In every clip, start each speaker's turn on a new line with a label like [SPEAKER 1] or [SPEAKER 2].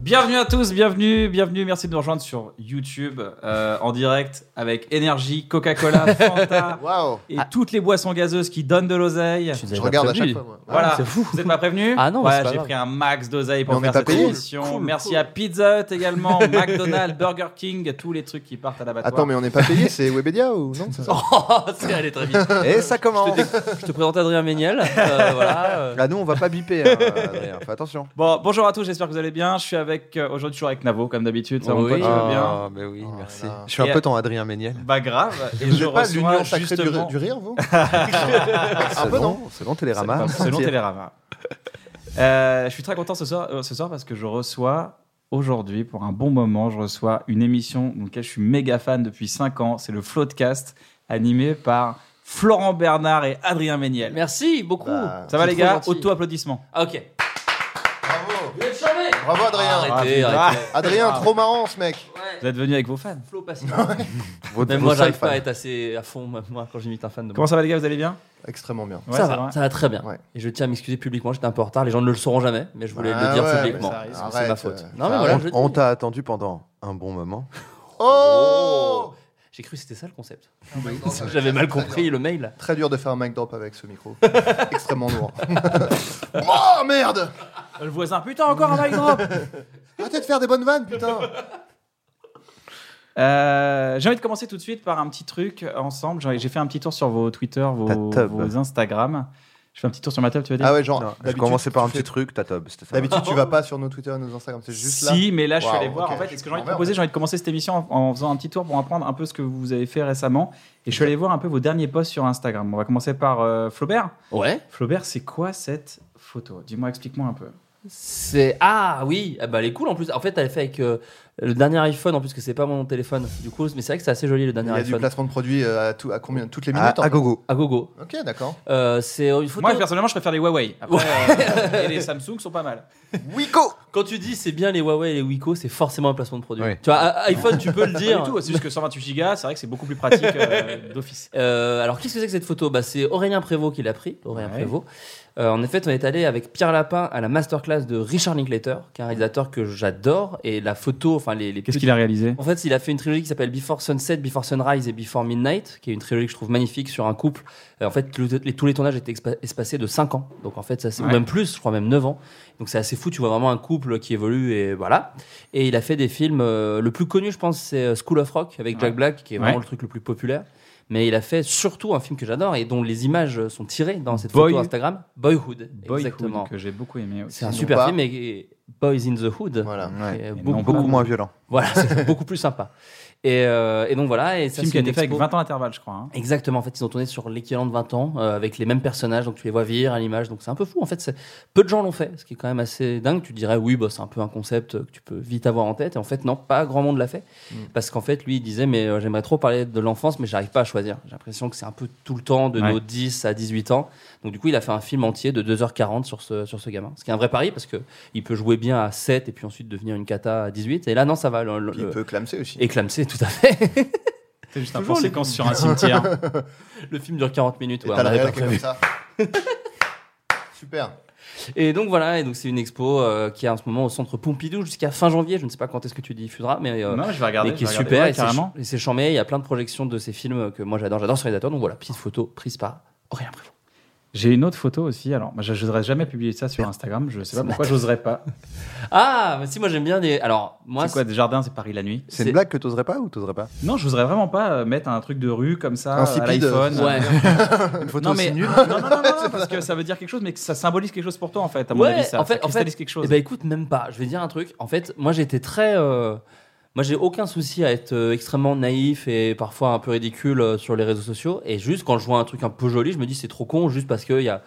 [SPEAKER 1] Bienvenue à tous, bienvenue, bienvenue, merci de nous rejoindre sur YouTube euh, en direct avec énergie, Coca-Cola, Fanta
[SPEAKER 2] Waouh
[SPEAKER 1] et toutes les boissons gazeuses qui donnent de l'oseille.
[SPEAKER 2] Je regarde à chaque fois, moi.
[SPEAKER 1] Voilà,
[SPEAKER 3] c'est fou.
[SPEAKER 1] vous n'êtes pas prévenu
[SPEAKER 3] Ah non, mais c'est
[SPEAKER 1] voilà,
[SPEAKER 3] pas
[SPEAKER 1] j'ai
[SPEAKER 3] grave.
[SPEAKER 1] pris un max d'oseille
[SPEAKER 2] Mais
[SPEAKER 1] pour
[SPEAKER 2] on
[SPEAKER 1] faire
[SPEAKER 2] n'est pas
[SPEAKER 1] cette
[SPEAKER 2] payé.
[SPEAKER 1] émission. Merci à Pizza Hut également, McDonald's, Burger King, tous les trucs qui partent à l'abattoir.
[SPEAKER 2] Attends, mais on n'est pas payé, c'est Webedia ou non c'est ça
[SPEAKER 3] Oh, c'est allé très vite.
[SPEAKER 2] Et ça commence
[SPEAKER 3] Je te présente Adrien Méniel. euh, voilà. euh.
[SPEAKER 2] Là, nous, on va pas biper, hein, Adrien, fais attention.
[SPEAKER 1] Bon, bonjour à tous, j'espère que vous allez bien. Je suis avec euh, aujourd'hui toujours avec Navo comme d'habitude, ça va mon
[SPEAKER 3] Oui.
[SPEAKER 1] pote, tu vas bien
[SPEAKER 3] Ah, mais oui,
[SPEAKER 2] Oh
[SPEAKER 3] merci.
[SPEAKER 2] Je suis un
[SPEAKER 1] Et-
[SPEAKER 2] peu ton Adrien Méniel.
[SPEAKER 1] Bah grave, et
[SPEAKER 2] Vous
[SPEAKER 1] je
[SPEAKER 2] êtes pas
[SPEAKER 1] reçois
[SPEAKER 2] l'union sacrée du,
[SPEAKER 1] justement
[SPEAKER 2] du rire, vous Ah, Un peu, non Selon Télérama.
[SPEAKER 1] Enfin, selon Télérama. Euh, je suis très content ce soir, euh, ce soir parce que je reçois aujourd'hui, pour un bon moment, je reçois une émission dans laquelle je suis méga fan depuis 5 ans. C'est le Floatcast, animé par Florent Bernard et Adrien Méniel.
[SPEAKER 3] Merci beaucoup.
[SPEAKER 2] Bah,
[SPEAKER 1] Ça va
[SPEAKER 3] C'est
[SPEAKER 1] les
[SPEAKER 3] trop
[SPEAKER 1] gars
[SPEAKER 3] gentil.
[SPEAKER 1] Auto-applaudissements.
[SPEAKER 3] Ah, Ok.
[SPEAKER 2] Bravo
[SPEAKER 3] Vous êtes charmés.
[SPEAKER 2] Bravo, Adrien
[SPEAKER 3] Arrêtez,
[SPEAKER 1] Ah,
[SPEAKER 3] arrêtez.
[SPEAKER 2] Adrien,
[SPEAKER 3] Ah.
[SPEAKER 2] trop marrant, ce mec
[SPEAKER 1] Vous êtes venus avec vos fans.
[SPEAKER 3] Flo, pas si mal.
[SPEAKER 2] Vos-
[SPEAKER 3] Même
[SPEAKER 2] vos
[SPEAKER 3] moi,
[SPEAKER 2] sales
[SPEAKER 3] j'arrive pas
[SPEAKER 2] fans.
[SPEAKER 3] à être assez à fond, même moi, quand j'imite un fan de moi.
[SPEAKER 1] Comment ça va les gars Vous allez bien
[SPEAKER 2] Extrêmement bien.
[SPEAKER 1] Ouais,
[SPEAKER 3] ça,
[SPEAKER 1] c'est
[SPEAKER 3] va,
[SPEAKER 1] vrai.
[SPEAKER 3] ça va très bien.
[SPEAKER 2] Ouais.
[SPEAKER 3] Et je tiens à m'excuser publiquement, j'étais un peu en retard. Les gens ne le sauront jamais, mais je voulais
[SPEAKER 2] Ah
[SPEAKER 3] le dire
[SPEAKER 2] ouais,
[SPEAKER 3] publiquement.
[SPEAKER 2] mais ça arrive.
[SPEAKER 3] C'est ma
[SPEAKER 2] Arrête,
[SPEAKER 3] faute.
[SPEAKER 2] euh,
[SPEAKER 3] Non, mais
[SPEAKER 2] ça
[SPEAKER 3] voilà,
[SPEAKER 2] arrive.
[SPEAKER 3] Ah, je le
[SPEAKER 4] On
[SPEAKER 3] dis.
[SPEAKER 4] t'a attendu pendant un bon moment.
[SPEAKER 2] Oh Ah, bah,
[SPEAKER 3] J'ai cru que c'était ça le concept. J'avais mal compris le mail.
[SPEAKER 2] Très dur de faire un mic drop avec ce micro. Extrêmement lourd. oh merde
[SPEAKER 1] Le voisin, putain, encore un mic drop
[SPEAKER 2] Arrêtez de faire des bonnes vannes, putain
[SPEAKER 1] Euh, J'ai envie de commencer tout de suite par un petit truc ensemble. J'ai j'ai fait un petit tour sur vos Twitter, vos,
[SPEAKER 4] Ta tub.
[SPEAKER 1] vos Instagram. Je fais un petit tour sur ma table, tu vas dire
[SPEAKER 2] Ah ouais, genre,
[SPEAKER 4] Non, je
[SPEAKER 2] d'habitude,
[SPEAKER 4] commençais par
[SPEAKER 2] tu
[SPEAKER 4] un petit
[SPEAKER 2] fais-
[SPEAKER 4] truc, ta top. c'était ça.
[SPEAKER 2] D'habitude, tu vas pas sur nos Twitter et nos Instagram, c'est juste là.
[SPEAKER 1] si, mais là, je suis
[SPEAKER 2] Waouh,
[SPEAKER 1] allé voir.
[SPEAKER 2] ok. Ah,
[SPEAKER 1] En fait, ce que j'ai envie de
[SPEAKER 2] Envers,
[SPEAKER 1] proposer,
[SPEAKER 2] en fait.
[SPEAKER 1] j'ai envie de commencer cette émission en, en faisant un petit tour pour apprendre un peu ce que vous avez fait récemment. Et je suis allé voir un peu vos derniers posts sur Instagram. On va commencer par euh, Flaubert.
[SPEAKER 3] Ouais.
[SPEAKER 1] Flaubert, c'est quoi cette photo Dis-moi, explique-moi un peu.
[SPEAKER 3] C'est ah oui, ah bah elle est cool en plus. En fait, elle est faite avec euh, le dernier iPhone en plus que c'est pas mon téléphone. Du coup, mais c'est vrai que c'est assez joli le
[SPEAKER 2] Il
[SPEAKER 3] dernier
[SPEAKER 2] y a du
[SPEAKER 3] iPhone.
[SPEAKER 2] placement de produit euh, à, tout- à combien Toutes les
[SPEAKER 4] À,
[SPEAKER 2] minutes en
[SPEAKER 4] Ah, à
[SPEAKER 2] fait.
[SPEAKER 4] gogo.
[SPEAKER 3] À gogo.
[SPEAKER 2] Ok, d'accord.
[SPEAKER 3] Euh, c'est une photo.
[SPEAKER 1] Moi, personnellement, je préfère les Huawei. Après, euh, et les Samsung sont pas mal.
[SPEAKER 2] Wiko
[SPEAKER 3] Quand tu dis c'est bien les Huawei et les Wiko, c'est forcément un placement de produit.
[SPEAKER 4] Oui.
[SPEAKER 3] Tu vois, à- iPhone, tu peux le
[SPEAKER 1] Pas
[SPEAKER 3] dire.
[SPEAKER 1] du tout. C'est juste que 128 Go, c'est vrai que c'est beaucoup plus pratique euh, d'office.
[SPEAKER 3] Euh, alors, qu'est-ce que c'est que cette photo bah, C'est Aurélien Prévost qui l'a pris. Aurélien
[SPEAKER 1] Ouais.
[SPEAKER 3] Prévost. Euh, en effet, on est allé avec Pierre Lapin à la masterclass de Richard Linklater, qui est un réalisateur que j'adore. Et la photo, enfin, les, les
[SPEAKER 1] Qu'est-ce
[SPEAKER 3] petits-
[SPEAKER 1] qu'il a réalisé
[SPEAKER 3] En fait, il a fait une trilogie qui s'appelle Before Sunset, Before Sunrise et Before Midnight, qui est une trilogie que je trouve magnifique sur un couple. Euh, en fait, le- les- tous les tournages étaient expa- espacés de 5 ans. Donc, en fait, ça, c'est, ou
[SPEAKER 1] Ouais.
[SPEAKER 3] même plus, je crois même 9 ans. Donc, c'est assez fou. Tu vois vraiment un couple qui évolue et voilà. Et il a fait des films. euh, le plus connu, je pense, c'est euh, School of Rock avec Jack
[SPEAKER 1] Ouais.
[SPEAKER 3] Black, qui est vraiment
[SPEAKER 1] Ouais.
[SPEAKER 3] le truc le plus populaire. Mais il a fait surtout un film que j'adore et dont les images sont tirées dans cette
[SPEAKER 1] Boy-
[SPEAKER 3] photo Instagram, Boyhood.
[SPEAKER 1] Boyhood,
[SPEAKER 3] exactement.
[SPEAKER 1] que j'ai beaucoup aimé aussi.
[SPEAKER 3] C'est un
[SPEAKER 2] Non
[SPEAKER 3] super
[SPEAKER 2] pas.
[SPEAKER 3] film et- et Boys in the Hood.
[SPEAKER 2] Voilà.
[SPEAKER 3] qui
[SPEAKER 4] Ouais.
[SPEAKER 3] est
[SPEAKER 1] non
[SPEAKER 3] beaucoup-
[SPEAKER 1] pas.
[SPEAKER 4] Beaucoup moins violent.
[SPEAKER 3] voilà, c'est beaucoup plus sympa. Et, euh, et donc voilà, et ça
[SPEAKER 1] film
[SPEAKER 3] c'est
[SPEAKER 1] qui a
[SPEAKER 3] une
[SPEAKER 1] été fait avec
[SPEAKER 3] expo.
[SPEAKER 1] 20 ans d'intervalle, je crois. hein.
[SPEAKER 3] Exactement, en fait, ils ont tourné sur l'équivalent de 20 ans, euh, avec les mêmes personnages, donc tu les vois vieillir à l'image, donc c'est un peu fou. En fait, c'est- peu de gens l'ont fait, ce qui est quand même assez dingue. Tu dirais, oui, bah, c'est un peu un concept euh, que tu peux vite avoir en tête, et en fait, non, pas grand monde l'a fait.
[SPEAKER 1] Mm.
[SPEAKER 3] Parce qu'en fait, lui, il disait, mais euh, j'aimerais trop parler de l'enfance, mais j'arrive pas à choisir. J'ai l'impression que c'est un peu tout le temps, de
[SPEAKER 1] Ouais.
[SPEAKER 3] nos 10 à 18 ans. Donc, du coup, il a fait un film entier de 2h40 sur ce, sur ce gamin. Ce qui est un vrai pari, parce que il peut jouer bien à 7 et puis ensuite devenir une cata à 18. Et là, non, ça va. Le, le-
[SPEAKER 2] Puis il peut clamser aussi.
[SPEAKER 3] et Clamsey, tout à fait.
[SPEAKER 1] C'est juste un plan
[SPEAKER 3] Toujours les-
[SPEAKER 1] séquence sur un cimetière.
[SPEAKER 3] le film dure 40 minutes.
[SPEAKER 2] Et
[SPEAKER 3] ouais,
[SPEAKER 2] t'as
[SPEAKER 3] on
[SPEAKER 2] la
[SPEAKER 3] avait
[SPEAKER 2] réelle
[SPEAKER 3] pas
[SPEAKER 2] qui est
[SPEAKER 3] prévu.
[SPEAKER 2] comme ça. Super.
[SPEAKER 3] Et donc voilà, et donc c'est une expo euh, qui est en ce moment au centre Pompidou jusqu'à fin janvier. Je ne sais pas quand est-ce que tu diffuseras, mais, euh,
[SPEAKER 1] non, je vais regarder.
[SPEAKER 3] mais qui
[SPEAKER 1] je
[SPEAKER 3] est
[SPEAKER 1] vais regarder.
[SPEAKER 3] super
[SPEAKER 1] Ouais,
[SPEAKER 3] et c'est
[SPEAKER 1] carrément.
[SPEAKER 3] ch- et c'est chambé. Il y a plein de projections de ces films que moi j'adore. J'adore ce réalisateur. Donc voilà, petite photo prise par Aurélien Prévost.
[SPEAKER 1] J'ai une autre photo aussi. Alors, moi, je n'oserais jamais publier ça sur Instagram. Je sais pas pourquoi j'oserais pas.
[SPEAKER 3] Ah, mais si, moi j'aime bien des. Alors, moi,
[SPEAKER 1] C'est quoi, des jardins, c'est Paris la nuit
[SPEAKER 4] C'est
[SPEAKER 3] C'est-
[SPEAKER 4] une blague que t'oserais pas ou t'oserais pas
[SPEAKER 1] Non, je voudrais vraiment pas euh, mettre un truc de rue comme ça euh, à
[SPEAKER 2] Insipide.
[SPEAKER 1] l'iPhone.
[SPEAKER 3] Ouais.
[SPEAKER 2] Une photo
[SPEAKER 1] Non,
[SPEAKER 2] aussi
[SPEAKER 1] mais
[SPEAKER 2] nulle.
[SPEAKER 1] non, non, non, non, non, parce que ça veut dire quelque chose, mais que ça symbolise quelque chose pour toi en fait. À mon
[SPEAKER 3] Ouais,
[SPEAKER 1] avis, ça,
[SPEAKER 3] en fait-
[SPEAKER 1] ça
[SPEAKER 3] en fait,
[SPEAKER 1] cristallise quelque chose.
[SPEAKER 3] Eh ben écoute, même pas. Je vais dire un truc. En fait, moi j'étais très. euh, Moi j'ai aucun souci à être euh, extrêmement naïf et parfois un peu ridicule euh, sur les réseaux sociaux. Et juste quand je vois un truc un peu joli, je me dis c'est trop con juste parce qu'il y a.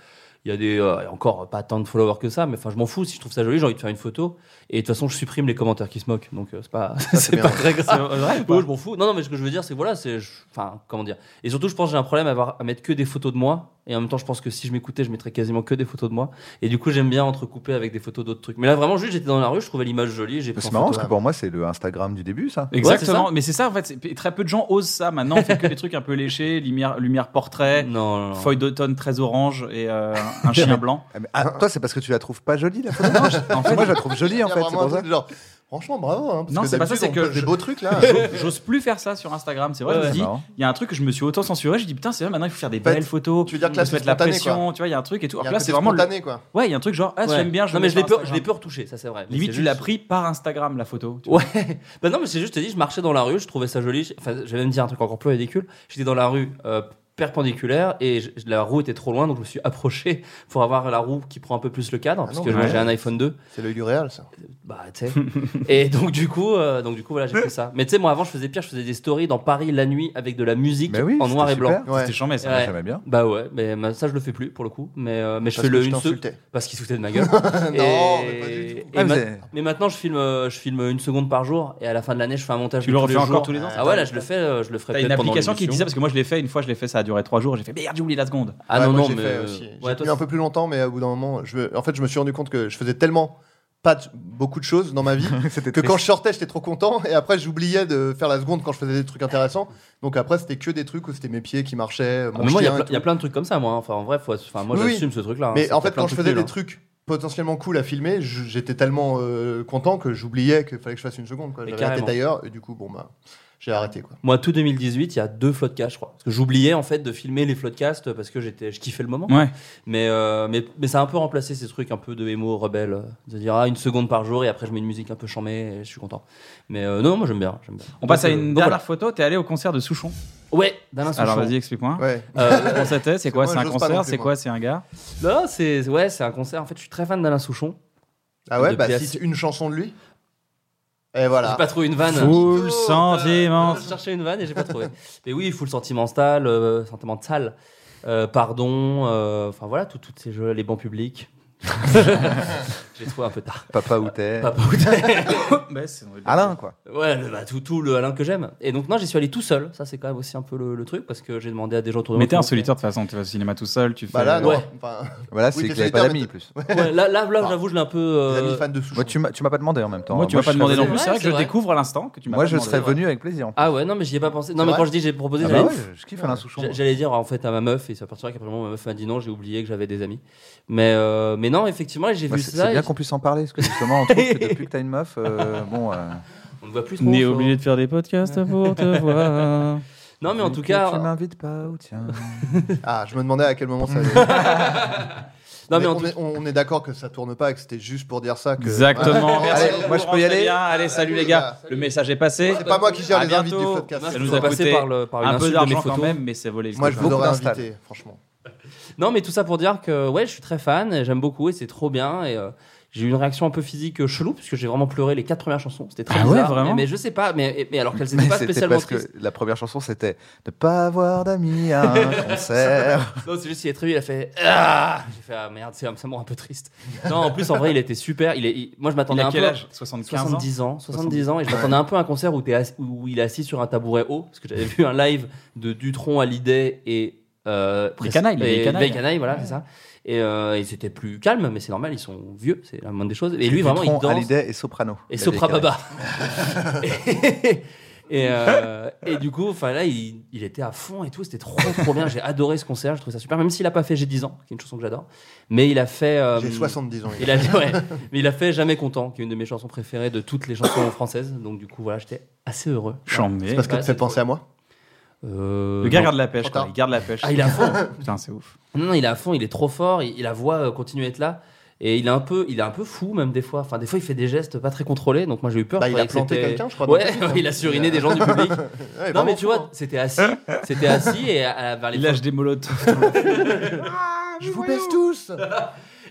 [SPEAKER 3] Il y a des, euh, encore pas tant de followers que ça, mais enfin, je m'en fous. Si je trouve ça joli, j'ai envie de faire une photo. Et de toute façon, je supprime les commentaires qui se moquent. Donc, euh, c'est pas, c'est
[SPEAKER 2] Ah, bien.
[SPEAKER 3] pas très
[SPEAKER 1] C'est
[SPEAKER 3] grave.
[SPEAKER 1] vrai ou pas
[SPEAKER 3] Ouais, Oh, je m'en fous. Non, non, mais ce que je veux dire, c'est que voilà, c'est. je- Enfin, comment dire. Et surtout, je pense que j'ai un problème à, avoir- à mettre que des photos de moi. Et en même temps, je pense que si je m'écoutais, je mettrais quasiment que des photos de moi. Et du coup, j'aime bien entrecouper avec des photos d'autres trucs. Mais là, vraiment, juste, j'étais dans la rue, je trouvais l'image jolie. J'ai pris
[SPEAKER 4] C'est
[SPEAKER 3] en
[SPEAKER 4] marrant
[SPEAKER 3] photo.
[SPEAKER 4] parce que pour moi, c'est le Instagram du début, ça.
[SPEAKER 1] Exactement,
[SPEAKER 3] Ouais,
[SPEAKER 1] mais c'est ça en fait. c'est- Très peu de gens osent ça maintenant. On fait que des trucs un peu léchés, lumière, lumière portrait,
[SPEAKER 3] Non, non, non.
[SPEAKER 1] feuille d'automne très orange et euh, un chien blanc.
[SPEAKER 4] Ah, mais- ah, toi, c'est parce que tu la trouves pas jolie, la photo
[SPEAKER 1] En
[SPEAKER 4] Parce que
[SPEAKER 1] fait,
[SPEAKER 4] Moi, je la trouve
[SPEAKER 2] Il y
[SPEAKER 4] jolie,
[SPEAKER 2] a
[SPEAKER 4] en fait.
[SPEAKER 2] vraiment
[SPEAKER 4] C'est
[SPEAKER 2] un
[SPEAKER 4] pour ça.
[SPEAKER 2] truc genre, franchement, bravo. hein, parce
[SPEAKER 1] Non,
[SPEAKER 2] que
[SPEAKER 1] c'est pas ça,
[SPEAKER 2] d'habitude,
[SPEAKER 1] c'est
[SPEAKER 2] on
[SPEAKER 1] que
[SPEAKER 2] poste
[SPEAKER 1] je-
[SPEAKER 2] des beaux trucs là.
[SPEAKER 1] j'ose plus faire ça sur Instagram. C'est vrai,
[SPEAKER 3] Ouais,
[SPEAKER 1] je me
[SPEAKER 3] ouais.
[SPEAKER 1] dis,
[SPEAKER 4] C'est marrant.
[SPEAKER 1] il y a un truc que je me suis autant censuré. Je dis putain, c'est vrai, maintenant il faut faire des
[SPEAKER 2] fait,
[SPEAKER 1] belles photos.
[SPEAKER 2] tu veux dire que
[SPEAKER 1] il
[SPEAKER 2] là,
[SPEAKER 1] faut se
[SPEAKER 2] c'est
[SPEAKER 1] mettre la
[SPEAKER 2] spontané,
[SPEAKER 1] pression, tu vois, il y a un truc et tout.
[SPEAKER 2] Il y a
[SPEAKER 1] Alors
[SPEAKER 2] un
[SPEAKER 1] que là,
[SPEAKER 2] côté
[SPEAKER 1] c'est vraiment. le-
[SPEAKER 2] spontané, quoi.
[SPEAKER 1] Ouais, il y a un truc genre, ah,
[SPEAKER 3] Ouais.
[SPEAKER 1] j'aime bien. Je
[SPEAKER 3] non,
[SPEAKER 1] vais
[SPEAKER 3] mais je l'ai
[SPEAKER 1] mettre sur
[SPEAKER 3] peu, je l'ai
[SPEAKER 1] Instagram.
[SPEAKER 3] peu retouché, ça c'est vrai. Mais
[SPEAKER 1] Limite,
[SPEAKER 3] c'est
[SPEAKER 1] tu l'as
[SPEAKER 3] juste-
[SPEAKER 1] pris par Instagram, la photo. tu vois.
[SPEAKER 3] Ouais. Bah non, mais c'est juste, je te dis, je marchais dans la rue, je trouvais ça joli. Je- Enfin, je vais même dire un truc encore plus ridicule. J'étais dans la rue euh, perpendiculaire et je- la roue était trop loin, donc je me suis approché pour avoir la roue qui prend un peu plus le
[SPEAKER 1] Ah
[SPEAKER 3] cadre, parce
[SPEAKER 2] non,
[SPEAKER 3] que
[SPEAKER 2] mais
[SPEAKER 3] j'ai un iPhone 2.
[SPEAKER 2] C'est l'œil du réel, ça.
[SPEAKER 3] Bah, tu sais. et donc, du coup, euh, donc, du coup voilà, j'ai fait ça. Mais tu sais, moi, avant, je faisais pire, je faisais des stories dans Paris la nuit avec de la musique
[SPEAKER 4] Mais
[SPEAKER 2] Bah
[SPEAKER 4] oui,
[SPEAKER 3] en noir et
[SPEAKER 4] c'était
[SPEAKER 3] blanc.
[SPEAKER 4] super.
[SPEAKER 2] Ouais.
[SPEAKER 1] C'était chambé, ça.
[SPEAKER 3] Ouais.
[SPEAKER 4] J'aimais bien.
[SPEAKER 3] Bah ouais, mais bah, ça, je le fais plus pour le coup. Mais, euh, mais je
[SPEAKER 2] Parce
[SPEAKER 3] fais
[SPEAKER 2] que
[SPEAKER 3] le
[SPEAKER 2] je
[SPEAKER 3] une se-
[SPEAKER 2] t'insultais.
[SPEAKER 3] Parce qu'il sautait de ma gueule.
[SPEAKER 2] Non, mais pas du tout.
[SPEAKER 3] Et
[SPEAKER 4] Ah, mais
[SPEAKER 3] ma-
[SPEAKER 4] c'est-
[SPEAKER 3] mais maintenant, je filme, euh, je filme une seconde par jour et à la fin de l'année, je fais un montage.
[SPEAKER 1] Tu
[SPEAKER 3] de
[SPEAKER 1] le
[SPEAKER 3] tous les
[SPEAKER 1] refais encore
[SPEAKER 3] jours.
[SPEAKER 1] tous les ans.
[SPEAKER 3] Ah ouais, là, je le fais, euh, je le ferai
[SPEAKER 1] T'as
[SPEAKER 3] peut-être
[SPEAKER 1] une
[SPEAKER 3] pendant
[SPEAKER 1] application qui dit ça
[SPEAKER 3] l'émission.
[SPEAKER 1] parce que moi je l'ai fait une fois, je l'ai fait, ça a duré trois jours. J'ai fait merde, j'ai oublié la seconde.
[SPEAKER 3] Ah
[SPEAKER 2] Ouais,
[SPEAKER 3] non,
[SPEAKER 2] moi,
[SPEAKER 3] non,
[SPEAKER 2] j'ai
[SPEAKER 3] mais.
[SPEAKER 2] fait
[SPEAKER 3] euh,
[SPEAKER 2] aussi.
[SPEAKER 3] ouais,
[SPEAKER 2] J'ai
[SPEAKER 3] toi,
[SPEAKER 2] tenu un peu plus longtemps, mais au bout d'un moment, je... en fait, je me suis rendu compte que je faisais tellement pas de- beaucoup de choses dans ma vie
[SPEAKER 4] C'était
[SPEAKER 2] que
[SPEAKER 4] triste.
[SPEAKER 2] quand je sortais, j'étais trop content et après, j'oubliais de faire la seconde quand je faisais des trucs intéressants. Donc après, c'était que des trucs où c'était mes pieds qui marchaient, euh,
[SPEAKER 3] Ah,
[SPEAKER 2] mon
[SPEAKER 3] mais moi, il y, a
[SPEAKER 2] chien et
[SPEAKER 3] ple- il y a
[SPEAKER 2] tout.
[SPEAKER 3] plein de trucs comme ça, moi. hein. Enfin, en vrai, faut- enfin, moi,
[SPEAKER 2] Oui,
[SPEAKER 3] j'assume ce truc-là. hein.
[SPEAKER 2] Mais
[SPEAKER 3] C'est
[SPEAKER 2] en fait,
[SPEAKER 3] plein de
[SPEAKER 2] quand je
[SPEAKER 3] trucs
[SPEAKER 2] faisais
[SPEAKER 3] nuls,
[SPEAKER 2] des
[SPEAKER 3] hein.
[SPEAKER 2] trucs potentiellement cool à filmer, je- j'étais tellement euh, content que j'oubliais qu'il fallait que je fasse une seconde. quoi.
[SPEAKER 3] Mais
[SPEAKER 2] J'avais la tête
[SPEAKER 3] carrément.
[SPEAKER 2] ailleurs et du coup, bon bah, j'ai arrêté quoi.
[SPEAKER 3] Moi, tout 2018, il y a deux floodcasts, je crois. Parce que j'oubliais, en fait, de filmer les floodcasts parce que j'étais, je kiffais le moment.
[SPEAKER 1] Ouais.
[SPEAKER 3] Mais, euh, mais, mais ça a un peu remplacé ces trucs un peu de émo rebelle. euh, De dire, ah, une seconde par jour et après, je mets une musique un peu chamée et je suis content. Mais euh, non, moi, j'aime bien, j'aime bien.
[SPEAKER 1] On passe à
[SPEAKER 3] Donc, euh,
[SPEAKER 1] une
[SPEAKER 3] donc, voilà.
[SPEAKER 1] dernière photo. T'es allé au concert de Souchon.
[SPEAKER 3] Ouais, d'Alain
[SPEAKER 1] Alors
[SPEAKER 3] Souchon.
[SPEAKER 1] vas-y, explique-moi.
[SPEAKER 2] Ouais.
[SPEAKER 3] Euh,
[SPEAKER 1] Comment c'était C'est quoi
[SPEAKER 2] Moi,
[SPEAKER 1] C'est un
[SPEAKER 2] j'ose pas non
[SPEAKER 1] concert
[SPEAKER 2] plus,
[SPEAKER 1] C'est
[SPEAKER 2] moi.
[SPEAKER 1] quoi C'est un gars
[SPEAKER 3] non, c'est ouais, c'est un concert. En fait, je suis très fan d'Alain Souchon.
[SPEAKER 2] Ah ouais,
[SPEAKER 3] Depuis
[SPEAKER 2] bah,
[SPEAKER 3] assez-
[SPEAKER 2] cite une chanson de lui. Et
[SPEAKER 3] J'ai
[SPEAKER 2] voilà.
[SPEAKER 3] pas trouvé une vanne.
[SPEAKER 1] Full
[SPEAKER 2] Putain,
[SPEAKER 1] sentiment.
[SPEAKER 3] Je cherchais une vanne et j'ai pas trouvé. Mais oui, full sentimental, euh, sentimental. Euh, pardon. euh, Enfin voilà, tout- toutes ces jeux, les bancs publics. j'ai trouvé un peu tard.
[SPEAKER 4] Papa ou t'es
[SPEAKER 3] Pas pour-
[SPEAKER 1] Bah, c'est- on est bien.
[SPEAKER 4] Alain, quoi.
[SPEAKER 3] Ouais, le- bah, tout, tout le Alain que j'aime. Et donc non, j'y suis allé tout seul. Ça, c'est quand même aussi un peu le, le truc parce que j'ai demandé à des gens autour de moi.
[SPEAKER 1] Mais t'es un
[SPEAKER 3] comment-
[SPEAKER 1] solitaire de toute façon. Tu vas au cinéma tout seul. Tu fais.
[SPEAKER 2] Bah là, non.
[SPEAKER 3] Ouais.
[SPEAKER 2] Enfin,
[SPEAKER 4] Voilà,
[SPEAKER 2] Oui,
[SPEAKER 4] c'est
[SPEAKER 2] t'es
[SPEAKER 4] qu'il avait
[SPEAKER 2] solitaire,
[SPEAKER 4] pas
[SPEAKER 2] mais
[SPEAKER 4] d'amis, en plus.
[SPEAKER 3] Ouais, là, là, là,
[SPEAKER 4] Ah.
[SPEAKER 2] Bah,
[SPEAKER 3] j'avoue, je l'ai un peu.
[SPEAKER 2] les
[SPEAKER 3] euh,
[SPEAKER 2] amis fans de Souchon.
[SPEAKER 4] Moi, tu m'as tu m'as pas demandé en même temps.
[SPEAKER 1] Moi, tu m'as
[SPEAKER 4] je
[SPEAKER 1] pas demandé
[SPEAKER 4] serais-
[SPEAKER 1] non plus.
[SPEAKER 3] vrai,
[SPEAKER 1] C'est vrai que
[SPEAKER 3] c'est
[SPEAKER 1] je
[SPEAKER 3] vrai.
[SPEAKER 1] découvre à l'instant que tu m'as.
[SPEAKER 4] Moi,
[SPEAKER 1] pas
[SPEAKER 4] je
[SPEAKER 1] demandé.
[SPEAKER 4] serais venu avec plaisir.
[SPEAKER 3] Ah ouais, non, mais j'y ai pas pensé. Non,
[SPEAKER 2] C'est
[SPEAKER 3] mais
[SPEAKER 2] vrai
[SPEAKER 3] quand je dis j'ai proposé,
[SPEAKER 4] Ah
[SPEAKER 3] j'avais-
[SPEAKER 4] bah ouais, je kiffe Alain Souchon.
[SPEAKER 3] J'a- J'allais dire en fait à ma meuf, et ça partira qu'après moment, ma meuf m'a dit non, j'ai oublié que j'avais des amis. Mais, euh, mais non, effectivement, j'ai
[SPEAKER 4] Bah,
[SPEAKER 3] vu
[SPEAKER 4] c'est
[SPEAKER 3] ça.
[SPEAKER 4] c'est bien
[SPEAKER 3] et
[SPEAKER 4] qu'on puisse en parler, parce que justement, on trouve que depuis que t'as une meuf, euh, bon, euh,
[SPEAKER 3] on ne voit plus trop.
[SPEAKER 1] N'est
[SPEAKER 3] faut-
[SPEAKER 1] obligé de faire des podcasts pour te voir.
[SPEAKER 3] Non, mais en tout
[SPEAKER 4] que
[SPEAKER 3] cas.
[SPEAKER 4] tu m'invites pas, ou tiens.
[SPEAKER 2] Ah, je me demandais à quel moment ça allait.
[SPEAKER 3] Non, mais en
[SPEAKER 2] on,
[SPEAKER 3] tout
[SPEAKER 2] est, on est d'accord que ça tourne pas et que c'était juste pour dire ça. Que...
[SPEAKER 1] Exactement. Merci
[SPEAKER 4] Allez,
[SPEAKER 1] beaucoup,
[SPEAKER 4] moi, je peux
[SPEAKER 1] Laurent,
[SPEAKER 4] y
[SPEAKER 1] très
[SPEAKER 4] aller.
[SPEAKER 1] bien. Allez, salut les gars. Le message est passé.
[SPEAKER 2] C'est pas moi qui gère
[SPEAKER 1] À
[SPEAKER 2] les invités du
[SPEAKER 1] bientôt.
[SPEAKER 2] podcast.
[SPEAKER 1] Ça
[SPEAKER 3] ça
[SPEAKER 1] nous
[SPEAKER 3] nous
[SPEAKER 1] a
[SPEAKER 3] passer
[SPEAKER 1] coûté
[SPEAKER 3] par, le, par une
[SPEAKER 1] Un peu
[SPEAKER 3] insulte de mes
[SPEAKER 1] d'argent quand
[SPEAKER 3] photos.
[SPEAKER 1] même, mais c'est volé. le
[SPEAKER 2] Moi, je
[SPEAKER 1] copain.
[SPEAKER 2] vous
[SPEAKER 4] Beaucoup
[SPEAKER 2] aurais
[SPEAKER 4] d'installs.
[SPEAKER 2] invité, franchement.
[SPEAKER 3] Non, mais tout ça pour dire que ouais, je suis très fan, et j'aime beaucoup, et c'est trop bien. Et euh, j'ai eu une réaction un peu physique euh, chelou, parce que j'ai vraiment pleuré les quatre premières chansons. C'était très
[SPEAKER 1] Ah ouais,
[SPEAKER 3] bizarre.
[SPEAKER 1] vraiment
[SPEAKER 3] mais, mais je sais pas, mais, et- mais alors qu'elles
[SPEAKER 4] Mais
[SPEAKER 3] étaient pas
[SPEAKER 4] c'était
[SPEAKER 3] spécialement
[SPEAKER 4] parce que
[SPEAKER 3] tristes.
[SPEAKER 4] la première chanson, c'était « Ne pas avoir d'amis à un concert
[SPEAKER 3] Non, c'est juste qu'il est très il a fait Ah J'ai fait Ah merde, c'est ça me rend un peu triste. Non, en plus, en vrai, il était super. Il est, il- Moi, je
[SPEAKER 1] Il
[SPEAKER 3] m'attendais
[SPEAKER 1] a
[SPEAKER 3] un
[SPEAKER 1] quel
[SPEAKER 3] peu.
[SPEAKER 1] âge 75 ans.
[SPEAKER 3] 70 ans, 70 ans, et je m'attendais un peu à un concert où, t'es ass- où il est assis sur un tabouret haut, parce que j'avais vu un live de Dutron, Hallyday et euh,
[SPEAKER 1] Les
[SPEAKER 3] Press-
[SPEAKER 1] canailles, les
[SPEAKER 3] et
[SPEAKER 1] vieilles canailles.
[SPEAKER 3] vieilles canailles, voilà, c'est ça. Et euh, ils étaient plus calmes, mais c'est normal, ils sont vieux, c'est la moindre des choses. Et » lui, vraiment, il
[SPEAKER 4] Dutron,
[SPEAKER 3] danse
[SPEAKER 4] Hallyday et Soprano.
[SPEAKER 3] et
[SPEAKER 4] La
[SPEAKER 3] Sopra
[SPEAKER 4] vieille
[SPEAKER 3] Baba. et, et, euh, et du coup, enfin là, il, il était à fond et tout. C'était trop, trop bien. J'ai adoré ce concert. Je trouve ça super. Même s'il a pas fait J'ai 10 ans, qui est une chanson que j'adore. Mais il a fait. euh,
[SPEAKER 2] J'ai 70 ans. les
[SPEAKER 3] il a, ouais, mais il a fait Jamais Content, qui est une de mes chansons préférées de toutes les chansons françaises. Donc du coup, voilà, j'étais assez heureux.
[SPEAKER 1] Chambé.
[SPEAKER 2] Parce que
[SPEAKER 3] Ouais,
[SPEAKER 2] tu
[SPEAKER 3] c'est
[SPEAKER 2] fais penser à moi
[SPEAKER 3] Euh,
[SPEAKER 1] Le gars
[SPEAKER 3] non.
[SPEAKER 1] garde la pêche, quoi.
[SPEAKER 2] Trop
[SPEAKER 1] Il garde la pêche.
[SPEAKER 3] Ah, il est à fond.
[SPEAKER 1] Putain, c'est ouf.
[SPEAKER 3] Non, non, il est à fond, il est trop fort, il, il la voix euh, continue à être là. Et il est, un peu, il est un peu fou, même des fois. Enfin, des fois, il fait des gestes pas très contrôlés, donc moi j'ai eu peur.
[SPEAKER 2] Bah,
[SPEAKER 3] je
[SPEAKER 2] il a
[SPEAKER 3] croyais que
[SPEAKER 2] planté
[SPEAKER 3] c'était-
[SPEAKER 2] quelqu'un, je crois, dans
[SPEAKER 3] Ouais,
[SPEAKER 2] le public, hein.
[SPEAKER 3] il a suriné des gens du public.
[SPEAKER 2] Ouais,
[SPEAKER 3] bah, non,
[SPEAKER 2] vraiment
[SPEAKER 3] mais tu
[SPEAKER 2] fou, hein.
[SPEAKER 3] vois, c'était assis, c'était assis, et à, à- vers les
[SPEAKER 1] Il lâche des molotovs.
[SPEAKER 2] Ah, je vous baisse tous.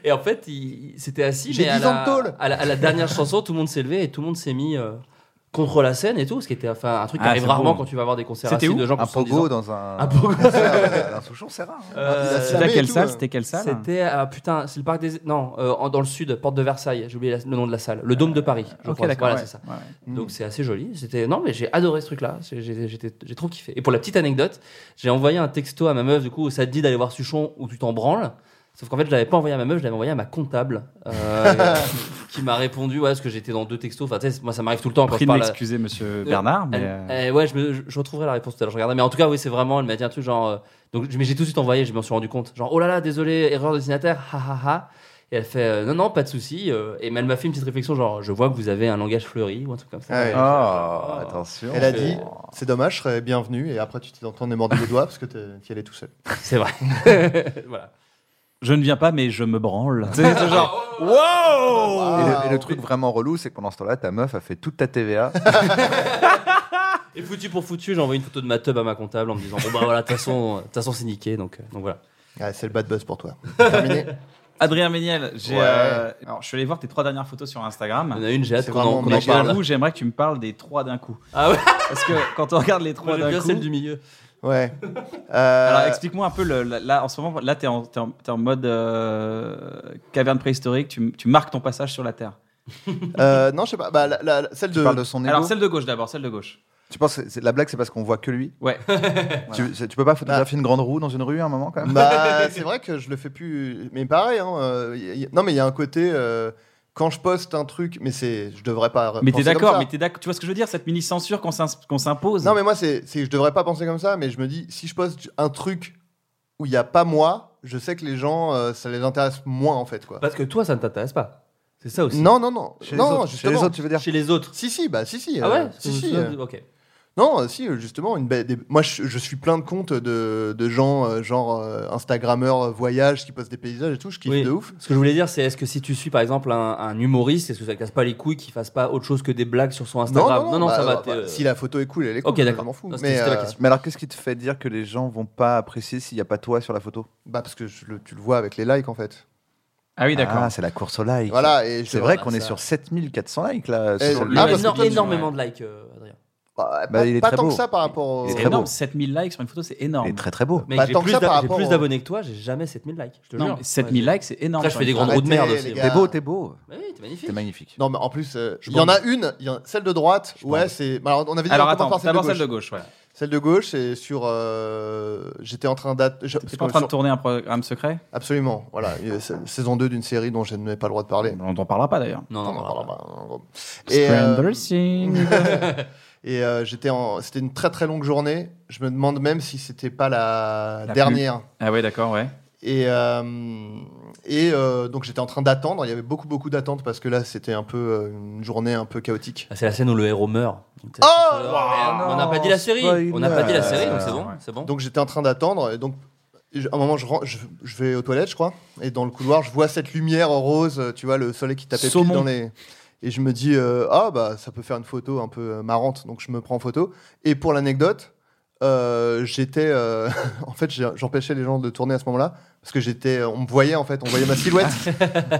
[SPEAKER 3] Et en fait, il, il s'était assis,
[SPEAKER 2] J'ai
[SPEAKER 3] mais à
[SPEAKER 2] 10 ans
[SPEAKER 3] la,
[SPEAKER 2] de tôle.
[SPEAKER 3] à la- à la dernière chanson, tout le monde s'est levé et tout le monde s'est mis euh, contre la scène et tout, ce qui était enfin, un truc qui
[SPEAKER 1] Ah,
[SPEAKER 3] arrive
[SPEAKER 1] c'est beau.
[SPEAKER 3] rarement quand tu vas voir des concerts
[SPEAKER 1] C'était
[SPEAKER 3] assis
[SPEAKER 1] où
[SPEAKER 3] de gens qui
[SPEAKER 4] Un
[SPEAKER 3] ont 70 ans.
[SPEAKER 4] pogo dans un.
[SPEAKER 3] Un pogo.
[SPEAKER 4] concert, euh, un souchon, c'est rare.
[SPEAKER 2] Ah,
[SPEAKER 4] hein.
[SPEAKER 3] Euh,
[SPEAKER 2] Il
[SPEAKER 1] C'était
[SPEAKER 2] a
[SPEAKER 1] à
[SPEAKER 2] slamé et
[SPEAKER 1] quelle
[SPEAKER 2] tout,
[SPEAKER 1] salle
[SPEAKER 2] euh.
[SPEAKER 1] C'était quelle salle hein,
[SPEAKER 3] C'était ah, putain, c'est le parc des non euh, en- dans le sud, porte de Versailles. J'ai oublié la- le nom de la salle, le dôme de Paris. Je
[SPEAKER 1] Ok,
[SPEAKER 3] crois.
[SPEAKER 1] d'accord.
[SPEAKER 3] Voilà,
[SPEAKER 1] ouais.
[SPEAKER 3] c'est ça.
[SPEAKER 1] Ouais.
[SPEAKER 3] Donc c'est assez joli. C'était non mais j'ai adoré ce truc-là. C'est- j'ai- j'étais- J'ai trop kiffé. Et pour la petite anecdote, j'ai envoyé un texto à ma meuf du coup. Ça te dit d'aller voir Suchon ou tu t'en branles. Sauf qu'en fait je l'avais pas envoyé à ma meuf, je l'avais envoyé à ma comptable euh, qui m'a répondu ouais parce que j'étais dans deux textos. Enfin tu sais, moi ça m'arrive tout le temps quand
[SPEAKER 1] Prie
[SPEAKER 3] je
[SPEAKER 1] de
[SPEAKER 3] parle. à-
[SPEAKER 1] m'excuser, monsieur Bernard, mais.
[SPEAKER 3] elle-
[SPEAKER 1] euh,
[SPEAKER 3] euh, ouais, je, me- je- je retrouverai la réponse tout à l'heure. Je regardais, mais en tout cas, oui, c'est vraiment. Elle m'a dit un truc genre. euh, donc, je- mais j'ai tout de suite envoyé. Je m'en suis rendu compte. Genre, oh là là, désolé, erreur de destinataire. Ha ha ha. Et elle fait euh, non non, pas de souci. euh, et elle m'a fait une petite réflexion genre, je vois que vous avez un langage fleuri ou un truc comme ça.
[SPEAKER 2] Ah ouais.
[SPEAKER 3] Et
[SPEAKER 4] Oh, attention.
[SPEAKER 2] Elle a
[SPEAKER 3] c'est-
[SPEAKER 2] dit, c'est dommage, je serais bienvenue. Et après, tu t'es entendu mordre les doigts parce que t'es- t'y allais tout seul.
[SPEAKER 3] C'est vrai. voilà.
[SPEAKER 1] Je ne viens pas, mais je me branle. Tu sais, c'est genre. Wow
[SPEAKER 4] Et le, et le truc vraiment relou, c'est que pendant ce temps-là, ta meuf a fait toute ta TVA.
[SPEAKER 3] Et foutu pour foutu, j'ai envoyé une photo de ma tub à ma comptable en me disant bon bah voilà, de toute façon, euh, de toute façon, c'est niqué. Donc euh, donc voilà.
[SPEAKER 2] Ah, c'est le bad buzz pour toi. Terminé.
[SPEAKER 1] Adrien Méniel, j'ai.
[SPEAKER 2] Ouais.
[SPEAKER 1] euh, Alors, je suis allé voir tes trois dernières photos sur Instagram.
[SPEAKER 3] Il y en a une, j'ai hâte
[SPEAKER 2] C'est
[SPEAKER 3] qu'on en,
[SPEAKER 2] vraiment
[SPEAKER 3] qu'on en
[SPEAKER 1] Mais
[SPEAKER 2] méga
[SPEAKER 3] parle.
[SPEAKER 1] j'avoue, j'aimerais que tu me parles des trois d'un coup.
[SPEAKER 3] Ah ouais.
[SPEAKER 1] Parce que quand on regarde les
[SPEAKER 3] Moi
[SPEAKER 1] trois
[SPEAKER 3] j'aime
[SPEAKER 1] d'un
[SPEAKER 3] bien
[SPEAKER 1] coup.
[SPEAKER 3] celle du milieu.
[SPEAKER 2] Ouais.
[SPEAKER 1] Alors
[SPEAKER 2] Euh,
[SPEAKER 1] explique-moi un peu, le- le- là en ce moment, là t'es en, t'es en- t'es en mode euh, caverne préhistorique, tu, tu marques ton passage sur la Terre.
[SPEAKER 2] euh, non, je sais pas. Bah, la- la- celle
[SPEAKER 4] Tu
[SPEAKER 2] de.
[SPEAKER 4] parles de son ego.
[SPEAKER 1] Alors celle de gauche d'abord, celle de gauche.
[SPEAKER 4] Tu penses que c'est- la blague, c'est parce qu'on voit que lui
[SPEAKER 1] Ouais.
[SPEAKER 4] tu, c'est- tu peux pas photographier une grande roue dans une rue à un moment quand même
[SPEAKER 2] Bah, c'est vrai que je le fais plus. Mais pareil, hein, euh, y- y- non, mais il y a un côté. euh, quand je poste un truc, mais c'est, je devrais pas.
[SPEAKER 1] Mais t'es
[SPEAKER 2] penser comme
[SPEAKER 1] d'accord,
[SPEAKER 2] ça.
[SPEAKER 1] mais t'es d'accord, tu vois ce que je veux dire, cette mini-censure qu'on s'ins- qu'on s'impose.
[SPEAKER 2] Non, mais moi, c'est, c'est, je devrais pas penser comme ça, mais je me dis, si je poste un truc où il n'y a pas moi, je sais que les gens, euh, ça les intéresse moins, en fait, quoi.
[SPEAKER 3] Parce que toi ça ne t'intéresse pas. C'est ça aussi.
[SPEAKER 2] Non, non, non.
[SPEAKER 4] Chez les
[SPEAKER 2] non,
[SPEAKER 4] autres, chez les
[SPEAKER 2] justement.
[SPEAKER 4] autres, tu veux dire
[SPEAKER 3] Chez les autres.
[SPEAKER 2] Si, si, bah, si, si.
[SPEAKER 3] Ah
[SPEAKER 2] euh,
[SPEAKER 3] ouais.
[SPEAKER 2] si, si, euh,
[SPEAKER 3] Ok.
[SPEAKER 2] Non, euh, si, euh, justement, une ba- des- moi je, je suis plein de comptes de, de gens, euh, genre euh, Instagrammeurs euh, voyage qui postent des paysages et tout, je kiffe
[SPEAKER 3] Oui.
[SPEAKER 2] de ouf.
[SPEAKER 3] Ce que je voulais dire, c'est est-ce que si tu suis par exemple un, un humoriste, est-ce que ça casse pas les couilles qu'il fasse pas autre chose que des blagues sur son Instagram
[SPEAKER 2] bah,
[SPEAKER 3] ça va.
[SPEAKER 2] bah,
[SPEAKER 3] t'es, euh,
[SPEAKER 2] Si la photo est cool, elle est cool,
[SPEAKER 3] Ok,
[SPEAKER 2] je
[SPEAKER 3] d'accord.
[SPEAKER 2] m'en fous.
[SPEAKER 3] Non, c'était-
[SPEAKER 2] mais
[SPEAKER 3] c'était ma
[SPEAKER 2] euh,
[SPEAKER 3] question.
[SPEAKER 4] Mais alors, qu'est-ce qui te fait dire que les gens vont pas apprécier s'il n'y a pas toi sur la photo
[SPEAKER 2] bah, parce que je le- tu le vois avec les likes en fait.
[SPEAKER 1] Ah oui, d'accord.
[SPEAKER 4] Ah, c'est la course au like.
[SPEAKER 2] Voilà, et je-
[SPEAKER 4] C'est vrai
[SPEAKER 3] voilà,
[SPEAKER 4] qu'on est
[SPEAKER 3] ça.
[SPEAKER 4] sur 7400 likes là.
[SPEAKER 2] Eh,
[SPEAKER 4] sur le-
[SPEAKER 2] ah,
[SPEAKER 3] il y a
[SPEAKER 2] parce que
[SPEAKER 3] éno-
[SPEAKER 2] bien sûr,
[SPEAKER 3] énormément de likes, euh, Adrien.
[SPEAKER 2] Bah,
[SPEAKER 4] Bah,
[SPEAKER 2] pas-
[SPEAKER 4] il est
[SPEAKER 2] pas
[SPEAKER 4] très
[SPEAKER 2] tant
[SPEAKER 4] beau.
[SPEAKER 2] que ça par rapport au.
[SPEAKER 1] c'est
[SPEAKER 4] très beau.
[SPEAKER 1] énorme, 7000 likes sur une photo, c'est énorme.
[SPEAKER 4] Il est très très beau.
[SPEAKER 3] Mais
[SPEAKER 2] Bah,
[SPEAKER 3] j'ai
[SPEAKER 2] tant que
[SPEAKER 3] plus
[SPEAKER 2] ça, par
[SPEAKER 3] d'a- j'ai
[SPEAKER 2] rapport
[SPEAKER 3] plus
[SPEAKER 2] au-
[SPEAKER 3] d'abonnés que toi, j'ai jamais 7000 likes. Je te
[SPEAKER 1] Non,
[SPEAKER 3] jure.
[SPEAKER 1] mais 7000 likes, c'est énorme.
[SPEAKER 3] Après, je
[SPEAKER 1] sur
[SPEAKER 3] fais
[SPEAKER 1] une
[SPEAKER 3] des grandes
[SPEAKER 1] photo.
[SPEAKER 3] routes de merde
[SPEAKER 2] Arrêtez,
[SPEAKER 3] aussi.
[SPEAKER 2] les
[SPEAKER 4] T'es
[SPEAKER 2] gars.
[SPEAKER 4] beau, t'es beau.
[SPEAKER 3] Ouais, t'es magnifique.
[SPEAKER 4] T'es magnifique.
[SPEAKER 2] Non, mais en plus, euh,
[SPEAKER 3] Je
[SPEAKER 2] il y en
[SPEAKER 3] pense.
[SPEAKER 2] a une, il y en- celle de droite,
[SPEAKER 4] Je
[SPEAKER 2] ouais,
[SPEAKER 4] pense.
[SPEAKER 2] c'est. bah, Alors on avait dit
[SPEAKER 1] Alors
[SPEAKER 2] on
[SPEAKER 1] attends,
[SPEAKER 2] commence par celle de
[SPEAKER 1] d'abord
[SPEAKER 2] gauche.
[SPEAKER 1] celle de gauche. Ouais.
[SPEAKER 2] Celle de gauche, c'est sur. euh, J'étais en train d'att- je-
[SPEAKER 1] T'es
[SPEAKER 2] parce
[SPEAKER 1] pas en
[SPEAKER 2] que
[SPEAKER 1] train de
[SPEAKER 2] sur-
[SPEAKER 1] tourner un programme secret
[SPEAKER 2] Absolument, voilà. il y a sa- Saison 2 d'une série dont je n'ai pas le droit de parler.
[SPEAKER 1] On t'en parlera pas d'ailleurs.
[SPEAKER 3] Non, non, non, non, non.
[SPEAKER 2] Et, euh,
[SPEAKER 1] Scramble scene.
[SPEAKER 2] Et euh, j'étais en, c'était une très très longue journée. Je me demande même si c'était pas la,
[SPEAKER 1] La
[SPEAKER 2] dernière.
[SPEAKER 1] Ah ouais, d'accord, ouais.
[SPEAKER 2] Et euh, et euh, donc j'étais en train d'attendre. Il y avait beaucoup beaucoup d'attentes parce que là c'était un peu euh, une journée un peu chaotique.
[SPEAKER 3] Ah, C'est la scène où le héros meurt. Donc,
[SPEAKER 2] Oh,
[SPEAKER 3] ça, c'est- On n'a
[SPEAKER 4] non,
[SPEAKER 3] pas dit la série. On n'a pas dit la
[SPEAKER 4] spoiler.
[SPEAKER 3] série, donc c'est bon. C'est bon.
[SPEAKER 2] Donc j'étais en train d'attendre. Et donc je- à un moment je, ren- je je vais aux toilettes je crois. Et dans le couloir je vois cette lumière rose. euh, Tu vois le soleil qui tapait pile
[SPEAKER 1] Saumon.
[SPEAKER 2] dans les. Et je me dis euh, ah bah ça peut faire une photo un peu euh, marrante. Donc je me prends en photo. Et pour l'anecdote. euh, j'étais euh, en fait j'ai- j'empêchais les gens de tourner à ce moment-là parce que j'étais on me voyait en fait on voyait ma silhouette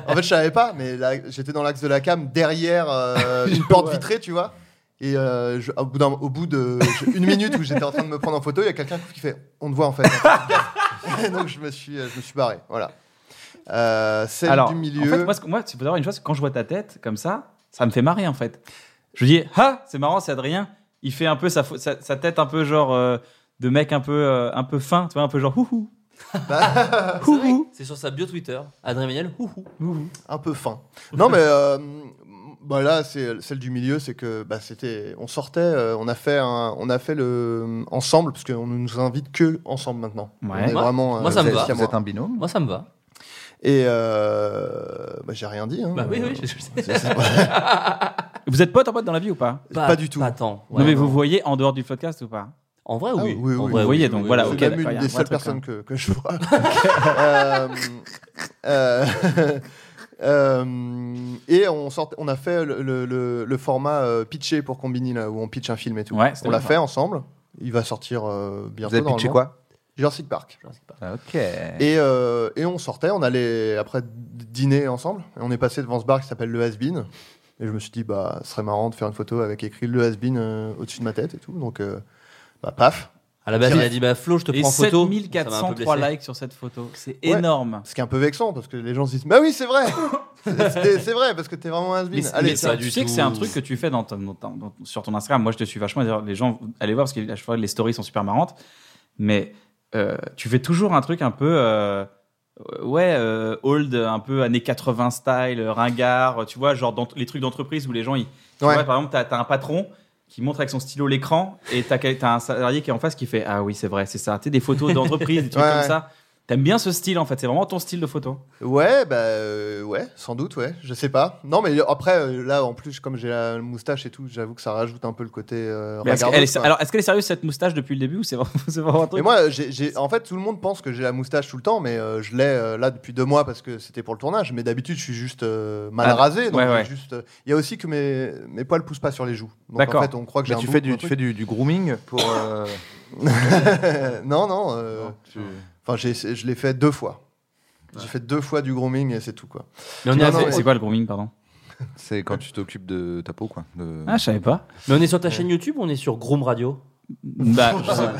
[SPEAKER 2] en fait je savais pas mais là, j'étais dans l'axe de la cam derrière euh, une porte vitrée tu vois et euh, je- au bout, d'un- au bout de je- une minute où j'étais en train de me prendre en photo il y a quelqu'un qui fait on te voit en fait Et donc je me suis je me suis barré voilà euh, celle
[SPEAKER 1] Alors,
[SPEAKER 2] du
[SPEAKER 1] en
[SPEAKER 2] milieu
[SPEAKER 1] fait, moi, ce que- moi, tu peux savoir une chose, c'est que quand je vois ta tête comme ça, ça me fait marrer en fait. Je dis, ah, c'est marrant, c'est Adrien. Il fait un peu sa, fo- sa, sa tête un peu genre euh, de mec un peu euh, un peu fin, tu vois, un peu genre houhou.
[SPEAKER 3] C'est vrai que C'est sur sa bio Twitter. Adrien Méniel, houhou.
[SPEAKER 2] un peu fin non mais euh, bah là c'est celle du milieu c'est que bah, c'était on sortait euh, on a fait un- on a fait le ensemble parce qu'on ne nous invite que ensemble maintenant
[SPEAKER 1] Ouais.
[SPEAKER 2] On est
[SPEAKER 3] Moi-
[SPEAKER 2] vraiment euh,
[SPEAKER 3] moi, ça me
[SPEAKER 2] c'est-
[SPEAKER 3] va.
[SPEAKER 2] c'est à
[SPEAKER 4] Vous êtes un binôme
[SPEAKER 3] Moi, ça me va.
[SPEAKER 2] Et euh, bah, j'ai rien dit. Hein.
[SPEAKER 3] Bah oui, oui.
[SPEAKER 2] Euh,
[SPEAKER 3] je- je-
[SPEAKER 1] Vous êtes pote en pote dans la vie ou pas
[SPEAKER 2] Pas, du tout.
[SPEAKER 3] Pas tant.
[SPEAKER 1] Non
[SPEAKER 3] Ouais,
[SPEAKER 1] mais
[SPEAKER 3] non.
[SPEAKER 1] vous voyez en dehors du podcast ou pas
[SPEAKER 3] En vrai,
[SPEAKER 2] Ah
[SPEAKER 3] oui.
[SPEAKER 2] oui, oui,
[SPEAKER 3] En
[SPEAKER 2] oui.
[SPEAKER 3] vrai,
[SPEAKER 1] Vous voyez, donc, voilà,
[SPEAKER 2] C'est
[SPEAKER 1] ok,
[SPEAKER 2] même
[SPEAKER 1] d'accord, il y
[SPEAKER 2] une
[SPEAKER 1] a
[SPEAKER 2] des
[SPEAKER 1] un vrai
[SPEAKER 2] seules
[SPEAKER 1] truc, hein.
[SPEAKER 2] personnes que, que je vois. Euh, euh, euh, et on, sort, on a fait le, le- le- le format euh, pitché pour Combini, là, où on pitch un film et tout.
[SPEAKER 1] Ouais, c'était
[SPEAKER 2] on l'a
[SPEAKER 1] bien.
[SPEAKER 2] fait ensemble. Il va sortir euh,
[SPEAKER 4] Vous
[SPEAKER 2] bientôt.
[SPEAKER 4] avez pitché
[SPEAKER 2] normalement.
[SPEAKER 4] quoi
[SPEAKER 2] Jurassic Park.
[SPEAKER 3] Je sais pas.
[SPEAKER 4] Ah, Ok. Et
[SPEAKER 2] Et, euh, et on sortait, on allait après dîner ensemble. Et on est passé devant ce bar qui s'appelle Le has Been. Et je me suis dit, bah, ce serait marrant de faire une photo avec écrit Le has Been euh, au-dessus de ma tête et tout. Donc, euh, bah, paf.
[SPEAKER 3] À la base,
[SPEAKER 2] C'est
[SPEAKER 3] il
[SPEAKER 2] vrai.
[SPEAKER 3] a dit bah, Flo, je te
[SPEAKER 1] Et
[SPEAKER 3] prends en photo. Ça m'a un peu
[SPEAKER 1] 7403
[SPEAKER 3] blessé.
[SPEAKER 1] likes sur cette photo. C'est
[SPEAKER 2] Ouais.
[SPEAKER 1] énorme.
[SPEAKER 2] Ce qui est un peu vexant parce que les gens se disent Bah oui, c'est vrai C'est c'est vrai parce que t'es vraiment un
[SPEAKER 1] Mais,
[SPEAKER 2] has-been.
[SPEAKER 1] c'est-
[SPEAKER 2] Allez,
[SPEAKER 1] mais
[SPEAKER 3] ça
[SPEAKER 1] ça,
[SPEAKER 3] va
[SPEAKER 1] tu
[SPEAKER 3] du
[SPEAKER 1] sais que
[SPEAKER 3] tout.
[SPEAKER 1] c'est un truc que tu fais dans ton- dans ton- dans- sur ton Instagram. Moi, je te suis vachement. D'ailleurs, Les gens, allez voir parce que à chaque fois, les stories sont super marrantes. Mais euh, tu fais toujours un truc un peu. euh, ouais, euh, old, un peu années 80 style, euh, ringard. Tu vois, genre dans les trucs d'entreprise où les gens. Ils, tu
[SPEAKER 2] Ouais.
[SPEAKER 1] vois, par exemple, t'as as un patron qui montre avec son stylo l'écran et t'as quel- t'as un salarié qui est en face qui fait Ah oui, c'est vrai, c'est ça. Tu sais, des photos d'entreprise, des trucs
[SPEAKER 2] Ouais,
[SPEAKER 1] comme
[SPEAKER 2] ouais.
[SPEAKER 1] ça. T'aimes bien ce style en fait, c'est vraiment ton style de photo.
[SPEAKER 2] Ouais, bah euh, ouais, sans doute, ouais, je sais pas. Non, mais après, euh, là en plus, comme j'ai la moustache et tout, j'avoue que ça rajoute un peu le côté. euh,
[SPEAKER 1] Mais est-ce
[SPEAKER 2] regardos,
[SPEAKER 1] qu'elle est-
[SPEAKER 2] quoi.
[SPEAKER 1] alors, est-ce qu'elle est sérieuse cette moustache depuis le début ou c'est vraiment, c'est vraiment un truc
[SPEAKER 2] Mais moi, j'ai j'ai- en fait, tout le monde pense que j'ai la moustache tout le temps, mais euh, je l'ai euh, là depuis deux mois parce que c'était pour le tournage. Mais d'habitude, je suis juste euh, mal
[SPEAKER 1] Ah,
[SPEAKER 2] rasé. donc
[SPEAKER 1] ouais, ouais.
[SPEAKER 2] j'ai juste, euh, il y a aussi que mes, mes poils poussent pas sur les joues. Donc,
[SPEAKER 1] D'accord.
[SPEAKER 2] En fait, on croit que j'ai un
[SPEAKER 4] tu
[SPEAKER 2] bouc
[SPEAKER 4] fais
[SPEAKER 2] ou
[SPEAKER 4] du,
[SPEAKER 2] un
[SPEAKER 4] tu fais du, du grooming pour. euh,
[SPEAKER 2] truc. non, non. euh,
[SPEAKER 4] tu-
[SPEAKER 2] Enfin, j'ai- je l'ai fait deux fois. J'ai fait deux fois du grooming et c'est tout quoi.
[SPEAKER 3] Mais on, est
[SPEAKER 2] Non,
[SPEAKER 3] assez-
[SPEAKER 2] non,
[SPEAKER 1] Ah, C'est- C'est quoi le grooming, pardon
[SPEAKER 4] C'est quand tu t'occupes de ta peau, quoi. de-
[SPEAKER 1] Ah, je savais pas.
[SPEAKER 3] mais on est sur ta chaîne YouTube, on est sur Groom Radio.
[SPEAKER 1] Bah, je sais
[SPEAKER 2] Non, là,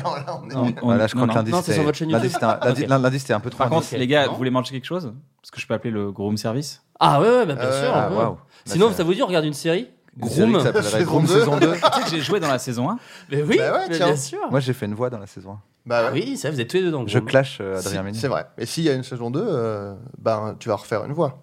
[SPEAKER 2] on est-
[SPEAKER 1] on- on-
[SPEAKER 4] Ouais, Ah, là, je
[SPEAKER 1] non,
[SPEAKER 4] crois que
[SPEAKER 1] non.
[SPEAKER 4] l'indice
[SPEAKER 3] Non, c'est
[SPEAKER 4] était-
[SPEAKER 3] sur votre chaîne
[SPEAKER 4] l'indice
[SPEAKER 3] YouTube.
[SPEAKER 4] était un- l'indice-
[SPEAKER 3] Ok.
[SPEAKER 4] L'indice était un peu trop
[SPEAKER 1] Par contre,
[SPEAKER 4] indice.
[SPEAKER 3] Ok.
[SPEAKER 1] les gars,
[SPEAKER 3] Non.
[SPEAKER 1] vous voulez manger quelque chose Parce que je peux appeler le groom service.
[SPEAKER 3] Ah ouais, ouais bah, bien
[SPEAKER 2] Euh,
[SPEAKER 3] sûr.
[SPEAKER 4] Ah,
[SPEAKER 3] ouais.
[SPEAKER 4] waouh. Là,
[SPEAKER 3] Sinon,
[SPEAKER 4] c'est-
[SPEAKER 3] ça vous dit, on regarde une série
[SPEAKER 4] une série qui
[SPEAKER 3] Groom.
[SPEAKER 4] s'appellerait
[SPEAKER 2] Groom
[SPEAKER 4] Groom saison 2.
[SPEAKER 1] Tu sais que j'ai joué dans la saison 1
[SPEAKER 3] Mais oui,
[SPEAKER 2] Bah ouais,
[SPEAKER 3] mais
[SPEAKER 2] tiens.
[SPEAKER 3] bien sûr.
[SPEAKER 4] Moi, j'ai fait une voix dans la saison un.
[SPEAKER 2] Bah
[SPEAKER 3] Ah
[SPEAKER 2] ouais.
[SPEAKER 3] oui, ça, vous êtes tous les deux dans
[SPEAKER 4] Je
[SPEAKER 3] Groom.
[SPEAKER 4] clash euh,
[SPEAKER 2] Si,
[SPEAKER 4] Adrien Méniel.
[SPEAKER 2] c'est vrai. Et s'il y a une saison 2, euh, ben, tu vas refaire une voix.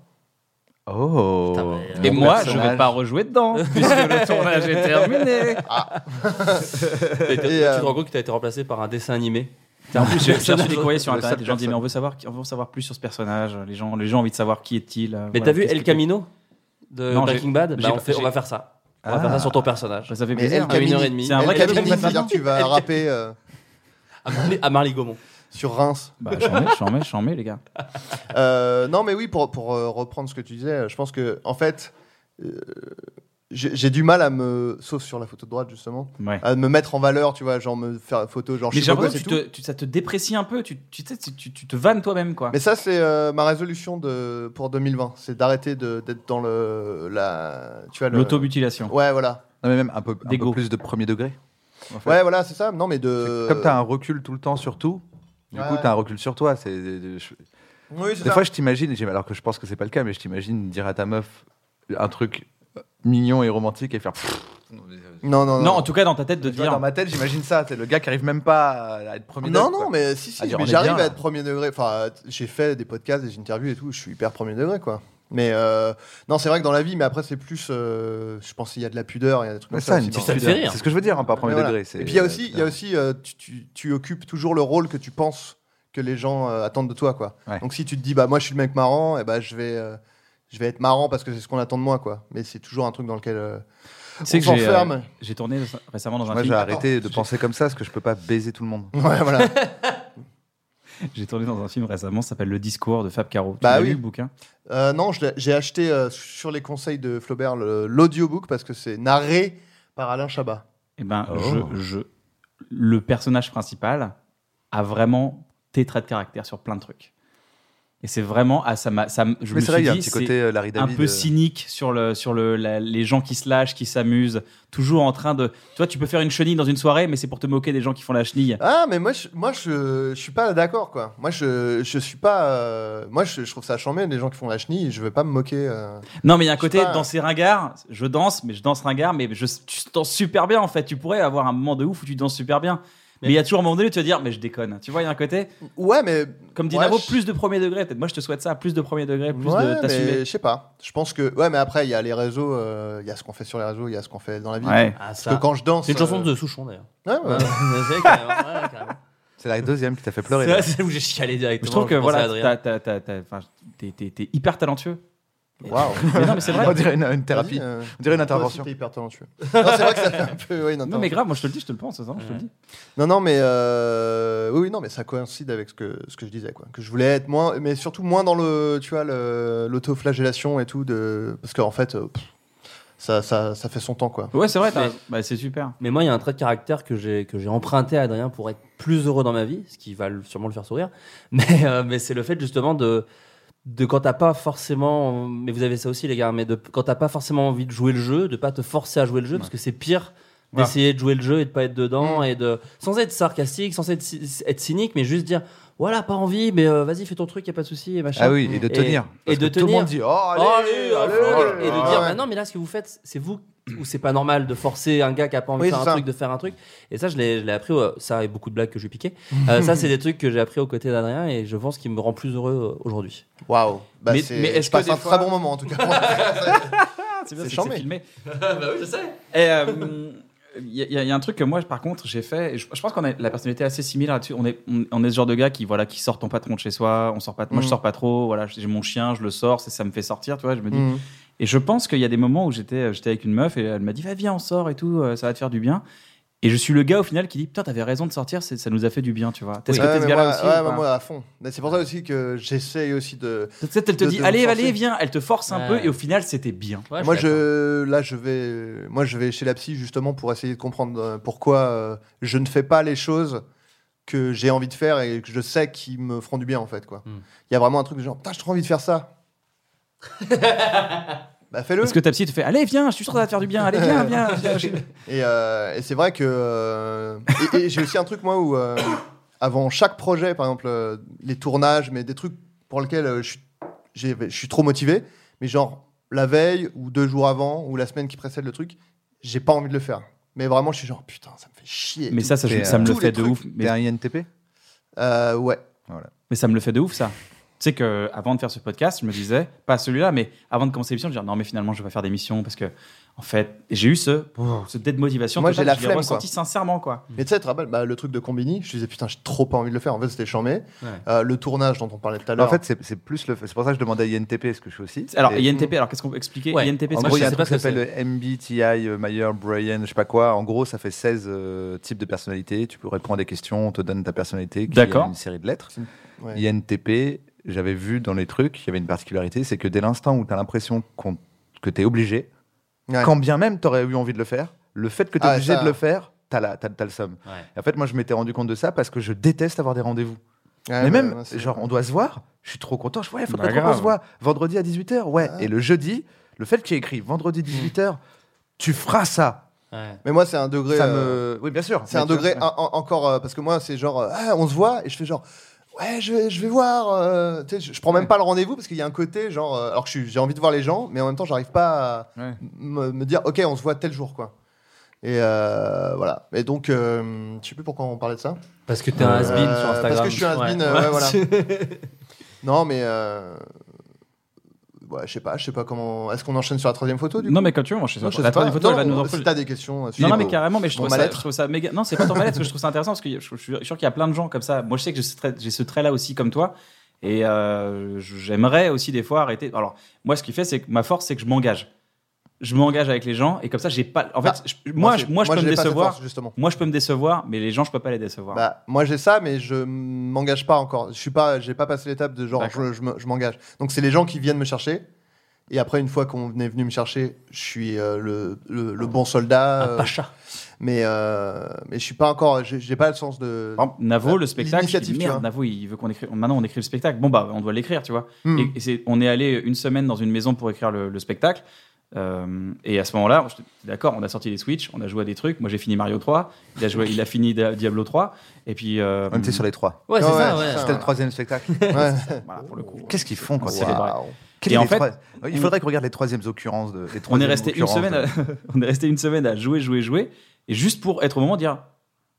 [SPEAKER 4] Oh.
[SPEAKER 3] Putain, mais, euh,
[SPEAKER 1] Et
[SPEAKER 4] Mon
[SPEAKER 1] moi, je
[SPEAKER 4] personnage.
[SPEAKER 1] vais pas rejouer dedans, puisque le tournage est terminé.
[SPEAKER 3] Et t'as-
[SPEAKER 2] Et,
[SPEAKER 3] tu
[SPEAKER 2] euh,
[SPEAKER 3] te rends compte que t'as été remplacé par un dessin animé.
[SPEAKER 1] En plus, j'ai j'ai reçu
[SPEAKER 3] personnage.
[SPEAKER 1] des courriers sur
[SPEAKER 4] Le
[SPEAKER 1] internet. Les
[SPEAKER 4] seul
[SPEAKER 1] gens disent
[SPEAKER 4] personne.
[SPEAKER 1] Mais on veut savoir, qui- on veut en savoir plus sur ce personnage. Les gens, les gens ont envie de savoir qui est-il. euh,
[SPEAKER 3] Mais
[SPEAKER 1] voilà,
[SPEAKER 3] t'as vu
[SPEAKER 1] qu'est-ce
[SPEAKER 3] El
[SPEAKER 1] que t'es-
[SPEAKER 3] Camino de
[SPEAKER 1] Non, j'ai-
[SPEAKER 3] Breaking Bad
[SPEAKER 1] j'ai
[SPEAKER 3] bah, on,
[SPEAKER 1] pas-
[SPEAKER 3] fait- on
[SPEAKER 1] j'ai-
[SPEAKER 3] va faire ça. On va
[SPEAKER 4] Ah.
[SPEAKER 3] faire ça sur ton personnage.
[SPEAKER 1] Ça fait
[SPEAKER 2] Mais
[SPEAKER 1] plaisir. Ah,
[SPEAKER 2] El
[SPEAKER 3] À une
[SPEAKER 2] Camino-
[SPEAKER 3] heure et demie.
[SPEAKER 1] C'est un vrai
[SPEAKER 2] El Camino,
[SPEAKER 1] Camino,
[SPEAKER 2] c'est-à-dire que tu vas rapper euh,
[SPEAKER 3] À Marley- À Marley Gaumont.
[SPEAKER 2] sur Reims.
[SPEAKER 1] Bah, j'en mets, j'en mets, j'en mets, les gars.
[SPEAKER 2] Euh, non, mais oui, pour, pour euh, reprendre ce que tu disais, je pense que, en fait, euh, j'ai j'ai du mal à me, sauf sur la photo de droite justement,
[SPEAKER 1] Ouais.
[SPEAKER 2] à me mettre en valeur, tu vois, genre me faire une photo, genre
[SPEAKER 1] Mais
[SPEAKER 2] je
[SPEAKER 1] j'ai
[SPEAKER 2] suis beau
[SPEAKER 1] l'impression
[SPEAKER 2] gosse et
[SPEAKER 1] que tu
[SPEAKER 2] tout.
[SPEAKER 1] te- tu- ça te déprécie un peu. Tu, tu, sais, tu, tu- tu te vannes toi-même, quoi.
[SPEAKER 2] Mais ça, c'est euh, ma résolution de, pour 2020, c'est d'arrêter de- d'être dans le, la, tu vois, le-
[SPEAKER 1] L'automutilation.
[SPEAKER 2] Ouais, voilà.
[SPEAKER 4] Non, mais même un peu, un peu
[SPEAKER 1] D'égo.
[SPEAKER 4] plus de premier degré. en fait.
[SPEAKER 2] Ouais, voilà, c'est ça. Non, mais de.
[SPEAKER 4] C'est- Comme t'as un recul tout le temps sur tout, du
[SPEAKER 2] Ouais,
[SPEAKER 4] coup,
[SPEAKER 2] Euh. ouais.
[SPEAKER 4] t'as un recul sur toi. C'est, je-
[SPEAKER 2] Oui, c'est
[SPEAKER 4] Des
[SPEAKER 2] ça.
[SPEAKER 4] fois, je t'imagine, et j'aime- alors que je pense que c'est pas le cas, mais je t'imagine dire à ta meuf un truc mignon et romantique et faire. pfff. Non, mais, euh,
[SPEAKER 2] Non, non, non.
[SPEAKER 1] Non, en tout cas, dans ta tête, de
[SPEAKER 4] tu vois,
[SPEAKER 1] dire.
[SPEAKER 4] dans ma tête, j'imagine ça. C'est le gars qui arrive même pas à être premier.
[SPEAKER 2] Non,
[SPEAKER 4] date,
[SPEAKER 2] non,
[SPEAKER 4] quoi.
[SPEAKER 2] mais si, si,
[SPEAKER 4] Ah, dire,
[SPEAKER 2] mais
[SPEAKER 4] on est
[SPEAKER 2] j'arrive
[SPEAKER 4] bien,
[SPEAKER 2] à
[SPEAKER 4] là.
[SPEAKER 2] être premier degré. Enfin, t- j'ai fait des podcasts, des interviews et tout, je suis hyper premier degré, quoi. Mais euh, non, c'est vrai que dans la vie, mais après, c'est plus. euh, je pense qu'il y a de la pudeur, il y a des trucs
[SPEAKER 4] Mais
[SPEAKER 2] comme
[SPEAKER 4] ça,
[SPEAKER 2] ça.
[SPEAKER 4] une
[SPEAKER 2] aussi,
[SPEAKER 4] petite
[SPEAKER 3] ça
[SPEAKER 2] dans-
[SPEAKER 3] me fait
[SPEAKER 4] pudeur.
[SPEAKER 3] rire.
[SPEAKER 4] C'est ce que je veux dire, hein, pas premier
[SPEAKER 2] Mais voilà.
[SPEAKER 4] degré.
[SPEAKER 2] Et puis il y a aussi, il y a aussi euh, tu, tu- tu occupes toujours le rôle que tu penses que les gens euh, attendent de toi, quoi.
[SPEAKER 4] Ouais.
[SPEAKER 2] Donc si tu te dis, bah moi je suis le mec marrant, et bah je vais. euh, je vais être marrant parce que c'est ce qu'on attend de moi, quoi. Mais c'est toujours un truc dans lequel euh,
[SPEAKER 1] Tu sais
[SPEAKER 2] on
[SPEAKER 1] que j'ai, euh,
[SPEAKER 2] s'enferme.
[SPEAKER 1] J'ai tourné récemment dans un
[SPEAKER 4] Moi, j'ai
[SPEAKER 1] film.
[SPEAKER 4] arrêté de penser comme ça parce que je peux pas baiser tout le monde.
[SPEAKER 2] Ouais, voilà.
[SPEAKER 1] J'ai tourné dans un film récemment, ça s'appelle Le Discours de Fab Caro. Tu
[SPEAKER 2] Bah
[SPEAKER 1] l'as
[SPEAKER 2] oui.
[SPEAKER 1] lu, le bouquin
[SPEAKER 2] Euh, non, je l'ai- j'ai acheté euh, sur les conseils de Flaubert le- l'audiobook parce que c'est narré par Alain Chabat.
[SPEAKER 1] Eh ben,
[SPEAKER 4] Oh.
[SPEAKER 1] je, je- le personnage principal a vraiment tes traits de caractère sur plein de trucs. Et c'est vraiment, ah, ça m'a, ça, m- je me
[SPEAKER 4] mais c'est vrai,
[SPEAKER 1] suis
[SPEAKER 4] il y a un
[SPEAKER 1] dit,
[SPEAKER 4] petit
[SPEAKER 1] c'est
[SPEAKER 4] côté euh, Larry
[SPEAKER 1] un
[SPEAKER 4] David.
[SPEAKER 1] peu
[SPEAKER 4] euh,
[SPEAKER 1] cynique sur le, sur le, la- les gens qui se lâchent, qui s'amusent, toujours en train de, tu vois, tu peux faire une chenille dans une soirée, mais c'est pour te moquer des gens qui font la chenille.
[SPEAKER 2] Ah, mais moi, je, moi, je, je suis pas d'accord, quoi. Moi, je, je suis pas. euh, moi, je, je trouve ça chambé, les gens qui font la chenille, je veux pas me moquer. euh.
[SPEAKER 1] Non, mais il y a un
[SPEAKER 2] Je sais
[SPEAKER 1] côté
[SPEAKER 2] pas.
[SPEAKER 1] dans ces ringards, je danse, mais je danse ringard, mais je, tu danses super bien en fait. Tu pourrais avoir un moment de ouf où tu danses super bien. Mais il y a toujours un moment donné où tu vas dire, mais je déconne. Tu vois, il y a un côté,
[SPEAKER 2] Ouais, mais.
[SPEAKER 1] comme dit
[SPEAKER 2] Ouais,
[SPEAKER 1] Navo,
[SPEAKER 2] je-
[SPEAKER 1] plus de premier degré. Peut-être moi, je te souhaite ça, plus de premier degré, plus
[SPEAKER 2] ouais,
[SPEAKER 1] de
[SPEAKER 2] mais
[SPEAKER 1] t'assumer.
[SPEAKER 2] je sais pas. Je pense que. Ouais, mais après, il y a les réseaux, euh, il y a ce qu'on fait sur les réseaux, il y a ce qu'on fait dans la vie.
[SPEAKER 1] Ouais.
[SPEAKER 3] Ah,
[SPEAKER 2] Parce
[SPEAKER 3] ça.
[SPEAKER 2] que quand je danse.
[SPEAKER 3] C'est une chanson
[SPEAKER 2] euh,
[SPEAKER 3] de Souchon d'ailleurs.
[SPEAKER 2] ouais, ouais.
[SPEAKER 3] Ouais, c'est carrément, ouais, carrément.
[SPEAKER 4] C'est la deuxième qui t'a fait pleurer.
[SPEAKER 3] C'est
[SPEAKER 4] là.
[SPEAKER 3] c'est où j'ai chialé directement.
[SPEAKER 1] Je trouve que
[SPEAKER 3] pensais
[SPEAKER 1] voilà,
[SPEAKER 3] à Adrien.
[SPEAKER 1] t'as- t'as- t'as- t'as- enfin, t'es- t'es t'es hyper talentueux.
[SPEAKER 2] Waouh.
[SPEAKER 1] Mais non, mais c'est vrai.
[SPEAKER 4] On dirait une, une thérapie.
[SPEAKER 2] Vas-y, euh,
[SPEAKER 4] On dirait une
[SPEAKER 2] toi aussi,
[SPEAKER 4] intervention.
[SPEAKER 2] T'es hyper talentueux. non, c'est vrai que ça fait un peu. ouais, une
[SPEAKER 1] Non, mais
[SPEAKER 2] intervention.
[SPEAKER 1] grave, moi je te le dis, je te le pense, sincèrement, je te le dis.
[SPEAKER 2] Non, non, mais euh, oui, oui, non, mais ça coïncide avec ce que, ce que je disais, quoi. Que je voulais être moins, mais surtout moins dans le, tu vois, le- l'autoflagellation et tout, de, parce qu'en fait, euh, pff, ça, ça, ça fait son temps, quoi.
[SPEAKER 1] Ouais, c'est vrai, t'as-
[SPEAKER 3] Mais-
[SPEAKER 1] bah, c'est super.
[SPEAKER 3] Mais moi, il y a un trait de caractère que j'ai que j'ai emprunté à Adrien pour être plus heureux dans ma vie, ce qui va le- sûrement le faire sourire. Mais euh, mais c'est le fait justement de de quand t'as pas forcément, mais vous avez ça aussi les gars, mais de quand t'as pas forcément envie de jouer le jeu, de pas te forcer à jouer le jeu, parce que c'est pire
[SPEAKER 1] Voilà.
[SPEAKER 3] d'essayer de jouer le jeu et de pas être
[SPEAKER 4] Mm.
[SPEAKER 3] dedans et de sans être sarcastique, sans être, cy- être cynique, mais juste dire voilà pas envie, mais euh, vas-y fais ton truc, y a pas de souci et machin.
[SPEAKER 4] Ah oui, et de
[SPEAKER 3] Et-
[SPEAKER 4] tenir.
[SPEAKER 3] et
[SPEAKER 4] Parce
[SPEAKER 3] de
[SPEAKER 4] que Tout le monde dit
[SPEAKER 3] tenir.
[SPEAKER 4] Oh, allez,
[SPEAKER 3] Allez,
[SPEAKER 4] allez,
[SPEAKER 3] allez, et
[SPEAKER 4] allez.
[SPEAKER 3] de dire
[SPEAKER 2] oh, ouais.
[SPEAKER 3] bah non mais là ce que vous faites c'est vous ou c'est pas normal de forcer un gars qui a pas envie
[SPEAKER 2] Oui,
[SPEAKER 3] de faire un
[SPEAKER 2] c'est ça.
[SPEAKER 3] truc de faire un truc et ça je l'ai je l'ai appris euh, ça et beaucoup de blagues que j'ai piquées Euh, ça c'est des trucs que j'ai appris aux côtés d'Adrien et je pense qu'il me rend plus heureux euh, aujourd'hui
[SPEAKER 2] Waouh. Bah,
[SPEAKER 1] Mais-
[SPEAKER 2] c'est-
[SPEAKER 1] mais est-ce
[SPEAKER 2] je passe
[SPEAKER 1] que des
[SPEAKER 2] un
[SPEAKER 1] fois-
[SPEAKER 2] très bon moment, en tout cas.
[SPEAKER 1] Ah, c'est bien, c'est
[SPEAKER 2] C'est
[SPEAKER 1] que c'est
[SPEAKER 2] charmé.
[SPEAKER 1] filmé.
[SPEAKER 3] bah oui je sais
[SPEAKER 1] Et, euh, Il y, a- il y a- il y a un truc que moi, par contre, j'ai fait. et Je, je pense qu'on a la personnalité assez similaire là-dessus. On est, on, on est ce genre de gars qui, voilà, qui sort ton patron de chez soi. On sort pas. Moi, je
[SPEAKER 2] Mm.
[SPEAKER 1] sors pas trop. Voilà, j'ai mon chien, je le sors, c'est- ça me fait sortir. Tu vois, je me dis.
[SPEAKER 2] Mm.
[SPEAKER 1] Et je pense qu'il y a des moments où j'étais, j'étais avec une meuf et elle m'a dit, va viens, on sort et tout, euh, ça va te faire du bien. Et je suis le gars au final qui dit, putain, t'avais raison de sortir, c'est- ça nous a fait du bien, tu vois. T'es ce que
[SPEAKER 2] Ouais,
[SPEAKER 1] t'es ce
[SPEAKER 2] mais
[SPEAKER 1] gars-là
[SPEAKER 2] moi,
[SPEAKER 1] aussi.
[SPEAKER 2] ouais,
[SPEAKER 1] ou
[SPEAKER 2] mais
[SPEAKER 1] pas
[SPEAKER 2] moi, à fond. Mais C'est pour ça aussi que j'essaye aussi de.
[SPEAKER 1] Tu sais, elle te
[SPEAKER 2] de-
[SPEAKER 1] dit,
[SPEAKER 2] de me
[SPEAKER 1] allez,
[SPEAKER 2] forcer.
[SPEAKER 1] allez, viens, elle te force un
[SPEAKER 3] Ouais.
[SPEAKER 1] peu et au final, c'était bien.
[SPEAKER 2] moi, je, là, je vais, moi, je vais chez la psy justement pour essayer de comprendre euh, pourquoi euh, je ne fais pas les choses que j'ai envie de faire et que je sais qui me feront du bien en fait. quoi. Il
[SPEAKER 3] Hmm.
[SPEAKER 2] y a vraiment un truc de genre, putain, j'ai trop envie de faire ça. bah fais-le.
[SPEAKER 1] Parce que ta psy te fait, allez, viens, je suis sûr que ça va te faire du bien, allez, viens, viens. viens.
[SPEAKER 2] Et, euh, et c'est vrai que. euh, et et j'ai aussi un truc, moi, où euh, avant chaque projet, par exemple, euh, les tournages, mais des trucs pour lesquels euh, je suis- j'ai- je suis trop motivé, mais genre la veille ou deux jours avant ou la semaine qui précède le truc, j'ai pas envie de le faire. Mais vraiment, je suis genre putain, ça me fait chier.
[SPEAKER 1] mais ça, ça, je-
[SPEAKER 4] T'es,
[SPEAKER 1] ça me
[SPEAKER 2] euh,
[SPEAKER 1] le
[SPEAKER 2] tous
[SPEAKER 1] fait
[SPEAKER 2] les
[SPEAKER 1] de
[SPEAKER 2] trucs,
[SPEAKER 1] ouf. Mais,
[SPEAKER 4] T'es un INTP
[SPEAKER 2] Euh, ouais.
[SPEAKER 4] Hmm.
[SPEAKER 1] mais ça me le fait de ouf, ça. Tu sais que avant de faire ce podcast, je me disais, pas celui-là, mais avant de commencer l'émission, je me disais, non, mais finalement, je vais pas faire d'émission parce que, en fait, j'ai eu ce, ce dé de motivation.
[SPEAKER 2] Moi,
[SPEAKER 1] totale,
[SPEAKER 2] j'ai la
[SPEAKER 1] je l'ai
[SPEAKER 2] flemme,
[SPEAKER 1] ressenti sincèrement, quoi.
[SPEAKER 2] Mais tu sais, tu te rappelles, bah, le truc de Combini, je disais putain, j'ai trop pas envie de le faire. En fait, c'était charmé.
[SPEAKER 3] Ouais.
[SPEAKER 2] Euh, le tournage dont on parlait tout à
[SPEAKER 4] Bah, En
[SPEAKER 2] l'heure.
[SPEAKER 4] fait, c'est c'est plus le. fait- C'est pour ça que je demandais à INTP ce que je suis aussi.
[SPEAKER 1] Alors,
[SPEAKER 4] Et-
[SPEAKER 1] INTP, alors qu'est-ce qu'on peut expliquer
[SPEAKER 3] Ouais.
[SPEAKER 1] INTP,
[SPEAKER 4] En
[SPEAKER 3] Moi,
[SPEAKER 4] gros,
[SPEAKER 3] je
[SPEAKER 4] il y a
[SPEAKER 3] sais
[SPEAKER 4] un
[SPEAKER 3] pas
[SPEAKER 4] truc
[SPEAKER 3] ce
[SPEAKER 4] qui
[SPEAKER 3] que
[SPEAKER 4] s'appelle le MBTI, euh, Meyer, Brian, je sais pas quoi. En gros, ça fait 16 euh, types de personnalités. Tu peux répondre à des questions, on te donne ta personnalité qui
[SPEAKER 1] D'accord.
[SPEAKER 4] a une série de lettres.
[SPEAKER 2] Ouais.
[SPEAKER 4] INTP, j'avais vu dans les trucs, il y avait une particularité, c'est que dès l'instant où tu as l'impression qu'on- que tu es obligé,
[SPEAKER 2] Ouais.
[SPEAKER 4] quand bien même tu aurais eu envie de le faire, le fait que tu es
[SPEAKER 2] Ah,
[SPEAKER 4] obligé
[SPEAKER 2] ça.
[SPEAKER 4] de le faire, tu as, le somme.
[SPEAKER 3] Ouais.
[SPEAKER 4] Et en fait, moi, je m'étais rendu compte de ça parce que je déteste avoir des rendez-vous.
[SPEAKER 2] Ouais,
[SPEAKER 4] Mais
[SPEAKER 2] Ah ouais,
[SPEAKER 4] même,
[SPEAKER 2] ouais, c'est-
[SPEAKER 4] genre, on doit se voir, je suis trop content, je ouais, faut
[SPEAKER 1] Bah,
[SPEAKER 4] trop qu'on
[SPEAKER 1] grave.
[SPEAKER 4] se voit. Vendredi à 18h, ouais.
[SPEAKER 2] Ah.
[SPEAKER 4] Et le jeudi, le fait qu'il y ait écrit
[SPEAKER 3] Hmm.
[SPEAKER 4] vendredi 18h, tu feras ça.
[SPEAKER 2] Mais moi, c'est un degré.
[SPEAKER 4] ça
[SPEAKER 2] euh,
[SPEAKER 4] me... Oui, bien sûr.
[SPEAKER 2] C'est un
[SPEAKER 4] Bien sûr,
[SPEAKER 2] degré
[SPEAKER 4] ouais.
[SPEAKER 2] en- en- encore euh, parce que moi c'est genre euh, Ah, on se voit et je fais genre ouais je vais, je vais voir euh, tu sais, je, je prends même pas le rendez-vous parce qu'il y a un côté genre euh, alors que je suis- j'ai envie de voir les gens mais en même temps j'arrive pas à
[SPEAKER 4] Ouais.
[SPEAKER 2] me, me dire ok on se voit tel jour quoi et euh, voilà et donc euh, je sais plus pourquoi on parlait de ça
[SPEAKER 3] parce que t'es un has-been
[SPEAKER 2] Euh,
[SPEAKER 3] sur Instagram
[SPEAKER 2] parce que je suis un has-been, euh, ouais, voilà. non mais euh, ouais je sais pas je sais pas comment est-ce qu'on enchaîne sur la troisième photo du
[SPEAKER 1] Non,
[SPEAKER 2] coup
[SPEAKER 1] mais quand tu veux, moi, je sais
[SPEAKER 2] Non,
[SPEAKER 1] pas.
[SPEAKER 2] je sais
[SPEAKER 1] La
[SPEAKER 2] pas.
[SPEAKER 1] troisième photo, elle
[SPEAKER 2] Non,
[SPEAKER 1] va nous en
[SPEAKER 2] si t'as des questions euh,
[SPEAKER 1] Non, non, mais
[SPEAKER 2] Philippe,
[SPEAKER 1] carrément, mais je
[SPEAKER 2] Mon
[SPEAKER 1] trouve, ça,
[SPEAKER 2] mal-être.
[SPEAKER 1] je trouve ça méga. Non, c'est pas ton mal parce que je trouve ça intéressant parce que je, je- je suis sûr qu'il y a plein de gens comme ça. Moi, je sais que j'ai ce trait- j'ai ce trait-là aussi comme toi. Et euh, je- j'aimerais aussi des fois arrêter. Alors, moi, ce qui fait, c'est que ma force, c'est que je m'engage. Je m'engage avec les gens et comme ça, j'ai pas. En fait,
[SPEAKER 2] Ah,
[SPEAKER 1] je- moi,
[SPEAKER 2] c'est-
[SPEAKER 1] je, moi, je peux
[SPEAKER 2] j'ai
[SPEAKER 1] me
[SPEAKER 2] pas cette
[SPEAKER 1] décevoir.
[SPEAKER 2] force, justement
[SPEAKER 1] Moi, je peux me décevoir, mais les gens, je peux pas les décevoir.
[SPEAKER 2] Bah, moi j'ai ça, mais je m'engage pas encore. Je suis pas, j'ai pas passé l'étape de genre
[SPEAKER 1] D'accord.
[SPEAKER 2] je, je me- je m'engage. Donc c'est les gens qui viennent me chercher. Et après, une fois qu'on est venu me chercher, je suis euh, le, le- le bon soldat. euh,
[SPEAKER 3] pacha
[SPEAKER 2] mais euh, mais je suis pas encore. J'ai j'ai pas le sens de.
[SPEAKER 4] Ah,
[SPEAKER 1] Par exemple, Navo,
[SPEAKER 2] la-
[SPEAKER 1] le spectacle, je dis,
[SPEAKER 2] l'initiative, tu
[SPEAKER 1] merde,
[SPEAKER 2] vois.
[SPEAKER 1] Navo, il veut qu'on écrive. Maintenant, on écrit le spectacle. Bon, bah, on doit l'écrire, tu vois.
[SPEAKER 2] Hmm.
[SPEAKER 1] Et, et c'est- on est allé une semaine dans une maison pour écrire le, le spectacle. Euh, et à ce moment-là, je- d'accord, on a sorti les Switch, on a joué à des trucs. Moi, j'ai fini Mario 3, il a, joué, il a fini Da- Diablo 3. Et puis. euh,
[SPEAKER 4] On était sur les trois.
[SPEAKER 3] ouais c'est
[SPEAKER 2] Ouais,
[SPEAKER 3] ça
[SPEAKER 2] ouais,
[SPEAKER 3] ouais
[SPEAKER 2] c'est
[SPEAKER 4] C'était le troisième spectacle.
[SPEAKER 2] Ouais.
[SPEAKER 1] Voilà, pour le coup.
[SPEAKER 4] Qu'est-ce qu'ils font quand
[SPEAKER 1] On
[SPEAKER 4] ils
[SPEAKER 1] s'est
[SPEAKER 4] sont-
[SPEAKER 1] débarrassé.
[SPEAKER 4] Quel
[SPEAKER 1] Et
[SPEAKER 4] est
[SPEAKER 1] en
[SPEAKER 4] les
[SPEAKER 1] fait,
[SPEAKER 4] trois- il faudrait qu'on regarde les troisièmes occurrences de. Les
[SPEAKER 1] on est
[SPEAKER 4] troisièmes
[SPEAKER 1] resté une
[SPEAKER 4] occurrences
[SPEAKER 1] semaine, à,
[SPEAKER 4] de-
[SPEAKER 2] hein
[SPEAKER 1] on est resté une semaine à jouer, jouer, jouer, et juste pour être au moment de dire,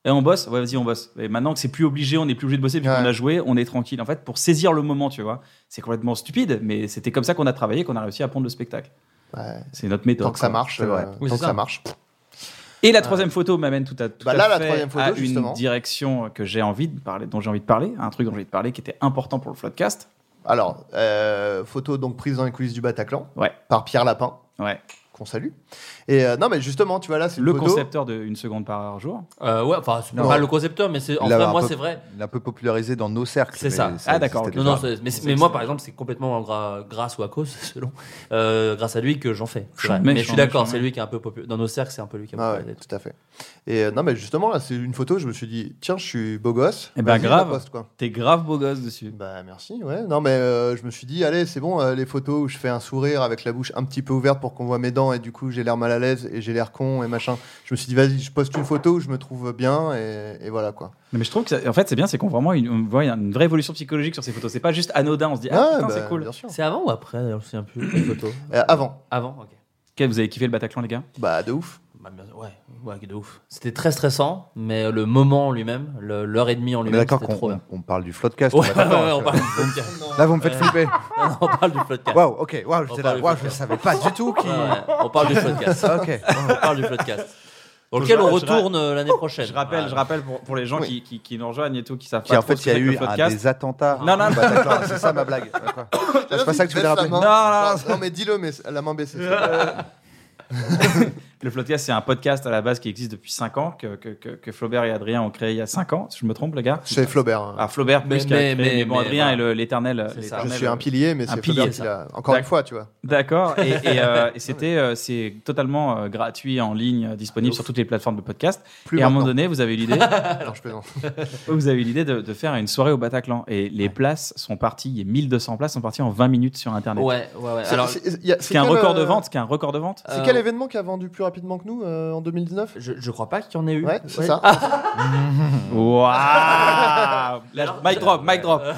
[SPEAKER 1] eh, on bosse, ouais, vas-y, on bosse. Et maintenant que c'est plus obligé, on n'est plus obligé de bosser puisqu'on
[SPEAKER 2] Ouais.
[SPEAKER 1] a joué, on est tranquille. En fait, pour saisir le moment, tu vois, c'est complètement stupide, mais c'était comme ça qu'on a travaillé, qu'on a réussi à pondre le spectacle.
[SPEAKER 2] Ouais.
[SPEAKER 1] C'est notre méthode.
[SPEAKER 2] Tant que ça
[SPEAKER 1] quoi.
[SPEAKER 2] marche,
[SPEAKER 4] c'est vrai.
[SPEAKER 2] euh,
[SPEAKER 3] Oui,
[SPEAKER 2] tant
[SPEAKER 3] c'est
[SPEAKER 2] que ça.
[SPEAKER 3] ça.
[SPEAKER 2] marche.
[SPEAKER 1] Et la troisième photo m'amène tout à tout
[SPEAKER 2] Euh, Bah
[SPEAKER 1] à
[SPEAKER 2] là, la
[SPEAKER 1] fait
[SPEAKER 2] troisième photo,
[SPEAKER 1] à
[SPEAKER 2] justement.
[SPEAKER 1] une direction que j'ai envie de parler, dont j'ai envie de parler, un truc dont j'ai envie de parler, qui était important pour le Floodcast.
[SPEAKER 2] Alors, euh, photo donc prise dans les coulisses du Bataclan
[SPEAKER 1] Ouais.
[SPEAKER 2] par Pierre Lapin,
[SPEAKER 1] Ouais.
[SPEAKER 2] qu'on salue. Et euh, non, mais justement, tu vois là, c'est une
[SPEAKER 1] Le
[SPEAKER 2] photo-
[SPEAKER 1] concepteur de une seconde par jour.
[SPEAKER 3] Euh, ouais, enfin, c'est
[SPEAKER 2] Non.
[SPEAKER 3] pas le concepteur, mais c'est, en
[SPEAKER 4] Il a
[SPEAKER 3] fait,
[SPEAKER 4] un
[SPEAKER 3] moi,
[SPEAKER 4] peu-
[SPEAKER 3] c'est vrai.
[SPEAKER 4] Il est un peu popularisé dans nos cercles.
[SPEAKER 3] C'est
[SPEAKER 4] mais
[SPEAKER 3] ça.
[SPEAKER 1] Ah, d'accord,
[SPEAKER 4] existait
[SPEAKER 3] Non,
[SPEAKER 4] déjà.
[SPEAKER 3] non, c'est- mais,
[SPEAKER 1] c'est-
[SPEAKER 3] mais moi,
[SPEAKER 1] c'est-
[SPEAKER 3] par exemple, c'est complètement gra- grâce ou à cause, selon, euh, grâce à lui que j'en fais. c'est vrai.
[SPEAKER 1] Chambé,
[SPEAKER 3] Mais je suis
[SPEAKER 1] chambé,
[SPEAKER 3] d'accord,
[SPEAKER 1] chambé.
[SPEAKER 3] c'est lui qui est un peu populaire. Dans nos cercles, c'est un peu lui qui est
[SPEAKER 2] Ah ouais,
[SPEAKER 3] populaire.
[SPEAKER 2] tout à fait. Et euh, non, mais justement, là, c'est une photo, je me suis dit, tiens, je suis beau gosse.
[SPEAKER 1] Eh ben,
[SPEAKER 2] Vas-y,
[SPEAKER 1] grave.
[SPEAKER 2] la poste, quoi.
[SPEAKER 1] T'es grave beau gosse dessus.
[SPEAKER 2] Bah, merci, ouais. Non, mais euh, je me suis dit, allez, c'est bon, euh, les photos où je fais un sourire avec la bouche un petit peu ouverte pour qu'on voit mes dents et du coup, j'ai l'air mal à l'aise et j'ai l'air con et machin. Je me suis dit, vas-y, je poste une photo où je me trouve bien et, et voilà, quoi.
[SPEAKER 1] Non, mais je trouve que ça- en fait c'est bien, c'est qu'on vraiment une- on voit une vraie évolution psychologique sur ces photos. C'est pas juste anodin, on se dit ah,
[SPEAKER 2] Ouais,
[SPEAKER 1] putain
[SPEAKER 2] bah,
[SPEAKER 1] c'est cool.
[SPEAKER 2] Bien sûr.
[SPEAKER 3] C'est avant ou après D'ailleurs, je me souviens plus les photos.
[SPEAKER 2] Euh, avant,
[SPEAKER 3] Avant, ok.
[SPEAKER 1] Quel- vous avez kiffé le Bataclan les gars
[SPEAKER 2] bah, de ouf.
[SPEAKER 3] Bah, bien- ouais, ouais, de ouf. C'était très stressant, mais le moment en lui-même, le- l'heure et demie en
[SPEAKER 4] On est
[SPEAKER 3] lui-même,
[SPEAKER 4] d'accord
[SPEAKER 3] c'était
[SPEAKER 4] qu'on
[SPEAKER 3] trop bien.
[SPEAKER 4] on- on parle du floodcast.
[SPEAKER 3] Ouais,
[SPEAKER 4] on
[SPEAKER 3] ouais,
[SPEAKER 4] va d'accord.
[SPEAKER 3] ouais, on parle du podcast.
[SPEAKER 4] Là, vous me faites flipper.
[SPEAKER 3] Non, non, on parle du podcast.
[SPEAKER 4] Waouh, ok, waouh,
[SPEAKER 3] On
[SPEAKER 4] j'étais
[SPEAKER 3] parle
[SPEAKER 4] là.
[SPEAKER 3] du
[SPEAKER 4] Waouh, je
[SPEAKER 3] podcast.
[SPEAKER 4] savais pas du tout qui.
[SPEAKER 3] Ouais, ouais, on parle du podcast.
[SPEAKER 4] Ok.
[SPEAKER 3] On parle du podcast. Dans lequel on
[SPEAKER 1] Je- je-
[SPEAKER 3] retourne euh, l'année prochaine.
[SPEAKER 1] Je rappelle,
[SPEAKER 3] Voilà.
[SPEAKER 1] je rappelle pour, pour les gens
[SPEAKER 2] Oui.
[SPEAKER 1] qui, qui, qui nous rejoignent et tout, qui savent
[SPEAKER 4] Qui,
[SPEAKER 1] pas
[SPEAKER 4] en
[SPEAKER 1] trop
[SPEAKER 4] fait,
[SPEAKER 1] ce
[SPEAKER 4] il y a
[SPEAKER 1] que c'est que
[SPEAKER 4] eu
[SPEAKER 1] le
[SPEAKER 4] un
[SPEAKER 1] podcast.
[SPEAKER 4] des attentats.
[SPEAKER 1] Non, non,
[SPEAKER 4] au Bataclan, c'est ça ma blague. D'accord. C'est pas ça que tu voulais
[SPEAKER 2] Baisse la
[SPEAKER 4] rappeler.
[SPEAKER 2] main.
[SPEAKER 1] Non, non, non,
[SPEAKER 2] Genre, non, mais dis-le, mais la main baissée. c'est-
[SPEAKER 1] Le Floodcast, c'est un podcast à la base qui existe depuis 5 ans, que, que, que, que Flaubert et Adrien ont créé il y a 5 ans, si je me trompe, les gars.
[SPEAKER 2] C'est Flaubert. hein.
[SPEAKER 1] Ah, Flaubert, plus
[SPEAKER 3] Mais-
[SPEAKER 1] mais,
[SPEAKER 3] mais-
[SPEAKER 1] mais,
[SPEAKER 3] mais-
[SPEAKER 1] bon,
[SPEAKER 3] mais
[SPEAKER 1] Adrien
[SPEAKER 3] voilà.
[SPEAKER 1] est le- l'éternel. euh,
[SPEAKER 3] C'est ça.
[SPEAKER 1] l'éternel-
[SPEAKER 2] je suis un pilier, mais
[SPEAKER 1] un
[SPEAKER 2] c'est
[SPEAKER 1] pilier,
[SPEAKER 2] Flaubert qui
[SPEAKER 3] ça.
[SPEAKER 2] l'a. Encore une
[SPEAKER 1] D'accord.
[SPEAKER 2] fois, tu vois.
[SPEAKER 1] D'accord. Et, et, euh, et c'était, euh, c'est totalement euh, gratuit en ligne, euh, disponible sur toutes les plateformes de podcast.
[SPEAKER 2] Plus
[SPEAKER 1] et à un moment
[SPEAKER 2] maintenant.
[SPEAKER 1] donné, vous avez eu l'idée,
[SPEAKER 2] Non, je plaisante.
[SPEAKER 1] vous avez eu l'idée de, de faire une soirée au Bataclan. Et les places sont parties, les 1200 places sont parties en 20 minutes sur Internet.
[SPEAKER 3] Ouais, ouais, ouais.
[SPEAKER 2] C'est-
[SPEAKER 3] Alors,
[SPEAKER 2] c'est- il y a-
[SPEAKER 1] Ce
[SPEAKER 2] c'est
[SPEAKER 1] qui est un
[SPEAKER 2] quel,
[SPEAKER 1] record de
[SPEAKER 2] euh,
[SPEAKER 1] vente, ce qui est un record de vente.
[SPEAKER 2] C'est
[SPEAKER 3] Euh,
[SPEAKER 2] quel événement qui a vendu plus rapidement que nous euh, en 2019
[SPEAKER 3] je, je crois pas qu'il y en ait eu.
[SPEAKER 2] Ouais, c'est ça.
[SPEAKER 3] Ah,
[SPEAKER 1] Waouh Là, Mic drop, mic drop. Euh,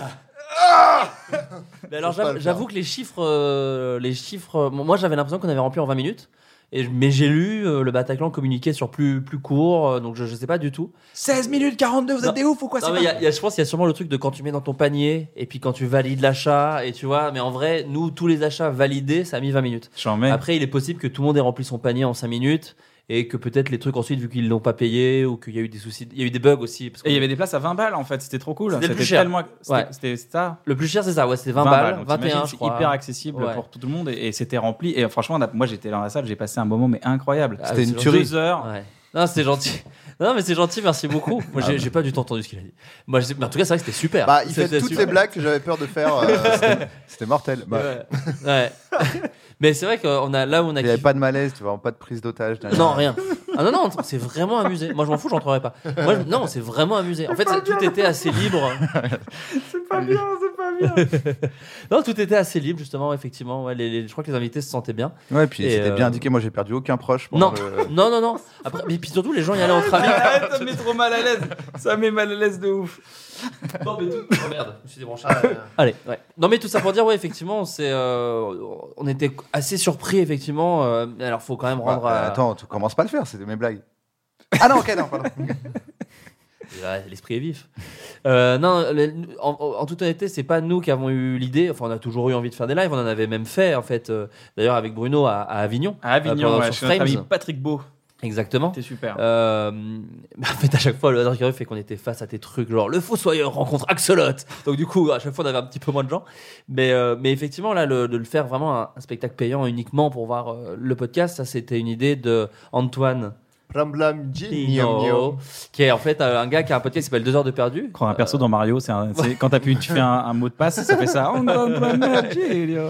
[SPEAKER 3] Mais alors
[SPEAKER 2] Faut pas
[SPEAKER 3] j'avoue
[SPEAKER 2] le
[SPEAKER 3] j'avoue
[SPEAKER 2] faire.
[SPEAKER 3] que les chiffres, euh, les chiffres, euh, moi j'avais l'impression qu'on avait rempli en 20 minutes. Et, je- mais j'ai lu euh, le Bataclan communiqué sur plus, plus court, euh, donc je, je sais pas du tout.
[SPEAKER 1] 16 minutes 42, vous
[SPEAKER 3] Non.
[SPEAKER 1] êtes des ouf ou quoi
[SPEAKER 3] Non,
[SPEAKER 1] c'est
[SPEAKER 3] mais
[SPEAKER 1] pas-
[SPEAKER 3] il y a- il y a- je pense qu'il y a sûrement le truc de quand tu mets dans ton panier et puis quand tu valides l'achat, et tu vois, mais en vrai, nous, tous les achats validés, ça a mis 20 minutes.
[SPEAKER 1] J'en mets.
[SPEAKER 3] Après, il est possible que tout le monde ait rempli son panier en 5 minutes et que peut-être les trucs ensuite, vu qu'ils l'ont pas payé ou qu'il y a eu des soucis, il y a eu des bugs aussi. Parce que
[SPEAKER 1] Et il y avait des places à 20 balles en fait, c'était trop cool.
[SPEAKER 3] C'était le plus cher.
[SPEAKER 1] tellement. c'était-
[SPEAKER 3] Ouais.
[SPEAKER 1] C'était ça.
[SPEAKER 3] Le plus cher, c'est ça, ouais, c'était 20, balles,
[SPEAKER 1] Donc,
[SPEAKER 3] 21,
[SPEAKER 1] t'imagines,
[SPEAKER 3] je crois.
[SPEAKER 1] C'est hyper accessible
[SPEAKER 3] Ouais.
[SPEAKER 1] pour tout le monde et, et c'était rempli. Et euh, franchement, on a- moi j'étais dans la salle, j'ai passé un moment mais incroyable.
[SPEAKER 3] Ah,
[SPEAKER 4] C'était
[SPEAKER 3] c'est
[SPEAKER 4] une
[SPEAKER 3] gentil.
[SPEAKER 4] tuerie.
[SPEAKER 1] Deux heures.
[SPEAKER 3] Ouais. Non, c'est gentil. Non, mais c'est gentil, merci beaucoup. Moi, j'ai j'ai pas du tout entendu ce qu'il a dit. Moi, je sais- mais en tout cas, c'est vrai que c'était super.
[SPEAKER 2] Bah, il fait
[SPEAKER 3] C'était
[SPEAKER 2] toutes
[SPEAKER 3] super.
[SPEAKER 2] les blagues que j'avais peur de faire. euh,
[SPEAKER 4] C'était mortel. Bah,
[SPEAKER 3] Ouais. Ouais. mais c'est vrai qu'on a là où on a.
[SPEAKER 4] Il n'y avait
[SPEAKER 3] kiffé-
[SPEAKER 4] pas de malaise, tu vois, pas de prise d'otage.
[SPEAKER 3] Non, rien. Ah non, non, on s'est vraiment amusé. Moi, je m'en fous, j'entrerai pas. Moi, je- Non, on s'est vraiment amusé. En fait, ça- tout était assez libre.
[SPEAKER 1] C'est pas bien, c'est pas bien.
[SPEAKER 3] Non, tout était assez libre, justement, effectivement. Ouais, les- les- je crois que les invités se sentaient bien.
[SPEAKER 4] Ouais, puis
[SPEAKER 3] Et,
[SPEAKER 4] c'était
[SPEAKER 3] euh,
[SPEAKER 4] bien indiqué. Moi, j'ai perdu aucun proche. pendant
[SPEAKER 3] Non,
[SPEAKER 4] le-
[SPEAKER 3] non, non, non. Après, mais puis surtout, les gens y allaient entre amis.
[SPEAKER 1] Ah, ça me met trop mal à l'aise. Ça me met mal à l'aise de ouf.
[SPEAKER 3] Non mais tout... oh, merde, je me suis débranché.
[SPEAKER 4] Ah,
[SPEAKER 3] Allez, ouais. Non mais tout ça pour dire ouais effectivement c'est euh, on était assez surpris effectivement. euh, alors faut quand même
[SPEAKER 4] Bah,
[SPEAKER 3] rendre
[SPEAKER 4] euh,
[SPEAKER 3] à-
[SPEAKER 4] Attends, tu commences pas à le faire, c'était mes blagues. Ah non, ok, non, pardon.
[SPEAKER 3] Ouais, l'esprit est vif. Euh, non, le- en, en toute honnêteté c'est pas nous qui avons eu l'idée. Enfin on a toujours eu envie de faire des lives. On en avait même fait en fait. euh, D'ailleurs avec Bruno à, à Avignon.
[SPEAKER 1] À Avignon,
[SPEAKER 3] Euh,
[SPEAKER 1] ouais,
[SPEAKER 3] sur
[SPEAKER 1] chez notre
[SPEAKER 3] Frames.
[SPEAKER 1] ami Patrick Beau.
[SPEAKER 3] Exactement.
[SPEAKER 1] C'était super.
[SPEAKER 3] Euh, mais en fait, à chaque fois, le hasard qui arrive fait qu'on était face à des trucs genre le fossoyeur rencontre Axolot. Donc, du coup, à chaque fois, on avait un petit peu moins de gens. Mais, euh, mais effectivement, là, le- de le faire vraiment un, un spectacle payant uniquement pour voir euh, le podcast, ça, c'était une idée de Antoine
[SPEAKER 2] Ramblam Ji, Niom,
[SPEAKER 3] Pigno,
[SPEAKER 2] Niom.
[SPEAKER 3] qui est en fait euh, un gars qui a un podcast qui s'appelle 2 heures de perdu. Euh,
[SPEAKER 1] Quand un perso dans Mario, c'est un- c'est- quand t'appuies, tu fais un, un mot de passe, ça fait ça.
[SPEAKER 2] Ah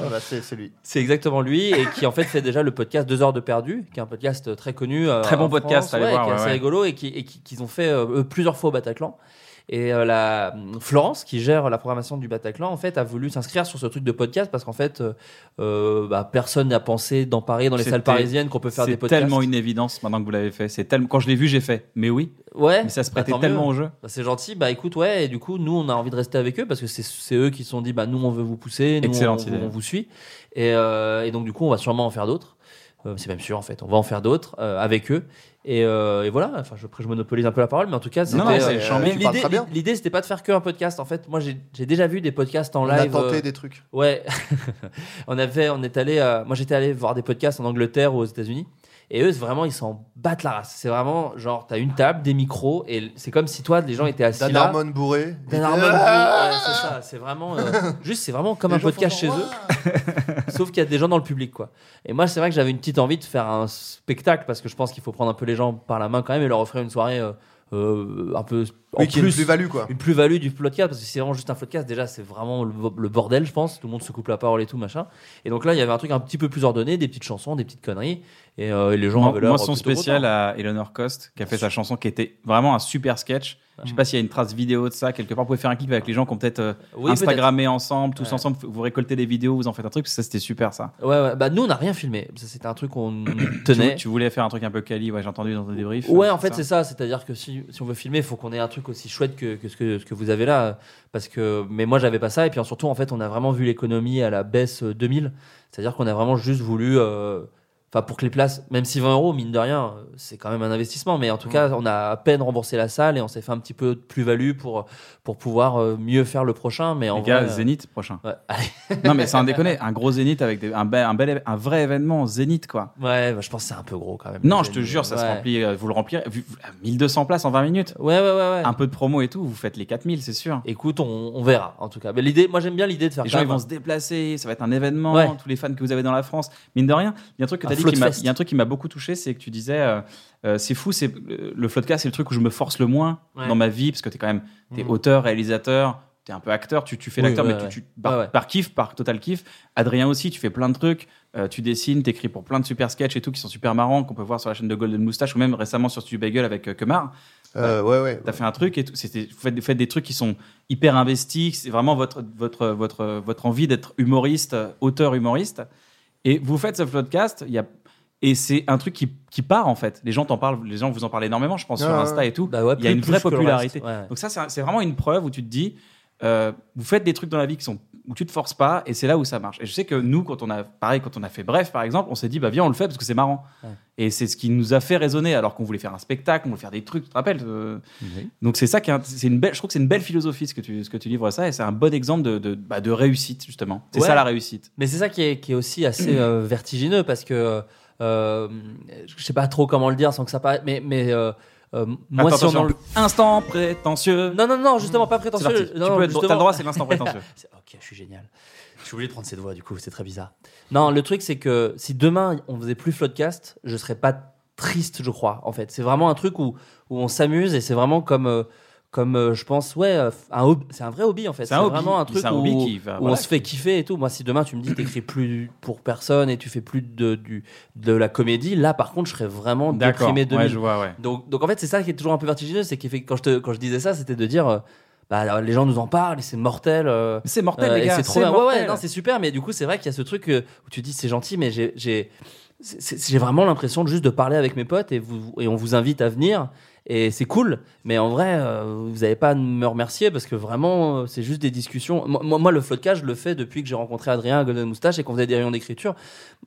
[SPEAKER 2] bah, c'est c'est lui.
[SPEAKER 3] C'est exactement lui et qui en fait fait déjà le podcast 2 heures de perdu, qui est un podcast très connu. euh,
[SPEAKER 1] Très bon
[SPEAKER 3] en
[SPEAKER 1] podcast,
[SPEAKER 3] France,
[SPEAKER 1] allez
[SPEAKER 3] ouais,
[SPEAKER 1] voir,
[SPEAKER 3] qui est
[SPEAKER 1] ouais,
[SPEAKER 3] assez
[SPEAKER 1] ouais.
[SPEAKER 3] rigolo et qui et qui- qu'ils ont fait euh, eux, plusieurs fois au Bataclan. Et euh, la Florence, qui gère la programmation du Bataclan, en fait, a voulu s'inscrire sur ce truc de podcast parce qu'en fait, euh, euh, bah, personne n'a pensé d'en parler dans les salles
[SPEAKER 1] C'était-
[SPEAKER 3] parisiennes qu'on peut faire des
[SPEAKER 1] C'est
[SPEAKER 3] podcasts.
[SPEAKER 1] tellement une évidence maintenant que vous l'avez fait. C'est tellement quand je l'ai vu, j'ai fait. Mais oui,
[SPEAKER 3] Ouais.
[SPEAKER 1] mais ça se
[SPEAKER 3] Bah,
[SPEAKER 1] prêtait
[SPEAKER 3] tant mieux.
[SPEAKER 1] tellement au jeu.
[SPEAKER 3] Bah, c'est gentil, bah écoute, ouais, et du coup, nous, on a envie de rester avec eux parce que c'est- c'est eux qui se sont dit, bah nous, on veut vous pousser, nous, on,
[SPEAKER 1] Excellente
[SPEAKER 3] vous-
[SPEAKER 1] idée.
[SPEAKER 3] on vous suit. Et, euh, et donc, du coup, on va sûrement en faire d'autres. Euh, c'est même sûr, en fait, on va en faire d'autres euh, avec eux. Et, euh, et voilà, enfin, je, après, je monopolise un peu la parole, mais en tout cas, c'était.
[SPEAKER 1] Non, non, c'est
[SPEAKER 2] euh,
[SPEAKER 1] chambé.
[SPEAKER 2] tu
[SPEAKER 3] l'idée-
[SPEAKER 2] parles très bien.
[SPEAKER 3] L'idée, c'était pas de faire qu'un podcast. En fait, moi, j'ai j'ai déjà vu des podcasts en
[SPEAKER 2] On a
[SPEAKER 3] live.
[SPEAKER 2] tenté
[SPEAKER 3] euh,
[SPEAKER 2] des trucs.
[SPEAKER 3] Ouais, on avait, on est allé, euh, moi j'étais allé voir des podcasts en Angleterre ou aux États-Unis. Et eux, c'est vraiment, ils s'en battent la race. C'est vraiment genre, t'as une table, des micros, et c'est comme si toi, les gens étaient assis
[SPEAKER 2] Dan
[SPEAKER 3] là.
[SPEAKER 2] Harmon bourré.
[SPEAKER 3] Dan
[SPEAKER 2] Il
[SPEAKER 3] Harmon,
[SPEAKER 2] dit, Ah
[SPEAKER 3] ouais, c'est ça, c'est vraiment. euh, juste, c'est vraiment comme
[SPEAKER 2] Les
[SPEAKER 3] un
[SPEAKER 2] gens
[SPEAKER 3] podcast
[SPEAKER 2] font
[SPEAKER 3] chez
[SPEAKER 2] genre,
[SPEAKER 3] eux,
[SPEAKER 2] Ouah
[SPEAKER 3] sauf qu'il y a des gens dans le public, quoi. Et moi, c'est vrai que j'avais une petite envie de faire un spectacle, parce que je pense qu'il faut prendre un peu les gens par la main quand même et leur offrir une soirée euh, euh, un peu. En
[SPEAKER 2] Oui, qui est une
[SPEAKER 3] plus,
[SPEAKER 2] plus-value, quoi.
[SPEAKER 3] une plus-value du podcast parce que c'est vraiment juste un podcast déjà c'est vraiment le, le bordel je pense tout le monde se coupe la parole et tout machin et donc là il y avait un truc un petit peu plus ordonné des petites chansons des petites conneries et, euh, et les gens
[SPEAKER 1] Moi,
[SPEAKER 3] avaient l'air
[SPEAKER 1] moi, son
[SPEAKER 3] plutôt
[SPEAKER 1] spécial
[SPEAKER 3] contents.
[SPEAKER 1] à Eleanor Cost, qui a fait sa chanson qui était vraiment un super sketch. Je sais pas s'il y a une trace vidéo de ça quelque part. Vous pouvez faire un clip avec les gens qui ont peut-être euh,
[SPEAKER 3] Oui,
[SPEAKER 1] Instagrammé ensemble, tous
[SPEAKER 3] Ouais.
[SPEAKER 1] ensemble. Vous récoltez des vidéos, vous en faites un truc. Ça, c'était super ça.
[SPEAKER 3] peut-être. ouais, ouais. bah nous on n'a rien filmé Ça, c'était un truc qu'on
[SPEAKER 1] Tu,
[SPEAKER 3] tenait
[SPEAKER 1] vou- tu voulais faire un truc un peu quali, ouais, j'ai entendu dans ton débrief.
[SPEAKER 3] Ouais,
[SPEAKER 1] euh,
[SPEAKER 3] en fait, c'est ça. C'est-à-dire que si, si on veut filmer, il faut qu'on ait un truc aussi chouette que, que ce que ce que vous avez là. Parce que, mais moi, j'avais pas ça. Et puis surtout, en fait, on a vraiment vu l'économie à la baisse euh, 2000. C'est-à-dire qu'on a vraiment juste voulu, euh, enfin, pour que les places, même si 20 euros, mine de rien, euh, c'est quand même un investissement. Mais en tout cas, on a à peine remboursé la salle et on s'est fait un petit peu de plus-value pour pour pouvoir euh, mieux faire le prochain. Mais en
[SPEAKER 1] Les gars,
[SPEAKER 3] vrai, euh,
[SPEAKER 1] Zénith prochain.
[SPEAKER 3] ouais, allez.
[SPEAKER 1] non, mais c'est un déconner. Un gros Zénith avec des- un, bel- un, bel, un vrai événement Zénith, quoi.
[SPEAKER 3] ouais, bah, je pense que c'est un peu gros quand même.
[SPEAKER 1] Non, je te jure, ça se
[SPEAKER 3] Ouais.
[SPEAKER 1] remplit. euh, Vous le remplirez. vu- vu- 1200 places en 20 minutes.
[SPEAKER 3] Ouais, ouais, ouais, ouais.
[SPEAKER 1] Un peu de promo et tout. Vous faites les 4000, c'est sûr.
[SPEAKER 3] Écoute, on, on verra en tout cas. Mais l'idée, moi, j'aime bien l'idée de faire.
[SPEAKER 1] Les
[SPEAKER 3] quand
[SPEAKER 1] gens ils
[SPEAKER 3] même
[SPEAKER 1] vont se déplacer, ça va être un événement,
[SPEAKER 3] Ouais.
[SPEAKER 1] tous les fans que vous avez dans la France. Mine de rien, il y a un truc que
[SPEAKER 3] Un
[SPEAKER 1] tu as dit
[SPEAKER 3] float
[SPEAKER 1] qui m'a-
[SPEAKER 3] fest.
[SPEAKER 1] il y a un truc qui m'a beaucoup touché, c'est que tu disais euh, euh, c'est fou, c'est euh, le floodcast, c'est le truc où je me force le moins
[SPEAKER 3] Ouais.
[SPEAKER 1] dans ma vie parce que tu es quand même t'es
[SPEAKER 2] Mhm.
[SPEAKER 1] auteur, réalisateur, tu es un peu acteur, tu, tu fais
[SPEAKER 3] Oui,
[SPEAKER 1] l'acteur
[SPEAKER 3] ouais,
[SPEAKER 1] mais
[SPEAKER 3] ouais.
[SPEAKER 1] tu, tu- par,
[SPEAKER 3] Ouais, ouais.
[SPEAKER 1] par kiff, par total kiff. Adrien aussi, tu fais plein de trucs, euh, tu dessines, tu écris pour plein de super sketchs et tout qui sont super marrants qu'on peut voir sur la chaîne de Golden Moustache ou même récemment sur Studio Bagel avec euh, Kemar.
[SPEAKER 2] Euh, ouais, ouais.
[SPEAKER 1] T'as fait un truc et tout. C'était, vous faites, vous faites des trucs qui sont hyper investis. C'est vraiment votre, votre, votre, votre envie d'être humoriste, euh, auteur humoriste. Et vous faites ce podcast. Il y a, et c'est un truc qui, qui part en fait. Les gens t'en parlent, les gens vous en parlent énormément, je pense,
[SPEAKER 2] Ouais,
[SPEAKER 1] sur
[SPEAKER 2] ouais.
[SPEAKER 1] Insta et tout.
[SPEAKER 3] Bah ouais,
[SPEAKER 1] il y a
[SPEAKER 3] plus-
[SPEAKER 1] une
[SPEAKER 3] plus
[SPEAKER 1] vraie
[SPEAKER 3] que le
[SPEAKER 1] popularité.
[SPEAKER 3] reste, ouais.
[SPEAKER 1] Donc ça, c'est, un- c'est vraiment une preuve où tu te dis, euh, vous faites des trucs dans la vie qui sont où tu te forces pas et c'est là où ça marche. Et je sais que nous, quand on a, pareil, quand on a fait Bref, par exemple, on s'est dit, bah viens, on le fait parce que c'est marrant.
[SPEAKER 3] Ouais.
[SPEAKER 1] Et c'est ce qui nous a fait raisonner alors qu'on voulait faire un spectacle, on voulait faire des trucs, tu te rappelles euh, donc c'est ça qui est, int- c'est une belle, je trouve que c'est une belle philosophie ce que tu, ce que tu livres ça et c'est un bon exemple de, de, bah, de réussite justement. C'est
[SPEAKER 3] Ouais.
[SPEAKER 1] ça la réussite.
[SPEAKER 3] Mais c'est ça qui est, qui est aussi assez euh, vertigineux parce que euh, je sais pas trop comment le dire sans que ça paraisse. Mais, mais euh, euh, moi,
[SPEAKER 1] Attends,
[SPEAKER 3] si on
[SPEAKER 1] attention.
[SPEAKER 3] enlève-
[SPEAKER 1] Instant prétentieux.
[SPEAKER 3] Non, non, non, justement, pas
[SPEAKER 1] c'est
[SPEAKER 3] prétentieux.
[SPEAKER 1] parti.
[SPEAKER 3] Non,
[SPEAKER 1] tu
[SPEAKER 3] non,
[SPEAKER 1] peux être,
[SPEAKER 3] justement.
[SPEAKER 1] t'as le droit, c'est l'instant prétentieux.
[SPEAKER 3] C'est- Ok, je suis génial. Je suis obligé de prendre ses doigts, du coup, c'est très bizarre. Non, le truc, c'est que si demain on faisait plus Floodcast, je serais pas triste, je crois, en fait. C'est vraiment un truc où, où on s'amuse et c'est vraiment comme, euh, comme euh, je pense, ouais, euh, un hob- c'est un vrai hobby, en fait.
[SPEAKER 1] C'est un hobby.
[SPEAKER 3] vraiment un truc
[SPEAKER 1] C'est un
[SPEAKER 3] où,
[SPEAKER 1] hobby qui va-
[SPEAKER 3] où
[SPEAKER 1] Bah, voilà,
[SPEAKER 3] on se fait kiffer et tout. Moi, si demain tu me dis que t'écris plus pour personne et tu fais plus de, du, de la comédie, là, par contre, je serais vraiment déprimé de
[SPEAKER 1] Ouais, je vois, ouais.
[SPEAKER 3] donc, donc en fait, c'est ça qui est toujours un peu vertigineux, c'est que quand je, te- quand je disais ça, c'était de dire, euh, bah, les gens nous en parlent, et c'est mortel. euh,
[SPEAKER 1] Mais C'est mortel
[SPEAKER 3] euh,
[SPEAKER 1] les
[SPEAKER 3] et
[SPEAKER 1] gars.
[SPEAKER 3] c'est trop bien. Ouais,
[SPEAKER 1] mortel.
[SPEAKER 3] ouais, non, c'est super, mais du coup, c'est vrai qu'il y a ce truc euh, où tu dis c'est gentil, mais j'ai- j'ai c'est- c'est- j'ai vraiment l'impression de juste de parler avec mes potes et, vous, et on vous invite à venir. Et c'est cool, mais en vrai, euh, vous n'avez pas à me remercier parce que vraiment, euh, c'est juste des discussions. Moi, moi- moi, le floodcast, je le fais depuis que j'ai rencontré Adrien à Golden Moustache et qu'on faisait des rayons d'écriture.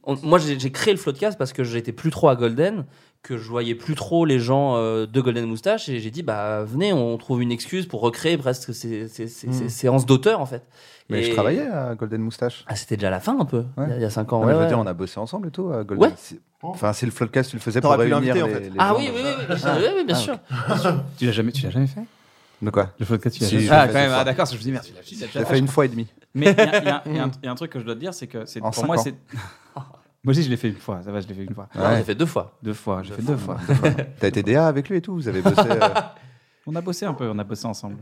[SPEAKER 3] On- Moi, j'ai j'ai créé le floodcast parce que j'étais plus trop à Golden, que je voyais plus trop les gens euh, de Golden Moustache et j'ai dit, bah venez, on trouve une excuse pour recréer presque ces, ces- ces- ces
[SPEAKER 2] Mm.
[SPEAKER 3] séances d'auteur en fait.
[SPEAKER 4] Hmm. Mais
[SPEAKER 3] Et-
[SPEAKER 4] je travaillais à Golden Moustache.
[SPEAKER 3] ah, c'était déjà la fin un peu,
[SPEAKER 4] Ouais.
[SPEAKER 3] il y a- il y a 5 ans.
[SPEAKER 4] Non, mais
[SPEAKER 3] ouais,
[SPEAKER 4] je veux
[SPEAKER 3] ouais.
[SPEAKER 4] dire, on a bossé ensemble et tout à Golden.
[SPEAKER 3] Ouais.
[SPEAKER 4] C'est- Enfin, si le Floodcast, tu le faisais pour
[SPEAKER 2] T'aurais pu
[SPEAKER 4] réunir les,
[SPEAKER 2] l'inviter, en fait.
[SPEAKER 4] les
[SPEAKER 3] Ah
[SPEAKER 4] gens Ah
[SPEAKER 3] oui,
[SPEAKER 4] dans-
[SPEAKER 3] oui, oui, oui, bien sûr, oui, oui, bien sûr.
[SPEAKER 1] Tu l'as jamais, tu l'as jamais fait.
[SPEAKER 4] De quoi
[SPEAKER 1] Le podcast, tu l'as
[SPEAKER 4] Si,
[SPEAKER 1] jamais
[SPEAKER 4] je
[SPEAKER 1] fait.
[SPEAKER 4] l'ai
[SPEAKER 1] Ah
[SPEAKER 4] fait
[SPEAKER 1] quand même.
[SPEAKER 4] deux
[SPEAKER 1] Ah
[SPEAKER 4] fois.
[SPEAKER 1] d'accord, je me dis merci. la fille,
[SPEAKER 4] Je l'ai
[SPEAKER 1] déjà
[SPEAKER 4] fait une fois et demie.
[SPEAKER 1] Mais il y, a- il y a- il y a un- il y a un truc que je dois te dire, c'est que c'est
[SPEAKER 4] En
[SPEAKER 1] pour
[SPEAKER 4] cinq
[SPEAKER 1] moi
[SPEAKER 4] ans.
[SPEAKER 1] c'est. Moi aussi, je l'ai fait une fois. Ça va, je l'ai fait une fois.
[SPEAKER 3] Non, j'ai fait deux fois.
[SPEAKER 1] Deux fois, j'ai fait deux fois.
[SPEAKER 4] T'as été DA avec lui et tout, vous avez bossé. euh,
[SPEAKER 1] On a bossé un peu, on a bossé ensemble.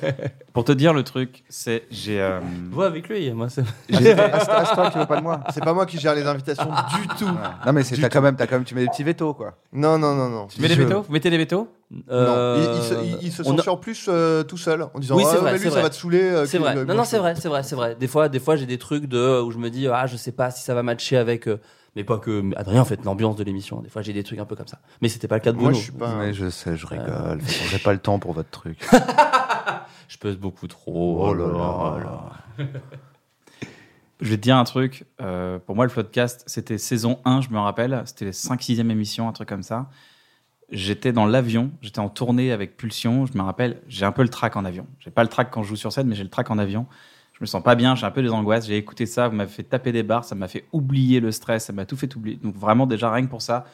[SPEAKER 1] Pour te dire le truc, c'est j'ai euh,
[SPEAKER 3] Vous avec lui, moi c'est.
[SPEAKER 4] j'ai- Ah, c'est- ah, c'est toi qui veux pas de moi.
[SPEAKER 2] C'est pas moi qui gère les invitations du tout.
[SPEAKER 4] Ouais. Non, mais c'est-
[SPEAKER 2] Du
[SPEAKER 4] t'as quand, même- t'as quand même, tu mets des petits veto quoi.
[SPEAKER 2] Non, non, non, non.
[SPEAKER 1] Tu mets des
[SPEAKER 4] Je-
[SPEAKER 1] vétos Vous mettez des vétos
[SPEAKER 2] Non,
[SPEAKER 3] Euh,
[SPEAKER 2] ils, ils se, ils- ils se
[SPEAKER 3] on a-
[SPEAKER 2] censurent plus euh, tout seul en disant
[SPEAKER 3] Oui, c'est
[SPEAKER 2] ah,
[SPEAKER 3] vrai,
[SPEAKER 2] mais
[SPEAKER 3] c'est
[SPEAKER 2] lui ça
[SPEAKER 3] vrai.
[SPEAKER 2] va te saouler. euh,
[SPEAKER 3] C'est
[SPEAKER 2] que-
[SPEAKER 3] vrai.
[SPEAKER 2] le-
[SPEAKER 3] Non, non, c'est vrai, c'est vrai, c'est vrai. Des fois, des fois, j'ai des trucs de où je me dis ah je sais pas si ça va matcher avec, euh, mais pas que mais Adrien en fait l'ambiance de l'émission. Des fois, j'ai des trucs un peu comme ça. Mais c'était pas le cas de
[SPEAKER 2] Moi
[SPEAKER 3] Bruno.
[SPEAKER 2] je suis pas.
[SPEAKER 4] Mais je sais, je rigole. J'ai pas le temps pour votre truc.
[SPEAKER 3] Je pèse beaucoup trop.
[SPEAKER 4] Oh là là là.
[SPEAKER 1] Je vais te dire un truc. euh, pour moi, le podcast, c'était saison 1, je me rappelle. C'était les 5-6e émission, un truc comme ça. J'étais dans l'avion, j'étais en tournée avec Pulsion. Je me rappelle, j'ai un peu le trac en avion. J'ai pas le trac quand je joue sur scène, mais j'ai le trac en avion. Je me sens pas bien, j'ai un peu des angoisses. J'ai écouté ça, vous m'avez fait taper des barres, ça m'a fait oublier le stress, ça m'a tout fait oublier. Donc vraiment, déjà, rien que pour ça,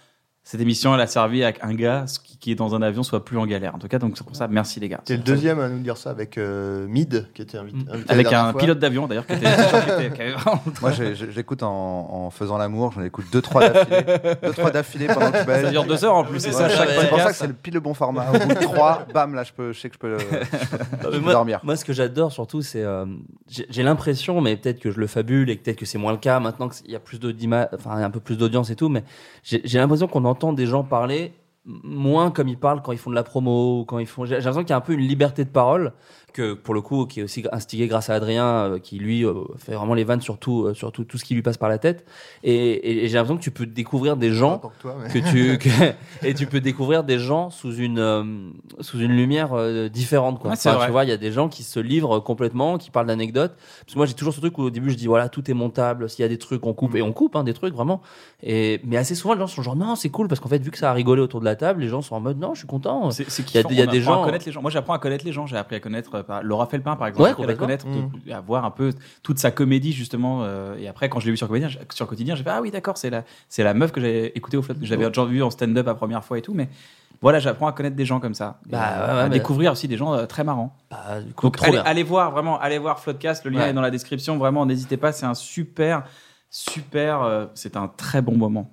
[SPEAKER 1] cette émission, elle a servi à un gars qui, qui est dans un avion soit plus en galère. En tout cas, donc c'est pour ça, merci les gars.
[SPEAKER 2] T'es le deuxième à nous dire ça avec euh, Mid, qui était invité.
[SPEAKER 3] Mm.
[SPEAKER 2] invité la
[SPEAKER 1] Avec
[SPEAKER 2] dernière
[SPEAKER 1] un
[SPEAKER 2] fois.
[SPEAKER 1] pilote d'avion d'ailleurs qui était. qui était- qui avait vraiment-
[SPEAKER 4] Moi, j'ai- j'ai- j'écoute en, en faisant l'amour, j'en écoute 2-3 d'affilée. 2-3 d'affilée pendant que
[SPEAKER 1] Ça
[SPEAKER 4] je baise.
[SPEAKER 1] dure deux heures en plus, c'est ça,
[SPEAKER 3] Ouais,
[SPEAKER 1] chaque
[SPEAKER 3] ouais,
[SPEAKER 4] C'est pour ça que
[SPEAKER 1] podcast.
[SPEAKER 4] c'est le pile le bon format. Au bout de 3, bam, là, je, peux, je sais que je peux, le- je peux
[SPEAKER 3] moi,
[SPEAKER 4] dormir.
[SPEAKER 3] moi, ce que j'adore surtout, c'est. euh, j'ai j'ai l'impression, mais peut-être que je le fabule et que peut-être que c'est moins le cas maintenant qu'il y a plus d'audima- enfin, il y a un peu plus d'audience et tout, mais j'ai j'ai l'impression qu'on entend des gens parler m- moins comme ils parlent quand ils font de la promo ou quand ils font. J'ai j'ai l'impression qu'il y a un peu une liberté de parole que, pour le coup, qui est aussi instigée grâce à Adrien, euh, qui lui euh, fait vraiment les vannes sur tout, euh, sur tout, tout ce qui lui passe par la tête. Et, et- et j'ai l'impression que tu peux découvrir des
[SPEAKER 2] Pas
[SPEAKER 3] gens
[SPEAKER 2] autant que toi, mais-
[SPEAKER 3] que tu que- et tu peux découvrir des gens sous une euh, sous une lumière euh, différente quoi.
[SPEAKER 1] Ouais, c'est vrai.
[SPEAKER 3] tu vois, il y a des gens qui se livrent euh, complètement, qui parlent d'anecdotes. Parce que moi j'ai toujours ce truc où au début je dis voilà tout est montable, s'il y a des trucs on coupe et on coupe hein, des trucs vraiment. Et mais assez souvent les gens sont genre non c'est cool parce qu'en fait vu que ça a rigolé autour de la table, les gens sont en mode non je suis content.
[SPEAKER 1] C'est c'est
[SPEAKER 3] Il y a
[SPEAKER 1] kiffant,
[SPEAKER 3] des- il y a
[SPEAKER 1] on
[SPEAKER 3] des
[SPEAKER 1] apprend à
[SPEAKER 3] gens-
[SPEAKER 1] connaître les gens. Moi, j'apprends à connaître les gens. J'ai appris à connaître euh, par Laura Felpin, par exemple.
[SPEAKER 3] Ouais, Mm.
[SPEAKER 1] J'ai appris à la connaître,
[SPEAKER 2] complètement.
[SPEAKER 1] de- à voir un peu toute sa comédie justement. euh, et après, quand je l'ai vu sur quotidien, j'ai- sur quotidien, j'ai fait ah oui, d'accord, c'est la, c'est la meuf que j'avais écoutée au flot, que
[SPEAKER 3] Mm.
[SPEAKER 1] j'avais déjà vu en stand-up la première fois et tout. Mais voilà, j'apprends à connaître des gens comme ça, Et
[SPEAKER 3] Bah,
[SPEAKER 1] à,
[SPEAKER 3] ouais, ouais,
[SPEAKER 1] à
[SPEAKER 3] mais-
[SPEAKER 1] découvrir aussi des gens euh, très marrants.
[SPEAKER 3] Bah, du coup,
[SPEAKER 1] Donc
[SPEAKER 3] trop
[SPEAKER 1] allez,
[SPEAKER 3] bien.
[SPEAKER 1] allez voir vraiment, allez voir Floodcast, le lien
[SPEAKER 3] Ouais.
[SPEAKER 1] est dans la description, vraiment n'hésitez pas, c'est un super, super, euh, c'est un très bon moment.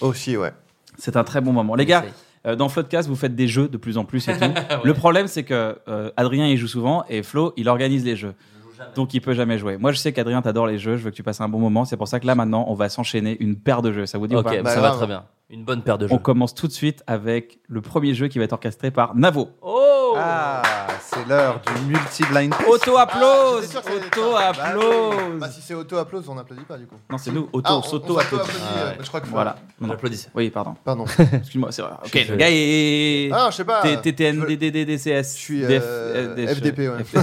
[SPEAKER 2] Aussi, ouais.
[SPEAKER 1] C'est un très bon moment. Les gars, euh, dans Floodcast, vous faites des jeux de plus en plus et tout. Le problème, c'est que euh, Adrien il joue souvent et Flo il organise les jeux. Donc il peut jamais jouer. Moi je sais qu'Adrien t'adore les jeux, je veux que tu passes un bon moment, c'est pour ça que là maintenant on va s'enchaîner une paire de jeux, ça vous dit ou
[SPEAKER 3] OK, bah,
[SPEAKER 1] pas
[SPEAKER 3] ça va
[SPEAKER 2] grave.
[SPEAKER 3] très bien. Une bonne paire de
[SPEAKER 1] Bah, On
[SPEAKER 3] jeux.
[SPEAKER 1] commence tout de suite avec le premier jeu qui va être orchestré par Navo.
[SPEAKER 3] Oh
[SPEAKER 4] Ah, c'est l'heure du multi-blind.
[SPEAKER 2] Ah,
[SPEAKER 1] Auto-applause
[SPEAKER 2] j'étais sûr que ça allait être ça.
[SPEAKER 1] Auto-applause
[SPEAKER 2] Bah, si c'est auto-applause, on n'applaudit pas du coup.
[SPEAKER 1] Non, c'est nous,
[SPEAKER 2] Ah,
[SPEAKER 1] auto,
[SPEAKER 2] on- on
[SPEAKER 1] s'auto
[SPEAKER 2] s'auto-applaudit,
[SPEAKER 1] applaudit.
[SPEAKER 2] euh, bah, Je crois que faut-
[SPEAKER 1] Voilà.
[SPEAKER 3] On applaudit.
[SPEAKER 1] Oui, pardon.
[SPEAKER 2] Pardon.
[SPEAKER 1] Excuse-moi, c'est vrai. Ok,
[SPEAKER 3] Je-
[SPEAKER 1] le gars est.
[SPEAKER 2] Ah, je sais pas.
[SPEAKER 1] T-
[SPEAKER 2] Je-
[SPEAKER 1] TTN, DDDDCS.
[SPEAKER 2] Je suis euh,
[SPEAKER 1] DF, euh, DF,
[SPEAKER 2] FDP, ouais.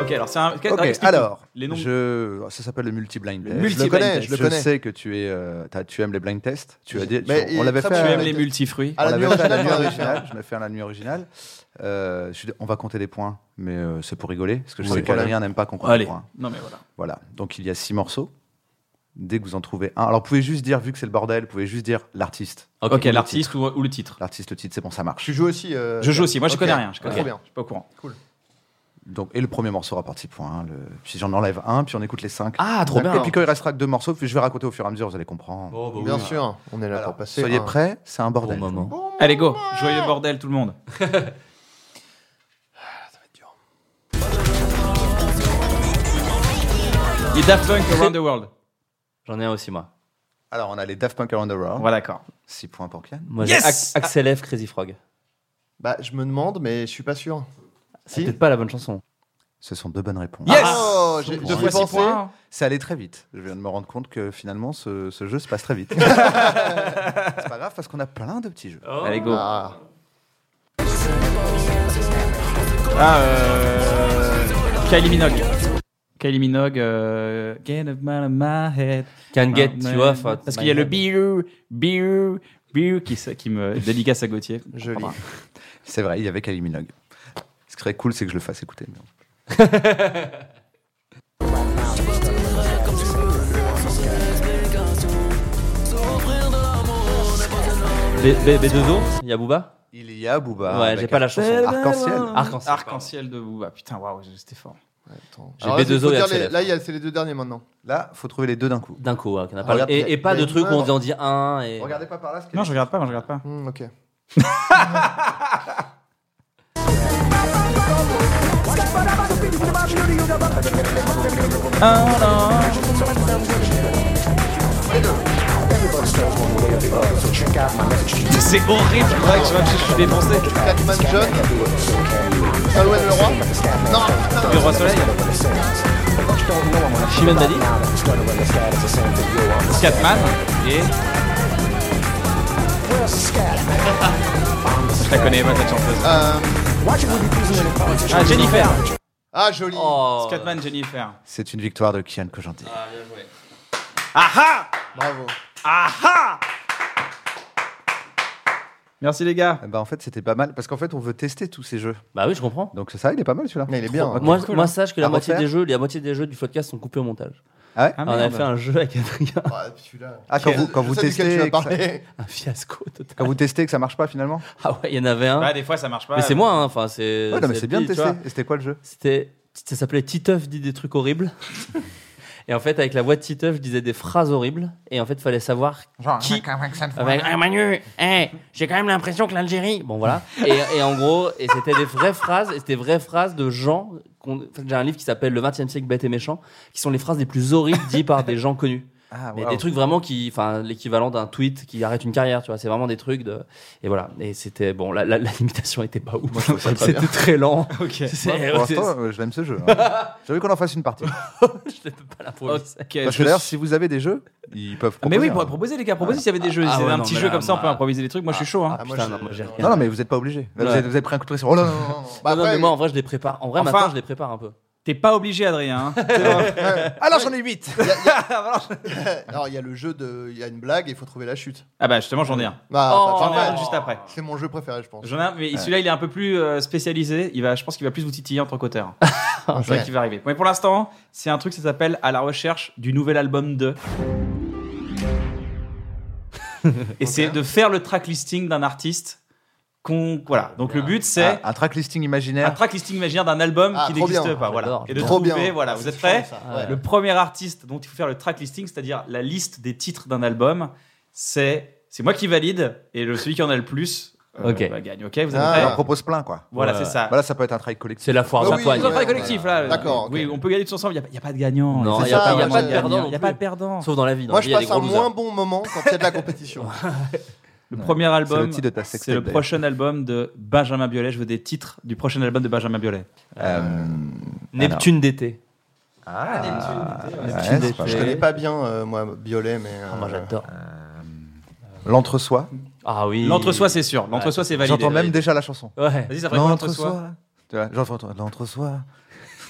[SPEAKER 1] Ok, alors c'est un. Ok,
[SPEAKER 4] Ok,
[SPEAKER 1] explique-nous.
[SPEAKER 4] alors,
[SPEAKER 1] Les noms.
[SPEAKER 4] je... ça s'appelle le multi-blind
[SPEAKER 1] Le
[SPEAKER 4] test.
[SPEAKER 1] multi-
[SPEAKER 2] Je le connais,
[SPEAKER 1] test.
[SPEAKER 2] je le
[SPEAKER 4] je
[SPEAKER 2] connais.
[SPEAKER 4] sais que tu, es, euh, t'as- tu aimes les blind tests. Tu as dit,
[SPEAKER 2] Mais
[SPEAKER 4] tu- on
[SPEAKER 2] il-
[SPEAKER 4] l'avait
[SPEAKER 2] ça,
[SPEAKER 4] fait,
[SPEAKER 1] Tu
[SPEAKER 2] euh,
[SPEAKER 1] aimes
[SPEAKER 4] à-
[SPEAKER 1] les multifruits
[SPEAKER 2] Ah,
[SPEAKER 4] on
[SPEAKER 2] la nuit
[SPEAKER 4] l'avait fait à la nuit
[SPEAKER 2] originale,
[SPEAKER 4] originale. Je l'ai fait à la nuit originale. Euh, je suis d- on va compter des points, mais euh, c'est pour rigoler, parce que je
[SPEAKER 2] Oui.
[SPEAKER 4] sais qu'Adrien n'aime pas qu'on compte des
[SPEAKER 1] Allez.
[SPEAKER 4] points.
[SPEAKER 1] Non, mais voilà.
[SPEAKER 4] Voilà, donc il y a six morceaux. Dès que vous en trouvez un, alors vous pouvez juste dire, vu que c'est le bordel, vous pouvez juste dire l'artiste.
[SPEAKER 1] Ok, l'artiste ou, ou le titre.
[SPEAKER 4] L'artiste, le titre, c'est bon, ça marche.
[SPEAKER 2] Tu joues aussi. euh,
[SPEAKER 1] Je joue aussi, moi je
[SPEAKER 2] ok.
[SPEAKER 1] connais rien. Je connais
[SPEAKER 2] Trop
[SPEAKER 1] rien.
[SPEAKER 2] bien.
[SPEAKER 1] Je suis pas au courant.
[SPEAKER 4] Donc, et le premier morceau rapporte 6 points. hein, le- Puis j'en enlève un, puis on écoute les cinq.
[SPEAKER 3] Ah, trop bien.
[SPEAKER 4] Et puis quand il restera que deux morceaux, puis je vais raconter au fur et à mesure, vous allez comprendre.
[SPEAKER 3] Oh, bah oui.
[SPEAKER 2] Bien sûr, on est là
[SPEAKER 4] Alors,
[SPEAKER 2] pour passer. hein.
[SPEAKER 4] soyez
[SPEAKER 2] un-
[SPEAKER 4] prêts, c'est un
[SPEAKER 3] Bon
[SPEAKER 4] bordel.
[SPEAKER 3] moment.
[SPEAKER 1] Allez, go. Joyeux bordel, tout le monde. Les Daft Punk Around the World.
[SPEAKER 3] J'en ai un aussi moi.
[SPEAKER 4] Alors, on a les Daft Punk Around the
[SPEAKER 2] Hein
[SPEAKER 4] World.
[SPEAKER 1] Voilà, d'accord.
[SPEAKER 4] 6 points pour Kian.
[SPEAKER 3] Moi j'ai
[SPEAKER 1] Yes
[SPEAKER 3] Ac- Axel F Crazy Frog.
[SPEAKER 2] Bah, je me demande, mais je suis pas sûr.
[SPEAKER 3] C'est
[SPEAKER 2] Si.
[SPEAKER 3] peut-être pas la bonne chanson.
[SPEAKER 4] Ce sont deux bonnes réponses.
[SPEAKER 1] Yes
[SPEAKER 2] Oh, j'ai-
[SPEAKER 1] Deux
[SPEAKER 2] j'y
[SPEAKER 1] fois six
[SPEAKER 2] pensais.
[SPEAKER 1] points.
[SPEAKER 4] C'est allé très vite. Je viens de me rendre compte que finalement, ce, ce jeu se passe très vite. c'est pas grave parce qu'on a plein de petits
[SPEAKER 3] Oh.
[SPEAKER 4] jeux.
[SPEAKER 1] Allez, go.
[SPEAKER 2] Ah.
[SPEAKER 1] Ah, euh... Kylie Minogue. Kylie Minogue, euh... Get up out of my head.
[SPEAKER 3] Can get you off. at
[SPEAKER 1] Ah, Parce
[SPEAKER 3] my
[SPEAKER 1] qu'il y a le
[SPEAKER 3] head.
[SPEAKER 1] beer, beer, beer qui, se- qui me dédicace à Gauthier.
[SPEAKER 2] Joli.
[SPEAKER 1] Enfin,
[SPEAKER 4] C'est vrai, il y avait Kylie Minogue. Ce qui serait cool, c'est que je le fasse écouter. mais bon.
[SPEAKER 3] B- B- B2O, il y a Booba.
[SPEAKER 4] Il y a Booba.
[SPEAKER 3] ouais,
[SPEAKER 4] avec
[SPEAKER 3] j'ai pas la chanson.
[SPEAKER 4] Arc-en-ciel.
[SPEAKER 3] Arc-en-ciel.
[SPEAKER 1] Arc-en-ciel de Booba. Putain, waouh, c'était fort.
[SPEAKER 2] Attends.
[SPEAKER 3] J'ai
[SPEAKER 2] Alors là,
[SPEAKER 3] B2O
[SPEAKER 2] faut
[SPEAKER 3] et
[SPEAKER 2] dire
[SPEAKER 3] Axel
[SPEAKER 2] les-
[SPEAKER 3] F.
[SPEAKER 2] Là, il y a- c'est les deux derniers maintenant.
[SPEAKER 4] Là, faut trouver les deux d'un coup.
[SPEAKER 3] D'un coup, hein, ouais, qu'on a
[SPEAKER 2] Ah,
[SPEAKER 3] pas-
[SPEAKER 2] regarde,
[SPEAKER 3] et,
[SPEAKER 2] y a-
[SPEAKER 3] et pas
[SPEAKER 2] y a
[SPEAKER 3] de
[SPEAKER 2] une
[SPEAKER 3] truc où on
[SPEAKER 2] main.
[SPEAKER 3] en dit un. Et...
[SPEAKER 4] Regardez pas par là. ce qu'il y a
[SPEAKER 1] Non, je regarde pas, moi je regarde pas.
[SPEAKER 2] Hmm, ok.
[SPEAKER 1] C'est horrible, je crois que je je suis défoncé.
[SPEAKER 2] Catman John. Salwen Leroy. Non, putain.
[SPEAKER 1] Le roi soleil.
[SPEAKER 3] Chimène Dali.
[SPEAKER 1] Scatman. Et. Je la connais pas cette chanteuse.
[SPEAKER 2] Euh,
[SPEAKER 1] Ah, Jennifer.
[SPEAKER 2] Ah, joli.
[SPEAKER 3] Oh.
[SPEAKER 1] Scatman, Jennifer.
[SPEAKER 4] C'est une victoire de Kian que j'en dis.
[SPEAKER 3] Ah, bien joué.
[SPEAKER 2] Bravo.
[SPEAKER 1] Merci les gars.
[SPEAKER 4] Eh ben, en fait, c'était pas mal parce qu'en fait, on veut tester tous ces jeux.
[SPEAKER 3] Bah oui, je comprends.
[SPEAKER 4] Donc Ah, c'est ça, il est pas mal celui-là.
[SPEAKER 2] Mais il est bien.
[SPEAKER 4] Trop-
[SPEAKER 2] hein.
[SPEAKER 3] Moi, moi, sache que la
[SPEAKER 4] À
[SPEAKER 3] moitié
[SPEAKER 4] refaire
[SPEAKER 3] des jeux, la moitié des jeux du podcast sont coupés au montage.
[SPEAKER 4] Ah
[SPEAKER 1] Ah,
[SPEAKER 3] on avait
[SPEAKER 1] merde.
[SPEAKER 3] fait un jeu avec Adrien.
[SPEAKER 2] Ah, celui-là.
[SPEAKER 4] Ah, quand vous, quand
[SPEAKER 2] Je
[SPEAKER 4] vous
[SPEAKER 2] sais duquel
[SPEAKER 4] testez,
[SPEAKER 2] tu vas
[SPEAKER 4] et que ça-
[SPEAKER 2] parler.
[SPEAKER 3] Un fiasco total.
[SPEAKER 4] quand vous testez et que ça marche pas finalement.
[SPEAKER 3] Ah ouais, il y en avait un.
[SPEAKER 1] Bah, des fois, ça marche pas.
[SPEAKER 3] mais c'est moi, hein, enfin c'est.
[SPEAKER 4] Ouais, non, mais c'est bien de
[SPEAKER 3] pire, tu
[SPEAKER 4] tester.
[SPEAKER 3] vois.
[SPEAKER 4] Et c'était quoi le jeu
[SPEAKER 3] C'était, ça s'appelait Titeuf dit des trucs horribles. et en fait, avec la voix de Titeuf, je disais des phrases horribles. Et en fait, fallait savoir qui. Avec, Eh, Manu, eh, j'ai quand même l'impression que l'Algérie. Bon voilà. Et, et en gros, et c'était des vraies phrases. Et c'était des vraies phrases de gens. qu'on- enfin, j'ai un livre qui s'appelle Le 20e siècle bête et méchant, qui sont les phrases les plus horribles dites par des gens connus.
[SPEAKER 4] Ah,
[SPEAKER 3] Mais
[SPEAKER 4] waouh.
[SPEAKER 3] des trucs vraiment qui, enfin, l'équivalent d'un tweet qui arrête une carrière, tu vois. C'est vraiment des trucs de, et voilà. Et c'était bon, la, la, la limitation était pas ouf. c'était très lent.
[SPEAKER 1] Ok.
[SPEAKER 3] C'est-
[SPEAKER 4] Pour
[SPEAKER 3] c'est-
[SPEAKER 4] l'instant, euh, je l'aime ce jeu. hein. J'ai vu qu'on en fasse une partie.
[SPEAKER 3] je ne peux pas l'improviser.
[SPEAKER 1] Ok,
[SPEAKER 4] Parce
[SPEAKER 1] je- Ah,
[SPEAKER 4] que d'ailleurs, si vous avez des jeux, ils peuvent
[SPEAKER 1] Mais
[SPEAKER 4] proposer.
[SPEAKER 1] oui,
[SPEAKER 4] hein.
[SPEAKER 1] pour proposer les gars, proposer s'il y avait des jeux.
[SPEAKER 3] Ah,
[SPEAKER 1] Si
[SPEAKER 3] ouais,
[SPEAKER 1] c'était un
[SPEAKER 3] non,
[SPEAKER 1] petit
[SPEAKER 3] mais
[SPEAKER 1] jeu
[SPEAKER 3] là,
[SPEAKER 1] comme ça, on peut
[SPEAKER 3] moi-
[SPEAKER 1] improviser des trucs. Moi, je suis chaud. Hein.
[SPEAKER 2] Ah, moi,
[SPEAKER 3] Putain,
[SPEAKER 2] je-
[SPEAKER 3] non, moi, j'ai rien.
[SPEAKER 4] Non, non, mais vous n'êtes pas obligé. Là, vous,
[SPEAKER 3] Ouais.
[SPEAKER 4] êtes, vous êtes pris un coup de pression. Oh là là, non, non, non.
[SPEAKER 2] Bah,
[SPEAKER 3] non, non,
[SPEAKER 2] après,
[SPEAKER 3] mais moi, en vrai, je les prépare. En vrai,
[SPEAKER 1] Enfin-
[SPEAKER 3] maintenant, je les prépare un peu.
[SPEAKER 1] T'es pas obligé, Adrien. hein.
[SPEAKER 4] Alors j'en ai 8
[SPEAKER 3] Oh.
[SPEAKER 2] Alors, il y a le jeu de. Il y a une blague et il faut trouver la chute.
[SPEAKER 1] ah bah justement, j'en ai un.
[SPEAKER 2] Bah,
[SPEAKER 3] Oh.
[SPEAKER 2] bah,
[SPEAKER 1] J'en ai
[SPEAKER 2] parfait.
[SPEAKER 1] un juste après.
[SPEAKER 2] C'est mon jeu préféré, je pense.
[SPEAKER 1] J'en ai un, mais celui-là, il est un peu plus euh, spécialisé. Il va, je pense qu'il va plus vous titiller en tant qu'auteur.
[SPEAKER 2] Ouais.
[SPEAKER 1] C'est ça qui va arriver. Mais pour l'instant, c'est un truc, ça s'appelle À la recherche du nouvel album de. Et c'est de faire le track listing d'un artiste. qu'on Voilà. Donc le but, c'est
[SPEAKER 3] Ah.
[SPEAKER 1] Ah,
[SPEAKER 4] Un track listing
[SPEAKER 1] un
[SPEAKER 4] imaginaire.
[SPEAKER 1] track listing imaginaire d'un album
[SPEAKER 2] Ah,
[SPEAKER 1] qui
[SPEAKER 2] trop
[SPEAKER 1] n'existe
[SPEAKER 2] bien.
[SPEAKER 1] pas. Voilà.
[SPEAKER 3] J'adore,
[SPEAKER 1] Et de
[SPEAKER 2] Trop
[SPEAKER 1] trouver,
[SPEAKER 2] bien.
[SPEAKER 1] voilà,
[SPEAKER 2] Ah,
[SPEAKER 1] vous
[SPEAKER 2] c'est
[SPEAKER 1] êtes prêts
[SPEAKER 2] fort, ça. Ouais.
[SPEAKER 1] Le premier artiste dont il faut faire le track listing, c'est-à-dire la liste des titres d'un album, c'est c'est moi qui valide et le celui qui en a le plus euh,
[SPEAKER 3] Ok.
[SPEAKER 1] bah, gagne. Ok, vous êtes
[SPEAKER 2] Ah.
[SPEAKER 4] On
[SPEAKER 1] prêts
[SPEAKER 4] leur propose plein, quoi.
[SPEAKER 1] Voilà, c'est
[SPEAKER 3] Ouais.
[SPEAKER 1] ça.
[SPEAKER 4] Voilà, ça peut être un track collectif.
[SPEAKER 3] C'est la foire
[SPEAKER 2] Bah
[SPEAKER 3] de
[SPEAKER 2] oui,
[SPEAKER 1] Ah.
[SPEAKER 3] Poigne.
[SPEAKER 1] C'est un travail
[SPEAKER 2] ouais,
[SPEAKER 1] collectif
[SPEAKER 2] ouais.
[SPEAKER 1] là.
[SPEAKER 2] D'accord, ok.
[SPEAKER 1] Oui, on peut gagner tous ensemble. Il n'y a, pas de gagnant.
[SPEAKER 3] Non,
[SPEAKER 1] C'est
[SPEAKER 3] y a
[SPEAKER 1] ça,
[SPEAKER 3] pas-
[SPEAKER 1] y
[SPEAKER 3] y a pas de
[SPEAKER 1] gagnant.
[SPEAKER 3] perdant non
[SPEAKER 1] Y a
[SPEAKER 3] plus.
[SPEAKER 1] pas de perdant.
[SPEAKER 3] Sauf dans la vie. dans
[SPEAKER 2] Moi,
[SPEAKER 3] la vie,
[SPEAKER 2] je
[SPEAKER 3] il y a des
[SPEAKER 2] passe un
[SPEAKER 3] gros losers.
[SPEAKER 2] moins bon moment quand il y a de la compétition.
[SPEAKER 1] Le premier album,
[SPEAKER 4] le titre de ta sextape,
[SPEAKER 1] c'est le
[SPEAKER 4] d'ailleurs.
[SPEAKER 1] prochain album de Benjamin Biolay. Je veux des titres du prochain album de Benjamin Biolay.
[SPEAKER 4] Euh,
[SPEAKER 3] Neptune d'été.
[SPEAKER 4] Ah, ouais,
[SPEAKER 3] Neptune
[SPEAKER 4] c'est pas
[SPEAKER 2] je
[SPEAKER 4] mal.
[SPEAKER 2] connais pas bien, euh, moi, Biolay, mais. euh,
[SPEAKER 3] Moi, j'adore.
[SPEAKER 4] L'entre-soi.
[SPEAKER 3] Ah oui.
[SPEAKER 1] L'entre-soi, c'est sûr. L'entre-soi, c'est validé.
[SPEAKER 4] J'entends même déjà la chanson.
[SPEAKER 3] Ouais.
[SPEAKER 1] Vas-y, ça ferait quoi l'entre-soi
[SPEAKER 4] L'entre-soi. Tu vois, j'entends l'entre-soi.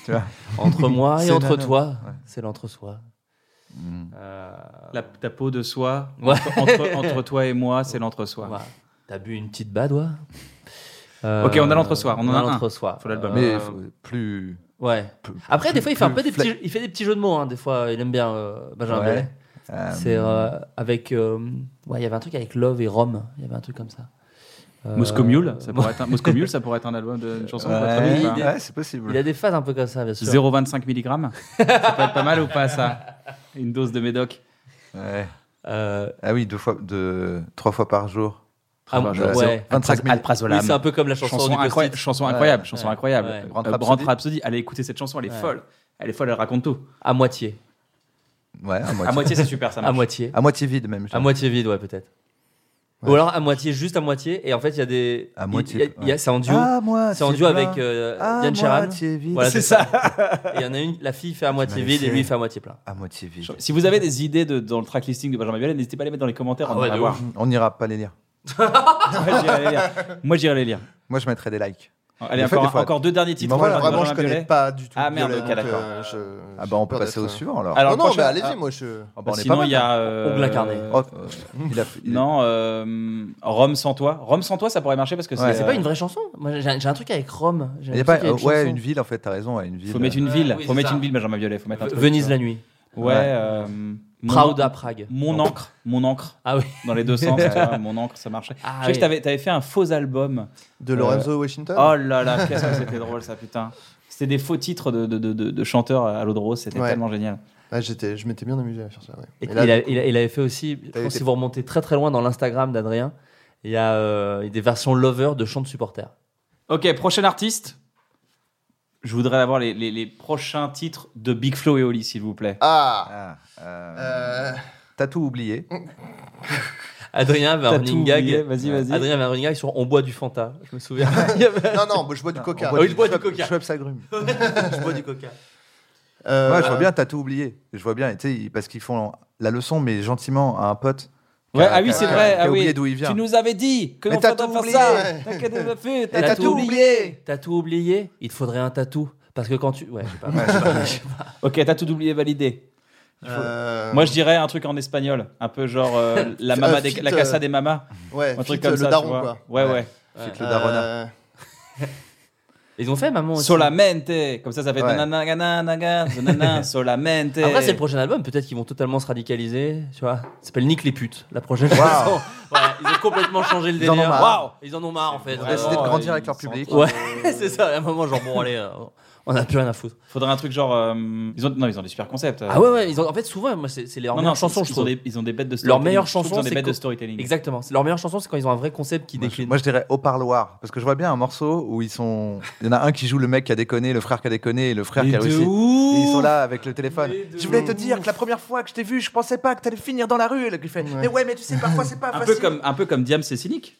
[SPEAKER 4] Tu vois.
[SPEAKER 3] Entre moi et
[SPEAKER 4] C'est
[SPEAKER 3] entre
[SPEAKER 4] nanan.
[SPEAKER 3] toi. C'est l'entre-soi.
[SPEAKER 1] Ah.
[SPEAKER 4] Mm.
[SPEAKER 3] Euh,
[SPEAKER 1] La, ta peau de soie
[SPEAKER 3] Ouais.
[SPEAKER 1] entre, entre toi et moi, c'est l'entre-soi.
[SPEAKER 3] ouais. T'as bu une petite badoie
[SPEAKER 1] Ok, on a l'entre-soi, on en a un.
[SPEAKER 3] l'entre-soi.
[SPEAKER 1] Faut l'album.
[SPEAKER 4] Mais
[SPEAKER 3] Euh,
[SPEAKER 4] faut- plus.
[SPEAKER 3] ouais.
[SPEAKER 4] plus-
[SPEAKER 3] Après, des fois, il fait un peu des
[SPEAKER 4] fla-
[SPEAKER 3] petits, il fait des petits jeux de mots. hein, Des fois, il aime bien euh, Benjamin
[SPEAKER 4] Ouais.
[SPEAKER 3] Biolay.
[SPEAKER 4] euh,
[SPEAKER 3] C'est euh, avec. euh, ouais, il y avait un truc avec Love et Rome. Il y avait un truc comme ça. Euh,
[SPEAKER 1] Moscow Mule, ça pourrait être un, Moscow Mule, ça pourrait être un album d'une chanson.
[SPEAKER 4] ouais,
[SPEAKER 1] votre avis, ou
[SPEAKER 4] ouais,
[SPEAKER 1] pas
[SPEAKER 4] c'est possible.
[SPEAKER 3] Il a des phases un peu comme ça, bien sûr.
[SPEAKER 1] 0,25 mg. Ça peut être pas mal ou pas ça Une dose de médoc.
[SPEAKER 4] Ouais.
[SPEAKER 3] Euh,
[SPEAKER 4] Ah oui, deux fois, deux, trois fois par jour.
[SPEAKER 3] ah,
[SPEAKER 1] par
[SPEAKER 4] jour.
[SPEAKER 3] ouais.
[SPEAKER 4] 25 000.
[SPEAKER 3] Oui,
[SPEAKER 1] Alprazolam.
[SPEAKER 3] c'est un peu comme la chanson,
[SPEAKER 1] chanson,
[SPEAKER 3] du
[SPEAKER 1] incroyable,
[SPEAKER 3] post-it.
[SPEAKER 1] chanson incroyable, chanson
[SPEAKER 3] Ouais.
[SPEAKER 1] incroyable.
[SPEAKER 3] Ouais.
[SPEAKER 4] Grand
[SPEAKER 1] Euh,
[SPEAKER 4] Rhapsody.
[SPEAKER 1] Grand Rhapsody, allez écouter cette chanson, elle est
[SPEAKER 3] Ouais.
[SPEAKER 1] folle. Elle est folle, elle raconte tout.
[SPEAKER 3] À moitié.
[SPEAKER 4] Ouais, à moitié.
[SPEAKER 1] À moitié, c'est super, ça
[SPEAKER 3] À
[SPEAKER 1] marche.
[SPEAKER 3] moitié.
[SPEAKER 4] À moitié vide, même. je
[SPEAKER 3] À
[SPEAKER 4] dirais.
[SPEAKER 3] moitié vide, ouais, peut-être. Ou
[SPEAKER 2] Ouais.
[SPEAKER 3] alors à moitié, juste à moitié. Et en fait, il y a des.
[SPEAKER 4] À
[SPEAKER 3] il-
[SPEAKER 4] moitié,
[SPEAKER 3] il y a- il y a-
[SPEAKER 4] ouais.
[SPEAKER 3] C'est en duo.
[SPEAKER 4] Ah, À moitié
[SPEAKER 3] c'est en duo
[SPEAKER 4] plein. Ah,
[SPEAKER 3] avec euh,
[SPEAKER 4] À
[SPEAKER 3] Yann Sheeran.
[SPEAKER 4] moitié vide.
[SPEAKER 3] Voilà,
[SPEAKER 1] C'est
[SPEAKER 3] c'est ça. Et il y en a une, la fille fait à moitié vide et lui il fait à moitié plein.
[SPEAKER 4] À moitié vide.
[SPEAKER 1] Si vous avez des idées de, dans le track listing de Benjamin Biolay, n'hésitez pas à les mettre dans les commentaires.
[SPEAKER 3] Ah
[SPEAKER 1] on
[SPEAKER 3] ouais,
[SPEAKER 1] va
[SPEAKER 3] de
[SPEAKER 1] voir.
[SPEAKER 4] On n'ira pas les lire.
[SPEAKER 1] Moi, j'irai les lire. Moi, j'irai les lire.
[SPEAKER 4] Moi, je mettrais des likes.
[SPEAKER 1] Allez,
[SPEAKER 4] Des fois,
[SPEAKER 1] encore,
[SPEAKER 4] des fois,
[SPEAKER 1] encore deux derniers titres.
[SPEAKER 4] m'envoie
[SPEAKER 1] de
[SPEAKER 4] Voilà,
[SPEAKER 2] vraiment, je
[SPEAKER 1] Benjamin
[SPEAKER 2] connais
[SPEAKER 1] Biolay.
[SPEAKER 2] pas du tout.
[SPEAKER 1] Ah, merde,
[SPEAKER 2] Biolay,
[SPEAKER 1] ok,
[SPEAKER 2] donc,
[SPEAKER 1] d'accord.
[SPEAKER 2] euh, je-
[SPEAKER 4] Ah
[SPEAKER 2] j'ai
[SPEAKER 4] bah, on
[SPEAKER 2] peur
[SPEAKER 4] peut passer
[SPEAKER 2] d'être,
[SPEAKER 4] au
[SPEAKER 2] euh,
[SPEAKER 4] suivant alors.
[SPEAKER 1] Alors,
[SPEAKER 2] non,
[SPEAKER 1] le
[SPEAKER 2] non, mais
[SPEAKER 1] prochain-
[SPEAKER 2] allez-y,
[SPEAKER 1] ah,
[SPEAKER 2] moi je.
[SPEAKER 4] Ah bah, on est
[SPEAKER 1] Sinon,
[SPEAKER 4] pas mal.
[SPEAKER 1] il y a. euh,
[SPEAKER 3] Ongle incarné.
[SPEAKER 4] Oh, euh, il a- il-
[SPEAKER 1] Non, euh, Rome sans toi. Rome sans toi, ça pourrait marcher parce que euh,
[SPEAKER 4] Ouais.
[SPEAKER 3] C'est pas une vraie chanson Moi j'ai j'ai un truc avec Rome.
[SPEAKER 4] Il
[SPEAKER 3] J'ai un
[SPEAKER 4] n'y a
[SPEAKER 3] truc
[SPEAKER 4] pas.
[SPEAKER 3] avec
[SPEAKER 4] euh, ouais,
[SPEAKER 3] chanson.
[SPEAKER 4] une ville en fait. T'as raison, ouais, une ville.
[SPEAKER 1] Faut mettre une
[SPEAKER 3] Euh,
[SPEAKER 1] ville.
[SPEAKER 3] oui,
[SPEAKER 1] faut
[SPEAKER 3] c'est
[SPEAKER 1] mettre
[SPEAKER 3] ça.
[SPEAKER 1] une ville, Benjamin Biolay. Faut mettre un truc.
[SPEAKER 3] Euh, Venise la nuit.
[SPEAKER 1] Ouais.
[SPEAKER 4] Ouais.
[SPEAKER 1] euh, hein. mon-
[SPEAKER 3] Proud à Prague.
[SPEAKER 1] Mon encre. Mon encre.
[SPEAKER 3] Ah oui.
[SPEAKER 1] Dans les deux sens. tu vois, mon encre, ça marchait.
[SPEAKER 3] Ah
[SPEAKER 1] Je sais que
[SPEAKER 3] oui.
[SPEAKER 1] t'avais t'avais fait un faux album.
[SPEAKER 2] De Lorenzo Washington
[SPEAKER 1] Oh là là, qu'est-ce que c'était drôle ça, putain. C'était des faux titres de, de, de, de- de chanteurs à l'eau de rose, c'était
[SPEAKER 2] Ouais.
[SPEAKER 1] tellement génial.
[SPEAKER 2] Ah, j'étais, Je m'étais bien amusé à faire ça. ouais.
[SPEAKER 3] Et
[SPEAKER 2] Et là,
[SPEAKER 3] il, a- il a- il avait fait aussi, je
[SPEAKER 4] T'avais
[SPEAKER 3] pense,
[SPEAKER 4] été-
[SPEAKER 3] si vous remontez très très loin dans l'Instagram d'Adrien, il y a euh, des versions lover de chants de supporters.
[SPEAKER 1] Ok, prochain artiste. Je voudrais avoir les, les, les prochains titres de Big Flo et Oli, s'il vous plaît.
[SPEAKER 2] Ah
[SPEAKER 4] Ah, euh,
[SPEAKER 2] euh,
[SPEAKER 4] T'as tout oublié. Ah,
[SPEAKER 3] Adrien avait un
[SPEAKER 1] T'as
[SPEAKER 3] running
[SPEAKER 1] tout
[SPEAKER 3] gag.
[SPEAKER 1] oublié, vas-y, vas-y.
[SPEAKER 3] Adrien avait un running gag sur On boit du Fanta. Je me souviens. Il y avait-
[SPEAKER 2] Non, non, je bois du coca.
[SPEAKER 4] On
[SPEAKER 1] Ah
[SPEAKER 3] oui, je bois du
[SPEAKER 4] Schweppes-
[SPEAKER 3] coca.
[SPEAKER 4] Schweppes agrumes.
[SPEAKER 3] je bois du coca.
[SPEAKER 2] Euh,
[SPEAKER 4] Ouais, je vois bien, t'as tout oublié. Je vois bien, et tu sais, ils- parce qu'ils font la leçon, mais gentiment à un pote. euh,
[SPEAKER 1] Ouais,
[SPEAKER 4] Qu'a-
[SPEAKER 1] ah oui,
[SPEAKER 4] qu'a-
[SPEAKER 1] c'est
[SPEAKER 4] qu'a-
[SPEAKER 1] vrai.
[SPEAKER 4] qu'a
[SPEAKER 1] Ah
[SPEAKER 4] oublié
[SPEAKER 1] oui.
[SPEAKER 4] d'où il vient.
[SPEAKER 1] Tu nous avais dit que
[SPEAKER 4] Mais
[SPEAKER 1] l'on
[SPEAKER 4] t'as
[SPEAKER 1] ferait
[SPEAKER 4] tout
[SPEAKER 1] pas
[SPEAKER 4] oublié.
[SPEAKER 1] ça. T'inquiète, on l'a fait,
[SPEAKER 4] Et t'as tout oublié.
[SPEAKER 3] T'as tout oublié Il te faudrait un tatou. Parce que quand tu. Ouais, je sais pas.
[SPEAKER 1] Ok, t'as tout oublié, validé.
[SPEAKER 2] euh,
[SPEAKER 1] Moi, je dirais un truc en espagnol, un peu genre euh, la mama
[SPEAKER 2] Euh,
[SPEAKER 1] des-
[SPEAKER 2] fit,
[SPEAKER 1] la casa
[SPEAKER 2] euh,
[SPEAKER 1] des mamas,
[SPEAKER 2] ouais,
[SPEAKER 1] un truc
[SPEAKER 2] fit,
[SPEAKER 1] comme
[SPEAKER 2] le
[SPEAKER 1] ça. tu
[SPEAKER 2] daron,
[SPEAKER 1] vois.
[SPEAKER 2] quoi.
[SPEAKER 1] Ouais, ouais.
[SPEAKER 4] Le daronnat.
[SPEAKER 2] Euh,
[SPEAKER 3] Et Ils ont fait Maman aussi.
[SPEAKER 1] Solamente Comme ça, ça fait
[SPEAKER 4] Ouais.
[SPEAKER 1] nanana, nanana, nanana, Solamente
[SPEAKER 3] Après, c'est le prochain album. Peut-être qu'ils vont totalement se radicaliser. Tu vois, ça s'appelle Nick les putes. La prochaine
[SPEAKER 4] Waouh.
[SPEAKER 3] chanson. Voilà, ils ont complètement changé le
[SPEAKER 4] Ils en
[SPEAKER 3] délire.
[SPEAKER 4] ont marre.
[SPEAKER 3] Waouh. Ils en ont marre en fait.
[SPEAKER 4] Ils ont décidé de
[SPEAKER 3] Vraiment,
[SPEAKER 4] grandir
[SPEAKER 3] euh,
[SPEAKER 4] avec leur
[SPEAKER 1] ils sont
[SPEAKER 4] public.
[SPEAKER 1] en train
[SPEAKER 3] ils- Ouais, c'est ça. À un moment, genre, bon, allez, euh, on n'a plus rien à foutre.
[SPEAKER 1] Faudrait un truc genre. euh, ils ont, non, ils ont des super concepts. euh.
[SPEAKER 3] Ah ouais, ouais. Ils ont, en fait, souvent, moi, c'est c'est leur
[SPEAKER 1] Non,
[SPEAKER 3] meilleure
[SPEAKER 1] non,
[SPEAKER 3] chanson,
[SPEAKER 1] chansons,
[SPEAKER 3] je
[SPEAKER 1] ils ont
[SPEAKER 3] trouve.
[SPEAKER 1] des, ils ont des bêtes de storytelling.
[SPEAKER 3] Leur meilleure
[SPEAKER 1] Je trouve qu'ils
[SPEAKER 3] chanson,
[SPEAKER 1] ont des
[SPEAKER 3] c'est
[SPEAKER 1] bêtes
[SPEAKER 3] co-
[SPEAKER 1] de storytelling.
[SPEAKER 3] Exactement. C'est Leur meilleure chanson, c'est quand ils ont un vrai concept qui
[SPEAKER 4] Moi je,
[SPEAKER 3] décline.
[SPEAKER 4] moi, je dirais au parloir parce que je vois bien un morceau où ils sont il y en a un qui joue le mec qui a déconné le frère qui a déconné et le frère qui a réussi et ils sont là avec le téléphone
[SPEAKER 3] Mais de
[SPEAKER 4] je voulais te
[SPEAKER 3] ouf.
[SPEAKER 4] dire que la première fois que je t'ai vu je pensais pas que t'allais finir dans la rue et le gars, il fait mais ouais mais tu sais parfois c'est pas
[SPEAKER 1] Un peu
[SPEAKER 4] facile
[SPEAKER 1] comme, un peu comme Diam, c'est cynique.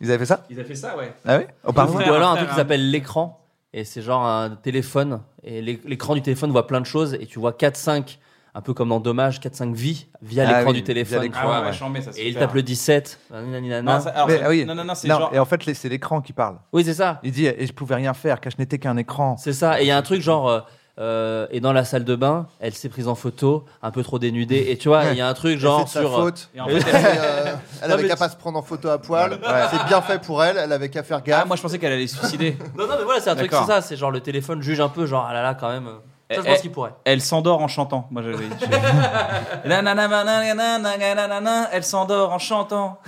[SPEAKER 4] ils avaient fait ça
[SPEAKER 1] Ah, Ils avaient fait ça, ouais.
[SPEAKER 4] ah oui au
[SPEAKER 3] Ou
[SPEAKER 4] parloir
[SPEAKER 1] frère,
[SPEAKER 3] alors
[SPEAKER 1] un
[SPEAKER 3] un truc
[SPEAKER 1] frère,
[SPEAKER 3] qui
[SPEAKER 1] hein.
[SPEAKER 3] s'appelle l'écran. Et c'est genre un téléphone. Et l'é- l'écran du téléphone voit plein de choses. Et tu vois 4-5, un peu comme dans Dommage, 4-5 vies via
[SPEAKER 4] Ah
[SPEAKER 3] l'écran
[SPEAKER 4] oui,
[SPEAKER 3] du
[SPEAKER 4] via
[SPEAKER 3] téléphone.
[SPEAKER 4] l'écran,
[SPEAKER 1] Ah
[SPEAKER 3] tu vois.
[SPEAKER 1] ouais, ouais,
[SPEAKER 4] ouais.
[SPEAKER 1] chambé, ça. c'est
[SPEAKER 3] Et il
[SPEAKER 1] super.
[SPEAKER 3] tape le 17. nanana, nanana.
[SPEAKER 1] Non, ça- alors,
[SPEAKER 4] Mais,
[SPEAKER 1] ça-
[SPEAKER 4] ah oui.
[SPEAKER 1] non, non, non, c'est
[SPEAKER 4] Non,
[SPEAKER 1] genre.
[SPEAKER 4] et en fait les- c'est l'écran qui parle
[SPEAKER 3] Oui, c'est ça.
[SPEAKER 4] il dit et je pouvais rien faire car je n'étais qu'un écran
[SPEAKER 3] C'est ça. Et il y a un truc genre. euh, euh, et dans la salle de bain, elle s'est prise en photo, un peu trop dénudée. Et tu vois, il y a un truc genre
[SPEAKER 2] c'est de
[SPEAKER 3] sur. euh,
[SPEAKER 2] sa faute.
[SPEAKER 1] Et en fait,
[SPEAKER 2] Elle, euh, elle
[SPEAKER 3] Non,
[SPEAKER 2] avait
[SPEAKER 3] mais
[SPEAKER 2] qu'à
[SPEAKER 3] tu-
[SPEAKER 2] pas se prendre en photo à poil.
[SPEAKER 4] Ouais.
[SPEAKER 2] C'est bien fait pour elle. Elle avait qu'à faire
[SPEAKER 1] Ah,
[SPEAKER 2] gaffe.
[SPEAKER 1] moi je pensais qu'elle allait se suicider.
[SPEAKER 3] Non, non, mais voilà, c'est un truc,
[SPEAKER 1] D'accord.
[SPEAKER 3] c'est ça. C'est genre le téléphone juge un peu, genre ah là là, quand même. euh, Ça, je
[SPEAKER 1] Eh,
[SPEAKER 3] pense
[SPEAKER 1] eh.
[SPEAKER 3] qu'il pourrait.
[SPEAKER 1] Elle s'endort en chantant. Moi j'avais. Nanananananananananananana, Elle s'endort en chantant.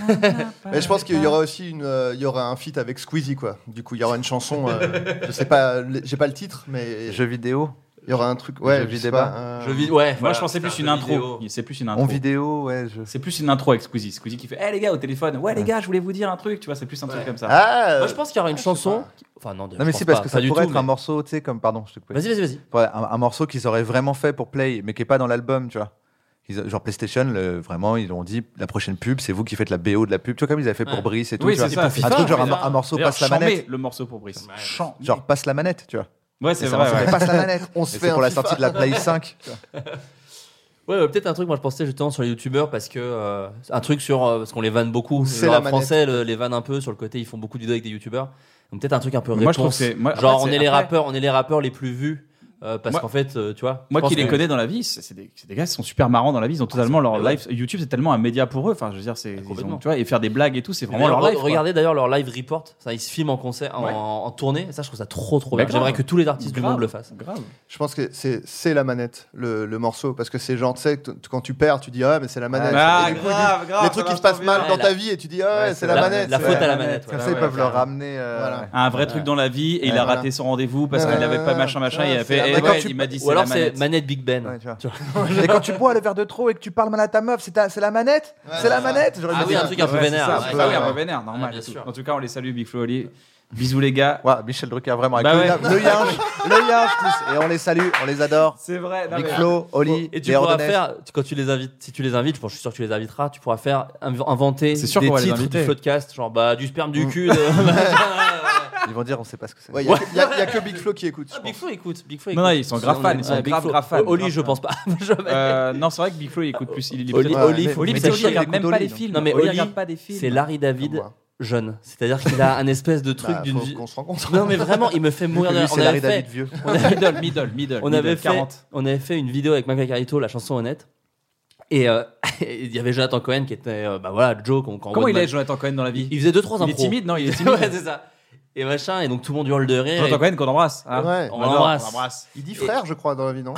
[SPEAKER 2] Mais je pense qu'il y aura aussi une, euh, il y aura un feat avec Squeezie quoi. Du coup, il y aura une chanson. euh, je sais pas, l- j'ai pas le titre, mais
[SPEAKER 4] jeux vidéo
[SPEAKER 2] il y aura un truc. Ouais,
[SPEAKER 4] Jeux
[SPEAKER 2] je sais
[SPEAKER 4] vidéo.
[SPEAKER 2] pas. euh,
[SPEAKER 3] Je vis, ouais.
[SPEAKER 1] Moi
[SPEAKER 3] voilà,
[SPEAKER 1] je pensais
[SPEAKER 3] c'est
[SPEAKER 1] plus
[SPEAKER 3] un
[SPEAKER 1] une
[SPEAKER 3] jeu
[SPEAKER 1] intro.
[SPEAKER 3] vidéo.
[SPEAKER 1] C'est plus une
[SPEAKER 4] en
[SPEAKER 1] intro.
[SPEAKER 4] vidéo ouais je-
[SPEAKER 1] C'est plus une intro avec Squeezie. Squeezie qui fait Eh les gars au téléphone, ouais les gars, je voulais vous dire un truc, tu vois, c'est plus un truc comme ça.
[SPEAKER 2] Ah,
[SPEAKER 3] Moi, je pense qu'il y aura une
[SPEAKER 2] sais
[SPEAKER 3] chanson.
[SPEAKER 2] pas.
[SPEAKER 3] qui- Enfin, non,
[SPEAKER 4] non mais si parce que ça pourrait être un morceau tu sais comme pardon je te coupe
[SPEAKER 3] Vas-y, vas-y, vas-y.
[SPEAKER 4] Ouais, un, un morceau qu'ils auraient vraiment fait pour Play, mais qui est pas dans l'album, tu vois. Ils- genre PlayStation, le- vraiment, ils ont dit la prochaine pub, c'est vous qui faites la BO de la pub, tu vois, comme ils avaient fait
[SPEAKER 3] Ouais.
[SPEAKER 4] pour Brice et tout.
[SPEAKER 1] Oui,
[SPEAKER 4] tu vois.
[SPEAKER 1] c'est ça,
[SPEAKER 4] un
[SPEAKER 1] FIFA,
[SPEAKER 4] truc genre
[SPEAKER 1] mais
[SPEAKER 4] un,
[SPEAKER 1] là-
[SPEAKER 4] un morceau
[SPEAKER 1] D'ailleurs,
[SPEAKER 4] passe la
[SPEAKER 1] chambé,
[SPEAKER 4] manette.
[SPEAKER 1] le morceau pour Brice.
[SPEAKER 3] Ouais.
[SPEAKER 1] Chan-
[SPEAKER 4] Genre passe la manette, tu vois.
[SPEAKER 1] Ouais,
[SPEAKER 4] Et
[SPEAKER 1] c'est
[SPEAKER 4] ça,
[SPEAKER 1] vrai.
[SPEAKER 4] ça fait
[SPEAKER 1] ouais.
[SPEAKER 4] passe la manette.
[SPEAKER 2] On
[SPEAKER 4] Et
[SPEAKER 2] se fait
[SPEAKER 4] C'est
[SPEAKER 2] un
[SPEAKER 4] pour la
[SPEAKER 2] FIFA.
[SPEAKER 4] sortie de la Play 5.
[SPEAKER 3] Ouais, ouais, peut-être un truc, moi je pensais justement sur les youtubeurs parce que. euh, un truc sur. euh, parce qu'on les vanne beaucoup.
[SPEAKER 2] C'est
[SPEAKER 3] Genre,
[SPEAKER 2] la
[SPEAKER 3] en
[SPEAKER 2] manette.
[SPEAKER 3] français le- les vanne un peu sur le côté, ils font beaucoup de vidéos avec des youtubeurs. Donc peut-être un truc un peu réponse.
[SPEAKER 1] Moi, je trouve que c'est- moi,
[SPEAKER 3] Genre,
[SPEAKER 1] après,
[SPEAKER 3] on est,
[SPEAKER 1] c'est-
[SPEAKER 3] les
[SPEAKER 1] après-
[SPEAKER 3] rappeurs, on est les rappeurs les plus vus. euh, parce
[SPEAKER 1] Moi-
[SPEAKER 3] qu'en fait, euh, tu vois.
[SPEAKER 1] Moi
[SPEAKER 3] je pense
[SPEAKER 1] qui les
[SPEAKER 3] que-
[SPEAKER 1] connais dans la vie, c'est c'est des, c'est des gars qui sont super marrants dans la vie. Ils ont totalement leur
[SPEAKER 3] mais ouais.
[SPEAKER 1] life. YouTube, c'est tellement un média pour eux. Enfin, je veux dire, c'est. ils ont-
[SPEAKER 3] complètement.
[SPEAKER 1] Tu vois, et faire des blagues et tout, c'est
[SPEAKER 3] Mais
[SPEAKER 1] vraiment leur
[SPEAKER 3] d'ailleurs,
[SPEAKER 1] life. quoi.
[SPEAKER 3] Regardez d'ailleurs leur live report. Ça, ils se filment en concert, en,
[SPEAKER 1] Ouais.
[SPEAKER 3] en tournée. Et ça, je trouve ça trop, trop
[SPEAKER 1] Mais
[SPEAKER 3] bien.
[SPEAKER 1] grave.
[SPEAKER 3] J'aimerais que tous les artistes du
[SPEAKER 1] Grave.
[SPEAKER 3] monde le fassent.
[SPEAKER 1] Grave.
[SPEAKER 2] Je pense que c'est c'est la manette, le, le morceau, parce que c'est genre, tu sais, t- quand tu perds, tu dis ah mais c'est la manette.
[SPEAKER 1] Ah,
[SPEAKER 2] Et du coup, ils
[SPEAKER 1] grave,
[SPEAKER 2] disent,
[SPEAKER 1] grave,
[SPEAKER 2] les trucs
[SPEAKER 1] ça
[SPEAKER 2] qui se
[SPEAKER 1] marche trop
[SPEAKER 2] passent mal
[SPEAKER 3] bien.
[SPEAKER 2] dans
[SPEAKER 3] Ouais,
[SPEAKER 2] ta
[SPEAKER 3] la-
[SPEAKER 2] vie et tu dis ah ouais, c'est la,
[SPEAKER 3] la-
[SPEAKER 2] manette.
[SPEAKER 3] la
[SPEAKER 2] c'est
[SPEAKER 3] faute à la manette,
[SPEAKER 4] Comme
[SPEAKER 3] ouais.
[SPEAKER 4] ça, ils
[SPEAKER 3] Ouais,
[SPEAKER 4] peuvent
[SPEAKER 3] ouais,
[SPEAKER 4] leur
[SPEAKER 3] carrément.
[SPEAKER 4] ramener. euh,
[SPEAKER 2] Voilà.
[SPEAKER 1] Un vrai
[SPEAKER 3] Ouais.
[SPEAKER 1] truc dans la vie et il a
[SPEAKER 4] Ouais,
[SPEAKER 1] raté son rendez-vous parce qu'il
[SPEAKER 2] Ouais.
[SPEAKER 1] n'avait pas machin machin et il a
[SPEAKER 2] Ouais,
[SPEAKER 1] fait
[SPEAKER 2] c'est
[SPEAKER 1] eh
[SPEAKER 2] la
[SPEAKER 1] ouais,
[SPEAKER 4] manette.
[SPEAKER 1] il m'a dit
[SPEAKER 3] Ou
[SPEAKER 1] c'est la
[SPEAKER 3] alors c'est
[SPEAKER 1] manette.
[SPEAKER 3] manette Big Ben.
[SPEAKER 4] Ouais, tu vois. Et quand tu bois le verre de trop et que tu parles mal à ta meuf, c'est ta- c'est la manette
[SPEAKER 2] Ouais,
[SPEAKER 4] C'est la
[SPEAKER 2] c'est ça.
[SPEAKER 4] manette J'aurais
[SPEAKER 3] Ah
[SPEAKER 4] dit
[SPEAKER 3] oui,
[SPEAKER 4] ça.
[SPEAKER 3] un truc un peu
[SPEAKER 1] Ouais, c'est
[SPEAKER 3] vénère.
[SPEAKER 1] ça,
[SPEAKER 3] ouais.
[SPEAKER 1] c'est
[SPEAKER 2] ouais,
[SPEAKER 1] ça, oui, un
[SPEAKER 2] ouais.
[SPEAKER 1] peu vénère, normal.
[SPEAKER 3] bien
[SPEAKER 1] et tout.
[SPEAKER 3] sûr.
[SPEAKER 1] En tout cas, on les salue, Big Flo et Oli. Bisous les gars.
[SPEAKER 4] Voilà, Michel Drucker, vraiment, avec
[SPEAKER 1] Bah
[SPEAKER 4] le
[SPEAKER 1] ouais.
[SPEAKER 4] lien- le yinge, le yinge plus. Et on les salue, on les adore.
[SPEAKER 1] C'est vrai. non,
[SPEAKER 4] Big
[SPEAKER 1] mais-
[SPEAKER 4] Flo, Oli,
[SPEAKER 3] Et tu
[SPEAKER 4] les
[SPEAKER 3] pourras
[SPEAKER 4] Ordonnez.
[SPEAKER 3] faire, tu- quand tu les invites, si tu les invites, je pense- je suis sûr que tu les inviteras, tu pourras faire inv- inventer
[SPEAKER 1] C'est sûr
[SPEAKER 3] des
[SPEAKER 1] qu'on va les
[SPEAKER 3] titres
[SPEAKER 1] inviter.
[SPEAKER 3] du podcast, genre bah du sperme du cul. euh, de-
[SPEAKER 4] Ils vont dire, on sait pas ce que c'est.
[SPEAKER 2] Ouais, Il n'y a, y a que Big Flo qui Ah, écoute. je
[SPEAKER 3] Big
[SPEAKER 2] pense.
[SPEAKER 3] Flo écoute, Big Flo
[SPEAKER 1] Non,
[SPEAKER 3] écoute.
[SPEAKER 1] non, ils sont grave fans. Ils sont
[SPEAKER 3] Ouais, Big
[SPEAKER 1] grave,
[SPEAKER 3] Flo.
[SPEAKER 1] grave fans.
[SPEAKER 3] Oli,
[SPEAKER 1] Grave
[SPEAKER 3] je
[SPEAKER 1] fans.
[SPEAKER 3] pense pas. Jamais.
[SPEAKER 1] Euh, non, c'est vrai que Big Flo il écoute plus. Il, il est
[SPEAKER 3] Oli,
[SPEAKER 1] peut-être-
[SPEAKER 4] Ouais,
[SPEAKER 3] Oli,
[SPEAKER 4] mais-
[SPEAKER 3] Oli,
[SPEAKER 1] Oli,
[SPEAKER 4] mais
[SPEAKER 3] c'est
[SPEAKER 1] parce
[SPEAKER 4] Oli,
[SPEAKER 1] qu'il
[SPEAKER 4] il
[SPEAKER 1] regarde même
[SPEAKER 4] écoute
[SPEAKER 1] pas
[SPEAKER 4] Oli,
[SPEAKER 1] les
[SPEAKER 4] donc.
[SPEAKER 1] films.
[SPEAKER 3] Non, mais
[SPEAKER 1] Oli
[SPEAKER 3] Oli,
[SPEAKER 1] regarde pas des films.
[SPEAKER 3] c'est Larry
[SPEAKER 2] Comme
[SPEAKER 3] David
[SPEAKER 2] moi.
[SPEAKER 3] jeune. C'est-à-dire qu'il a un espèce de truc
[SPEAKER 2] Bah,
[SPEAKER 3] d'une
[SPEAKER 2] faut
[SPEAKER 3] vie.
[SPEAKER 2] qu'on se rencontre.
[SPEAKER 3] Non mais vraiment, il me fait
[SPEAKER 4] Vu que
[SPEAKER 3] mourir de
[SPEAKER 4] lui,
[SPEAKER 3] rire.
[SPEAKER 4] c'est
[SPEAKER 3] On
[SPEAKER 4] Larry
[SPEAKER 3] avait fait-
[SPEAKER 4] David vieux.
[SPEAKER 3] on avait-
[SPEAKER 1] Middle, middle, middle.
[SPEAKER 3] on
[SPEAKER 1] middle,
[SPEAKER 3] avait, fait,
[SPEAKER 1] 40.
[SPEAKER 3] on avait fait une vidéo avec Michael Carito, la chanson honnête. Et euh, il y avait Jonathan Cohen qui était, euh, bah voilà, Joe. qu'on- qu'on
[SPEAKER 1] Comment il
[SPEAKER 3] voit de
[SPEAKER 1] est, Jonathan Cohen, dans la vie
[SPEAKER 3] Il faisait deux trois
[SPEAKER 1] Il est
[SPEAKER 3] impros.
[SPEAKER 1] timide, non Il est timide.
[SPEAKER 3] ouais, c'est ça. Et machin, et donc tout le monde hurle de rire.
[SPEAKER 1] Jonathan
[SPEAKER 3] Et...
[SPEAKER 1] Cohen qu'on embrasse. hein.
[SPEAKER 2] Ouais.
[SPEAKER 3] On
[SPEAKER 1] On l'adore,
[SPEAKER 3] l'embrasse.
[SPEAKER 1] on l'embrasse.
[SPEAKER 2] Il dit frère, je crois, dans la vie, non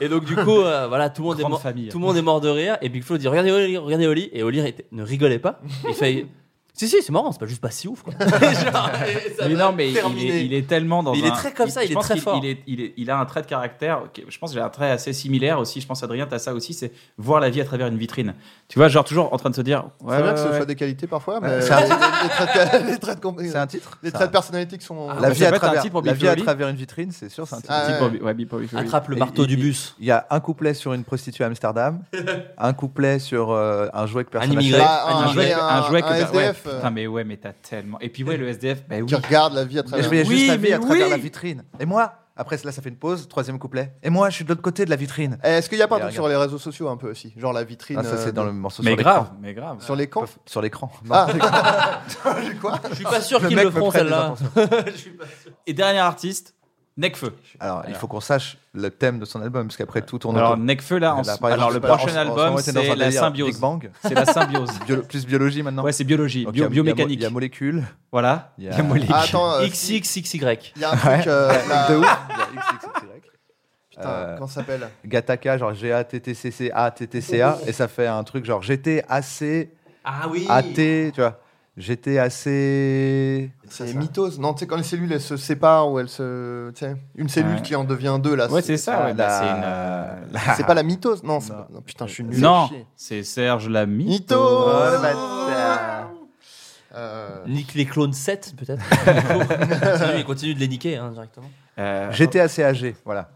[SPEAKER 3] et donc du coup, euh, voilà, tout le monde est
[SPEAKER 1] Grande
[SPEAKER 3] mort.
[SPEAKER 1] famille.
[SPEAKER 3] Tout le monde est mort de rire. Et Big Flo dit regardez Oli, regardez Oli. Et Oli était- ne rigolait pas. Il fait si si, c'est marrant, c'est pas juste pas si ouf quoi. Genre, et ça
[SPEAKER 1] Mais
[SPEAKER 3] m'a
[SPEAKER 1] non, mais il
[SPEAKER 3] terminé.
[SPEAKER 1] est, il est tellement dans.
[SPEAKER 3] Mais il est
[SPEAKER 1] un-
[SPEAKER 3] très comme ça, il
[SPEAKER 1] je
[SPEAKER 3] est
[SPEAKER 1] pense
[SPEAKER 3] très
[SPEAKER 1] qu'il-
[SPEAKER 3] fort.
[SPEAKER 1] Il, est- il est- il a un trait de caractère. ok, Je pense que j'ai un trait assez similaire aussi. Je pense Adrien, t'as ça aussi, c'est voir la vie à travers une vitrine. Tu vois, genre toujours en train de se dire.
[SPEAKER 2] C'est bien que ce
[SPEAKER 1] ouais,
[SPEAKER 2] soit des qualités parfois, mais
[SPEAKER 4] C'est un-
[SPEAKER 2] les, les traits de, les traits de com-
[SPEAKER 4] C'est un titre
[SPEAKER 2] les
[SPEAKER 4] Ça-
[SPEAKER 2] traits de personnalité qui sont.
[SPEAKER 4] La
[SPEAKER 1] Ah, Ça
[SPEAKER 4] vie,
[SPEAKER 1] peut
[SPEAKER 4] à
[SPEAKER 1] être un
[SPEAKER 4] travers,
[SPEAKER 1] titre pour
[SPEAKER 4] la
[SPEAKER 1] Big
[SPEAKER 4] vie à
[SPEAKER 1] Flo Lee.
[SPEAKER 4] travers une vitrine, c'est sûr, c'est un titre.
[SPEAKER 2] Ah,
[SPEAKER 1] Deep
[SPEAKER 2] ouais.
[SPEAKER 1] Obi- ouais, Deep Obi- Obi-
[SPEAKER 3] Attrape le marteau
[SPEAKER 4] Et-
[SPEAKER 3] du bus.
[SPEAKER 4] Il y a un couplet sur une prostituée à Amsterdam, un couplet sur euh, un jouet que personne
[SPEAKER 3] Un immigré.
[SPEAKER 4] n'achète.
[SPEAKER 2] Ah,
[SPEAKER 1] un,
[SPEAKER 2] un-
[SPEAKER 1] jouet,
[SPEAKER 2] mais
[SPEAKER 1] un
[SPEAKER 2] un-
[SPEAKER 1] jouet que
[SPEAKER 2] un
[SPEAKER 1] t'as-
[SPEAKER 2] SDF,
[SPEAKER 1] ouais,
[SPEAKER 2] euh.
[SPEAKER 1] putain, mais ouais, mais t'as tellement. Et puis ouais, le SDF, bah oui.
[SPEAKER 2] Qui regarde la vie à
[SPEAKER 4] Mais
[SPEAKER 2] travers.
[SPEAKER 4] je voyais
[SPEAKER 1] Oui,
[SPEAKER 4] juste la
[SPEAKER 1] mais
[SPEAKER 4] vie à travers
[SPEAKER 1] oui.
[SPEAKER 4] la vitrine. Et moi, après cela, ça fait une pause, troisième couplet. Et moi, je suis de l'autre côté de la vitrine.
[SPEAKER 2] Eh, Est-ce qu'il n'y a pas un
[SPEAKER 4] Et
[SPEAKER 2] truc sur
[SPEAKER 4] regarde.
[SPEAKER 2] les réseaux sociaux un peu aussi Genre la vitrine.
[SPEAKER 4] Ah, ça,
[SPEAKER 2] euh,
[SPEAKER 4] c'est dans le morceau
[SPEAKER 1] Mais
[SPEAKER 4] sur
[SPEAKER 1] grave,
[SPEAKER 4] l'écran.
[SPEAKER 1] mais grave.
[SPEAKER 2] Sur les camps
[SPEAKER 4] Peuf, Sur l'écran. Non.
[SPEAKER 2] Ah,
[SPEAKER 3] Je suis pas sûr
[SPEAKER 4] Le
[SPEAKER 3] qu'ils
[SPEAKER 4] mec
[SPEAKER 3] le
[SPEAKER 4] me
[SPEAKER 3] feront
[SPEAKER 4] prête des
[SPEAKER 3] celle-là.
[SPEAKER 4] intentions.
[SPEAKER 3] Je suis pas sûr.
[SPEAKER 1] Et dernier artiste, Necfeu.
[SPEAKER 4] Alors, il faut qu'on sache le thème de son album, parce qu'après tout tourne
[SPEAKER 1] Alors,
[SPEAKER 4] autour.
[SPEAKER 1] Necfeu, là, en-
[SPEAKER 4] Là, par
[SPEAKER 1] alors le
[SPEAKER 4] exemple, je sais pas,
[SPEAKER 1] prochain
[SPEAKER 4] en- en ce
[SPEAKER 1] album,
[SPEAKER 4] moment, t'es dans un
[SPEAKER 1] c'est la
[SPEAKER 4] délire Big
[SPEAKER 1] symbiose.
[SPEAKER 4] Bang,
[SPEAKER 1] C'est la symbiose.
[SPEAKER 4] Bio- plus biologie maintenant.
[SPEAKER 1] Ouais, c'est biologie,
[SPEAKER 4] Donc, il y a-
[SPEAKER 1] bio-
[SPEAKER 4] il y a mo-
[SPEAKER 1] biomécanique.
[SPEAKER 4] Il y a molécule.
[SPEAKER 1] Voilà.
[SPEAKER 4] Il
[SPEAKER 1] Il
[SPEAKER 4] y
[SPEAKER 1] y
[SPEAKER 4] a-
[SPEAKER 1] a molécule.
[SPEAKER 2] Ah, attends, euh,
[SPEAKER 3] XXXY.
[SPEAKER 2] il y a un truc. euh, la-
[SPEAKER 4] De ouf.
[SPEAKER 2] Putain,
[SPEAKER 4] Euh,
[SPEAKER 2] comment ça s'appelle
[SPEAKER 4] Gataka, genre G-A-T-T-C-C-A-T-T-C-A, et ça fait un truc genre j'étais assez
[SPEAKER 3] Ah oui.
[SPEAKER 4] AT, tu vois. J'étais assez.
[SPEAKER 2] C'est mitose. Non, tu sais, quand les cellules elles se séparent ou elles se. Tu sais, une cellule
[SPEAKER 1] Ouais.
[SPEAKER 2] qui en devient deux là.
[SPEAKER 1] Ouais, c'est ça. ouais,
[SPEAKER 4] la-
[SPEAKER 1] bah, c'est une, euh, la-
[SPEAKER 2] C'est pas la mitose Non, c'est
[SPEAKER 4] Non.
[SPEAKER 2] pas- non, putain, je suis nul.
[SPEAKER 1] Non, c'est Serge Lamy. bah,
[SPEAKER 2] Mytho
[SPEAKER 4] Oh, le
[SPEAKER 2] Oh.
[SPEAKER 4] bâtard.
[SPEAKER 2] Euh,
[SPEAKER 3] Nique les clones 7, peut-être. Continue, il continue de les niquer hein, directement.
[SPEAKER 4] bah,
[SPEAKER 1] Euh,
[SPEAKER 4] J'étais assez âgé, voilà.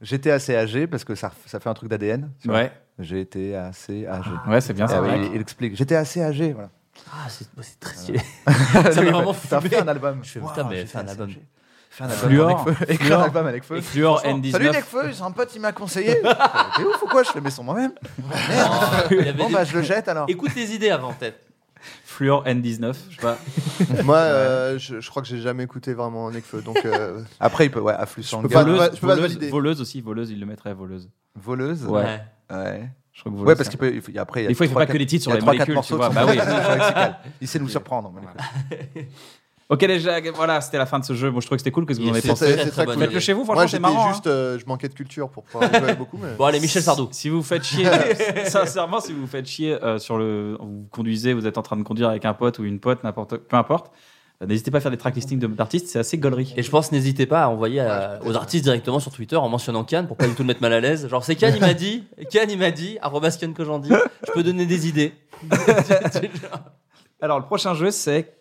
[SPEAKER 4] J'étais assez âgé parce que ça, ça fait un truc d'ADN.
[SPEAKER 1] Ouais,
[SPEAKER 4] J'ai été assez âgé.
[SPEAKER 1] ouais, c'est bien
[SPEAKER 4] Ah
[SPEAKER 1] ça.
[SPEAKER 4] oui, il, il explique. J'étais assez âgé, voilà.
[SPEAKER 3] Ah, c'est c'est très stylé. Ça m'a vraiment
[SPEAKER 4] T'as
[SPEAKER 3] fumé.
[SPEAKER 4] fait un album.
[SPEAKER 3] Je fais,
[SPEAKER 4] Waouh,
[SPEAKER 3] putain, mais
[SPEAKER 4] j'ai
[SPEAKER 3] fais un
[SPEAKER 4] assez
[SPEAKER 3] album.
[SPEAKER 4] âgé. Fais un album
[SPEAKER 1] Fluor.
[SPEAKER 4] avec feu. Écris un
[SPEAKER 1] Fluor.
[SPEAKER 4] album avec feu.
[SPEAKER 1] Fluor
[SPEAKER 4] Franchement, Salut
[SPEAKER 1] N19.
[SPEAKER 4] Necfeu, c'est un pote, il m'a conseillé. T'es ouf ou quoi Je le mets sur moi-même.
[SPEAKER 3] Oh, il y avait
[SPEAKER 4] Bon,
[SPEAKER 3] des-
[SPEAKER 4] bah, je le jette alors.
[SPEAKER 3] Écoute les idées avant, peut-être.
[SPEAKER 1] Fluor N19. Je sais pas.
[SPEAKER 2] Moi, euh, je, je crois que j'ai jamais écouté vraiment Necfeu, donc euh,
[SPEAKER 4] Après, il peut, ouais, afflux sanguin.
[SPEAKER 2] peux pas-
[SPEAKER 1] Voleuse,
[SPEAKER 2] je peux pas te
[SPEAKER 1] voleuse,
[SPEAKER 2] valider.
[SPEAKER 1] voleuse aussi, voleuse, il le mettrait voleuse.
[SPEAKER 4] Voleuse.
[SPEAKER 1] Ouais.
[SPEAKER 4] Ouais.
[SPEAKER 1] Je crois que
[SPEAKER 4] Ouais,
[SPEAKER 1] voleuse,
[SPEAKER 4] parce
[SPEAKER 1] ça-
[SPEAKER 4] qu'il peut. il faut- Après, il y a
[SPEAKER 1] Des fois, il fait
[SPEAKER 4] trois,
[SPEAKER 1] pas que les titres
[SPEAKER 4] il y
[SPEAKER 1] sur
[SPEAKER 4] a
[SPEAKER 1] les
[SPEAKER 4] trois, quatre
[SPEAKER 1] molécules, tu
[SPEAKER 4] morceaux
[SPEAKER 1] vois.
[SPEAKER 4] de
[SPEAKER 1] Bah
[SPEAKER 4] son
[SPEAKER 1] oui.
[SPEAKER 4] album lexical. Il sait nous surprendre. mais écoute.
[SPEAKER 1] Ok, les gars, voilà, c'était la fin de ce jeu. Moi, je trouvais que c'était cool. Qu'est-ce que vous en avez
[SPEAKER 2] c'est-
[SPEAKER 1] pensé
[SPEAKER 2] c'est très
[SPEAKER 3] très
[SPEAKER 2] cool.
[SPEAKER 1] Faites-le chez vous,
[SPEAKER 2] moi
[SPEAKER 1] franchement, c'est
[SPEAKER 2] j'étais
[SPEAKER 1] marrant. hein.
[SPEAKER 2] juste, euh, je manquais de culture pour pouvoir jouer beaucoup, mais
[SPEAKER 3] Bon, allez, Michel Sardou.
[SPEAKER 1] Si vous faites chier, euh, sincèrement, si vous faites chier euh, sur le, vous conduisez, vous êtes en train de conduire avec un pote ou une pote, n'importe, peu importe. euh, N'hésitez pas à faire des track listings de- d'artistes, c'est assez gaulerie.
[SPEAKER 3] Et je pense, n'hésitez pas à envoyer à- aux artistes directement sur Twitter en mentionnant Kian pour pas du tout le mettre mal à l'aise. Genre, c'est Kian, il m'a dit, Kian, il m'a dit, arrobas Kian que j'en dis, je peux donner des idées.
[SPEAKER 1] Alors, le prochain jeu, c'est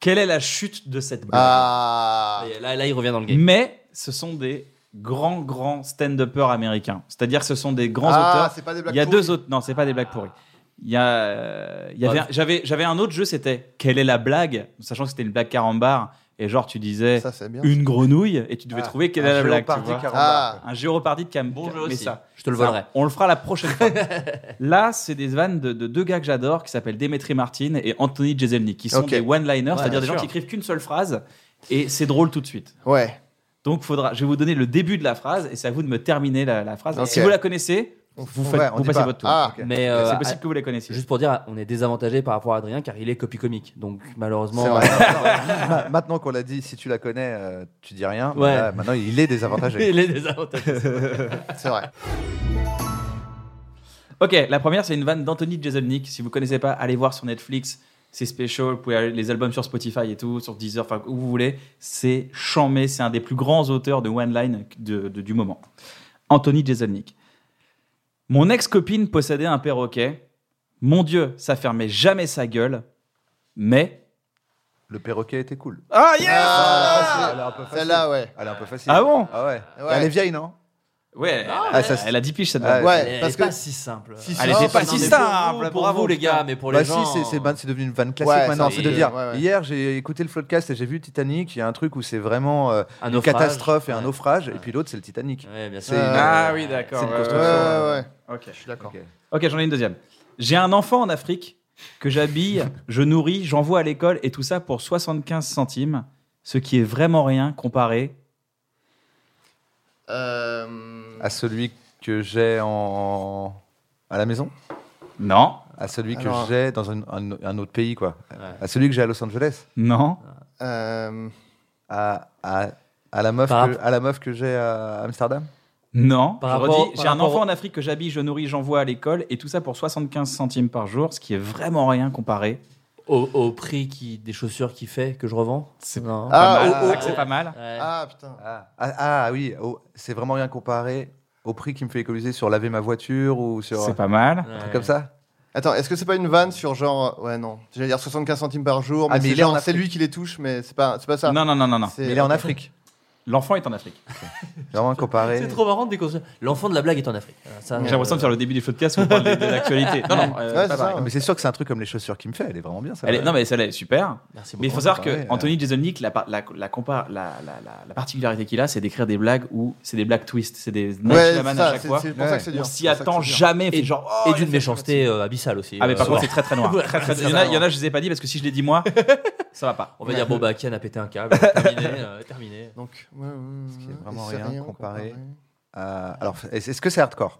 [SPEAKER 1] quelle est la chute de cette blague
[SPEAKER 2] ah,
[SPEAKER 3] Et là, là, il revient dans le game.
[SPEAKER 1] Mais ce sont des grands, grands stand-uppers américains. C'est-à-dire que ce sont des grands
[SPEAKER 2] ah,
[SPEAKER 1] auteurs.
[SPEAKER 2] c'est pas des blagues
[SPEAKER 1] Il y a
[SPEAKER 2] pourries.
[SPEAKER 1] deux autres. Non, c'est pas des blagues pourries. Il y a, euh, il y avait,
[SPEAKER 3] Ouais.
[SPEAKER 1] j'avais, j'avais un autre jeu, c'était quelle est la blague, sachant que c'était une blague carambar et genre tu disais
[SPEAKER 2] Ça c'est bien.
[SPEAKER 1] une grenouille et tu devais
[SPEAKER 4] Ah,
[SPEAKER 1] trouver quelle
[SPEAKER 4] un
[SPEAKER 1] est la blague. tu
[SPEAKER 4] géopardi
[SPEAKER 1] vois.
[SPEAKER 4] caramba.
[SPEAKER 2] Ah.
[SPEAKER 1] Un géopardi de Cam.
[SPEAKER 3] Bon jeu
[SPEAKER 1] mais
[SPEAKER 3] aussi.
[SPEAKER 1] ça,
[SPEAKER 3] Je te le
[SPEAKER 1] ça,
[SPEAKER 3] volerai.
[SPEAKER 1] on le fera la prochaine fois. Là, c'est des vannes de, de deux gars que j'adore qui s'appellent Demetri Martin et Anthony Jeselnik, qui sont
[SPEAKER 2] Ok.
[SPEAKER 1] des one-liners, c'est-à-dire
[SPEAKER 3] bien
[SPEAKER 1] des gens
[SPEAKER 3] sûr.
[SPEAKER 1] qui écrivent qu'une seule phrase et c'est drôle tout de suite.
[SPEAKER 2] Ouais,
[SPEAKER 1] Donc, faudra, je vais vous donner le début de la phrase et c'est à vous de me terminer la, la phrase.
[SPEAKER 2] Ok.
[SPEAKER 1] Si vous la connaissez,
[SPEAKER 4] On-
[SPEAKER 1] vous,
[SPEAKER 4] on-
[SPEAKER 1] faites-
[SPEAKER 4] ouais, on
[SPEAKER 1] vous
[SPEAKER 4] dit
[SPEAKER 1] passez
[SPEAKER 4] pas.
[SPEAKER 1] votre tour.
[SPEAKER 2] Ah,
[SPEAKER 4] Ok.
[SPEAKER 3] Mais euh,
[SPEAKER 1] c'est possible que vous la connaissiez.
[SPEAKER 3] juste pour dire, on est désavantagé par rapport à Adrien car il est copie comique. Donc, malheureusement.
[SPEAKER 4] C'est
[SPEAKER 3] euh,
[SPEAKER 4] vrai. Ma- Maintenant qu'on l'a dit, si tu la connais, euh, tu dis rien. mais
[SPEAKER 3] Ouais.
[SPEAKER 4] là, maintenant, il est désavantagé.
[SPEAKER 3] Il est désavantagé.
[SPEAKER 2] c'est vrai.
[SPEAKER 1] Ok, la première, c'est une vanne d'Anthony Jeselnik. Si vous connaissez pas, allez voir sur Netflix. C'est special. Vous pouvez aller les albums sur Spotify et tout, sur Deezer, enfin, où vous voulez. C'est chambé. C'est un des plus grands auteurs de One Line de- de- du moment. Anthony Jeselnik. Mon ex-copine possédait un perroquet. Mon Dieu, ça fermait jamais sa gueule. Mais.
[SPEAKER 4] Le perroquet était cool.
[SPEAKER 1] Ah, yeah
[SPEAKER 2] Ah,
[SPEAKER 4] elle est un peu facile.
[SPEAKER 2] Celle-là, ouais.
[SPEAKER 4] Elle est un peu facile.
[SPEAKER 1] Ah bon
[SPEAKER 4] Ah ouais.
[SPEAKER 2] Ouais.
[SPEAKER 4] Elle est vieille, non
[SPEAKER 1] Ouais,
[SPEAKER 3] Ah,
[SPEAKER 1] elle, a-
[SPEAKER 3] ouais.
[SPEAKER 1] elle a- elle a 10 piges cette
[SPEAKER 4] Ah,
[SPEAKER 1] vanne.
[SPEAKER 2] Ouais,
[SPEAKER 3] Elle est
[SPEAKER 2] parce que
[SPEAKER 3] pas si simple.
[SPEAKER 2] Si,
[SPEAKER 1] Elle
[SPEAKER 2] si,
[SPEAKER 1] était
[SPEAKER 2] si,
[SPEAKER 1] pas
[SPEAKER 2] non,
[SPEAKER 1] si
[SPEAKER 2] mais
[SPEAKER 1] simple.
[SPEAKER 3] Pour vous, les
[SPEAKER 1] putain.
[SPEAKER 3] gars, mais pour les
[SPEAKER 4] Bah
[SPEAKER 3] gens.
[SPEAKER 4] si, c'est- c'est ben, c'est devenu une vanne classique
[SPEAKER 2] Ouais,
[SPEAKER 4] maintenant.
[SPEAKER 2] ça
[SPEAKER 4] C'est
[SPEAKER 3] y est.
[SPEAKER 4] de dire,
[SPEAKER 2] Ouais, ouais.
[SPEAKER 4] hier j'ai écouté le Floodcast et j'ai vu Titanic. Il y a un truc où c'est vraiment euh,
[SPEAKER 3] Un
[SPEAKER 4] une
[SPEAKER 3] naufrage.
[SPEAKER 4] catastrophe et un
[SPEAKER 3] Ouais.
[SPEAKER 4] naufrage. Et
[SPEAKER 3] Ouais.
[SPEAKER 4] puis l'autre, c'est le Titanic.
[SPEAKER 3] Ouais, bien
[SPEAKER 4] C'est
[SPEAKER 3] sûr.
[SPEAKER 4] une-
[SPEAKER 1] Ah oui, d'accord.
[SPEAKER 4] C'est une
[SPEAKER 1] ouais, ouais,
[SPEAKER 2] Ouais, ouais, ouais.
[SPEAKER 1] ouais. Ok.
[SPEAKER 2] Je suis d'accord.
[SPEAKER 4] Ok.
[SPEAKER 1] Ok, j'en ai une deuxième. J'ai un enfant en Afrique que j'habille, je nourris, j'envoie à l'école et tout ça pour 75 centimes, ce qui est vraiment rien comparé.
[SPEAKER 2] Euh,
[SPEAKER 4] À celui que j'ai en. à la maison
[SPEAKER 1] Non,
[SPEAKER 4] À celui que
[SPEAKER 2] Alors-
[SPEAKER 4] j'ai dans un, un- un autre pays, quoi.
[SPEAKER 3] Ouais.
[SPEAKER 4] À celui que j'ai à Los Angeles.
[SPEAKER 1] non,
[SPEAKER 2] euh,
[SPEAKER 4] À, à, à la, meuf
[SPEAKER 3] Par
[SPEAKER 4] que, à la meuf que j'ai à Amsterdam.
[SPEAKER 1] non.
[SPEAKER 3] Par
[SPEAKER 1] je
[SPEAKER 3] rapport-
[SPEAKER 1] redis,
[SPEAKER 3] par
[SPEAKER 1] j'ai un
[SPEAKER 3] rapport
[SPEAKER 1] enfant
[SPEAKER 3] au-
[SPEAKER 1] en Afrique que j'habille, je nourris, j'envoie à l'école et tout ça pour 75 centimes par jour, ce qui est vraiment rien comparé.
[SPEAKER 3] Au, au prix qui, des chaussures qu'il fait, que je revends.
[SPEAKER 1] C'est
[SPEAKER 3] Non.
[SPEAKER 2] Ah,
[SPEAKER 1] Pas mal,
[SPEAKER 2] oh,
[SPEAKER 1] c'est
[SPEAKER 2] oh,
[SPEAKER 1] que c'est
[SPEAKER 2] oh.
[SPEAKER 1] pas mal.
[SPEAKER 3] Ouais.
[SPEAKER 2] Ah, putain.
[SPEAKER 4] Ah, ah, ah, oui, oh, c'est vraiment rien comparé au prix qui me fait économiser sur laver ma voiture ou sur.
[SPEAKER 1] C'est pas mal.
[SPEAKER 4] un
[SPEAKER 3] Ouais.
[SPEAKER 4] truc comme ça
[SPEAKER 2] Attends, est-ce que c'est pas une vanne sur genre. Ouais, non. J'allais dire 75 centimes par jour,
[SPEAKER 4] Ah,
[SPEAKER 2] mais,
[SPEAKER 4] mais il
[SPEAKER 2] c'est
[SPEAKER 4] est en
[SPEAKER 2] genre, c'est
[SPEAKER 4] Afrique.
[SPEAKER 2] lui qui les touche, mais c'est pas, c'est pas ça.
[SPEAKER 1] Non, non, non, non, non.
[SPEAKER 2] C'est-
[SPEAKER 4] Mais il est en Afrique.
[SPEAKER 1] L'enfant est en Afrique.
[SPEAKER 4] Vraiment comparé.
[SPEAKER 3] C'est trop marrant de déconstruire. L'enfant de la blague est en Afrique. Alors, ça,
[SPEAKER 1] J'ai
[SPEAKER 3] euh,
[SPEAKER 1] l'impression de faire le début du podcast où on parle de, de l'actualité. Non, non, euh,
[SPEAKER 2] Ouais,
[SPEAKER 1] pas
[SPEAKER 2] c'est
[SPEAKER 1] pareil.
[SPEAKER 2] ça.
[SPEAKER 4] Mais c'est sûr que c'est un truc comme les chaussures qu'il me fait, elle est vraiment bien. Ça
[SPEAKER 1] Elle est- non, mais celle-là est super.
[SPEAKER 3] Merci
[SPEAKER 1] Mais il faut
[SPEAKER 3] beaucoup.
[SPEAKER 1] savoir que
[SPEAKER 4] comparé, euh.
[SPEAKER 1] Anthony Jeselnik, la, par- la, la, compa- la, la, la- la particularité qu'il a, c'est d'écrire des blagues où c'est des blagues twists, c'est des
[SPEAKER 2] Ouais,
[SPEAKER 1] Nightman
[SPEAKER 2] c'est
[SPEAKER 1] à
[SPEAKER 2] ça,
[SPEAKER 1] chaque
[SPEAKER 2] c'est
[SPEAKER 1] fois.
[SPEAKER 2] c'est pour ça que c'est dur.
[SPEAKER 1] On s'y
[SPEAKER 2] C'est pour ça que
[SPEAKER 1] attend
[SPEAKER 2] c'est dur.
[SPEAKER 1] jamais. fait genre, oh,
[SPEAKER 3] Et
[SPEAKER 1] il a
[SPEAKER 3] d'une
[SPEAKER 1] fait-
[SPEAKER 3] méchanceté euh, abyssale aussi.
[SPEAKER 1] Ah, mais par
[SPEAKER 3] euh,
[SPEAKER 1] contre,
[SPEAKER 3] souvent.
[SPEAKER 1] c'est très très noir.
[SPEAKER 3] Ouais,
[SPEAKER 1] Très, très,
[SPEAKER 3] c'est
[SPEAKER 1] il, y en a,
[SPEAKER 3] très
[SPEAKER 1] il y en a, je les ai pas dit parce que si je les dis moi, ça va pas.
[SPEAKER 3] On va dire, bon, bah, Kian a pété un câble. terminé, euh, terminé.
[SPEAKER 2] Donc, ouais, ouais, ouais,
[SPEAKER 4] qui est
[SPEAKER 2] ouais.
[SPEAKER 4] vraiment
[SPEAKER 2] Et c'est
[SPEAKER 4] rien comparé. Euh, alors, est-ce est-ce que c'est hardcore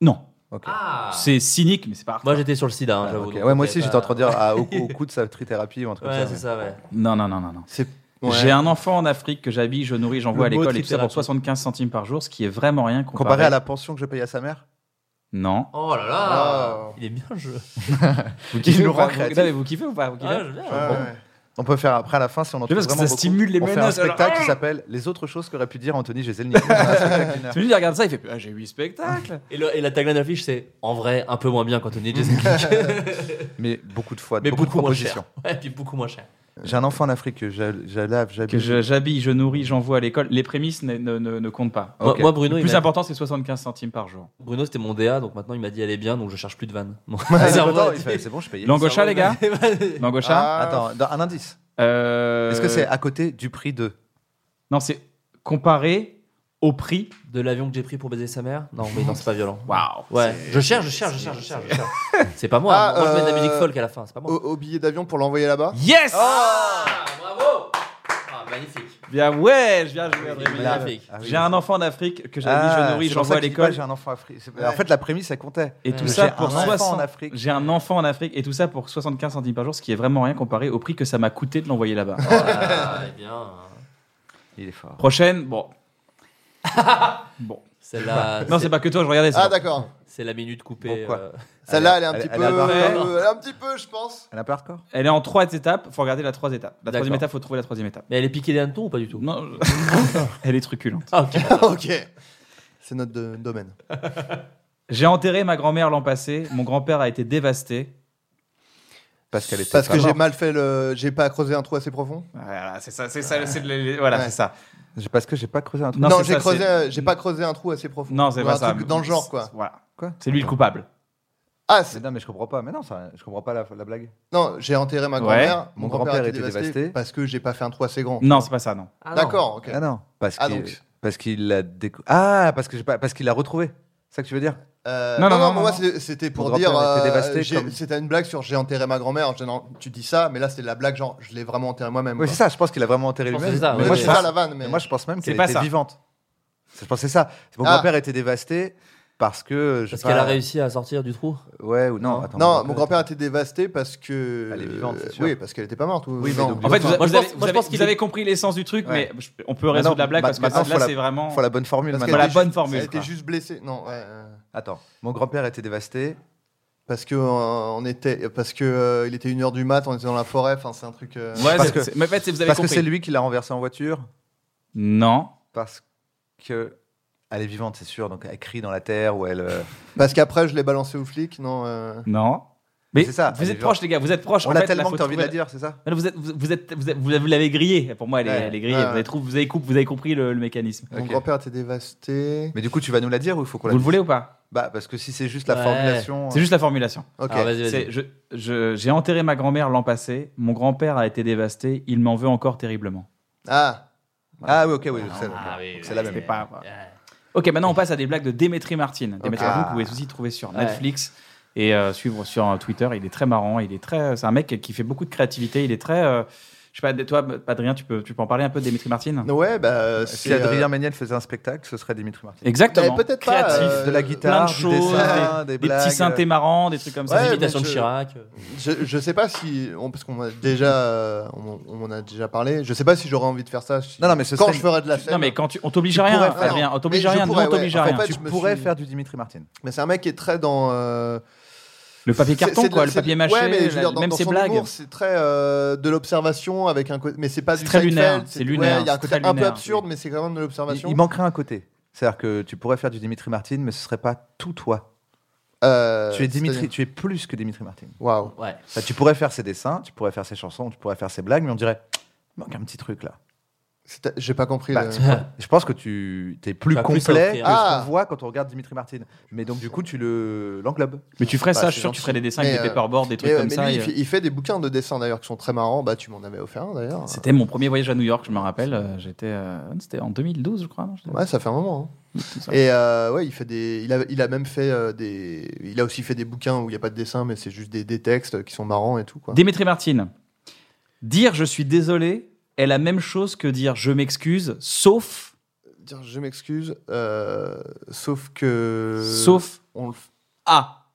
[SPEAKER 1] Non,
[SPEAKER 4] Ok.
[SPEAKER 3] Ah
[SPEAKER 1] c'est cynique, mais c'est pas hardcore.
[SPEAKER 3] Moi j'étais sur le sida, hein,
[SPEAKER 4] Ah,
[SPEAKER 3] j'avoue.
[SPEAKER 4] ok.
[SPEAKER 3] donc,
[SPEAKER 4] Ouais, moi
[SPEAKER 3] ok,
[SPEAKER 4] aussi, j'étais
[SPEAKER 3] bah,
[SPEAKER 4] en train de dire ah, au, coup, au coup de sa trithérapie ou un truc
[SPEAKER 3] Ouais,
[SPEAKER 4] comme ça.
[SPEAKER 3] c'est ça, ouais.
[SPEAKER 1] Non, non, non, non, non.
[SPEAKER 2] C'est
[SPEAKER 1] J'ai un enfant en Afrique que j'habille, je nourris, j'envoie à
[SPEAKER 3] Le mot
[SPEAKER 1] l'école et tout ça pour
[SPEAKER 3] trithérapie.
[SPEAKER 1] 75 centimes par jour, ce qui est vraiment rien comparé,
[SPEAKER 4] Comparé à la pension que je paye à sa mère
[SPEAKER 1] Non.
[SPEAKER 3] Oh là là
[SPEAKER 2] Ah.
[SPEAKER 3] Il est bien le jeu.
[SPEAKER 1] Vous
[SPEAKER 4] kiffez ou
[SPEAKER 1] ou pas
[SPEAKER 4] pas,
[SPEAKER 1] vous,
[SPEAKER 4] créatif
[SPEAKER 1] non, mais vous kiffez ou pas Vous kiffez
[SPEAKER 3] Ah, je viens.
[SPEAKER 2] Ouais, ouais.
[SPEAKER 4] On peut faire après à la fin si on en
[SPEAKER 1] Je sais
[SPEAKER 4] trouve
[SPEAKER 1] parce que
[SPEAKER 4] vraiment
[SPEAKER 1] ça
[SPEAKER 4] beaucoup.
[SPEAKER 1] stimule les
[SPEAKER 4] On fait un
[SPEAKER 1] menaces, alors-
[SPEAKER 4] spectacle qui s'appelle Les autres choses qu'aurait pu dire Anthony Gézelnik. On a un spectacle d'une heure.
[SPEAKER 1] Tu lui dis, regarde ça, il fait Ah, j'ai 8 spectacles
[SPEAKER 3] Et, le- et la tagline d'affiche c'est en vrai un peu moins bien quand on est Jason
[SPEAKER 4] Mais beaucoup de fois,
[SPEAKER 3] mais
[SPEAKER 4] beaucoup, de
[SPEAKER 3] moins cher.
[SPEAKER 4] propositions.
[SPEAKER 3] Ouais, et puis beaucoup moins cher.
[SPEAKER 4] J'ai un enfant en Afrique que je, je lave,
[SPEAKER 1] Que
[SPEAKER 4] j'habille.
[SPEAKER 1] je- j'habille, je nourris, j'envoie à l'école, les prémices ne, ne- ne- ne comptent pas.
[SPEAKER 3] Moi-
[SPEAKER 4] Ok.
[SPEAKER 3] Moi, Bruno,
[SPEAKER 1] Le
[SPEAKER 3] il
[SPEAKER 1] plus
[SPEAKER 3] m'a-
[SPEAKER 1] important, c'est 75 centimes par jour.
[SPEAKER 3] Bruno c'était mon DA, donc maintenant il m'a dit elle est bien, donc je cherche plus de vannes. Bon.
[SPEAKER 4] Ah, il est
[SPEAKER 3] Ça va,
[SPEAKER 4] content, il
[SPEAKER 3] tu-
[SPEAKER 4] fait, C'est bon, je paye.
[SPEAKER 1] Langue- Gaucha,
[SPEAKER 3] ça va,
[SPEAKER 1] les gars
[SPEAKER 3] mais-
[SPEAKER 1] Mangocha
[SPEAKER 2] Ah,
[SPEAKER 4] Attends, dans- un indice.
[SPEAKER 1] euh,
[SPEAKER 4] Est-ce que c'est à côté du prix de
[SPEAKER 1] Non, c'est comparé au prix.
[SPEAKER 3] De l'avion que j'ai pris pour baiser sa mère Non, mais non, c'est pas violent.
[SPEAKER 1] Waouh
[SPEAKER 3] Ouais, je cherche, je cherche, je cherche, je cherche. je cherche. C'est pas moi.
[SPEAKER 2] Ah,
[SPEAKER 3] moi, je mets de la
[SPEAKER 2] euh,
[SPEAKER 3] musique folk à la fin, c'est pas
[SPEAKER 2] Au,
[SPEAKER 3] moi.
[SPEAKER 2] au billet d'avion pour l'envoyer là-bas
[SPEAKER 1] Yes
[SPEAKER 4] Oh.
[SPEAKER 3] Ah, bravo Ah, magnifique.
[SPEAKER 1] Bien, ouais, je viens jouer, Adrien.
[SPEAKER 3] Il est magnifique.
[SPEAKER 4] Ah oui.
[SPEAKER 1] J'ai un enfant d'Afrique que j'habille,
[SPEAKER 4] Ah,
[SPEAKER 1] je nourris,
[SPEAKER 4] c'est pour
[SPEAKER 1] j'envoie
[SPEAKER 4] ça
[SPEAKER 1] à
[SPEAKER 4] qu'il dit
[SPEAKER 1] l'école.
[SPEAKER 4] pas, J'ai un enfant africain. C'est-
[SPEAKER 2] Ouais.
[SPEAKER 4] En fait, la prémisse, ça comptait.
[SPEAKER 1] Et tout
[SPEAKER 3] Ouais.
[SPEAKER 1] ça
[SPEAKER 4] J'ai
[SPEAKER 1] pour
[SPEAKER 4] un enfant
[SPEAKER 1] 60
[SPEAKER 4] en Afrique.
[SPEAKER 1] J'ai un enfant en Afrique et tout ça pour 75 centimes par jour, ce qui est vraiment rien comparé au prix que ça m'a coûté de l'envoyer là-bas.
[SPEAKER 3] Ah, eh bien.
[SPEAKER 4] Il est fort.
[SPEAKER 1] Prochaine, bon. bon.
[SPEAKER 3] Celle-là.
[SPEAKER 1] Non, c'est pas que toi, je regardais ça.
[SPEAKER 2] Ah, d'accord.
[SPEAKER 3] C'est la minute coupée.
[SPEAKER 4] Pourquoi
[SPEAKER 3] euh,
[SPEAKER 2] Celle-là, elle est un
[SPEAKER 4] elle-
[SPEAKER 2] petit
[SPEAKER 4] elle
[SPEAKER 2] peu.
[SPEAKER 4] a pas-
[SPEAKER 2] euh, Elle est un petit peu, je pense.
[SPEAKER 4] Elle a pas hardcore
[SPEAKER 1] Elle est en trois étapes, faut regarder la trois étapes. La troisième
[SPEAKER 3] D'accord.
[SPEAKER 1] étape, faut trouver la troisième étape.
[SPEAKER 3] Mais elle est piquée des hannetons ou pas du tout
[SPEAKER 1] Non, elle est truculente.
[SPEAKER 3] Ah, ok.
[SPEAKER 2] ok. C'est notre de- domaine.
[SPEAKER 1] J'ai enterré ma grand-mère l'an passé, mon grand-père a été dévasté.
[SPEAKER 4] Parce qu'elle était
[SPEAKER 2] Parce que
[SPEAKER 4] pas
[SPEAKER 2] j'ai
[SPEAKER 4] morte.
[SPEAKER 2] mal fait le. J'ai pas creusé un trou assez profond
[SPEAKER 1] Voilà, c'est ça, c'est ça, c'est le- voilà,
[SPEAKER 2] Ouais.
[SPEAKER 1] c'est ça.
[SPEAKER 4] J'ai- Parce que j'ai pas creusé un truc.
[SPEAKER 1] Non,
[SPEAKER 2] Non,
[SPEAKER 1] c'est
[SPEAKER 2] j'ai
[SPEAKER 1] ça,
[SPEAKER 2] creusé.
[SPEAKER 1] c'est-
[SPEAKER 2] euh, J'ai pas creusé un trou assez profond.
[SPEAKER 1] Non, c'est
[SPEAKER 2] Ou
[SPEAKER 1] pas
[SPEAKER 2] un
[SPEAKER 1] ça.
[SPEAKER 2] truc dans le genre, quoi.
[SPEAKER 1] Voilà.
[SPEAKER 4] Quoi
[SPEAKER 1] C'est lui le coupable.
[SPEAKER 2] Ah,
[SPEAKER 4] Mais
[SPEAKER 2] c'est-
[SPEAKER 4] non, mais je comprends pas. Mais non, ça, je comprends pas la, la blague.
[SPEAKER 2] non, j'ai enterré ma
[SPEAKER 1] Ouais.
[SPEAKER 2] grand-mère.
[SPEAKER 4] Mon grand-père
[SPEAKER 2] a été
[SPEAKER 4] était dévasté.
[SPEAKER 2] Parce que j'ai pas fait un trou assez grand.
[SPEAKER 1] Non, c'est pas ça, non.
[SPEAKER 3] Ah, non.
[SPEAKER 2] D'accord, ok.
[SPEAKER 4] Ah non. Parce
[SPEAKER 2] Ah,
[SPEAKER 4] qu'il
[SPEAKER 2] donc.
[SPEAKER 4] parce qu'il l'a décou- Ah, parce que j'ai pas parce qu'il l'a retrouvé. C'est ça que tu veux dire
[SPEAKER 2] Euh,
[SPEAKER 1] Non, non, non,
[SPEAKER 2] mais moi
[SPEAKER 1] non.
[SPEAKER 2] c'est- c'était pour
[SPEAKER 4] Mon
[SPEAKER 2] dire.
[SPEAKER 4] grand-père était
[SPEAKER 2] euh,
[SPEAKER 4] dévasté
[SPEAKER 2] j'ai-
[SPEAKER 4] comme-
[SPEAKER 2] C'était une blague sur j'ai enterré ma grand-mère. en général, tu dis ça, mais là c'était de la blague genre je l'ai vraiment enterré moi-même.
[SPEAKER 4] Oui,
[SPEAKER 2] quoi.
[SPEAKER 4] c'est ça. Je pense qu'il a vraiment enterré
[SPEAKER 3] Je pense
[SPEAKER 4] lui-même.
[SPEAKER 3] que c'est ça,
[SPEAKER 4] Mais
[SPEAKER 2] Mais
[SPEAKER 3] ouais.
[SPEAKER 4] moi,
[SPEAKER 2] c'est
[SPEAKER 4] je
[SPEAKER 2] ça
[SPEAKER 4] pense,
[SPEAKER 2] la vanne. Mais
[SPEAKER 4] mais moi, je pense même
[SPEAKER 1] C'est
[SPEAKER 4] qu'elle
[SPEAKER 1] pas
[SPEAKER 4] était
[SPEAKER 1] ça.
[SPEAKER 4] vivante. Je pense que c'est ça. Mon
[SPEAKER 2] Ah.
[SPEAKER 4] grand-père était dévasté parce que je sais
[SPEAKER 3] Parce
[SPEAKER 4] pas-
[SPEAKER 3] qu'elle a réussi à sortir du trou.
[SPEAKER 4] Ouais ou non
[SPEAKER 3] Non.
[SPEAKER 4] attends,
[SPEAKER 2] non, mon grand-père a été dévasté parce que.
[SPEAKER 4] Elle est vivante, c'est sûr.
[SPEAKER 2] Oui, parce qu'elle était pas morte. ou-
[SPEAKER 4] Oui, mais
[SPEAKER 2] non.
[SPEAKER 4] donc,
[SPEAKER 1] En fait, vous,
[SPEAKER 4] Moi,
[SPEAKER 1] vous
[SPEAKER 3] je pense-
[SPEAKER 1] avez, vous
[SPEAKER 3] moi, je
[SPEAKER 1] avez-
[SPEAKER 3] pense qu'il
[SPEAKER 1] vous avez
[SPEAKER 3] est-
[SPEAKER 1] compris l'essence du truc,
[SPEAKER 4] Ouais.
[SPEAKER 1] mais je- on peut résoudre
[SPEAKER 4] Maintenant,
[SPEAKER 1] la blague
[SPEAKER 4] ma-
[SPEAKER 1] parce que
[SPEAKER 4] maintenant,
[SPEAKER 1] là,
[SPEAKER 4] faut la-
[SPEAKER 1] c'est vraiment.
[SPEAKER 4] Faut la bonne formule
[SPEAKER 2] Parce
[SPEAKER 4] maintenant.
[SPEAKER 1] Faut
[SPEAKER 2] qu'elle
[SPEAKER 1] la
[SPEAKER 2] était
[SPEAKER 1] bonne
[SPEAKER 2] juste-
[SPEAKER 1] formule,
[SPEAKER 2] Elle était
[SPEAKER 1] quoi.
[SPEAKER 2] juste blessée. Non. ouais, euh,
[SPEAKER 4] Attends, mon grand-père était dévasté.
[SPEAKER 2] Parce que euh, on était, parce que euh, il était une heure du mat, on était dans la forêt. Enfin, c'est un truc. euh,
[SPEAKER 1] Ouais,
[SPEAKER 4] Parce
[SPEAKER 1] c'est-
[SPEAKER 4] que-
[SPEAKER 1] c'est- mais en fait, c'est- vous avez
[SPEAKER 4] Parce que
[SPEAKER 1] compris.
[SPEAKER 4] c'est lui qui l'a renversé en voiture.
[SPEAKER 1] Non.
[SPEAKER 4] Parce que elle est vivante, c'est sûr. Donc elle crie dans la terre ou elle. euh,
[SPEAKER 2] Parce qu'après, je l'ai balancé aux flics. Non. euh,
[SPEAKER 1] Non. Mais
[SPEAKER 4] C'est ça,
[SPEAKER 1] Vous
[SPEAKER 4] elle est
[SPEAKER 1] êtes proches, les gars. Vous êtes proches.
[SPEAKER 4] On
[SPEAKER 1] En
[SPEAKER 4] l'a
[SPEAKER 1] fait,
[SPEAKER 4] tellement
[SPEAKER 1] faut
[SPEAKER 4] que t'as envie de
[SPEAKER 1] trouver-
[SPEAKER 4] la dire, c'est ça
[SPEAKER 1] Non, Vous, êtes, vous, vous êtes, vous, êtes- vous avez- vous l'avez grillée. Pour moi, elle est,
[SPEAKER 4] Ouais.
[SPEAKER 1] elle est grillée.
[SPEAKER 2] Ouais,
[SPEAKER 1] Vous,
[SPEAKER 2] ouais.
[SPEAKER 1] avez trouvé- vous, avez coup- vous avez compris le, le mécanisme.
[SPEAKER 2] Mon
[SPEAKER 4] Ok.
[SPEAKER 2] grand-père était dévasté.
[SPEAKER 4] Mais du coup, tu vas nous la dire ou il faut
[SPEAKER 1] Vous
[SPEAKER 4] qu'on la
[SPEAKER 1] le
[SPEAKER 4] dise
[SPEAKER 1] voulez ou pas
[SPEAKER 4] Bah, parce que si c'est juste la
[SPEAKER 3] Ouais.
[SPEAKER 4] formulation.
[SPEAKER 1] C'est juste la formulation.
[SPEAKER 2] Ok.
[SPEAKER 3] Ah, vas-y,
[SPEAKER 1] C'est-
[SPEAKER 3] vas-y.
[SPEAKER 1] je- je- J'ai enterré ma grand-mère l'an passé. Mon grand-père a été dévasté. Il m'en veut encore terriblement.
[SPEAKER 2] Ah.
[SPEAKER 4] Ah oui, ok, oui, c'est
[SPEAKER 3] Ah, oui,
[SPEAKER 4] donc
[SPEAKER 3] oui,
[SPEAKER 4] c'est la
[SPEAKER 3] oui.
[SPEAKER 4] même.
[SPEAKER 1] C'était pas-
[SPEAKER 3] Ouais.
[SPEAKER 1] Ok, maintenant on passe à des blagues de Démétri Martin. Démétri
[SPEAKER 4] Ah.
[SPEAKER 1] Martin, vous pouvez aussi trouver sur
[SPEAKER 3] Ouais.
[SPEAKER 1] Netflix et euh, suivre sur euh, Twitter. Il est très marrant. Il est très. C'est un mec qui fait beaucoup de créativité. Il est très. euh, je sais pas. Toi, Adrien, tu peux, tu peux en parler un peu de Démétri Martin
[SPEAKER 2] Ouais, bah. euh,
[SPEAKER 4] Si
[SPEAKER 2] c'est,
[SPEAKER 4] Adrien
[SPEAKER 2] euh,
[SPEAKER 4] Méniel faisait un spectacle, ce serait Dimitri Martin.
[SPEAKER 1] Exactement.
[SPEAKER 2] mais peut-être pas,
[SPEAKER 1] Créatif,
[SPEAKER 2] euh,
[SPEAKER 4] de la
[SPEAKER 1] plein
[SPEAKER 4] guitare,
[SPEAKER 1] de
[SPEAKER 4] du
[SPEAKER 1] choses,
[SPEAKER 2] Ah.
[SPEAKER 1] des,
[SPEAKER 4] dessin, des,
[SPEAKER 1] des petits
[SPEAKER 4] blagues. euh.
[SPEAKER 1] synthés marrants, des trucs comme
[SPEAKER 2] Ouais,
[SPEAKER 1] ça.
[SPEAKER 3] Des
[SPEAKER 1] Des
[SPEAKER 2] mais
[SPEAKER 3] imitations de
[SPEAKER 2] je-
[SPEAKER 3] Chirac. euh,
[SPEAKER 2] Je, je sais pas si on, parce qu'on a déjà, euh, on, on en a déjà parlé. Je sais pas si j'aurais envie de faire ça. si-
[SPEAKER 4] Non, non, mais ce
[SPEAKER 2] quand
[SPEAKER 4] serait-
[SPEAKER 2] je ferai de la scène.
[SPEAKER 1] Non mais quand tu, on t'oblige
[SPEAKER 4] Tu
[SPEAKER 1] à rien,
[SPEAKER 4] pourrais faire.
[SPEAKER 1] Adrien, on t'oblige
[SPEAKER 2] Mais
[SPEAKER 1] à
[SPEAKER 2] je
[SPEAKER 1] rien, nous
[SPEAKER 2] pourrais,
[SPEAKER 1] on t'oblige
[SPEAKER 2] ouais.
[SPEAKER 1] à
[SPEAKER 2] En
[SPEAKER 1] rien.
[SPEAKER 2] fait,
[SPEAKER 4] tu
[SPEAKER 2] je me
[SPEAKER 4] pourrais
[SPEAKER 2] suis-
[SPEAKER 4] faire du Dimitri Martin.
[SPEAKER 2] Mais c'est un mec qui est très dans. euh,
[SPEAKER 1] Le papier
[SPEAKER 2] c'est-
[SPEAKER 1] carton
[SPEAKER 2] c'est de-
[SPEAKER 1] quoi, le
[SPEAKER 2] c'est de-
[SPEAKER 1] papier mâché,
[SPEAKER 2] Ouais, mais je veux
[SPEAKER 1] la-
[SPEAKER 2] dire, dans,
[SPEAKER 1] même
[SPEAKER 2] dans
[SPEAKER 1] ses
[SPEAKER 2] son
[SPEAKER 1] blagues.
[SPEAKER 2] humour, c'est très euh, de l'observation avec un côté. Mais c'est pas
[SPEAKER 1] C'est
[SPEAKER 2] du
[SPEAKER 1] très
[SPEAKER 2] Seinfeld,
[SPEAKER 1] lunaire, c'est
[SPEAKER 2] ouais,
[SPEAKER 1] lunaire,
[SPEAKER 2] Il y a un
[SPEAKER 1] c'est
[SPEAKER 2] côté
[SPEAKER 1] très
[SPEAKER 2] un peu
[SPEAKER 1] lunaire,
[SPEAKER 2] absurde,
[SPEAKER 1] oui.
[SPEAKER 2] mais c'est quand même de
[SPEAKER 4] Il,
[SPEAKER 2] l'observation.
[SPEAKER 4] il manquerait un côté. C'est-à-dire que tu pourrais faire du Dimitri Martin, mais ce serait pas tout toi.
[SPEAKER 2] Euh,
[SPEAKER 4] tu es Dimitri,
[SPEAKER 2] c'est-à-dire-
[SPEAKER 4] tu es plus que Dimitri Martin.
[SPEAKER 2] Waouh.
[SPEAKER 3] Ouais.
[SPEAKER 4] Enfin, tu pourrais faire ses dessins, tu pourrais faire ses chansons, tu pourrais faire ses blagues, mais on dirait il manque un petit truc là.
[SPEAKER 2] C'était- J'ai pas compris.
[SPEAKER 4] Bah,
[SPEAKER 2] le-
[SPEAKER 4] tu vois, je pense que tu es plus
[SPEAKER 3] Tu as plus à
[SPEAKER 4] complet que
[SPEAKER 3] offrir.
[SPEAKER 2] Ah.
[SPEAKER 4] ce qu'on voit quand on regarde Dimitri Martin. Mais donc du coup, tu le l'englobes.
[SPEAKER 1] Mais tu ferais
[SPEAKER 2] Bah,
[SPEAKER 1] ça, je
[SPEAKER 2] c'est
[SPEAKER 1] suis sûr que tu
[SPEAKER 2] gentil.
[SPEAKER 1] ferais des dessins
[SPEAKER 2] Mais,
[SPEAKER 1] avec des
[SPEAKER 2] euh,
[SPEAKER 1] paperboards, des trucs
[SPEAKER 2] Mais, euh,
[SPEAKER 1] comme
[SPEAKER 2] mais
[SPEAKER 1] ça.
[SPEAKER 2] lui,
[SPEAKER 1] et,
[SPEAKER 2] il, fait, il fait des bouquins de dessin d'ailleurs qui sont très marrants. Bah, tu m'en avais offert un d'ailleurs.
[SPEAKER 1] euh, C'était mon premier voyage à New York, je me rappelle. euh, J'étais, euh, c'était en 2012 je crois. non, j'étais-
[SPEAKER 2] Ouais, ça fait un moment. hein.
[SPEAKER 1] tout ça.
[SPEAKER 2] Et euh, ouais, il fait des, il a, il a même fait euh, des, il a aussi fait des bouquins où il y a pas de dessin, mais c'est juste des, des textes qui sont marrants et tout quoi.
[SPEAKER 1] Démétri Martin. Dire je suis désolé est la même chose que dire je m'excuse, sauf,
[SPEAKER 2] Dire je m'excuse, euh, sauf que.
[SPEAKER 1] sauf,
[SPEAKER 2] On le f-
[SPEAKER 1] ah,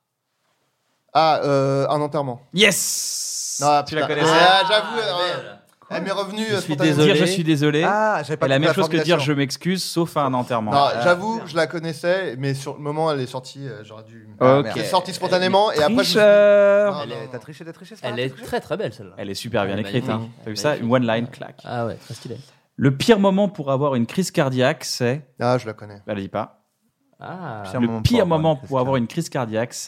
[SPEAKER 2] Ah, euh, un enterrement.
[SPEAKER 1] yes
[SPEAKER 2] Ah,
[SPEAKER 1] Tu la
[SPEAKER 2] putain.
[SPEAKER 1] connaissais
[SPEAKER 2] Ah, j'avoue, euh, elle m'est revenue.
[SPEAKER 3] Je
[SPEAKER 2] euh,
[SPEAKER 3] suis
[SPEAKER 2] spontanément.
[SPEAKER 1] Dire
[SPEAKER 3] désolé.
[SPEAKER 1] je suis désolé
[SPEAKER 4] Ah, j'avais pas
[SPEAKER 1] est la
[SPEAKER 4] compris
[SPEAKER 1] même chose que dire je
[SPEAKER 4] formulation.
[SPEAKER 1] m'excuse, sauf à un enterrement.
[SPEAKER 2] Non,
[SPEAKER 4] Ah,
[SPEAKER 2] j'avoue, je la connaissais, mais sur le moment, elle est sortie. euh, J'aurais dû.
[SPEAKER 4] Ah,
[SPEAKER 1] Ok.
[SPEAKER 4] merde.
[SPEAKER 2] Elle est sortie spontanément et après. je me suis dit-
[SPEAKER 1] Tricheur.
[SPEAKER 2] Ah,
[SPEAKER 4] Elle
[SPEAKER 2] non,
[SPEAKER 4] est-
[SPEAKER 2] non.
[SPEAKER 4] T'as triché, t'as triché, Sarah,
[SPEAKER 3] Elle
[SPEAKER 4] t'as
[SPEAKER 3] est
[SPEAKER 4] triché
[SPEAKER 3] très très belle celle-là.
[SPEAKER 1] Elle est super bien
[SPEAKER 3] Elle est
[SPEAKER 1] écrite. hein.
[SPEAKER 3] magnifique.
[SPEAKER 1] T'as
[SPEAKER 3] Elle
[SPEAKER 1] vu
[SPEAKER 3] est
[SPEAKER 1] ça Une
[SPEAKER 3] magnifique.
[SPEAKER 1] one line claque.
[SPEAKER 3] Ah ouais, très stylée.
[SPEAKER 1] Le pire moment pour avoir une crise cardiaque, c'est.
[SPEAKER 2] Ah, je la connais.
[SPEAKER 1] Bah, le dis pas.
[SPEAKER 3] Ah.
[SPEAKER 4] Pire
[SPEAKER 1] Le
[SPEAKER 4] moment
[SPEAKER 1] pire
[SPEAKER 4] pour avoir
[SPEAKER 1] moment
[SPEAKER 4] une crise
[SPEAKER 1] pour avoir une crise cardiaque, c'est-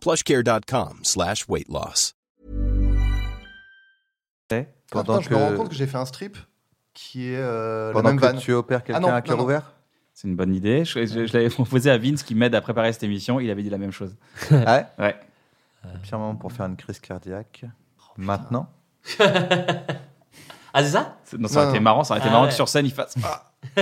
[SPEAKER 5] Plushcare.com slash weight loss.
[SPEAKER 1] c'est.
[SPEAKER 2] Ah,
[SPEAKER 4] Pendant
[SPEAKER 2] putain, Je me rends
[SPEAKER 4] que-
[SPEAKER 2] compte que j'ai fait un strip qui est euh, la
[SPEAKER 4] Pendant
[SPEAKER 2] même
[SPEAKER 4] que
[SPEAKER 2] vanne.
[SPEAKER 4] tu opères
[SPEAKER 2] Ah
[SPEAKER 4] quelqu'un
[SPEAKER 2] non,
[SPEAKER 4] à cœur
[SPEAKER 2] non, non.
[SPEAKER 4] ouvert
[SPEAKER 1] C'est une bonne idée. Je, je- je l'avais proposé à Vince qui m'aide à préparer cette émission. Il avait dit la même chose.
[SPEAKER 4] Ah ouais
[SPEAKER 1] Ouais. Euh.
[SPEAKER 4] Le pire moment pour faire une crise cardiaque.
[SPEAKER 1] Oh,
[SPEAKER 4] Maintenant
[SPEAKER 3] Ah, c'est ça
[SPEAKER 1] C'est- Non, ça aurait
[SPEAKER 2] Non,
[SPEAKER 1] été
[SPEAKER 2] non.
[SPEAKER 1] marrant. Ça aurait été
[SPEAKER 3] Ah
[SPEAKER 1] marrant
[SPEAKER 3] ouais.
[SPEAKER 1] que sur scène, il fasse. Ah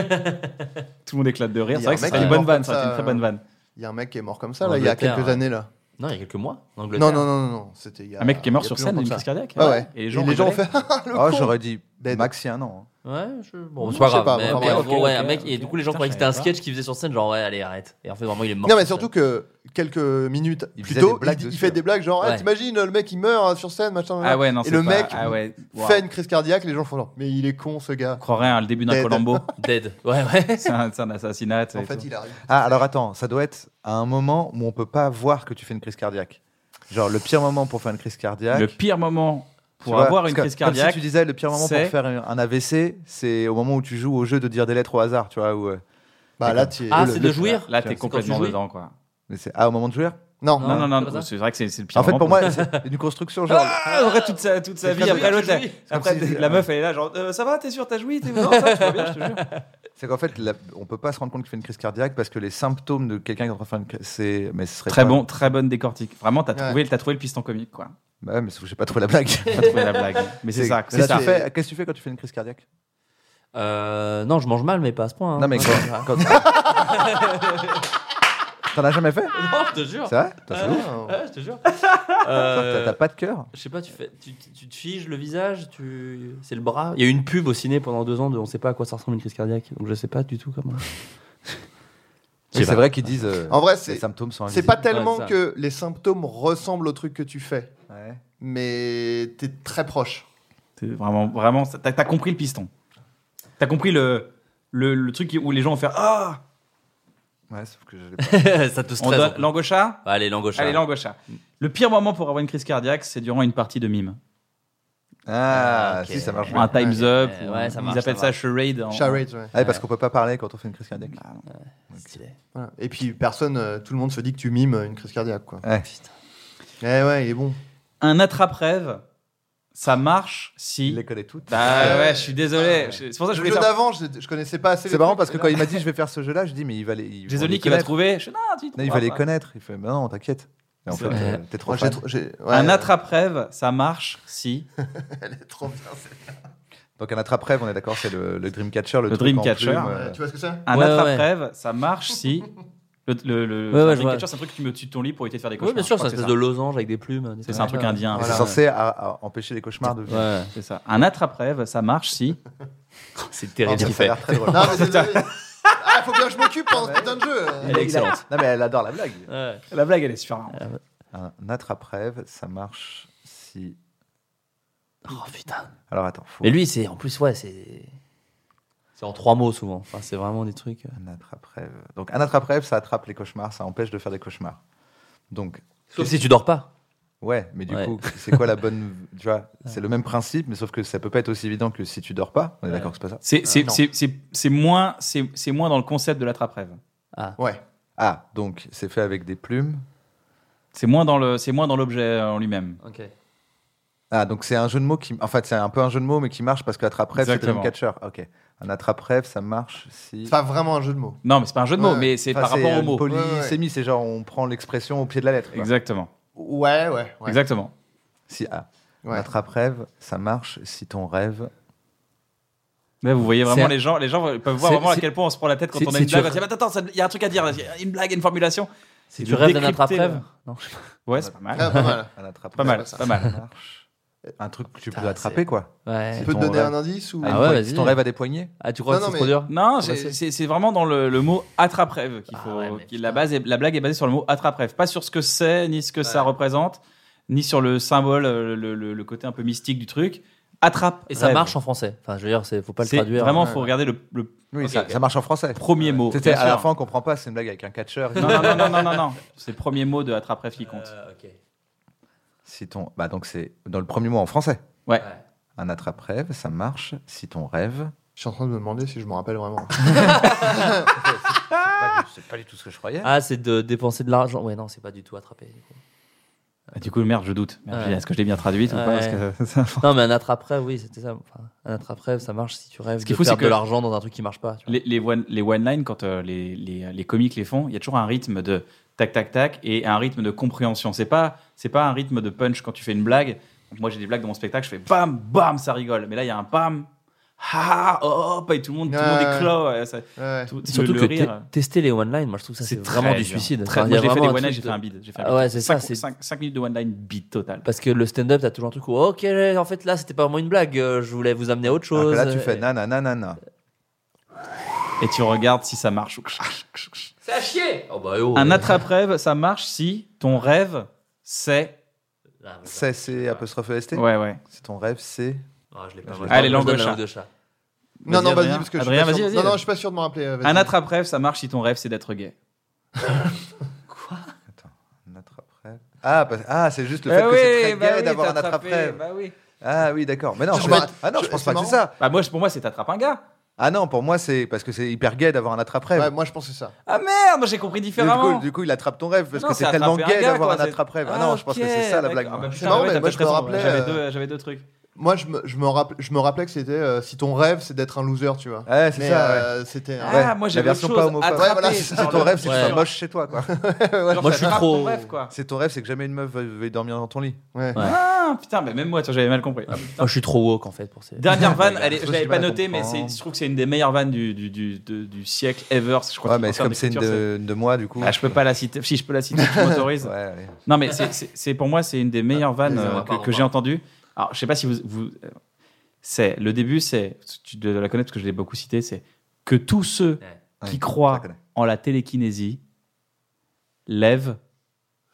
[SPEAKER 1] Tout le monde éclate de rire.
[SPEAKER 2] Il
[SPEAKER 1] C'est vrai
[SPEAKER 2] y a un
[SPEAKER 1] que ça
[SPEAKER 2] mec
[SPEAKER 1] serait
[SPEAKER 2] qui
[SPEAKER 1] une
[SPEAKER 2] est
[SPEAKER 1] bonne
[SPEAKER 2] mort
[SPEAKER 1] vanne.
[SPEAKER 2] comme
[SPEAKER 1] Ça aurait été une
[SPEAKER 2] ça,
[SPEAKER 1] très bonne
[SPEAKER 2] euh,
[SPEAKER 1] vanne.
[SPEAKER 2] Il y a un mec qui est mort comme ça,
[SPEAKER 3] En
[SPEAKER 2] là, il y a
[SPEAKER 3] Angleterre,
[SPEAKER 2] quelques
[SPEAKER 3] ouais.
[SPEAKER 2] années, là.
[SPEAKER 3] Non, il y a quelques mois. En Angleterre.
[SPEAKER 2] Non, non, non, non, non. C'était il y a-
[SPEAKER 1] Un mec qui est mort
[SPEAKER 2] il y a
[SPEAKER 1] sur
[SPEAKER 2] plus
[SPEAKER 1] scène,
[SPEAKER 2] longtemps
[SPEAKER 1] une
[SPEAKER 2] que ça.
[SPEAKER 1] crise cardiaque.
[SPEAKER 2] Ah ouais.
[SPEAKER 1] Et les gens,
[SPEAKER 2] ont
[SPEAKER 1] rigolaient.
[SPEAKER 2] fait. Ah, le
[SPEAKER 4] Oh,
[SPEAKER 2] con.
[SPEAKER 4] j'aurais dit
[SPEAKER 2] Dead.
[SPEAKER 4] maxi un an. hein.
[SPEAKER 3] Ouais, je... bon,
[SPEAKER 2] Non,
[SPEAKER 3] c'est pas
[SPEAKER 2] je sais
[SPEAKER 3] grave.
[SPEAKER 2] pas,
[SPEAKER 3] mais,
[SPEAKER 2] vraiment,
[SPEAKER 3] mais en
[SPEAKER 1] ok,
[SPEAKER 3] gros, ouais,
[SPEAKER 1] ok,
[SPEAKER 3] un mec, et
[SPEAKER 1] ok.
[SPEAKER 3] du coup, les gens
[SPEAKER 1] Putain,
[SPEAKER 3] croyaient
[SPEAKER 1] je
[SPEAKER 3] que c'était un
[SPEAKER 1] savais
[SPEAKER 3] sketch qui faisait sur scène, genre, ouais, allez, arrête. Et en fait, vraiment, il est mort.
[SPEAKER 2] Non, mais
[SPEAKER 3] sur
[SPEAKER 2] surtout
[SPEAKER 3] scène.
[SPEAKER 2] que quelques minutes
[SPEAKER 4] Il
[SPEAKER 2] plus
[SPEAKER 4] faisait des
[SPEAKER 2] tôt, il,
[SPEAKER 4] blagues
[SPEAKER 2] dit- il
[SPEAKER 4] dessus,
[SPEAKER 2] fait
[SPEAKER 4] ouais.
[SPEAKER 2] des blagues genre, Ah,
[SPEAKER 3] Ouais.
[SPEAKER 2] t'imagines, le mec il meurt euh, sur scène, machin.
[SPEAKER 1] Ah ouais, non,
[SPEAKER 2] Et
[SPEAKER 1] c'est
[SPEAKER 2] le
[SPEAKER 1] pas-
[SPEAKER 2] mec
[SPEAKER 1] ah ouais. Wow.
[SPEAKER 2] Fait une crise cardiaque, les gens font genre, mais il est con ce gars.
[SPEAKER 1] On croirait hein, le début d'un
[SPEAKER 2] Dead.
[SPEAKER 1] Colombo.
[SPEAKER 3] Dead. Ouais, ouais.
[SPEAKER 1] C'est un, c'est un assassinat. tu sais,
[SPEAKER 2] En
[SPEAKER 1] et
[SPEAKER 2] fait,
[SPEAKER 1] tout.
[SPEAKER 2] il arrive.
[SPEAKER 4] Ah, alors attends, ça doit être à un moment où on peut pas voir que tu fais une crise cardiaque. Genre le pire moment pour faire une crise cardiaque.
[SPEAKER 1] Le
[SPEAKER 4] tu
[SPEAKER 1] pire moment pour
[SPEAKER 4] vois,
[SPEAKER 1] avoir
[SPEAKER 4] parce
[SPEAKER 1] une
[SPEAKER 4] que-
[SPEAKER 1] crise
[SPEAKER 4] comme
[SPEAKER 1] cardiaque.
[SPEAKER 4] si tu disais le pire moment pour
[SPEAKER 1] c'est-
[SPEAKER 4] faire un un AVC, c'est au moment où tu joues au jeu de dire des lettres au hasard, tu vois. Ou, euh,
[SPEAKER 2] Bah là, tu es-
[SPEAKER 3] Ah,
[SPEAKER 4] le-
[SPEAKER 3] c'est
[SPEAKER 4] le-
[SPEAKER 3] de jouir
[SPEAKER 1] Là,
[SPEAKER 4] C'est
[SPEAKER 1] t'es
[SPEAKER 4] quand
[SPEAKER 3] tu
[SPEAKER 1] complètement
[SPEAKER 3] joues.
[SPEAKER 1] dedans, quoi.
[SPEAKER 4] mais c'est ah, au moment de jouer.
[SPEAKER 2] Non,
[SPEAKER 1] Non, non,
[SPEAKER 3] Non,
[SPEAKER 1] non,
[SPEAKER 3] c'est pas ça.
[SPEAKER 1] c'est vrai que c'est c'est le pire
[SPEAKER 4] En fait,
[SPEAKER 1] moment
[SPEAKER 4] pour moi, c'est une construction genre.
[SPEAKER 1] Ah, après toute sa, toute sa
[SPEAKER 4] C'est
[SPEAKER 1] vie,
[SPEAKER 4] comme
[SPEAKER 1] après
[SPEAKER 4] si-
[SPEAKER 1] l'autre, la,
[SPEAKER 3] Oui.
[SPEAKER 1] après,
[SPEAKER 4] C'est comme si-
[SPEAKER 1] la meuf, elle est là, genre, Euh, ça va, t'es sûr, t'as joui, t'es non, ça, va, tout va bien, je te jure.
[SPEAKER 4] C'est qu'en fait, la- on peut pas se rendre compte qu'il fait une crise cardiaque parce que les symptômes de quelqu'un qui est en train de faire une crise, c'est. Mais ce serait
[SPEAKER 1] Très
[SPEAKER 4] pas-
[SPEAKER 1] bon, très bonne décortique. Vraiment, t'as
[SPEAKER 2] Ouais.
[SPEAKER 1] trouvé, t'as trouvé le piston comique, quoi.
[SPEAKER 4] Bah ouais, mais j'ai pas trouvé la blague.
[SPEAKER 1] T'as trouvé la blague. Mais c'est ça, c'est
[SPEAKER 4] Là,
[SPEAKER 1] ça.
[SPEAKER 4] tu fais- Qu'est-ce que tu fais quand tu fais une crise cardiaque
[SPEAKER 3] Euh, non, je mange mal, mais pas à ce point. hein.
[SPEAKER 4] Non mais quand. quand- T'en as jamais fait
[SPEAKER 3] Non, je te jure.
[SPEAKER 4] C'est vrai Putain, c'est ouf.
[SPEAKER 2] non.
[SPEAKER 3] Ouais, je te jure.
[SPEAKER 4] T'as
[SPEAKER 3] Euh,
[SPEAKER 4] t'as pas de cœur
[SPEAKER 3] Je sais pas, tu, fais, tu, tu- tu te figes le visage, tu... c'est le bras. Il y a eu une pub au ciné pendant deux ans de on sait pas à quoi ça ressemble une crise cardiaque, donc je sais pas du tout comment.
[SPEAKER 4] Oui, C'est vrai qu'ils disent. euh,
[SPEAKER 2] En vrai,
[SPEAKER 4] les
[SPEAKER 2] c'est
[SPEAKER 4] symptômes sont
[SPEAKER 2] c'est
[SPEAKER 4] invisibles.
[SPEAKER 2] pas tellement
[SPEAKER 3] Ouais, ça.
[SPEAKER 2] que les symptômes ressemblent au truc que tu fais,
[SPEAKER 4] Ouais.
[SPEAKER 2] mais t'es très proche.
[SPEAKER 1] C'est Vraiment, vraiment, ça- t'as t'as compris le piston. T'as compris le, le, le truc où les gens vont faire Ah
[SPEAKER 4] Ouais, sauf que je l'ai pas.
[SPEAKER 3] ça te
[SPEAKER 1] On
[SPEAKER 3] stresse.
[SPEAKER 1] donne
[SPEAKER 3] un peu.
[SPEAKER 1] langue au chat
[SPEAKER 3] Allez, langue au chat.
[SPEAKER 1] Bah, Allez, hein. langue au chat. Le pire moment pour avoir une crise cardiaque, c'est durant une partie de mime.
[SPEAKER 4] Ah,
[SPEAKER 3] Ah, ok.
[SPEAKER 4] si, ça marche.
[SPEAKER 1] Ou Un
[SPEAKER 4] bien.
[SPEAKER 1] Time's Up,
[SPEAKER 3] Ouais,
[SPEAKER 1] ou
[SPEAKER 3] ouais,
[SPEAKER 1] un-
[SPEAKER 3] ça
[SPEAKER 1] ils
[SPEAKER 3] marche,
[SPEAKER 1] appellent
[SPEAKER 3] ça
[SPEAKER 1] ça
[SPEAKER 3] marche.
[SPEAKER 1] charade. en-
[SPEAKER 2] Charade, ouais.
[SPEAKER 4] Ah, parce qu'on peut pas parler quand on fait une crise cardiaque.
[SPEAKER 1] Ah, non.
[SPEAKER 3] Stylé.
[SPEAKER 2] Voilà. Et puis personne, euh, tout le monde se dit que tu mimes une crise cardiaque, quoi.
[SPEAKER 4] Ouais.
[SPEAKER 2] Eh ouais, il est bon.
[SPEAKER 1] Un attrape-rêve, ça marche
[SPEAKER 4] Il
[SPEAKER 1] si.
[SPEAKER 4] les Euh, connaît toutes.
[SPEAKER 1] Bah ouais, je suis désolé.
[SPEAKER 2] Ouais.
[SPEAKER 1] Je- C'est pour ça que je
[SPEAKER 2] Le
[SPEAKER 1] voulais
[SPEAKER 2] jeu
[SPEAKER 1] savoir.
[SPEAKER 2] d'avant, je, je connaissais pas assez.
[SPEAKER 4] C'est marrant parce que quand il m'a dit je vais faire ce jeu-là, je dis mais il va les. ils vont
[SPEAKER 1] Jason
[SPEAKER 4] les
[SPEAKER 1] Lee qui va
[SPEAKER 4] connaître.
[SPEAKER 1] trouver. Je, non, tu y
[SPEAKER 4] Non, il
[SPEAKER 1] trouveras
[SPEAKER 4] va les
[SPEAKER 1] pas.
[SPEAKER 4] connaître. Il fait mais non, t'inquiète. Mais en
[SPEAKER 1] C'est
[SPEAKER 4] fait,
[SPEAKER 1] vrai.
[SPEAKER 4] euh, t'es trop fan.
[SPEAKER 1] Un attrape-rêve, ça marche si.
[SPEAKER 2] trop bien. c'est-
[SPEAKER 4] Donc un attrape-rêve, on est d'accord, c'est le, le Dreamcatcher, le,
[SPEAKER 1] Le
[SPEAKER 4] truc en
[SPEAKER 1] Dreamcatcher.
[SPEAKER 4] plume, euh,
[SPEAKER 2] Ouais, Tu vois ce que c'est
[SPEAKER 1] Un
[SPEAKER 3] Ouais, ouais.
[SPEAKER 1] attrape-rêve, ça marche si. Le, le, le- enfin,
[SPEAKER 3] Ouais, ouais, je
[SPEAKER 1] Dreamcatcher,
[SPEAKER 3] vois.
[SPEAKER 1] c'est un truc qui me tue de ton lit pour éviter de faire des
[SPEAKER 3] Oui,
[SPEAKER 1] cauchemars.
[SPEAKER 3] bien
[SPEAKER 1] je
[SPEAKER 3] sûr, c'est
[SPEAKER 1] crois
[SPEAKER 3] une
[SPEAKER 1] que
[SPEAKER 3] espèce de losange avec des plumes. des
[SPEAKER 1] C'est
[SPEAKER 3] trucs
[SPEAKER 1] un
[SPEAKER 3] comme
[SPEAKER 1] truc
[SPEAKER 3] ça.
[SPEAKER 1] indien.
[SPEAKER 4] et
[SPEAKER 1] voilà.
[SPEAKER 4] C'est censé à- à empêcher les cauchemars de venir.
[SPEAKER 3] Ouais,
[SPEAKER 1] C'est ça. Un attrape-rêve, ça marche si.
[SPEAKER 3] c'est terrible ce
[SPEAKER 4] Ça
[SPEAKER 3] qu'il
[SPEAKER 4] a
[SPEAKER 3] fait.
[SPEAKER 4] l'air très drôle.
[SPEAKER 2] Non, mais c'est- Ah, faut bien que je m'occupe pendant ce putain de jeu.
[SPEAKER 3] Elle est excellente.
[SPEAKER 4] Non, mais elle adore la blague.
[SPEAKER 3] Ouais.
[SPEAKER 1] La blague, elle est super
[SPEAKER 3] hein.
[SPEAKER 1] marrante.
[SPEAKER 4] Un attrape-rêve, ça marche si.
[SPEAKER 3] Oh putain.
[SPEAKER 4] Alors attends, faut
[SPEAKER 3] Mais lui, c'est en plus, ouais, c'est. C'est en trois mots souvent. Enfin, c'est vraiment des trucs. euh.
[SPEAKER 4] un attrape-rêve. Donc un attrape-rêve, ça attrape les cauchemars, ça empêche de faire des cauchemars. Donc
[SPEAKER 3] Sauf si tu dors pas.
[SPEAKER 4] ouais, mais du
[SPEAKER 3] Ouais.
[SPEAKER 4] coup, c'est quoi la bonne Tu vois, c'est le même principe, mais sauf que ça peut pas être aussi évident que si tu dors pas. On est
[SPEAKER 3] Ouais.
[SPEAKER 4] d'accord que c'est pas ça.
[SPEAKER 1] C'est c'est-
[SPEAKER 2] non.
[SPEAKER 1] c'est- c'est- c'est moins, c'est- c'est moins dans le concept de l'attrape-rêve.
[SPEAKER 2] Ouais.
[SPEAKER 4] Ah, donc c'est fait avec des plumes.
[SPEAKER 1] C'est moins dans le- c'est moins dans l'objet euh, en lui-même.
[SPEAKER 3] Ok.
[SPEAKER 4] Ah, donc c'est un jeu de mots qui. En fait, c'est un peu un jeu de mots, mais qui marche parce qu'attrape-rêve, c'est le
[SPEAKER 1] Exactement.
[SPEAKER 4] même catcheur. Ah, Ok. Un attrape-rêve, ça marche si.
[SPEAKER 2] C'est pas vraiment un jeu de mots.
[SPEAKER 1] Non, mais c'est pas un jeu de mots,
[SPEAKER 2] Ouais.
[SPEAKER 1] mais c'est
[SPEAKER 4] Enfin,
[SPEAKER 1] par rapport
[SPEAKER 4] une
[SPEAKER 1] au mot.
[SPEAKER 4] Polysémie, c'est genre on prend l'expression au pied de la lettre. quoi.
[SPEAKER 1] Exactement.
[SPEAKER 2] Ouais, ouais, ouais.
[SPEAKER 1] Exactement.
[SPEAKER 4] Si ah, on
[SPEAKER 2] Ouais.
[SPEAKER 4] attrape rêve, ça marche si ton rêve.
[SPEAKER 1] Là, vous voyez vraiment
[SPEAKER 3] C'est-
[SPEAKER 1] les gens, les gens peuvent voir
[SPEAKER 3] C'est-
[SPEAKER 1] vraiment à
[SPEAKER 3] c'est-
[SPEAKER 1] quel point on se prend la tête quand
[SPEAKER 3] c'est-
[SPEAKER 1] on a
[SPEAKER 3] c'est
[SPEAKER 1] une blague.
[SPEAKER 3] dur.
[SPEAKER 1] On se dit, attends, attends, ça- il y a un truc à dire, là, il y a une blague, une formulation.
[SPEAKER 3] C'est
[SPEAKER 1] Et
[SPEAKER 3] du
[SPEAKER 1] de
[SPEAKER 3] rêve d'un
[SPEAKER 1] décrypter, euh.
[SPEAKER 3] attrape-rêve
[SPEAKER 1] là.
[SPEAKER 3] Non, je
[SPEAKER 1] Ouais, c'est pas mal.
[SPEAKER 2] Ah, pas mal.
[SPEAKER 4] Un attrape
[SPEAKER 1] Pas mal, pas mal.
[SPEAKER 4] marche. Un truc que tu peux
[SPEAKER 2] Putain,
[SPEAKER 4] attraper, quoi.
[SPEAKER 3] Ouais.
[SPEAKER 2] Tu
[SPEAKER 4] C'est
[SPEAKER 2] peux te
[SPEAKER 4] ton
[SPEAKER 2] donner
[SPEAKER 4] rêve.
[SPEAKER 2] un indice ou
[SPEAKER 4] À une
[SPEAKER 3] Ah ouais,
[SPEAKER 4] poignée. Si
[SPEAKER 3] vas-y.
[SPEAKER 4] ton rêve a des poignées.
[SPEAKER 3] Ah, tu crois
[SPEAKER 2] Non,
[SPEAKER 3] que
[SPEAKER 2] non,
[SPEAKER 3] c'est trop
[SPEAKER 2] mais-
[SPEAKER 3] dur
[SPEAKER 1] Non,
[SPEAKER 3] bah,
[SPEAKER 1] c'est
[SPEAKER 3] c'est-
[SPEAKER 1] c'est- c'est vraiment dans le, le mot attrape-rêve qu'il
[SPEAKER 3] Ah
[SPEAKER 1] faut.
[SPEAKER 3] ouais, mais
[SPEAKER 1] qu'il- la,
[SPEAKER 3] putain.
[SPEAKER 1] base est- la blague est basée sur le mot attrape-rêve, pas sur ce que c'est, ni ce que ça représente, ni sur le symbole, euh, le, le- le côté un peu mystique du truc. Attrape.
[SPEAKER 3] Et ça marche en français. Enfin, je veux dire, c'est- faut pas le traduire. hein.
[SPEAKER 1] Vraiment,
[SPEAKER 2] Ouais.
[SPEAKER 1] faut regarder le, le
[SPEAKER 4] Oui,
[SPEAKER 1] Ok,
[SPEAKER 4] ça,
[SPEAKER 1] ok.
[SPEAKER 4] ça marche en français.
[SPEAKER 1] premier mot.
[SPEAKER 4] C'était
[SPEAKER 1] bien
[SPEAKER 4] à la
[SPEAKER 1] sûr.
[SPEAKER 4] fin, on comprend pas, c'est une blague avec un catcheur.
[SPEAKER 1] Non, non, non, non, non, non, non. C'est le premier mot de attrape-rêve qui compte.
[SPEAKER 3] Euh, ok.
[SPEAKER 4] si ton, bah donc c'est dans le premier mot en français.
[SPEAKER 1] Ouais.
[SPEAKER 4] Un attrape rêve, ça marche si ton rêve.
[SPEAKER 2] Je suis en train de me demander si je me rappelle vraiment.
[SPEAKER 4] Pas du- c'est pas du tout ce que je croyais.
[SPEAKER 3] Ah, c'est de dépenser de l'argent. Ouais, non, c'est pas du tout attrapé. du coup.
[SPEAKER 1] Ah, Du coup, merde, je doute. Merde,
[SPEAKER 3] Ouais.
[SPEAKER 1] je dis, Est-ce que je l'ai bien traduite ou
[SPEAKER 3] Ouais.
[SPEAKER 1] pas Parce
[SPEAKER 4] Euh,
[SPEAKER 1] que ça-
[SPEAKER 3] Non, mais un attrape-rêve, oui, c'était ça. Enfin, un attrape-rêve, ça marche si tu rêves
[SPEAKER 1] Ce qui est
[SPEAKER 3] de
[SPEAKER 1] fou, c'est
[SPEAKER 3] perdre de
[SPEAKER 1] que-
[SPEAKER 3] l'argent dans un truc qui marche pas. tu vois.
[SPEAKER 1] Les, les one, les one line, quand euh, les, les, les comiques les font, il y a toujours un rythme de tac tac tac et un rythme de compréhension. C'est pas c'est pas un rythme de punch quand tu fais une blague. Donc, moi j'ai des blagues dans mon spectacle, je fais bam bam ça rigole. Mais là il y a un bam ha ha, hop et tout le monde tout le monde
[SPEAKER 2] Ouais.
[SPEAKER 1] éclore. ouais, ça-
[SPEAKER 2] Ouais.
[SPEAKER 1] tout-
[SPEAKER 3] Surtout
[SPEAKER 1] le-
[SPEAKER 3] que
[SPEAKER 1] le rire. euh,
[SPEAKER 3] te- tester les one-line, moi je trouve que ça c'est
[SPEAKER 1] C'est
[SPEAKER 3] vraiment
[SPEAKER 1] très
[SPEAKER 3] du
[SPEAKER 1] dur.
[SPEAKER 3] suicide.
[SPEAKER 1] Très-
[SPEAKER 3] Enfin, il y
[SPEAKER 1] moi,
[SPEAKER 3] a
[SPEAKER 1] j'ai fait des
[SPEAKER 3] vraiment un
[SPEAKER 1] one line,
[SPEAKER 3] truc
[SPEAKER 1] j'ai
[SPEAKER 3] de-
[SPEAKER 1] fait un bide. J'ai fait
[SPEAKER 3] Ah ouais, c'est ça, c'est-
[SPEAKER 1] 5 minutes de one line bide total.
[SPEAKER 3] Parce que le stand-up, t'as toujours un truc où, ok, en fait là c'était pas vraiment une blague, euh, je voulais vous amener à autre
[SPEAKER 4] Alors que
[SPEAKER 3] chose.
[SPEAKER 4] là, tu
[SPEAKER 3] Euh,
[SPEAKER 4] fais nanana. nanana.
[SPEAKER 1] Et tu regardes si ça marche.
[SPEAKER 3] C'est à chier Oh bah yo
[SPEAKER 1] Un attrape rêve, ça marche si ton rêve c'est
[SPEAKER 3] Ah, mais ça-
[SPEAKER 4] C'est c'est apostrophe ST.
[SPEAKER 1] ouais ouais.
[SPEAKER 4] Si ton rêve, c'est.
[SPEAKER 3] Ah, je l'ai pas.
[SPEAKER 4] Allez,
[SPEAKER 3] je l'ai pas. Je
[SPEAKER 1] langue de
[SPEAKER 3] donne la
[SPEAKER 1] chat.
[SPEAKER 3] langue de chat.
[SPEAKER 2] Non, non, vas-y,
[SPEAKER 1] Adrien.
[SPEAKER 2] parce que je suis
[SPEAKER 1] Adrien,
[SPEAKER 2] pas
[SPEAKER 1] vas-y,
[SPEAKER 2] sûr-
[SPEAKER 1] vas-y.
[SPEAKER 2] Non, non, je suis pas sûr de me rappeler. euh, vas-y.
[SPEAKER 1] Un attrape rêve, ça marche si ton rêve c'est d'être gay.
[SPEAKER 4] Un attrape-rêve. Ah, parce- ah c'est
[SPEAKER 1] Eh
[SPEAKER 4] juste le fait que c'est très
[SPEAKER 1] bah
[SPEAKER 4] gay d'avoir un attrape-rêve. Ah oui, d'accord. Mais non,
[SPEAKER 2] Je
[SPEAKER 4] je,
[SPEAKER 2] vois-
[SPEAKER 4] pense- ah non, je
[SPEAKER 2] je-
[SPEAKER 4] pense
[SPEAKER 2] c'est
[SPEAKER 4] pas que
[SPEAKER 2] marrant.
[SPEAKER 4] c'est ça.
[SPEAKER 1] Bah moi, je- pour moi, c'est t'attrapes un gars.
[SPEAKER 4] Ah non, pour moi, c'est parce que c'est hyper gay d'avoir un attrape-rêve.
[SPEAKER 2] Ouais, moi, je pense que c'est ça.
[SPEAKER 1] Ah merde, moi j'ai compris
[SPEAKER 4] Mais du,
[SPEAKER 1] différemment.
[SPEAKER 4] coup, du coup, il attrape ton rêve parce
[SPEAKER 1] Non,
[SPEAKER 4] que
[SPEAKER 1] c'est
[SPEAKER 4] c'est tellement
[SPEAKER 1] attraper un
[SPEAKER 4] gay
[SPEAKER 1] gars,
[SPEAKER 4] d'avoir
[SPEAKER 1] toi,
[SPEAKER 4] un
[SPEAKER 1] c'est-
[SPEAKER 4] attrape-rêve. Ah non, je pense que c'est ça la
[SPEAKER 1] ok,
[SPEAKER 4] blague.
[SPEAKER 1] d'accord.
[SPEAKER 4] moi.
[SPEAKER 1] Ah, bah, putain,
[SPEAKER 2] Non,
[SPEAKER 1] ouais,
[SPEAKER 2] mais
[SPEAKER 1] t'as
[SPEAKER 2] moi, je
[SPEAKER 1] peut-être
[SPEAKER 2] me
[SPEAKER 1] raison, ouais.
[SPEAKER 2] rappelais,
[SPEAKER 1] J'avais
[SPEAKER 2] euh,
[SPEAKER 1] deux, j'avais deux trucs.
[SPEAKER 2] Moi, je me, je me, rappelais, je me rappelais que c'était euh, si ton rêve, c'est d'être un loser, tu vois.
[SPEAKER 4] Ouais, c'est
[SPEAKER 2] Mais,
[SPEAKER 4] ça. ouais.
[SPEAKER 2] euh, c'était.
[SPEAKER 1] Ah,
[SPEAKER 4] Ouais,
[SPEAKER 1] moi
[SPEAKER 4] la
[SPEAKER 1] j'avais autre
[SPEAKER 4] version
[SPEAKER 1] chose.
[SPEAKER 4] pas homophobe.
[SPEAKER 1] Attraper,
[SPEAKER 2] Ouais, voilà,
[SPEAKER 1] genre,
[SPEAKER 2] c'est-
[SPEAKER 4] C'est ton
[SPEAKER 1] le-
[SPEAKER 4] rêve, c'est que tu
[SPEAKER 1] ouais.
[SPEAKER 4] sois moche chez toi, quoi.
[SPEAKER 1] Genre,
[SPEAKER 3] Moi, je suis
[SPEAKER 1] t'attrapes ton
[SPEAKER 3] trop-
[SPEAKER 1] rêve, quoi.
[SPEAKER 4] C'est ton rêve, c'est que jamais une meuf veuille veuille dormir dans ton lit.
[SPEAKER 2] Ouais.
[SPEAKER 3] Ouais.
[SPEAKER 1] Ah putain, mais même moi, tu vois, j'avais mal compris. Ah, putain.
[SPEAKER 3] Moi je suis trop woke en fait pour ces.
[SPEAKER 1] Dernière vanne, elle est-
[SPEAKER 4] J'ai
[SPEAKER 1] je l'avais
[SPEAKER 4] du
[SPEAKER 1] pas
[SPEAKER 4] mal à
[SPEAKER 1] notée, mais c'est-
[SPEAKER 4] comprendre.
[SPEAKER 1] je trouve que c'est une des meilleures vannes du, du, du, de- du siècle ever. Je crois
[SPEAKER 4] Ouais,
[SPEAKER 1] que
[SPEAKER 4] mais
[SPEAKER 1] en
[SPEAKER 4] c'est
[SPEAKER 1] termes
[SPEAKER 4] comme c'est une
[SPEAKER 1] d'écriture,
[SPEAKER 4] de, de moi, du coup.
[SPEAKER 1] c'est- Ah, je peux pas la citer. Si je peux la citer, je m'autorise.
[SPEAKER 4] Ouais, ouais.
[SPEAKER 1] Non, mais c'est- c'est c'est- pour moi, c'est une des meilleures vannes
[SPEAKER 3] désolé,
[SPEAKER 1] euh, que,
[SPEAKER 3] pardon,
[SPEAKER 1] que j'ai
[SPEAKER 3] pardon.
[SPEAKER 1] entendues. Alors, je sais pas si vous. vous euh, c'est le début, c'est tu dois la connaître parce que je l'ai beaucoup citée. C'est que tous ceux
[SPEAKER 4] Ouais,
[SPEAKER 1] qui
[SPEAKER 4] je la
[SPEAKER 1] croient
[SPEAKER 4] connais.
[SPEAKER 1] en la télékinésie lèvent.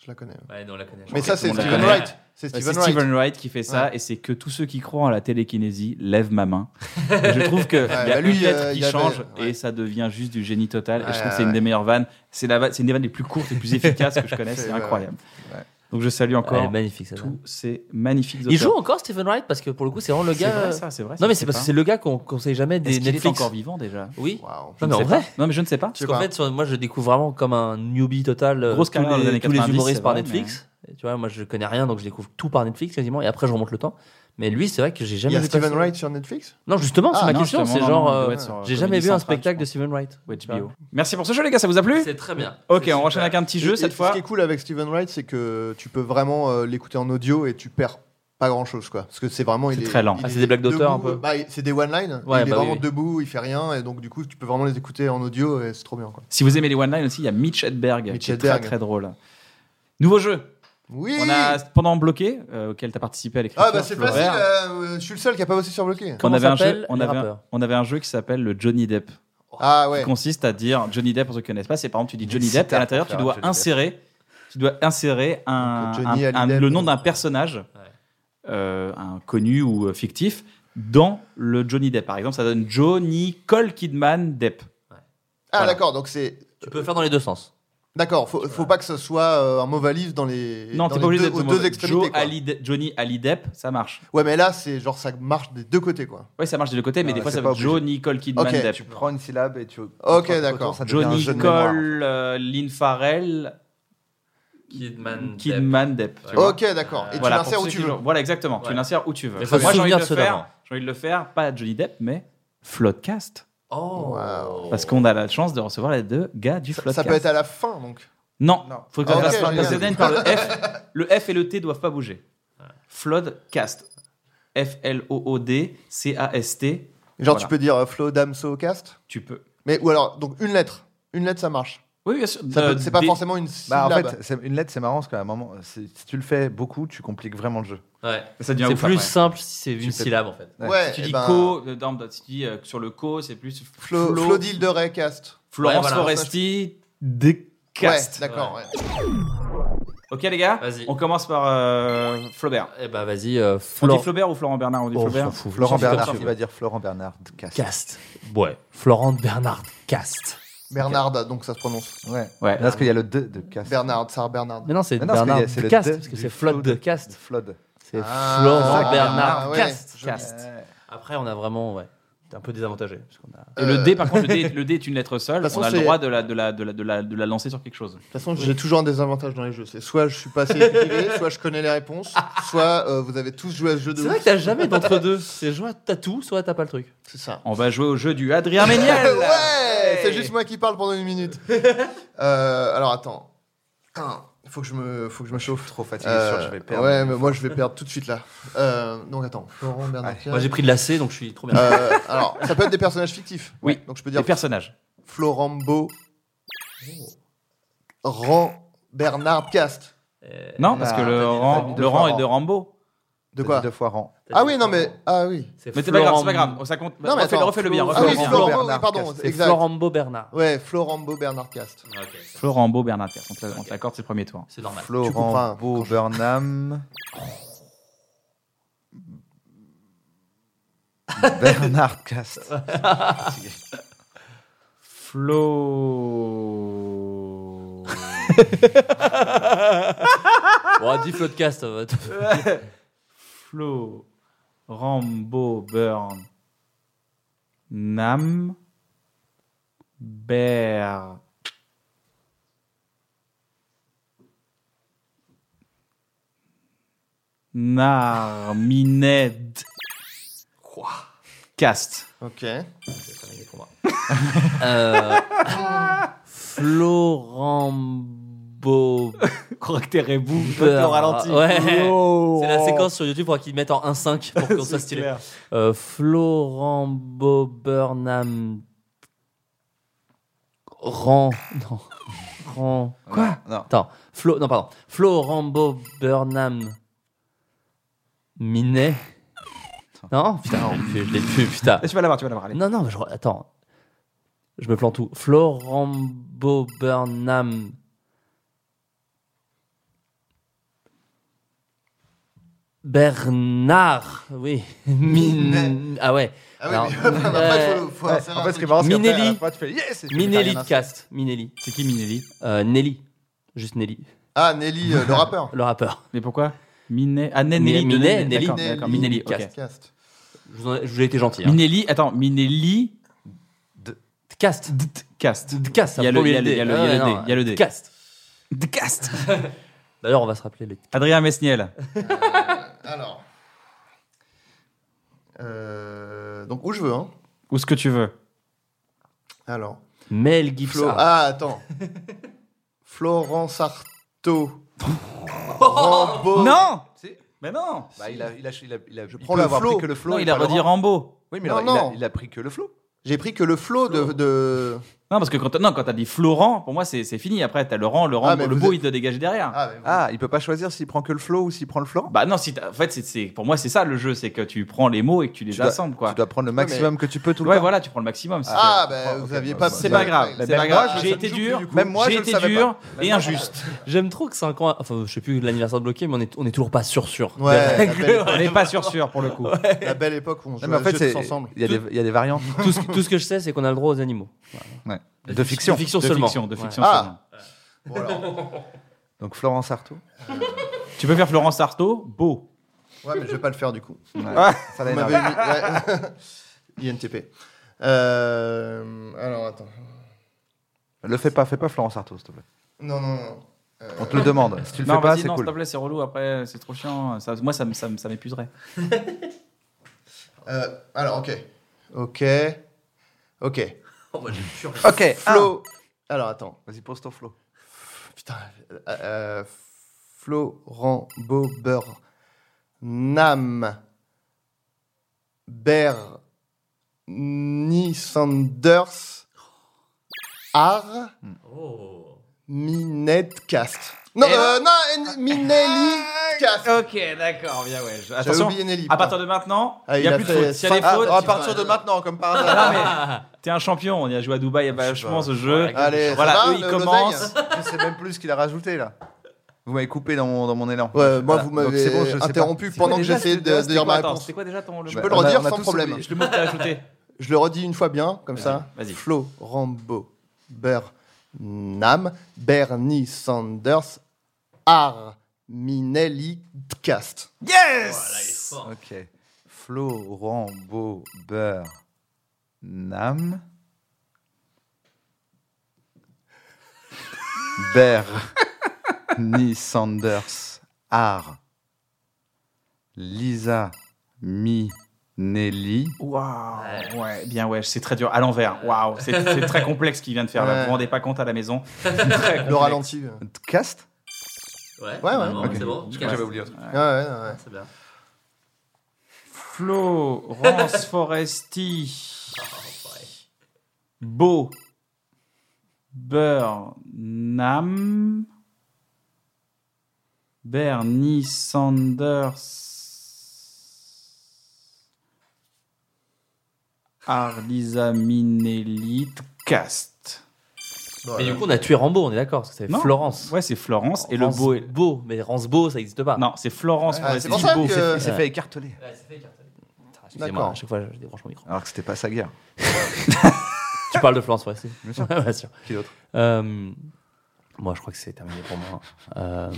[SPEAKER 2] Je la connais.
[SPEAKER 3] Ouais, non, on la connaît.
[SPEAKER 2] Mais ça, c'est
[SPEAKER 1] tout le monde
[SPEAKER 2] Steven
[SPEAKER 1] la connaît.
[SPEAKER 2] Wright. C'est
[SPEAKER 1] C'est
[SPEAKER 2] Steven Wright.
[SPEAKER 1] Steven Wright qui fait ça, et c'est que tous ceux qui croient en la télékinésie lèvent ma main. Et je trouve que il y a
[SPEAKER 2] bah, lui,
[SPEAKER 1] une lettre
[SPEAKER 2] euh,
[SPEAKER 1] qui
[SPEAKER 2] il avait-
[SPEAKER 1] change
[SPEAKER 2] ouais.
[SPEAKER 1] et ça devient juste du génie total. et
[SPEAKER 2] Ouais,
[SPEAKER 1] je trouve que
[SPEAKER 2] ouais,
[SPEAKER 1] c'est une
[SPEAKER 2] ouais.
[SPEAKER 1] des meilleures vannes. C'est la vanne- c'est une des vannes les plus courtes et les plus efficaces que je connaisse.
[SPEAKER 2] C'est
[SPEAKER 1] C'est
[SPEAKER 2] vrai.
[SPEAKER 1] incroyable.
[SPEAKER 4] Ouais.
[SPEAKER 1] Donc je salue encore
[SPEAKER 3] magnifique ça.
[SPEAKER 1] tous ces magnifiques.
[SPEAKER 3] Il joue
[SPEAKER 1] auteurs.
[SPEAKER 3] encore Stephen Wright parce que pour le coup c'est vraiment le
[SPEAKER 1] C'est
[SPEAKER 3] gars.
[SPEAKER 1] vrai,
[SPEAKER 3] euh,
[SPEAKER 1] ça, c'est vrai. ça,
[SPEAKER 3] Non mais
[SPEAKER 1] je sais
[SPEAKER 3] c'est parce
[SPEAKER 1] pas.
[SPEAKER 3] que c'est le gars qu'on conseille jamais
[SPEAKER 1] Est-ce
[SPEAKER 3] des
[SPEAKER 1] qu'il est
[SPEAKER 3] Netflix.
[SPEAKER 1] encore vivant déjà
[SPEAKER 3] Oui.
[SPEAKER 2] Waouh.
[SPEAKER 3] Non mais
[SPEAKER 1] Je
[SPEAKER 3] en
[SPEAKER 1] ne sais
[SPEAKER 3] vrai.
[SPEAKER 1] pas. Non mais je ne sais pas.
[SPEAKER 2] Je sais
[SPEAKER 3] Parce qu'en
[SPEAKER 2] pas.
[SPEAKER 3] fait, sur- moi, je découvre vraiment comme un newbie total euh,
[SPEAKER 1] Grosse
[SPEAKER 3] tous,
[SPEAKER 1] carrière dans les années
[SPEAKER 3] les, tous les
[SPEAKER 1] 90,
[SPEAKER 3] humoristes
[SPEAKER 1] c'est
[SPEAKER 3] par
[SPEAKER 1] vrai,
[SPEAKER 3] Netflix. Et tu vois, moi, je connais rien, donc je découvre tout par Netflix quasiment. Et après, je remonte le temps. Mais lui, c'est vrai que j'ai
[SPEAKER 2] Il
[SPEAKER 3] jamais
[SPEAKER 2] y a
[SPEAKER 3] vu
[SPEAKER 2] Steven
[SPEAKER 3] passer-
[SPEAKER 2] Wright sur Netflix
[SPEAKER 3] Non, justement, c'est
[SPEAKER 2] Ah,
[SPEAKER 3] ma
[SPEAKER 1] non,
[SPEAKER 3] question.
[SPEAKER 1] justement,
[SPEAKER 3] C'est
[SPEAKER 1] non,
[SPEAKER 3] genre,
[SPEAKER 1] non, il
[SPEAKER 3] euh,
[SPEAKER 1] doit être sur, euh,
[SPEAKER 3] j'ai
[SPEAKER 1] Comedy
[SPEAKER 3] jamais vu un
[SPEAKER 1] Central,
[SPEAKER 3] spectacle de
[SPEAKER 1] je
[SPEAKER 3] Stephen Wright.
[SPEAKER 1] crois. Ou
[SPEAKER 3] Tu vois.
[SPEAKER 1] HBO. Merci pour ce jeu les gars, ça vous a plu
[SPEAKER 3] C'est très bien.
[SPEAKER 1] Ok,
[SPEAKER 3] C'est
[SPEAKER 1] on enchaîne
[SPEAKER 3] super.
[SPEAKER 1] avec un petit
[SPEAKER 2] Et-
[SPEAKER 1] jeu
[SPEAKER 2] et
[SPEAKER 1] cette
[SPEAKER 2] Ce
[SPEAKER 1] fois.
[SPEAKER 2] qui est cool avec Steven Wright, c'est que tu peux vraiment euh, l'écouter en audio et tu perds pas grand chose, quoi. Parce que c'est vraiment. il
[SPEAKER 1] C'est
[SPEAKER 2] est-
[SPEAKER 1] très lent.
[SPEAKER 2] il
[SPEAKER 3] Ah, c'est
[SPEAKER 2] est
[SPEAKER 3] des blagues d'auteur,
[SPEAKER 2] debout,
[SPEAKER 3] un peu.
[SPEAKER 2] bah, il- c'est des one line.
[SPEAKER 3] Ouais,
[SPEAKER 2] il est
[SPEAKER 3] bah oui,
[SPEAKER 2] vraiment
[SPEAKER 3] oui.
[SPEAKER 2] debout, il fait rien, et donc du coup, tu peux vraiment les écouter en audio et c'est trop bien, quoi.
[SPEAKER 1] Si vous aimez les one line aussi, il y a Mitch Hedberg
[SPEAKER 2] Mitch
[SPEAKER 1] qui est très
[SPEAKER 2] Hedberg.
[SPEAKER 1] très drôle. Nouveau jeu.
[SPEAKER 2] Oui.
[SPEAKER 1] On a pendant bloqué euh, auquel tu as participé à l'écriture.
[SPEAKER 2] Ah bah c'est
[SPEAKER 1] Flaubert.
[SPEAKER 2] facile. euh, je suis le seul qui a pas bossé sur bloqué.
[SPEAKER 1] On
[SPEAKER 3] Comment
[SPEAKER 1] avait, un jeu,
[SPEAKER 3] s'appellent
[SPEAKER 1] on,
[SPEAKER 3] les
[SPEAKER 1] avait un,
[SPEAKER 3] rappeurs
[SPEAKER 1] on avait un jeu qui s'appelle le Johnny Depp,
[SPEAKER 2] Ah ouais.
[SPEAKER 1] qui consiste à dire Johnny Depp pour ceux qui ne connaissent pas. C'est par exemple tu dis Johnny
[SPEAKER 4] Si
[SPEAKER 1] Depp et
[SPEAKER 4] t'as
[SPEAKER 1] à l'intérieur
[SPEAKER 4] pour
[SPEAKER 1] tu
[SPEAKER 4] faire un
[SPEAKER 1] dois
[SPEAKER 4] Johnny Depp.
[SPEAKER 1] insérer, tu dois insérer un,
[SPEAKER 2] Donc, euh, Johnny
[SPEAKER 1] un- un-
[SPEAKER 2] Hallyday.
[SPEAKER 1] le nom d'un personnage, euh, un connu ou euh, fictif, dans le Johnny Depp. Par exemple, ça donne Johnny Cole Kidman Depp.
[SPEAKER 2] Ah
[SPEAKER 1] Voilà.
[SPEAKER 2] d'accord, donc c'est
[SPEAKER 3] Tu peux faire dans les deux sens.
[SPEAKER 2] d'accord. Faut, faut pas que ce soit euh, un mauvais livre dans les
[SPEAKER 1] Non,
[SPEAKER 2] dans
[SPEAKER 1] t'es
[SPEAKER 2] les
[SPEAKER 1] pas obligé
[SPEAKER 2] deux,
[SPEAKER 1] d'être
[SPEAKER 2] aux
[SPEAKER 1] mauvais.
[SPEAKER 2] deux extrémités.
[SPEAKER 1] Joe
[SPEAKER 2] quoi.
[SPEAKER 1] Hallyday- Johnny Ali Depp, ça marche.
[SPEAKER 2] Ouais, mais là c'est genre ça marche des deux côtés quoi.
[SPEAKER 1] Ouais, ça marche des deux côtés, mais
[SPEAKER 2] Ah,
[SPEAKER 4] Non,
[SPEAKER 1] des
[SPEAKER 4] là,
[SPEAKER 1] fois
[SPEAKER 4] c'est
[SPEAKER 1] ça
[SPEAKER 4] pas
[SPEAKER 1] veut
[SPEAKER 4] obligé.
[SPEAKER 1] Johnny Cole Kidman
[SPEAKER 2] Ok,
[SPEAKER 1] Depp.
[SPEAKER 4] Tu prends une syllabe et tu.
[SPEAKER 2] Ok,
[SPEAKER 4] tu prends-
[SPEAKER 2] d'accord.
[SPEAKER 4] ça devient un
[SPEAKER 1] Johnny
[SPEAKER 4] jeu de mémoire.
[SPEAKER 1] Cole, euh, Lynn Farrell,
[SPEAKER 6] Kidman.
[SPEAKER 1] Kidman Depp. tu vois.
[SPEAKER 2] Ok, d'accord. Et
[SPEAKER 1] Voilà,
[SPEAKER 2] tu l'insères
[SPEAKER 1] pour
[SPEAKER 2] où
[SPEAKER 1] ceux
[SPEAKER 2] tu
[SPEAKER 1] qui
[SPEAKER 2] veux.
[SPEAKER 1] l'ont- Voilà, exactement. Tu
[SPEAKER 6] Ouais.
[SPEAKER 1] l'insères où tu veux.
[SPEAKER 6] Mais faut
[SPEAKER 1] Moi,
[SPEAKER 6] se
[SPEAKER 1] j'ai envie de
[SPEAKER 3] souvenir
[SPEAKER 1] le
[SPEAKER 3] ceux d'avant.
[SPEAKER 1] faire. J'ai envie de le faire, pas Johnny Depp, mais Floodcast.
[SPEAKER 6] Oh.
[SPEAKER 2] Wow.
[SPEAKER 1] Parce qu'on a la chance de recevoir les deux gars du
[SPEAKER 2] Ça,
[SPEAKER 1] Floodcast.
[SPEAKER 2] ça peut être à la fin, donc.
[SPEAKER 1] Non,
[SPEAKER 6] Non.
[SPEAKER 1] faut que
[SPEAKER 2] Ah,
[SPEAKER 1] ça
[SPEAKER 2] ok,
[SPEAKER 1] passe par,
[SPEAKER 2] génial.
[SPEAKER 1] ça se désigne par le F. Le F et le T doivent pas bouger. Floodcast. F-L-O-O-D-C-A-S-T.
[SPEAKER 2] Genre,
[SPEAKER 1] Voilà.
[SPEAKER 2] tu peux dire euh, Flo Damso Cast
[SPEAKER 1] Tu peux.
[SPEAKER 2] mais, Ou alors, donc une lettre. Une lettre, ça marche.
[SPEAKER 1] Oui, bien sûr.
[SPEAKER 2] Ça
[SPEAKER 1] Euh,
[SPEAKER 2] peut- C'est pas
[SPEAKER 1] des-
[SPEAKER 2] forcément une
[SPEAKER 4] Bah,
[SPEAKER 2] syllabe.
[SPEAKER 4] en fait, c'est- une lettre, c'est marrant parce qu'à un moment, c'est- si tu le fais beaucoup, tu compliques vraiment le jeu.
[SPEAKER 6] Ouais.
[SPEAKER 1] Ça devient
[SPEAKER 3] C'est
[SPEAKER 1] ouf
[SPEAKER 3] plus
[SPEAKER 1] après.
[SPEAKER 3] simple si c'est une
[SPEAKER 4] peux-
[SPEAKER 3] syllabe en fait.
[SPEAKER 4] ouais,
[SPEAKER 2] ouais,
[SPEAKER 1] Si tu
[SPEAKER 2] eh
[SPEAKER 1] dis
[SPEAKER 2] ben,
[SPEAKER 1] co, euh, dans- si tu dis euh, sur le co, c'est plus
[SPEAKER 2] Flo,
[SPEAKER 1] Flo-
[SPEAKER 2] Flo Dil de Ray Cast.
[SPEAKER 1] Florence
[SPEAKER 6] Ouais, voilà.
[SPEAKER 1] Foresti, Decast.
[SPEAKER 2] Ouais, d'accord. ouais.
[SPEAKER 1] Ok les gars,
[SPEAKER 6] Vas-y.
[SPEAKER 1] on commence par euh, Flaubert.
[SPEAKER 3] Eh bah vas-y, euh,
[SPEAKER 1] On
[SPEAKER 3] Flor-
[SPEAKER 1] dit Flaubert ou Florent Bernard On dit
[SPEAKER 3] Oh,
[SPEAKER 1] Flaubert.
[SPEAKER 3] on s'en fout.
[SPEAKER 4] Florent
[SPEAKER 3] J'en suis
[SPEAKER 4] Bernard,
[SPEAKER 3] comme
[SPEAKER 4] il
[SPEAKER 3] ça.
[SPEAKER 4] va dire Florent Bernard Cast.
[SPEAKER 3] Cast. Ouais. Florent Bernard Cast.
[SPEAKER 2] Bernard, donc ça se prononce.
[SPEAKER 4] Ouais.
[SPEAKER 1] Ouais.
[SPEAKER 2] Euh,
[SPEAKER 4] Parce qu'il y a le 2 de Cast.
[SPEAKER 2] Bernard, Sarah Bernard.
[SPEAKER 3] Mais non, c'est
[SPEAKER 4] Mais non, parce
[SPEAKER 3] Bernard
[SPEAKER 4] qu'il y a- c'est le
[SPEAKER 3] Cast,
[SPEAKER 4] de-
[SPEAKER 3] parce que
[SPEAKER 4] du
[SPEAKER 3] c'est Flotte de
[SPEAKER 4] Flood.
[SPEAKER 3] Cast.
[SPEAKER 4] Flood.
[SPEAKER 3] C'est
[SPEAKER 2] Ah,
[SPEAKER 3] Florent
[SPEAKER 2] ça,
[SPEAKER 3] Bernard
[SPEAKER 2] ouais.
[SPEAKER 3] Cast.
[SPEAKER 1] Cast.
[SPEAKER 3] Après, on a vraiment, ouais, t'es un peu désavantagé. parce qu'on a-
[SPEAKER 1] Et le D, par contre, le D, le D est une lettre seule.
[SPEAKER 2] De toute
[SPEAKER 1] On
[SPEAKER 2] façon,
[SPEAKER 1] a le
[SPEAKER 2] c'est-
[SPEAKER 1] droit de la, de, la, de, la, de, la, de la lancer sur quelque chose.
[SPEAKER 2] De toute façon, j'ai toujours un désavantage dans les jeux. C'est soit je suis pas assez équilibré, soit je connais les réponses, soit euh, vous avez tous joué à ce jeu de
[SPEAKER 3] C'est vrai
[SPEAKER 2] ouf.
[SPEAKER 3] que t'as jamais d'entre-deux. C'est soit t'as tout, soit t'as pas le truc.
[SPEAKER 2] C'est ça.
[SPEAKER 1] On va jouer au jeu du Adrien Méniel.
[SPEAKER 2] ouais C'est juste moi qui parle pendant une minute. Euh, alors attends. Putain, faut que je me, faut que je me chauffe.
[SPEAKER 4] Trop fatigué,
[SPEAKER 2] Euh,
[SPEAKER 4] sûr, je vais perdre.
[SPEAKER 2] ouais, mais moi je vais perdre tout de suite là. Euh, donc attends. Florent Bernard.
[SPEAKER 3] Moi, j'ai pris de la C, donc je suis trop bien.
[SPEAKER 2] Euh, alors, ça peut être des personnages fictifs.
[SPEAKER 1] Oui.
[SPEAKER 2] Donc je peux
[SPEAKER 1] Les
[SPEAKER 2] dire
[SPEAKER 1] personnages.
[SPEAKER 2] Florambo. Ran Bernard Cast.
[SPEAKER 3] Euh,
[SPEAKER 1] Non, parce
[SPEAKER 4] Ah,
[SPEAKER 1] que le
[SPEAKER 4] t'as dit- t'as
[SPEAKER 1] rang,
[SPEAKER 4] dit deux
[SPEAKER 1] le
[SPEAKER 4] fois
[SPEAKER 1] rang est
[SPEAKER 4] rang.
[SPEAKER 1] de Rambo.
[SPEAKER 2] De quoi
[SPEAKER 4] Deux fois rang.
[SPEAKER 3] t'as
[SPEAKER 2] Ah
[SPEAKER 3] dit
[SPEAKER 2] oui, non mais.
[SPEAKER 3] Florent-
[SPEAKER 2] Ah oui.
[SPEAKER 1] Mais c'est pas grave, c'est pas grave. Ça compte.
[SPEAKER 2] Non, mais
[SPEAKER 1] refais-le,
[SPEAKER 2] attends,
[SPEAKER 1] refais-le bien.
[SPEAKER 2] Flo-
[SPEAKER 1] refais-le
[SPEAKER 2] Ah oui,
[SPEAKER 1] bien.
[SPEAKER 2] Flo-
[SPEAKER 4] Bernard
[SPEAKER 2] oui, pardon,
[SPEAKER 4] Cast.
[SPEAKER 3] C'est
[SPEAKER 2] exact.
[SPEAKER 3] Florambo Bernard.
[SPEAKER 2] Ouais, Florambo Bernard Cast.
[SPEAKER 6] Ok.
[SPEAKER 1] Flo Rambo Bernard. Cast. On te on te l'accorde, c'est le premier tour.
[SPEAKER 6] C'est normal.
[SPEAKER 4] Florent
[SPEAKER 2] comprends,
[SPEAKER 4] Beau Burnham. Bernard Cast.
[SPEAKER 1] Flo.
[SPEAKER 3] Bon, dis Floodcast. euh, t-
[SPEAKER 1] Flo Rambo Burn Nam Bear Narmined Cast
[SPEAKER 2] Ok.
[SPEAKER 3] euh, Florambo
[SPEAKER 1] Correcterez-vous
[SPEAKER 3] Bernard. Ouais.
[SPEAKER 1] Flo-
[SPEAKER 3] C'est la séquence sur YouTube pour qu'ils mettent en 1.5 pour qu'on soit
[SPEAKER 1] C'est
[SPEAKER 3] stylé.
[SPEAKER 1] clair.
[SPEAKER 3] Euh, Florambo Burnham. Ran. Non. Ran.
[SPEAKER 4] Quoi Non.
[SPEAKER 3] Attends. Flo. Non, pardon. Florambo Burnham. Minet. Non Putain, je l'ai plus, je l'ai plus, putain.
[SPEAKER 1] Eh, Tu vas l'avoir, tu vas l'avoir. allez.
[SPEAKER 3] Non, non, mais je... re- attends. Je me plante tout. Florambo Burnham. Bernard, oui. Min... Ah ouais.
[SPEAKER 2] Ah oui,
[SPEAKER 3] Alors,
[SPEAKER 2] mais après, faut, faut
[SPEAKER 4] Ouais,
[SPEAKER 2] insérer
[SPEAKER 4] en
[SPEAKER 2] un
[SPEAKER 4] fait, ce qui est
[SPEAKER 2] truc.
[SPEAKER 4] marrant, c'est qu'après,
[SPEAKER 3] Minelli.
[SPEAKER 4] à la fin, tu fais yes. et tu fais
[SPEAKER 3] Minelli
[SPEAKER 4] rien
[SPEAKER 3] de
[SPEAKER 4] à-
[SPEAKER 3] cast. Minelli.
[SPEAKER 1] C'est qui Minelli
[SPEAKER 3] Euh, Nelly. Juste Nelly.
[SPEAKER 2] Ah, Nelly, euh, le rappeur.
[SPEAKER 3] Le rappeur.
[SPEAKER 1] Mais pourquoi Minet Ah, Nen-
[SPEAKER 3] Mi-
[SPEAKER 1] Nelly. de
[SPEAKER 3] Minet,
[SPEAKER 1] Nen-
[SPEAKER 3] Nelly.
[SPEAKER 1] d'accord, d'accord,
[SPEAKER 2] Nelly
[SPEAKER 1] Minelli, ok.
[SPEAKER 3] Cast.
[SPEAKER 2] Cast.
[SPEAKER 3] Je vous, en ai- je vous ai été gentil. Hein.
[SPEAKER 1] Minelli, attends, Minelli
[SPEAKER 3] Cast.
[SPEAKER 1] cast.
[SPEAKER 3] De Cast.
[SPEAKER 1] Il y a
[SPEAKER 3] ça
[SPEAKER 1] le-
[SPEAKER 3] faut
[SPEAKER 1] il y a
[SPEAKER 3] oublier
[SPEAKER 1] le- il y a le- il y a le
[SPEAKER 3] D. Ah ouais,
[SPEAKER 1] D,
[SPEAKER 3] non,
[SPEAKER 1] il y a le D.
[SPEAKER 3] Cast.
[SPEAKER 1] Cast.
[SPEAKER 3] D'ailleurs, on va se rappeler le.
[SPEAKER 1] Adrien Mesniel.
[SPEAKER 2] Alors. Euh, donc, où je veux, hein.
[SPEAKER 1] Ou ce que tu veux.
[SPEAKER 2] Alors.
[SPEAKER 3] Mel
[SPEAKER 2] Flo...
[SPEAKER 3] Gibson.
[SPEAKER 2] Ah, attends. Florence Artaud. Rambo.
[SPEAKER 1] Non
[SPEAKER 4] Si.
[SPEAKER 1] Mais non
[SPEAKER 4] Bah, il a, il a, il a, il a, je
[SPEAKER 2] prends le flow.
[SPEAKER 4] pris que le flow.
[SPEAKER 1] Non, il a
[SPEAKER 4] pas le
[SPEAKER 1] redit
[SPEAKER 4] rang.
[SPEAKER 1] Rambo.
[SPEAKER 4] Oui, mais
[SPEAKER 2] Non,
[SPEAKER 4] alors, il a-
[SPEAKER 2] non.
[SPEAKER 4] il a pris que le flow.
[SPEAKER 2] J'ai pris que le flow de. de...
[SPEAKER 1] Non, parce que quand, non, quand t'as dit Florent, pour moi, c'est c'est fini. Après, t'as le rang, le rang,
[SPEAKER 2] Ah, mais
[SPEAKER 1] le
[SPEAKER 2] vous
[SPEAKER 1] beau,
[SPEAKER 2] êtes-
[SPEAKER 1] il te dégage derrière.
[SPEAKER 2] Ah, mais vous-
[SPEAKER 4] Ah, il peut pas choisir s'il prend que le flow ou s'il prend le Florent
[SPEAKER 1] Bah non, si t'as- en fait, c'est c'est- pour moi, c'est ça le jeu, c'est que tu prends les mots et que tu les
[SPEAKER 4] dois-
[SPEAKER 1] assembles, quoi.
[SPEAKER 4] Tu dois prendre le maximum que tu peux tout le
[SPEAKER 1] Ouais,
[SPEAKER 4] temps.
[SPEAKER 1] voilà, tu prends le maximum. c'est
[SPEAKER 2] Ah,
[SPEAKER 4] ok.
[SPEAKER 2] bah,
[SPEAKER 4] Oh,
[SPEAKER 2] vous
[SPEAKER 4] ok,
[SPEAKER 2] aviez
[SPEAKER 4] bah,
[SPEAKER 2] pas.
[SPEAKER 4] bah,
[SPEAKER 1] C'est pas grave.
[SPEAKER 2] C'est
[SPEAKER 1] Même
[SPEAKER 2] pas
[SPEAKER 1] moi,
[SPEAKER 2] grave.
[SPEAKER 1] j'ai
[SPEAKER 2] ça
[SPEAKER 1] été
[SPEAKER 2] me joue
[SPEAKER 1] dur.
[SPEAKER 2] plus, du coup.
[SPEAKER 4] Même moi,
[SPEAKER 1] J'ai
[SPEAKER 4] je le
[SPEAKER 1] été
[SPEAKER 4] savais
[SPEAKER 1] dur
[SPEAKER 4] pas.
[SPEAKER 1] et injuste.
[SPEAKER 3] Ah, J'aime trop que 5 ans. Enfin, je sais plus l'anniversaire de bloqué, mais on est, on est toujours pas sûr sûr.
[SPEAKER 2] Ouais, la belle,
[SPEAKER 1] On n'est pas sûr sûr pour le coup.
[SPEAKER 2] la belle époque où on
[SPEAKER 4] Non,
[SPEAKER 2] jouait
[SPEAKER 4] mais en fait,
[SPEAKER 2] à
[SPEAKER 4] c'est
[SPEAKER 2] tous ensemble.
[SPEAKER 4] il y, a des- il y a des variantes
[SPEAKER 3] tout, ce, tout ce que je sais, c'est qu'on a le droit aux animaux.
[SPEAKER 4] de fiction.
[SPEAKER 3] De fiction
[SPEAKER 1] de
[SPEAKER 3] seulement.
[SPEAKER 1] fiction, de
[SPEAKER 3] Ouais.
[SPEAKER 1] fiction
[SPEAKER 2] Ah.
[SPEAKER 1] seulement.
[SPEAKER 2] Bon, alors.
[SPEAKER 4] Donc Florence Artaud.
[SPEAKER 1] Tu peux faire Florence Artaud, beau.
[SPEAKER 2] Ouais, mais je vais pas le faire du coup.
[SPEAKER 4] Ça l'a
[SPEAKER 2] Vous
[SPEAKER 4] énervé.
[SPEAKER 2] m'avez mis- ouais. INTP. Euh, alors, attends.
[SPEAKER 4] Le fais pas, fais pas Florence Artaud, s'il te plaît.
[SPEAKER 2] Non, non, non.
[SPEAKER 4] On te le demande. Si tu le
[SPEAKER 1] Non,
[SPEAKER 4] fais pas,
[SPEAKER 1] vas-y,
[SPEAKER 4] c'est
[SPEAKER 1] non, s'il te
[SPEAKER 4] cool.
[SPEAKER 1] plaît, c'est relou. Après, c'est trop chiant. Ça- moi, ça, me- ça, me- ça m'épuiserait.
[SPEAKER 2] Euh, alors, ok. Ok. Ok.
[SPEAKER 4] Oh, Ok, Flo.
[SPEAKER 2] Flo. Alors, attends.
[SPEAKER 4] Vas-y, pose ton Flo.
[SPEAKER 2] Putain. euh, euh, Florent Bober. Nam. Bernie Sanders. Ar. Minette Cast. Non, euh, non, Minelli Cast.
[SPEAKER 1] Ok, d'accord, bien ouais. Je-
[SPEAKER 2] J'avais
[SPEAKER 1] Attention,
[SPEAKER 2] oublié Nelly.
[SPEAKER 1] à partir de maintenant, il
[SPEAKER 2] Ah,
[SPEAKER 1] n'y a,
[SPEAKER 2] il a
[SPEAKER 1] plus de
[SPEAKER 2] fait
[SPEAKER 1] faute. S'il y a des
[SPEAKER 2] cinq- Ah,
[SPEAKER 1] fautes,
[SPEAKER 4] à
[SPEAKER 2] tu
[SPEAKER 4] partir
[SPEAKER 2] vas-
[SPEAKER 4] de maintenant, comme par hasard.
[SPEAKER 1] t'es un champion. On y a joué à Dubaï, il y a vachement
[SPEAKER 4] sais
[SPEAKER 1] ce jeu.
[SPEAKER 2] Allez, ça
[SPEAKER 1] voilà,
[SPEAKER 2] va,
[SPEAKER 1] eux, ils
[SPEAKER 2] le-
[SPEAKER 1] commencent.
[SPEAKER 2] l'oseille
[SPEAKER 4] Je sais même plus ce qu'il a rajouté là. Vous m'avez coupé dans mon, dans mon élan.
[SPEAKER 2] Ouais, moi,
[SPEAKER 4] Voilà.
[SPEAKER 2] vous
[SPEAKER 4] Donc, c'est
[SPEAKER 2] m'avez
[SPEAKER 4] bon, je sais pas.
[SPEAKER 2] interrompu
[SPEAKER 1] C'est quoi
[SPEAKER 2] pendant que
[SPEAKER 1] déjà,
[SPEAKER 2] j'essayais
[SPEAKER 1] c'était-
[SPEAKER 2] de, de
[SPEAKER 1] c'était
[SPEAKER 2] dire
[SPEAKER 1] quoi,
[SPEAKER 2] ma
[SPEAKER 1] attends,
[SPEAKER 2] réponse.
[SPEAKER 1] C'était quoi déjà ton le
[SPEAKER 2] Je
[SPEAKER 1] mot
[SPEAKER 2] peux le
[SPEAKER 4] on a-
[SPEAKER 2] redire
[SPEAKER 4] on a
[SPEAKER 2] sans
[SPEAKER 4] tous
[SPEAKER 2] problème.
[SPEAKER 4] oublié.
[SPEAKER 1] Je le mot que t'as ajouté.
[SPEAKER 2] Je le redis une fois bien, comme ça.
[SPEAKER 1] vas-y.
[SPEAKER 2] Flo, Rambo, Bernam, Bernie Sanders, Ar, Minelli, Cast.
[SPEAKER 1] Yes
[SPEAKER 4] Ok. Florent Beurre Nam. Bernie Sanders Ar. Lisa Minelli.
[SPEAKER 1] Waouh Ouais, bien ouais, c'est très dur. À l'envers. Waouh, c'est c'est très complexe ce qu'il vient de faire. là. Vous
[SPEAKER 2] Ouais.
[SPEAKER 1] vous rendez pas compte à la maison. C'est très
[SPEAKER 2] Le
[SPEAKER 1] complexe.
[SPEAKER 2] ralenti. euh.
[SPEAKER 4] Cast
[SPEAKER 3] Ouais,
[SPEAKER 2] ouais,
[SPEAKER 3] normalement,
[SPEAKER 4] ok.
[SPEAKER 3] c'est bon. Ah,
[SPEAKER 4] Je crois que j'avais oublié.
[SPEAKER 2] Ouais, ouais, ouais.
[SPEAKER 3] C'est bien.
[SPEAKER 1] Florence Foresti. Beau. Burnham. Bernie Sanders. Arlisa Minelli. Cast.
[SPEAKER 3] Mais
[SPEAKER 2] euh,
[SPEAKER 3] du coup, on a tué Rambo, on est d'accord, parce que c'est
[SPEAKER 1] Non.
[SPEAKER 3] Florence.
[SPEAKER 1] Ouais, c'est Florence et
[SPEAKER 3] Rance
[SPEAKER 1] le beau. est-
[SPEAKER 3] Beau, mais Rance Beau, ça n'existe pas.
[SPEAKER 1] Non, c'est Florence
[SPEAKER 2] Ah, c'est
[SPEAKER 1] Foresti.
[SPEAKER 2] pour ça
[SPEAKER 1] Beau.
[SPEAKER 2] que.
[SPEAKER 4] Il s'est fait écarteler.
[SPEAKER 3] Ouais, c'est fait écarteler. Putain, Ah, Excusez-moi,
[SPEAKER 2] D'accord.
[SPEAKER 3] à chaque fois, je débranche mon micro.
[SPEAKER 4] Alors que c'était pas sa guerre.
[SPEAKER 3] tu parles de Florence Foresti
[SPEAKER 4] Bien sûr.
[SPEAKER 3] Ouais, bien sûr.
[SPEAKER 4] Qui d'autre
[SPEAKER 3] Euh, moi, je crois que c'est terminé pour moi. Euh,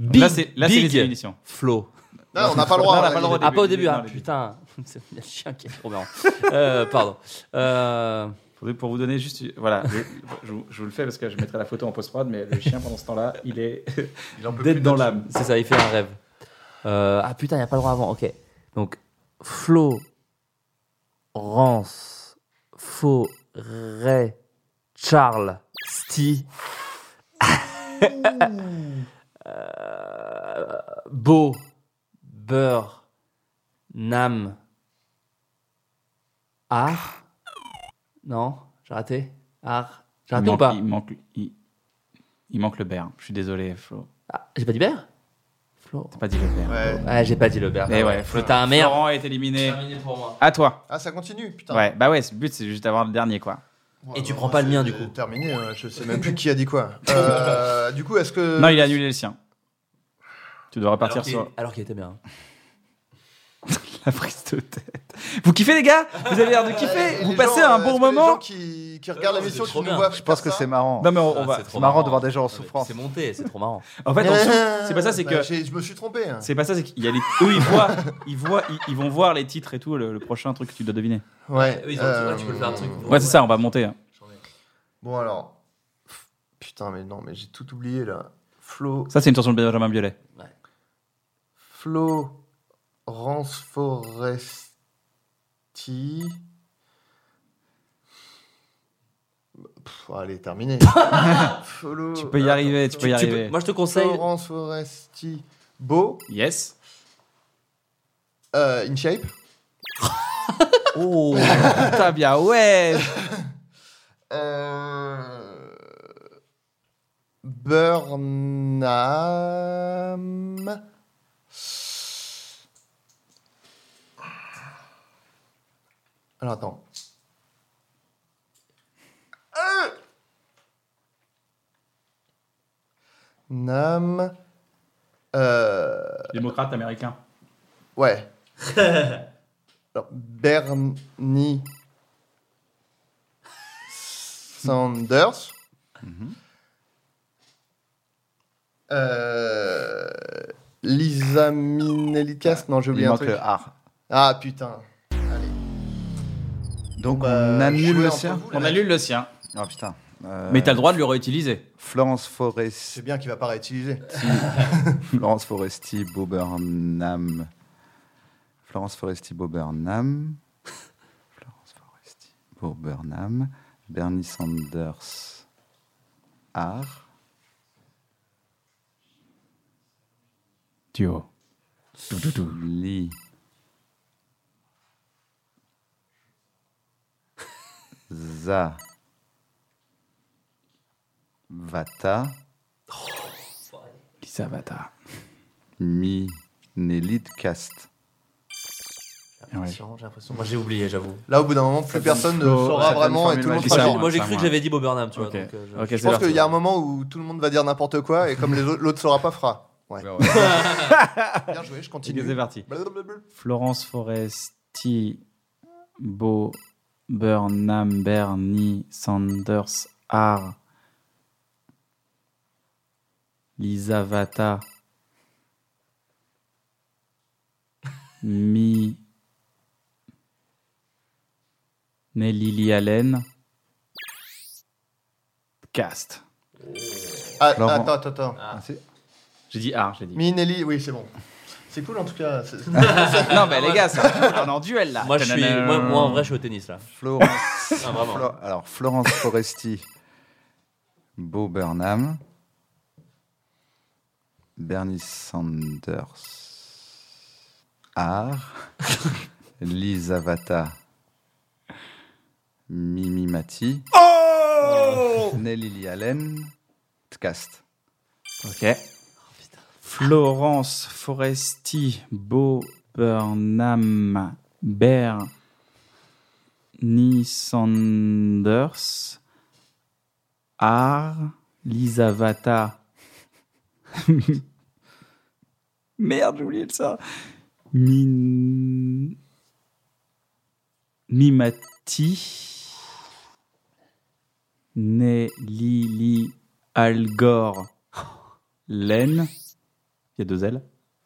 [SPEAKER 3] Big,
[SPEAKER 1] Là, c'est là, c'est
[SPEAKER 3] Big
[SPEAKER 1] les émissions.
[SPEAKER 3] Flo.
[SPEAKER 2] Non, on n'a pas le droit.
[SPEAKER 1] Non, on n'a
[SPEAKER 2] hein,
[SPEAKER 1] pas le droit.
[SPEAKER 2] les-
[SPEAKER 3] Ah, pas au
[SPEAKER 1] début,
[SPEAKER 3] début,
[SPEAKER 1] non,
[SPEAKER 3] ah,
[SPEAKER 1] au début.
[SPEAKER 3] putain. C'est le chien qui est trop marrant. Euh, pardon. Euh,
[SPEAKER 1] Faudrait- Pour vous donner juste, voilà, je, je vous- je vous le fais parce que je mettrai la photo en post prod, mais le chien pendant ce temps-là, il est d'être dans l'âme.
[SPEAKER 3] c'est ça, il fait un rêve. Euh, ah, putain, il n'y a pas le droit avant. Ok. Donc, Flo, Rance, Faux, Ray, Charles, Sti. Euh, Beau, Beurre, Nam, Ar. Non, j'ai raté. Ar. J'ai
[SPEAKER 1] Il
[SPEAKER 3] raté ou
[SPEAKER 1] manque,
[SPEAKER 3] pas
[SPEAKER 1] il manque, il, il manque le beurre. Je suis désolé, Flo.
[SPEAKER 3] Ah, J'ai pas dit Beurre Flo.
[SPEAKER 1] T'as pas dit le beurre.
[SPEAKER 2] Ouais.
[SPEAKER 3] Ouais, j'ai pas dit le beurre.
[SPEAKER 1] Eh ouais,
[SPEAKER 3] Flo, t'as un merde.
[SPEAKER 1] Florent est éliminé.
[SPEAKER 3] pour moi.
[SPEAKER 1] À toi.
[SPEAKER 2] Ah, ça continue, putain.
[SPEAKER 1] Ouais, bah ouais, c'est- le but c'est juste d'avoir le dernier quoi.
[SPEAKER 3] Et tu prends pas le mien, du coup.
[SPEAKER 2] C'est Terminé, hein, je sais même plus qui a dit quoi. Euh, du coup, est-ce que.
[SPEAKER 1] Non, il a annulé le sien. Tu dois
[SPEAKER 3] Alors
[SPEAKER 1] repartir
[SPEAKER 3] qu'il-
[SPEAKER 1] sur
[SPEAKER 3] alors qu'il était bien.
[SPEAKER 1] la prise de tête. Vous kiffez les gars Vous avez l'air de
[SPEAKER 2] Et
[SPEAKER 1] kiffer
[SPEAKER 2] les
[SPEAKER 1] Vous passez
[SPEAKER 2] gens,
[SPEAKER 1] un
[SPEAKER 2] euh,
[SPEAKER 1] bon
[SPEAKER 2] est-ce que Les gens
[SPEAKER 1] moment
[SPEAKER 2] qui, qui regardent
[SPEAKER 3] Non,
[SPEAKER 2] la mission,
[SPEAKER 3] c'est trop
[SPEAKER 2] qui nous
[SPEAKER 3] bien.
[SPEAKER 2] voient.
[SPEAKER 4] Je pense que c'est marrant.
[SPEAKER 1] Non mais on, on
[SPEAKER 3] Ah,
[SPEAKER 1] va.
[SPEAKER 3] trop
[SPEAKER 4] C'est marrant de voir des gens en
[SPEAKER 3] Non, mais
[SPEAKER 4] souffrance.
[SPEAKER 3] C'est monté, c'est trop marrant.
[SPEAKER 1] En fait, en dessous, c'est pas ça, c'est que
[SPEAKER 2] Bah, Je me suis trompé. hein.
[SPEAKER 1] C'est pas ça, c'est qu'il y a les... eux ils voient, ils voient, ils, ils vont voir les titres et tout, le, le prochain truc que tu dois deviner.
[SPEAKER 2] Ouais.
[SPEAKER 3] Eux, Bah, ils ont-
[SPEAKER 2] euh,
[SPEAKER 3] tu peux faire un truc.
[SPEAKER 1] Ouais, c'est ça, on va monter. hein.
[SPEAKER 2] Bon, alors. Putain, mais non, mais j'ai tout oublié là. Flo.
[SPEAKER 1] Ça c'est une chanson de Benjamin Biolay.
[SPEAKER 2] Florence Foresti. Pff, allez, terminé. Flo-
[SPEAKER 1] Tu peux y arriver, tu peux y
[SPEAKER 3] Tu peux-
[SPEAKER 1] arriver.
[SPEAKER 3] moi, je te conseille.
[SPEAKER 2] Florence Foresti. Beau.
[SPEAKER 1] Yes.
[SPEAKER 2] Euh, in shape.
[SPEAKER 1] Oh, putain bien, ouais.
[SPEAKER 2] Euh... Burnham. Alors attends. Euh. Nam. Euh...
[SPEAKER 1] Démocrate américain.
[SPEAKER 2] Ouais. Alors, Bernie Sanders.
[SPEAKER 4] Mhm.
[SPEAKER 2] Euh, Lisa Minnelli Cast. Non, j'ai
[SPEAKER 4] Il
[SPEAKER 2] oublié un
[SPEAKER 4] manque
[SPEAKER 2] truc.
[SPEAKER 4] le ar.
[SPEAKER 2] Ah putain. Allez.
[SPEAKER 4] Donc
[SPEAKER 2] Bah,
[SPEAKER 4] on annule
[SPEAKER 2] jouez
[SPEAKER 4] le
[SPEAKER 2] entre
[SPEAKER 4] sien.
[SPEAKER 2] vous, les
[SPEAKER 1] On
[SPEAKER 2] mecs.
[SPEAKER 1] annule le sien.
[SPEAKER 4] Ah putain. Euh,
[SPEAKER 1] Mais t'as le droit de le réutiliser.
[SPEAKER 4] Florence Foresti,
[SPEAKER 2] C'est bien qu'il va pas réutiliser.
[SPEAKER 4] Florence Foresti, Bobernam. Florence Foresti, Bobernam. Florence Foresti, Bobernam. Bernie Sanders, Art.
[SPEAKER 1] Duo.
[SPEAKER 4] Lee. Za. Vata.
[SPEAKER 1] Lisavata.
[SPEAKER 4] Mi. Nelidcast.
[SPEAKER 1] Ouais.
[SPEAKER 3] J'ai l'impression. Moi, j'ai oublié, j'avoue.
[SPEAKER 2] Là, au bout d'un moment, plus personne ne
[SPEAKER 1] Oh,
[SPEAKER 2] saura
[SPEAKER 1] certaines
[SPEAKER 2] vraiment et
[SPEAKER 1] formules
[SPEAKER 2] tout le monde
[SPEAKER 1] magiques.
[SPEAKER 2] sera
[SPEAKER 1] Ça,
[SPEAKER 2] con.
[SPEAKER 3] Moi, j'ai cru
[SPEAKER 1] moi.
[SPEAKER 3] que j'avais dit Bobernam, tu vois.
[SPEAKER 1] Ok.
[SPEAKER 3] donc, euh, je-
[SPEAKER 1] Ok,
[SPEAKER 2] Je
[SPEAKER 1] c'est
[SPEAKER 2] pense
[SPEAKER 1] parti.
[SPEAKER 2] qu'il y a un moment où tout le monde va dire n'importe quoi et comme les autres- l'autre saura pas, fera. Ouais. bien joué, je
[SPEAKER 1] Ok, C'est
[SPEAKER 2] continue.
[SPEAKER 1] parti.
[SPEAKER 2] Blablabla.
[SPEAKER 1] Florence Foresti, Bo, Burnham, Bernie, Sanders, Har, Lisavata, Mi, Nelly Allen, Cast.
[SPEAKER 2] Ah,
[SPEAKER 4] Laurent.
[SPEAKER 2] attends, attends, attends.
[SPEAKER 4] Ah, c'est-
[SPEAKER 1] J'ai dit Har, j'ai dit.
[SPEAKER 2] Minelli, oui, c'est bon. C'est cool en tout cas. c'est-
[SPEAKER 1] non, mais les gars, c'est un- on est en duel là.
[SPEAKER 3] Moi, je suis, moi, moi, en vrai, je suis au tennis là.
[SPEAKER 4] Florence.
[SPEAKER 3] Ah, vraiment.
[SPEAKER 4] Flo- Alors, Florence Foresti, Beau Burnham, Bernie Sanders, Art, Liz Avata, Mimi Mati,
[SPEAKER 2] Oh
[SPEAKER 4] Nelly Lee Allen, Tkast.
[SPEAKER 1] Ok. Florence Foresti, Beau Burnham, Bernie Sanders, Ar, Lisavata. Merde, j'ai oublié de ça. Min... Mimati. Nelili Algor. Len. Il y a deux L.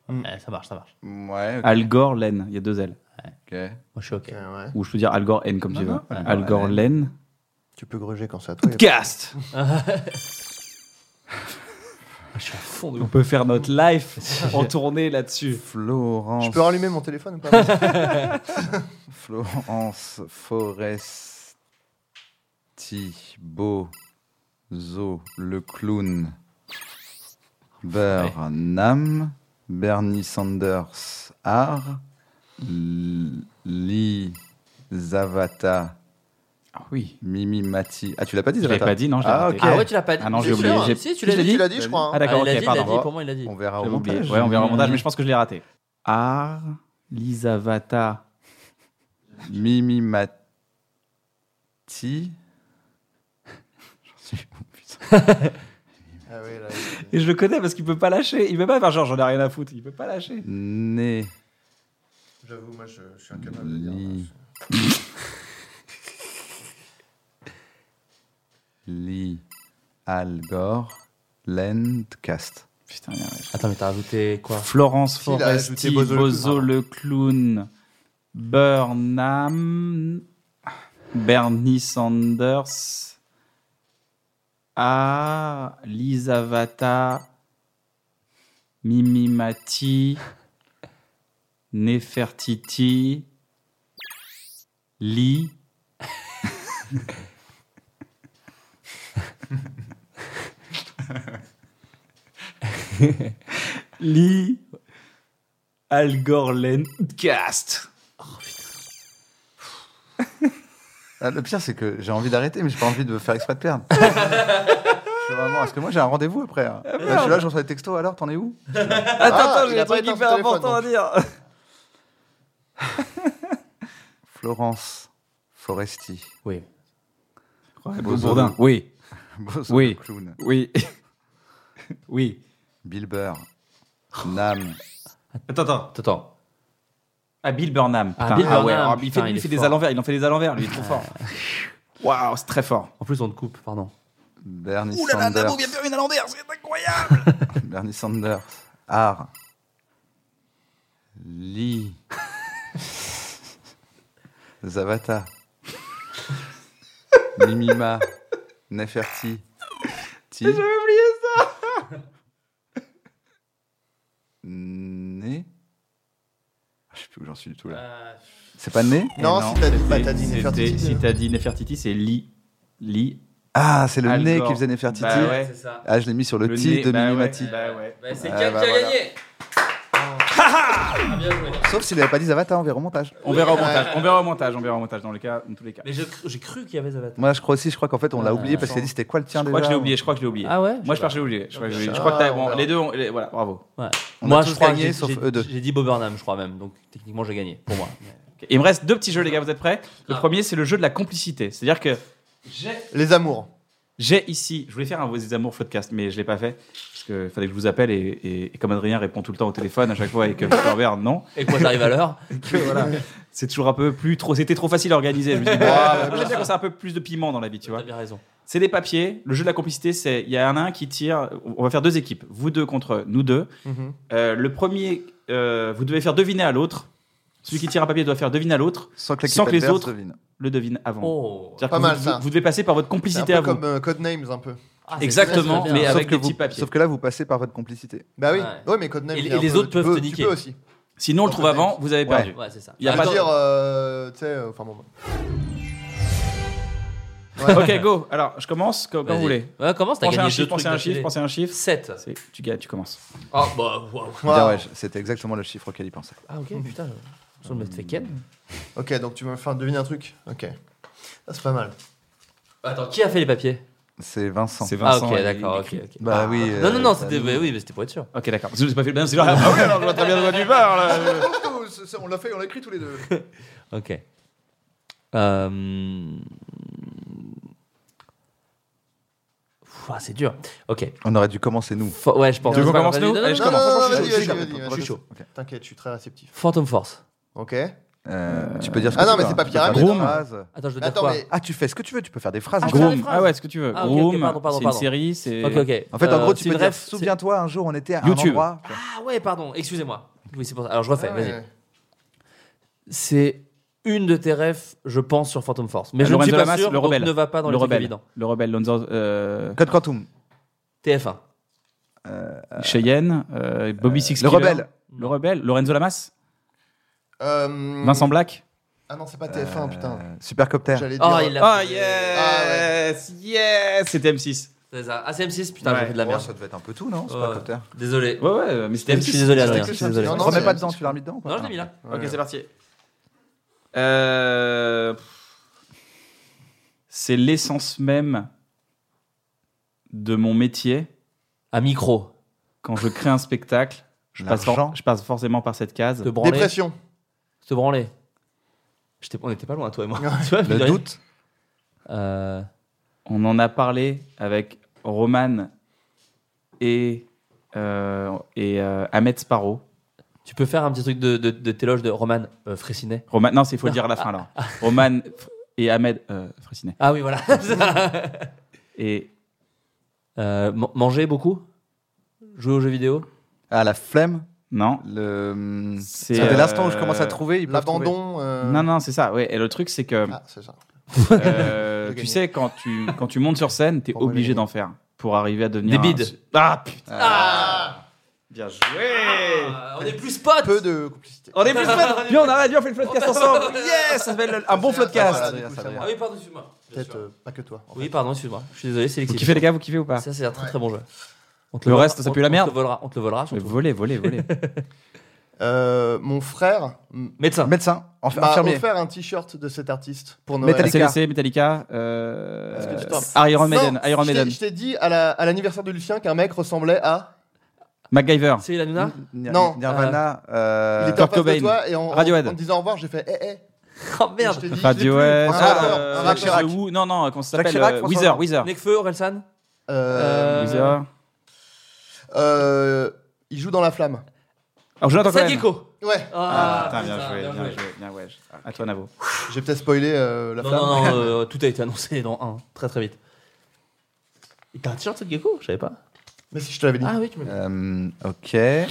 [SPEAKER 3] Ouais, Eh, ça marche, ça marche.
[SPEAKER 4] Ouais,
[SPEAKER 1] Algor, Len. Il y a deux L.
[SPEAKER 4] ok.
[SPEAKER 2] Ah.
[SPEAKER 3] Moi, je suis ok.
[SPEAKER 2] Ok, ouais.
[SPEAKER 1] Ou je peux dire Algor, N comme
[SPEAKER 4] Non,
[SPEAKER 1] tu veux.
[SPEAKER 4] non, Algor,
[SPEAKER 1] Algor, Len.
[SPEAKER 2] Tu peux gruger quand c'est à toi.
[SPEAKER 1] Cast
[SPEAKER 3] Je suis à fond de
[SPEAKER 1] On peut faire notre live en tournée là-dessus.
[SPEAKER 4] Florence.
[SPEAKER 2] Je peux rallumer mon téléphone ou pas
[SPEAKER 4] Florence Foresti, Bozo, le clown, Burnham, Bernie Sanders, Har, L- Lee Zavata,
[SPEAKER 1] Ah oui.
[SPEAKER 4] Mimi Mati. Ah, tu l'as pas dit,
[SPEAKER 1] Je l'avais
[SPEAKER 4] Zavata
[SPEAKER 1] pas dit, non, je l'ai
[SPEAKER 4] Ah,
[SPEAKER 1] raté.
[SPEAKER 4] ok.
[SPEAKER 3] Ah ouais, tu l'as pas dit.
[SPEAKER 1] Ah non,
[SPEAKER 3] C'est
[SPEAKER 1] j'ai oublié.
[SPEAKER 3] sûr,
[SPEAKER 1] J'ai-
[SPEAKER 3] Si, tu
[SPEAKER 1] Je
[SPEAKER 3] l'as
[SPEAKER 1] l'ai
[SPEAKER 3] dit.
[SPEAKER 2] Tu l'as dit, je crois. hein.
[SPEAKER 1] Ah d'accord,
[SPEAKER 3] Ah, il
[SPEAKER 1] ok,
[SPEAKER 3] l'a dit, il l'a
[SPEAKER 1] pardon.
[SPEAKER 3] dit. Pour moi, il l'a dit.
[SPEAKER 4] On verra au
[SPEAKER 1] J'avais oublié.
[SPEAKER 4] montage.
[SPEAKER 1] Ouais, on verra au montage, mais je pense que je l'ai raté. Ar, Lisavata,
[SPEAKER 4] Mimi Mati. J'en suis oh, putain.
[SPEAKER 2] Ah oui, là,
[SPEAKER 1] Et je le connais parce qu'il peut pas lâcher. Il peut pas faire genre j'en ai rien à foutre. Il peut pas lâcher.
[SPEAKER 4] Né.
[SPEAKER 2] J'avoue, moi je, je suis incapable de dire.
[SPEAKER 3] Mmh.
[SPEAKER 4] Li- Lee Algor Landcast.
[SPEAKER 1] Putain, merde.
[SPEAKER 3] Attends, mais t'as rajouté quoi
[SPEAKER 1] Florence
[SPEAKER 2] Si, il a
[SPEAKER 1] Foresti,
[SPEAKER 2] ajouté Bozo le
[SPEAKER 1] Bozo
[SPEAKER 2] clown,
[SPEAKER 1] le clown, Burnham, Bernie Sanders, A, Lisavata, Mimi Mati, Nefertiti, Lee. Lee Algorlen Cast.
[SPEAKER 4] Ah, le pire, c'est que j'ai envie d'arrêter, mais j'ai pas envie de faire exprès de perdre. je suis vraiment... Parce que moi, j'ai un rendez-vous après. hein.
[SPEAKER 1] Ah,
[SPEAKER 4] Là, je suis là, je reçois des textos. Alors, t'en es où
[SPEAKER 1] Attends,
[SPEAKER 2] Ah,
[SPEAKER 1] attends,
[SPEAKER 2] il
[SPEAKER 1] j'ai
[SPEAKER 2] a
[SPEAKER 1] un
[SPEAKER 2] pas
[SPEAKER 1] truc
[SPEAKER 2] éteint son
[SPEAKER 1] hyper
[SPEAKER 2] téléphone,
[SPEAKER 1] important à dire.
[SPEAKER 4] Florence Foresti.
[SPEAKER 3] Oui.
[SPEAKER 4] Bozo.
[SPEAKER 1] Bourdin. Oui,
[SPEAKER 4] Bozo
[SPEAKER 1] Oui.
[SPEAKER 4] le clown.
[SPEAKER 1] oui. oui.
[SPEAKER 4] Bill Burr. Nam.
[SPEAKER 1] Attends, attends.
[SPEAKER 3] Attends.
[SPEAKER 1] Ah, Bill Burnham.
[SPEAKER 3] Ah,
[SPEAKER 1] Putain,
[SPEAKER 3] Bill
[SPEAKER 1] ouais,
[SPEAKER 3] Burnham,
[SPEAKER 1] ah, il fait,
[SPEAKER 3] putain,
[SPEAKER 1] il
[SPEAKER 3] il est
[SPEAKER 1] fait des
[SPEAKER 3] fort.
[SPEAKER 1] à l'envers. Il en fait des à l'envers, lui. Il est trop fort. Waouh, c'est très fort.
[SPEAKER 3] En plus, on te coupe, pardon.
[SPEAKER 4] Bernie Sanders.
[SPEAKER 1] une à l'envers, c'est incroyable.
[SPEAKER 4] Bernie Sanders. Art. Lee. Zavata. Mimima. Neferti. Ti.
[SPEAKER 1] J'avais oublié ça
[SPEAKER 4] Né. Ah, Je sais plus où j'en suis du tout là.
[SPEAKER 3] Euh,
[SPEAKER 1] Ah.
[SPEAKER 4] C'est pas né
[SPEAKER 2] Non, si t'as dit, bah, t'as dit
[SPEAKER 1] c'était-
[SPEAKER 2] Nefertiti,
[SPEAKER 1] Si
[SPEAKER 2] euh.
[SPEAKER 1] t'as dit Nefertiti, c'est Li. Li.
[SPEAKER 4] Ah, c'est le
[SPEAKER 1] Al
[SPEAKER 4] nez
[SPEAKER 1] Gore.
[SPEAKER 4] qui faisait Nefertiti.
[SPEAKER 1] Bah ouais.
[SPEAKER 3] c'est ça.
[SPEAKER 4] Ah, je l'ai mis sur le,
[SPEAKER 1] Le
[SPEAKER 4] ti
[SPEAKER 1] nez,
[SPEAKER 4] de
[SPEAKER 1] bah ouais.
[SPEAKER 4] Mimimati.
[SPEAKER 1] Bah ouais.
[SPEAKER 3] Bah, c'est
[SPEAKER 4] Ah,
[SPEAKER 3] Ken
[SPEAKER 4] bah,
[SPEAKER 3] qui a
[SPEAKER 4] voilà.
[SPEAKER 3] gagné. Ah, bien joué.
[SPEAKER 4] Sauf s'il avait pas dit Zavata, on verra au montage.
[SPEAKER 1] On verra au montage, on verra au montage, on verra au montage dans, les cas, dans tous les cas.
[SPEAKER 3] Mais je cr- j'ai cru qu'il y avait Zavata.
[SPEAKER 4] Moi, je crois aussi, je crois qu'en fait, on l'a
[SPEAKER 3] Ah,
[SPEAKER 4] oublié parce qu'il a dit c'était quoi le tien
[SPEAKER 1] Je
[SPEAKER 4] déjà
[SPEAKER 1] crois que je l'ai oublié, je crois que je l'ai oublié.
[SPEAKER 3] Ah ouais
[SPEAKER 1] Moi je pense que je l'ai oublié. Je crois que, je l'ai oublié. Je
[SPEAKER 2] Ah,
[SPEAKER 1] crois que t'as-
[SPEAKER 2] on
[SPEAKER 1] bon,
[SPEAKER 2] verra.
[SPEAKER 1] les deux, ont- les- voilà, bravo.
[SPEAKER 3] Ouais.
[SPEAKER 4] On a
[SPEAKER 3] Moi,
[SPEAKER 4] tous
[SPEAKER 3] je crois que
[SPEAKER 4] gagné,
[SPEAKER 3] j'ai-
[SPEAKER 4] sauf
[SPEAKER 3] j'ai-
[SPEAKER 4] eux deux.
[SPEAKER 3] J'ai dit Bob Burnham, je crois même. Donc techniquement, j'ai gagné pour moi.
[SPEAKER 1] Ok, Il me reste deux petits jeux, les gars, vous êtes prêts Le
[SPEAKER 3] Ah.
[SPEAKER 1] premier, c'est le jeu de la complicité. C'est-à-dire que j'ai
[SPEAKER 2] Les amours.
[SPEAKER 1] J'ai ici, je voulais faire un Vos des Amours podcast, mais je l'ai pas fait, parce qu'il fallait que je vous appelle, et, et- et comme Adrien répond tout le temps au téléphone à chaque fois, et que Norbert, non,
[SPEAKER 3] Et quoi, j'arrive à l'heure
[SPEAKER 1] que voilà, c'est toujours un peu plus trop, c'était trop facile à organiser. Je me dis, bon, ah, moi, j'aime bien quand c'est un peu plus de piment dans la vie, tu vois.
[SPEAKER 3] T'as bien raison.
[SPEAKER 1] C'est des papiers, le jeu de la complicité, c'est, il y en a un qui tire, on va faire deux équipes, vous deux contre nous deux.
[SPEAKER 2] Mhm.
[SPEAKER 1] Euh, le premier, euh, vous devez faire deviner à l'autre, celui qui tire un papier doit faire deviner à l'autre,
[SPEAKER 4] Sans que, l'équipe
[SPEAKER 1] Sans que les
[SPEAKER 4] adverse
[SPEAKER 1] autres-
[SPEAKER 4] devine.
[SPEAKER 1] le devine avant.
[SPEAKER 3] Oh.
[SPEAKER 1] C'est-à-dire
[SPEAKER 2] Pas
[SPEAKER 1] que
[SPEAKER 2] mal,
[SPEAKER 1] vous,
[SPEAKER 2] ça.
[SPEAKER 1] vous- vous devez passer par votre
[SPEAKER 2] C'est un
[SPEAKER 1] complicité à
[SPEAKER 2] peu
[SPEAKER 1] vous.
[SPEAKER 2] comme euh, Codenames un peu.
[SPEAKER 3] Ah, c'est
[SPEAKER 1] Exactement,
[SPEAKER 3] très, très
[SPEAKER 1] mais
[SPEAKER 3] bien.
[SPEAKER 1] avec
[SPEAKER 4] que
[SPEAKER 1] des petits
[SPEAKER 4] vous-
[SPEAKER 1] papiers.
[SPEAKER 4] Sauf que là, vous passez par votre complicité.
[SPEAKER 2] Bah oui,
[SPEAKER 3] Ouais.
[SPEAKER 2] ouais, mais Codenames.
[SPEAKER 3] Et-
[SPEAKER 2] il y
[SPEAKER 3] et
[SPEAKER 2] a un
[SPEAKER 3] les
[SPEAKER 2] peu-
[SPEAKER 3] autres
[SPEAKER 2] tu
[SPEAKER 3] peuvent
[SPEAKER 2] peux-
[SPEAKER 3] te
[SPEAKER 2] Tu
[SPEAKER 3] niquer.
[SPEAKER 2] peux aussi.
[SPEAKER 1] Sinon, on le trouve avant, vous avez perdu.
[SPEAKER 3] Ouais, c'est ça.
[SPEAKER 1] Il y a
[SPEAKER 2] Je
[SPEAKER 1] pas
[SPEAKER 2] veux
[SPEAKER 1] de-
[SPEAKER 2] dire, euh, tu sais, euh, enfin bon. bah.
[SPEAKER 1] Ok, go. Alors, je commence comme comme vous voulez.
[SPEAKER 3] Ouais, commence, t'as
[SPEAKER 1] Pensez à un
[SPEAKER 3] gagné
[SPEAKER 1] chiffre,
[SPEAKER 3] deux
[SPEAKER 1] pensez à un chiffre, pensez à un chiffre.
[SPEAKER 3] 7.
[SPEAKER 1] C'est- Tu gagnes, tu commences.
[SPEAKER 3] Ah, bah, waouh.
[SPEAKER 4] Bien,
[SPEAKER 2] Wow.
[SPEAKER 4] ouais, je- c'était exactement le chiffre auquel il pensait.
[SPEAKER 3] Ah, ok, putain. Sur le mode fait Ken.
[SPEAKER 2] Ok, donc tu veux me faire deviner un truc Ok. Ah, c'est pas mal.
[SPEAKER 3] Attends, Ah, qui a fait les papiers
[SPEAKER 4] C'est Vincent.
[SPEAKER 3] Ah, ok,
[SPEAKER 1] et-
[SPEAKER 3] d'accord, ok.
[SPEAKER 1] et-
[SPEAKER 3] ok.
[SPEAKER 4] Bah oui. euh,
[SPEAKER 3] Non, non, non,
[SPEAKER 4] bah
[SPEAKER 3] c'était
[SPEAKER 4] oui.
[SPEAKER 3] oui, oui, mais c'était pour être sûr.
[SPEAKER 1] Ok, d'accord. Parce que j'ai pas fait le même, c'est genre, ah ouais, alors je vois très bien de quoi tu parles. là.
[SPEAKER 2] on l'a fait, on l'a écrit tous les deux.
[SPEAKER 3] Ok. Euh... Pff, ah, c'est dur. Ok.
[SPEAKER 4] On aurait dû commencer nous.
[SPEAKER 3] Fa- Ouais, je pense.
[SPEAKER 1] Tu veux qu'on
[SPEAKER 3] C'est pas
[SPEAKER 1] commence,
[SPEAKER 3] grave,
[SPEAKER 1] nous
[SPEAKER 3] vas-y,
[SPEAKER 1] Allez,
[SPEAKER 3] non,
[SPEAKER 1] je
[SPEAKER 3] non,
[SPEAKER 1] commence.
[SPEAKER 3] non,
[SPEAKER 2] non,
[SPEAKER 3] non,
[SPEAKER 2] vas-y,
[SPEAKER 3] je suis
[SPEAKER 2] vas-y,
[SPEAKER 3] chaud.
[SPEAKER 2] vas-y, vas-y,
[SPEAKER 3] Je suis
[SPEAKER 2] vas-y.
[SPEAKER 3] chaud.
[SPEAKER 2] T'inquiète, je suis très réceptif.
[SPEAKER 3] Phantom Force.
[SPEAKER 2] Ok.
[SPEAKER 4] Euh, tu peux dire ce que
[SPEAKER 2] Ah
[SPEAKER 4] tu
[SPEAKER 2] non, mais
[SPEAKER 4] veux,
[SPEAKER 2] c'est pas
[SPEAKER 4] hein. Tu peux
[SPEAKER 2] pyramide,
[SPEAKER 4] faire des
[SPEAKER 2] hein.
[SPEAKER 4] phrases.
[SPEAKER 3] Attends, je veux dire
[SPEAKER 2] Attends,
[SPEAKER 3] quoi
[SPEAKER 2] mais.
[SPEAKER 4] Ah, tu fais ce que tu veux. Tu peux faire des phrases.
[SPEAKER 3] Ah,
[SPEAKER 4] en
[SPEAKER 3] je vais faire des
[SPEAKER 1] Groom.
[SPEAKER 3] phrases.
[SPEAKER 1] Ah ouais, ce que tu veux.
[SPEAKER 3] Ah, ok, ok,
[SPEAKER 1] Groom,
[SPEAKER 3] pardon, pardon,
[SPEAKER 1] c'est une
[SPEAKER 3] pardon.
[SPEAKER 1] série, c'est.
[SPEAKER 3] Ok, ok.
[SPEAKER 4] En fait, en
[SPEAKER 3] Euh,
[SPEAKER 4] gros, tu
[SPEAKER 3] c'est
[SPEAKER 4] peux dire
[SPEAKER 3] bref, c'est-
[SPEAKER 4] souviens-toi, un jour, on était à
[SPEAKER 1] YouTube.
[SPEAKER 4] un endroit.
[SPEAKER 3] Ah ouais, pardon, excusez-moi. Oui, c'est pour ça. Alors, je refais,
[SPEAKER 2] Ah,
[SPEAKER 3] vas-y.
[SPEAKER 2] ouais.
[SPEAKER 3] C'est une de tes refs, je pense, sur Phantom Force. Mais je ne
[SPEAKER 1] Lorenzo
[SPEAKER 3] suis pas
[SPEAKER 1] Lamas,
[SPEAKER 3] sûr,
[SPEAKER 1] le
[SPEAKER 3] donc
[SPEAKER 1] rebelle.
[SPEAKER 3] ne va pas dans
[SPEAKER 1] le
[SPEAKER 3] les trucs
[SPEAKER 1] rebelle.
[SPEAKER 3] évidents.
[SPEAKER 1] Le rebelle, Lonzo. euh,
[SPEAKER 4] Code Quantum.
[SPEAKER 3] TF1.
[SPEAKER 1] Cheyenne, euh, Bobby Six.
[SPEAKER 4] Le
[SPEAKER 1] Killer.
[SPEAKER 4] rebelle.
[SPEAKER 1] Le rebelle, Lorenzo Lamas,
[SPEAKER 2] Euh,
[SPEAKER 1] Vincent Black.
[SPEAKER 2] Ah non, c'est pas TF1, putain.
[SPEAKER 4] Euh, Supercopter.
[SPEAKER 2] J'allais dire. euh,
[SPEAKER 3] Oh, il l'a
[SPEAKER 1] Oh
[SPEAKER 3] fait.
[SPEAKER 2] Ah,
[SPEAKER 1] yes! Yes! C'était M6.
[SPEAKER 3] C'est ça. Ah, c'est M6, putain,
[SPEAKER 1] Ouais.
[SPEAKER 3] j'ai fait de la
[SPEAKER 4] Oh,
[SPEAKER 3] merde. Euh,
[SPEAKER 4] ça devait être un peu tout, non
[SPEAKER 3] Ouais.
[SPEAKER 4] Supercopter.
[SPEAKER 3] Désolé.
[SPEAKER 1] Ouais, ouais, mais c'était
[SPEAKER 3] Je
[SPEAKER 1] M6.
[SPEAKER 3] suis désolé, Adrien.
[SPEAKER 2] c'est
[SPEAKER 3] Je
[SPEAKER 2] que
[SPEAKER 3] suis
[SPEAKER 2] ça,
[SPEAKER 3] désolé.
[SPEAKER 2] c'est
[SPEAKER 4] Tu
[SPEAKER 2] Non,
[SPEAKER 4] remets pas
[SPEAKER 2] c'est-
[SPEAKER 4] dedans, tu l'as remis dedans ou pas
[SPEAKER 3] Non, je l'ai mis là.
[SPEAKER 1] Ok, c'est parti. Euh, C'est l'essence même de mon métier.
[SPEAKER 3] Un micro.
[SPEAKER 1] Quand je crée un spectacle, je passe, for-
[SPEAKER 4] L'argent.
[SPEAKER 1] je passe forcément par cette case.
[SPEAKER 3] Te branler.
[SPEAKER 2] Dépression.
[SPEAKER 3] Se branler. J'étais- On était pas loin, toi et moi.
[SPEAKER 2] Ouais.
[SPEAKER 3] Tu vois, mine de
[SPEAKER 4] Le
[SPEAKER 3] rien.
[SPEAKER 4] doute.
[SPEAKER 3] Euh,
[SPEAKER 1] On en a parlé avec Roman et, euh, et euh, Ahmed Sparrow.
[SPEAKER 3] tu peux faire un petit truc de, de, de téloge de Roman euh, Fraissinet.
[SPEAKER 1] Roman, non, c'est il faut le dire à la fin alors. Roman F- et Ahmed euh, Fraissinet.
[SPEAKER 3] Ah oui, voilà.
[SPEAKER 1] Et
[SPEAKER 3] Euh, man- manger beaucoup Jouer aux jeux vidéo
[SPEAKER 4] Ah, la flemme.
[SPEAKER 1] non,
[SPEAKER 4] Le. hum,
[SPEAKER 1] c'est
[SPEAKER 4] C'était
[SPEAKER 1] euh,
[SPEAKER 4] l'instant où je commence à trouver. ils peuvent
[SPEAKER 2] L'abandon. euh,
[SPEAKER 1] Non, non, c'est ça. Ouais. Et le truc, c'est que
[SPEAKER 2] Ah, c'est ça.
[SPEAKER 1] Euh,
[SPEAKER 2] J'ai
[SPEAKER 1] tu
[SPEAKER 2] gagné.
[SPEAKER 1] sais, quand tu, quand tu montes sur scène, t'es
[SPEAKER 2] Pour moi, j'ai
[SPEAKER 1] obligé
[SPEAKER 2] gagné.
[SPEAKER 1] d'en faire pour arriver à devenir.
[SPEAKER 3] Des
[SPEAKER 1] un-
[SPEAKER 3] bides.
[SPEAKER 1] Ah putain
[SPEAKER 3] Ah,
[SPEAKER 1] Bien joué
[SPEAKER 3] On est plus potes
[SPEAKER 2] Peu de complicité.
[SPEAKER 1] On est plus fun Viens, on arrête, viens, on fait le podcast ensemble Yes Ça s'appelle un bon
[SPEAKER 2] C'est- ah,
[SPEAKER 1] podcast
[SPEAKER 2] voilà, du coup, ça
[SPEAKER 3] Ah
[SPEAKER 2] va.
[SPEAKER 3] oui, pardon, excuse-moi. Bien
[SPEAKER 2] Peut-être
[SPEAKER 3] sûr.
[SPEAKER 2] euh, pas que toi. en
[SPEAKER 3] Oui,
[SPEAKER 2] fait.
[SPEAKER 3] pardon, excuse-moi. Je suis désolé, c'est
[SPEAKER 1] Vous
[SPEAKER 3] l'exception.
[SPEAKER 1] kiffez les gars, vous kiffez ou pas
[SPEAKER 3] Ça, c'est un très très bon jeu. On te
[SPEAKER 1] Le
[SPEAKER 3] volera-
[SPEAKER 1] reste, ça
[SPEAKER 3] on-
[SPEAKER 1] pue la
[SPEAKER 3] on te
[SPEAKER 1] merde.
[SPEAKER 3] volera- On te le volera, surtout.
[SPEAKER 1] Voler, voler, voler.
[SPEAKER 2] Euh, Mon frère m-
[SPEAKER 4] trouver.
[SPEAKER 3] Médecin.
[SPEAKER 4] Médecin. enf-
[SPEAKER 2] m'a
[SPEAKER 4] Infirmier.
[SPEAKER 2] offert un t-shirt de cet artiste pour Noël.
[SPEAKER 4] Metallica.
[SPEAKER 3] Ah,
[SPEAKER 1] SLC, Metallica, euh,
[SPEAKER 2] Est-ce que tu te rappelles
[SPEAKER 1] Iron Maiden,
[SPEAKER 2] Non,
[SPEAKER 1] Iron
[SPEAKER 2] je t'ai-
[SPEAKER 1] Maiden,
[SPEAKER 2] Je t'ai dit à la- à l'anniversaire de Lucien qu'un mec ressemblait à.
[SPEAKER 1] MacGyver.
[SPEAKER 3] Cyril Hanouna
[SPEAKER 4] Nir-
[SPEAKER 2] Non.
[SPEAKER 4] Nirvana.
[SPEAKER 2] Il
[SPEAKER 4] hein euh,
[SPEAKER 2] était en
[SPEAKER 1] Kurt
[SPEAKER 2] face
[SPEAKER 1] Cobain.
[SPEAKER 2] de toi et en, en-
[SPEAKER 1] Radiohead.
[SPEAKER 2] en me disant au revoir, j'ai fait eh eh.
[SPEAKER 3] Oh
[SPEAKER 2] Et je
[SPEAKER 3] merde
[SPEAKER 2] t'ai dit, je l'ai
[SPEAKER 1] Radiohead,
[SPEAKER 2] plus. Un
[SPEAKER 1] ah,
[SPEAKER 2] rappeur,
[SPEAKER 1] euh,
[SPEAKER 2] un rappeur.
[SPEAKER 1] The Who, non, non, comment ça
[SPEAKER 4] Jacques
[SPEAKER 1] s'appelle
[SPEAKER 4] Chirac,
[SPEAKER 1] euh,
[SPEAKER 4] François
[SPEAKER 1] Weezer,
[SPEAKER 4] Hollande.
[SPEAKER 1] Weezer.
[SPEAKER 3] Nekfeu, Orelsan
[SPEAKER 2] Euh,
[SPEAKER 1] Weezer.
[SPEAKER 2] euh, il joue dans la flamme.
[SPEAKER 1] Alors, Jonathan Cohen.
[SPEAKER 3] Sakiko
[SPEAKER 2] Ouais.
[SPEAKER 1] Ah, putain, bien joué, bien joué, bien joué. À toi, Navo.
[SPEAKER 2] J'ai peut-être spoilé euh, la
[SPEAKER 3] Non,
[SPEAKER 2] flamme.
[SPEAKER 3] non, non, euh, tout a été annoncé dans 1, très très vite. Et T'as un t-shirt Sakiko Je savais pas.
[SPEAKER 2] Mais si je te l'avais dit.
[SPEAKER 3] Ah oui, tu me l'as dit.
[SPEAKER 4] euh, Ok.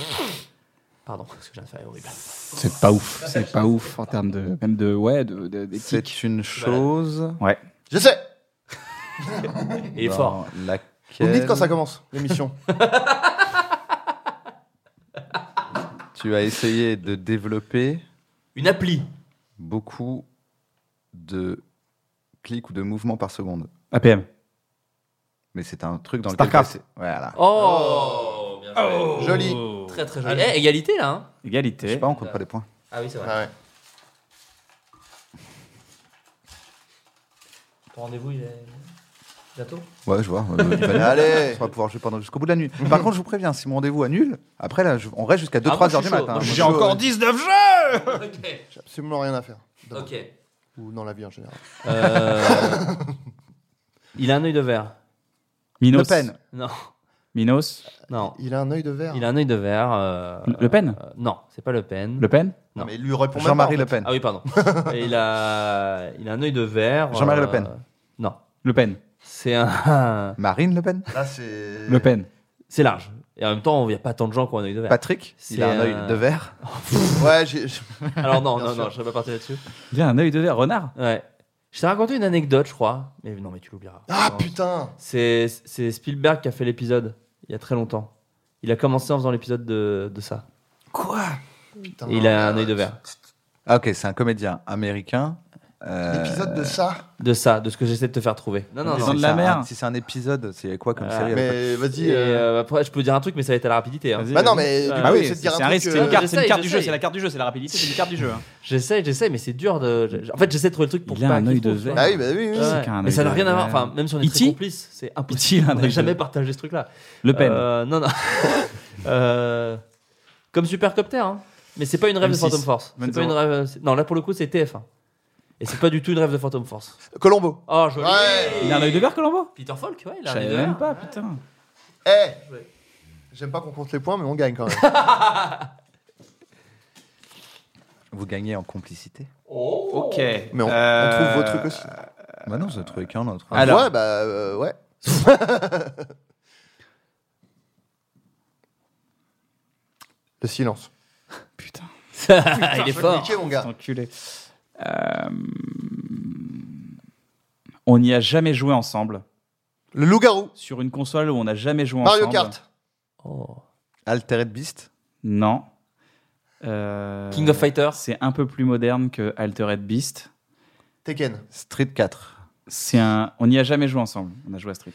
[SPEAKER 3] Pardon, ce que j'ai fait est horrible.
[SPEAKER 1] C'est pas ouf, c'est pas ouf en termes de même de ouais de de- d'éthique.
[SPEAKER 4] C'est une chose.
[SPEAKER 1] Ouais.
[SPEAKER 2] Je sais.
[SPEAKER 3] Et fort.
[SPEAKER 4] Laquelle...
[SPEAKER 2] Vous me dites quand ça commence, l'émission.
[SPEAKER 4] Tu as essayé de développer
[SPEAKER 3] Une appli.
[SPEAKER 4] beaucoup de clics ou de mouvements par seconde.
[SPEAKER 1] APM.
[SPEAKER 4] Mais c'est un truc dans
[SPEAKER 1] Starcraft.
[SPEAKER 4] lequel... passer- Voilà.
[SPEAKER 3] Oh, bien joué.
[SPEAKER 2] Joli.
[SPEAKER 3] Très très joli. Eh, égalité là. Hein
[SPEAKER 4] Je sais
[SPEAKER 1] Égalité.
[SPEAKER 4] pas, on compte pas les points.
[SPEAKER 3] ah oui, c'est vrai.
[SPEAKER 2] Ah ouais.
[SPEAKER 3] Ah. Ton rendez-vous, il est bientôt
[SPEAKER 4] Ouais, je vois. euh, il va-
[SPEAKER 2] Allez.
[SPEAKER 4] On va pouvoir jouer pendant jusqu'au bout de la nuit. Par contre, je vous préviens, si mon rendez-vous annule, après, là, je- on reste jusqu'à
[SPEAKER 3] Ah,
[SPEAKER 4] 2-3
[SPEAKER 3] moi,
[SPEAKER 4] heures
[SPEAKER 3] je
[SPEAKER 4] du
[SPEAKER 3] suis chaud.
[SPEAKER 4] matin.
[SPEAKER 3] Moi, je
[SPEAKER 4] Moi,
[SPEAKER 3] suis
[SPEAKER 4] je-
[SPEAKER 3] chaud.
[SPEAKER 1] 19 jeux
[SPEAKER 3] Ok.
[SPEAKER 2] J'ai absolument rien à faire. demain.
[SPEAKER 3] Ok.
[SPEAKER 2] Ou dans la vie en général.
[SPEAKER 3] Euh, il a un œil de verre.
[SPEAKER 1] Minos.
[SPEAKER 4] Le Pen.
[SPEAKER 3] Non,
[SPEAKER 1] Minos.
[SPEAKER 3] non.
[SPEAKER 2] Il a un œil de verre.
[SPEAKER 3] Il a un œil de verre. euh,
[SPEAKER 1] Le Pen
[SPEAKER 3] euh, Non, c'est pas Le Pen.
[SPEAKER 1] Le Pen
[SPEAKER 3] Non.
[SPEAKER 2] Mais il lui répond même
[SPEAKER 4] Jean-Marie
[SPEAKER 2] pas,
[SPEAKER 4] Le Pen.
[SPEAKER 3] Ah oui, pardon. Et il a, il a un œil de verre. euh,
[SPEAKER 4] Jean-Marie Le Pen.
[SPEAKER 3] Non,
[SPEAKER 1] Le Pen.
[SPEAKER 3] c'est un,
[SPEAKER 4] Marine Le Pen
[SPEAKER 2] en fait. Là, c'est.
[SPEAKER 1] Le Pen.
[SPEAKER 3] c'est large. Et en même temps, il n'y a pas tant de gens qui ont un œil de verre.
[SPEAKER 4] Patrick
[SPEAKER 3] C'est
[SPEAKER 4] Il a un
[SPEAKER 3] un-
[SPEAKER 4] œil de verre.
[SPEAKER 2] Ouais, j'ai- j'ai-
[SPEAKER 3] Alors non, non,
[SPEAKER 2] sûr.
[SPEAKER 3] non, je ne serais pas parti là-dessus.
[SPEAKER 1] Il a un œil de verre, renard.
[SPEAKER 3] Ouais. Je t'ai raconté une anecdote, je crois. Mais non, mais tu l'oublieras.
[SPEAKER 2] Ah
[SPEAKER 3] Non.
[SPEAKER 2] putain
[SPEAKER 3] C'est c'est Spielberg qui a fait l'épisode il y a très longtemps. Il a commencé en faisant l'épisode de, de ça.
[SPEAKER 2] Quoi Putain,
[SPEAKER 3] Et il a un œil de verre.
[SPEAKER 4] Ah, ok, c'est un comédien américain. Euh,
[SPEAKER 2] L'épisode de ça.
[SPEAKER 3] De ça, de ce que j'essaie de te faire trouver. Non, non,
[SPEAKER 4] si
[SPEAKER 3] non.
[SPEAKER 1] de
[SPEAKER 4] c'est
[SPEAKER 1] la
[SPEAKER 4] un-
[SPEAKER 1] mer.
[SPEAKER 4] Si c'est un épisode, c'est quoi comme
[SPEAKER 3] Ah,
[SPEAKER 4] série à l'époque
[SPEAKER 2] Mais vas-y.
[SPEAKER 3] Et,
[SPEAKER 2] euh,
[SPEAKER 3] euh, après, je peux dire un truc, mais ça va être à la rapidité. hein.
[SPEAKER 1] Vas-y. Ah
[SPEAKER 2] Bah non, mais du
[SPEAKER 3] Bah
[SPEAKER 2] coup,
[SPEAKER 1] oui,
[SPEAKER 2] essaie de
[SPEAKER 1] c'est
[SPEAKER 2] dire
[SPEAKER 1] c'est
[SPEAKER 2] un
[SPEAKER 1] un
[SPEAKER 2] truc.
[SPEAKER 1] risque, c'est une
[SPEAKER 2] euh,
[SPEAKER 1] carte, c'est une
[SPEAKER 3] j'essaye,
[SPEAKER 1] carte du jeu,
[SPEAKER 3] j'essaye.
[SPEAKER 1] c'est la carte du jeu, c'est la rapidité, c'est une carte du jeu. hein.
[SPEAKER 3] J'essaie, j'essaie, mais c'est dur de. je- En fait, j'essaie de trouver le truc pour
[SPEAKER 1] Il a
[SPEAKER 3] pas
[SPEAKER 1] un
[SPEAKER 3] qu'il
[SPEAKER 1] œil de Ah
[SPEAKER 3] trouve, tu vois.
[SPEAKER 2] Bah oui, bah oui. oui.
[SPEAKER 1] Ouais.
[SPEAKER 3] Ouais,
[SPEAKER 1] qu'il a un
[SPEAKER 3] mais ça
[SPEAKER 1] œil
[SPEAKER 3] n'a
[SPEAKER 1] de
[SPEAKER 3] rien à voir.
[SPEAKER 1] verre.
[SPEAKER 3] Enfin, même si on est très
[SPEAKER 1] E.T.
[SPEAKER 3] complices, c'est
[SPEAKER 1] E.T., il
[SPEAKER 3] impossible.
[SPEAKER 1] a un
[SPEAKER 3] on
[SPEAKER 1] œil
[SPEAKER 3] n'a
[SPEAKER 1] de
[SPEAKER 3] jamais
[SPEAKER 1] verre.
[SPEAKER 3] partagé ce truc-là.
[SPEAKER 1] Le Pen.
[SPEAKER 3] Euh, non, non. Euh, comme Supercopter, hein. mais c'est pas une rêve de
[SPEAKER 1] M6.
[SPEAKER 3] Phantom Force. C'est
[SPEAKER 1] Menzo.
[SPEAKER 3] pas une rêve. c'est- Non, là pour le coup, c'est TF1. Et c'est pas du tout une rêve de Phantom Force.
[SPEAKER 2] Colombo.
[SPEAKER 3] Oh, joli.
[SPEAKER 2] Ouais.
[SPEAKER 1] Il a un œil de verre, Colombo
[SPEAKER 3] Peter Falk, ouais, il
[SPEAKER 1] Je
[SPEAKER 3] a un œil
[SPEAKER 1] savais
[SPEAKER 3] de
[SPEAKER 1] même
[SPEAKER 3] verre.
[SPEAKER 1] pas, putain.
[SPEAKER 2] Eh J'aime pas qu'on compte les points, mais on gagne quand même.
[SPEAKER 4] Vous gagnez en complicité
[SPEAKER 1] Ok.
[SPEAKER 2] Mais on, on
[SPEAKER 1] Euh,
[SPEAKER 2] trouve vos trucs aussi.
[SPEAKER 4] Bah non, c'est un truc, hein, notre.
[SPEAKER 1] Alors.
[SPEAKER 2] Ouais, bah euh, ouais. Le silence.
[SPEAKER 1] Putain,
[SPEAKER 3] il est fort.
[SPEAKER 2] Niqué, mon gars.
[SPEAKER 1] enculé. Euh, On n'y a jamais joué ensemble.
[SPEAKER 2] Le loup-garou.
[SPEAKER 1] Sur une console où on n'a jamais joué
[SPEAKER 2] Mario
[SPEAKER 1] ensemble.
[SPEAKER 2] Kart.
[SPEAKER 3] Oh.
[SPEAKER 4] Altered Beast
[SPEAKER 1] Non. Euh,
[SPEAKER 3] King of Fighters.
[SPEAKER 1] C'est un peu plus moderne que Altered Beast.
[SPEAKER 2] Tekken.
[SPEAKER 4] Street 4.
[SPEAKER 1] C'est un. On n'y a jamais joué ensemble. On a joué à Street.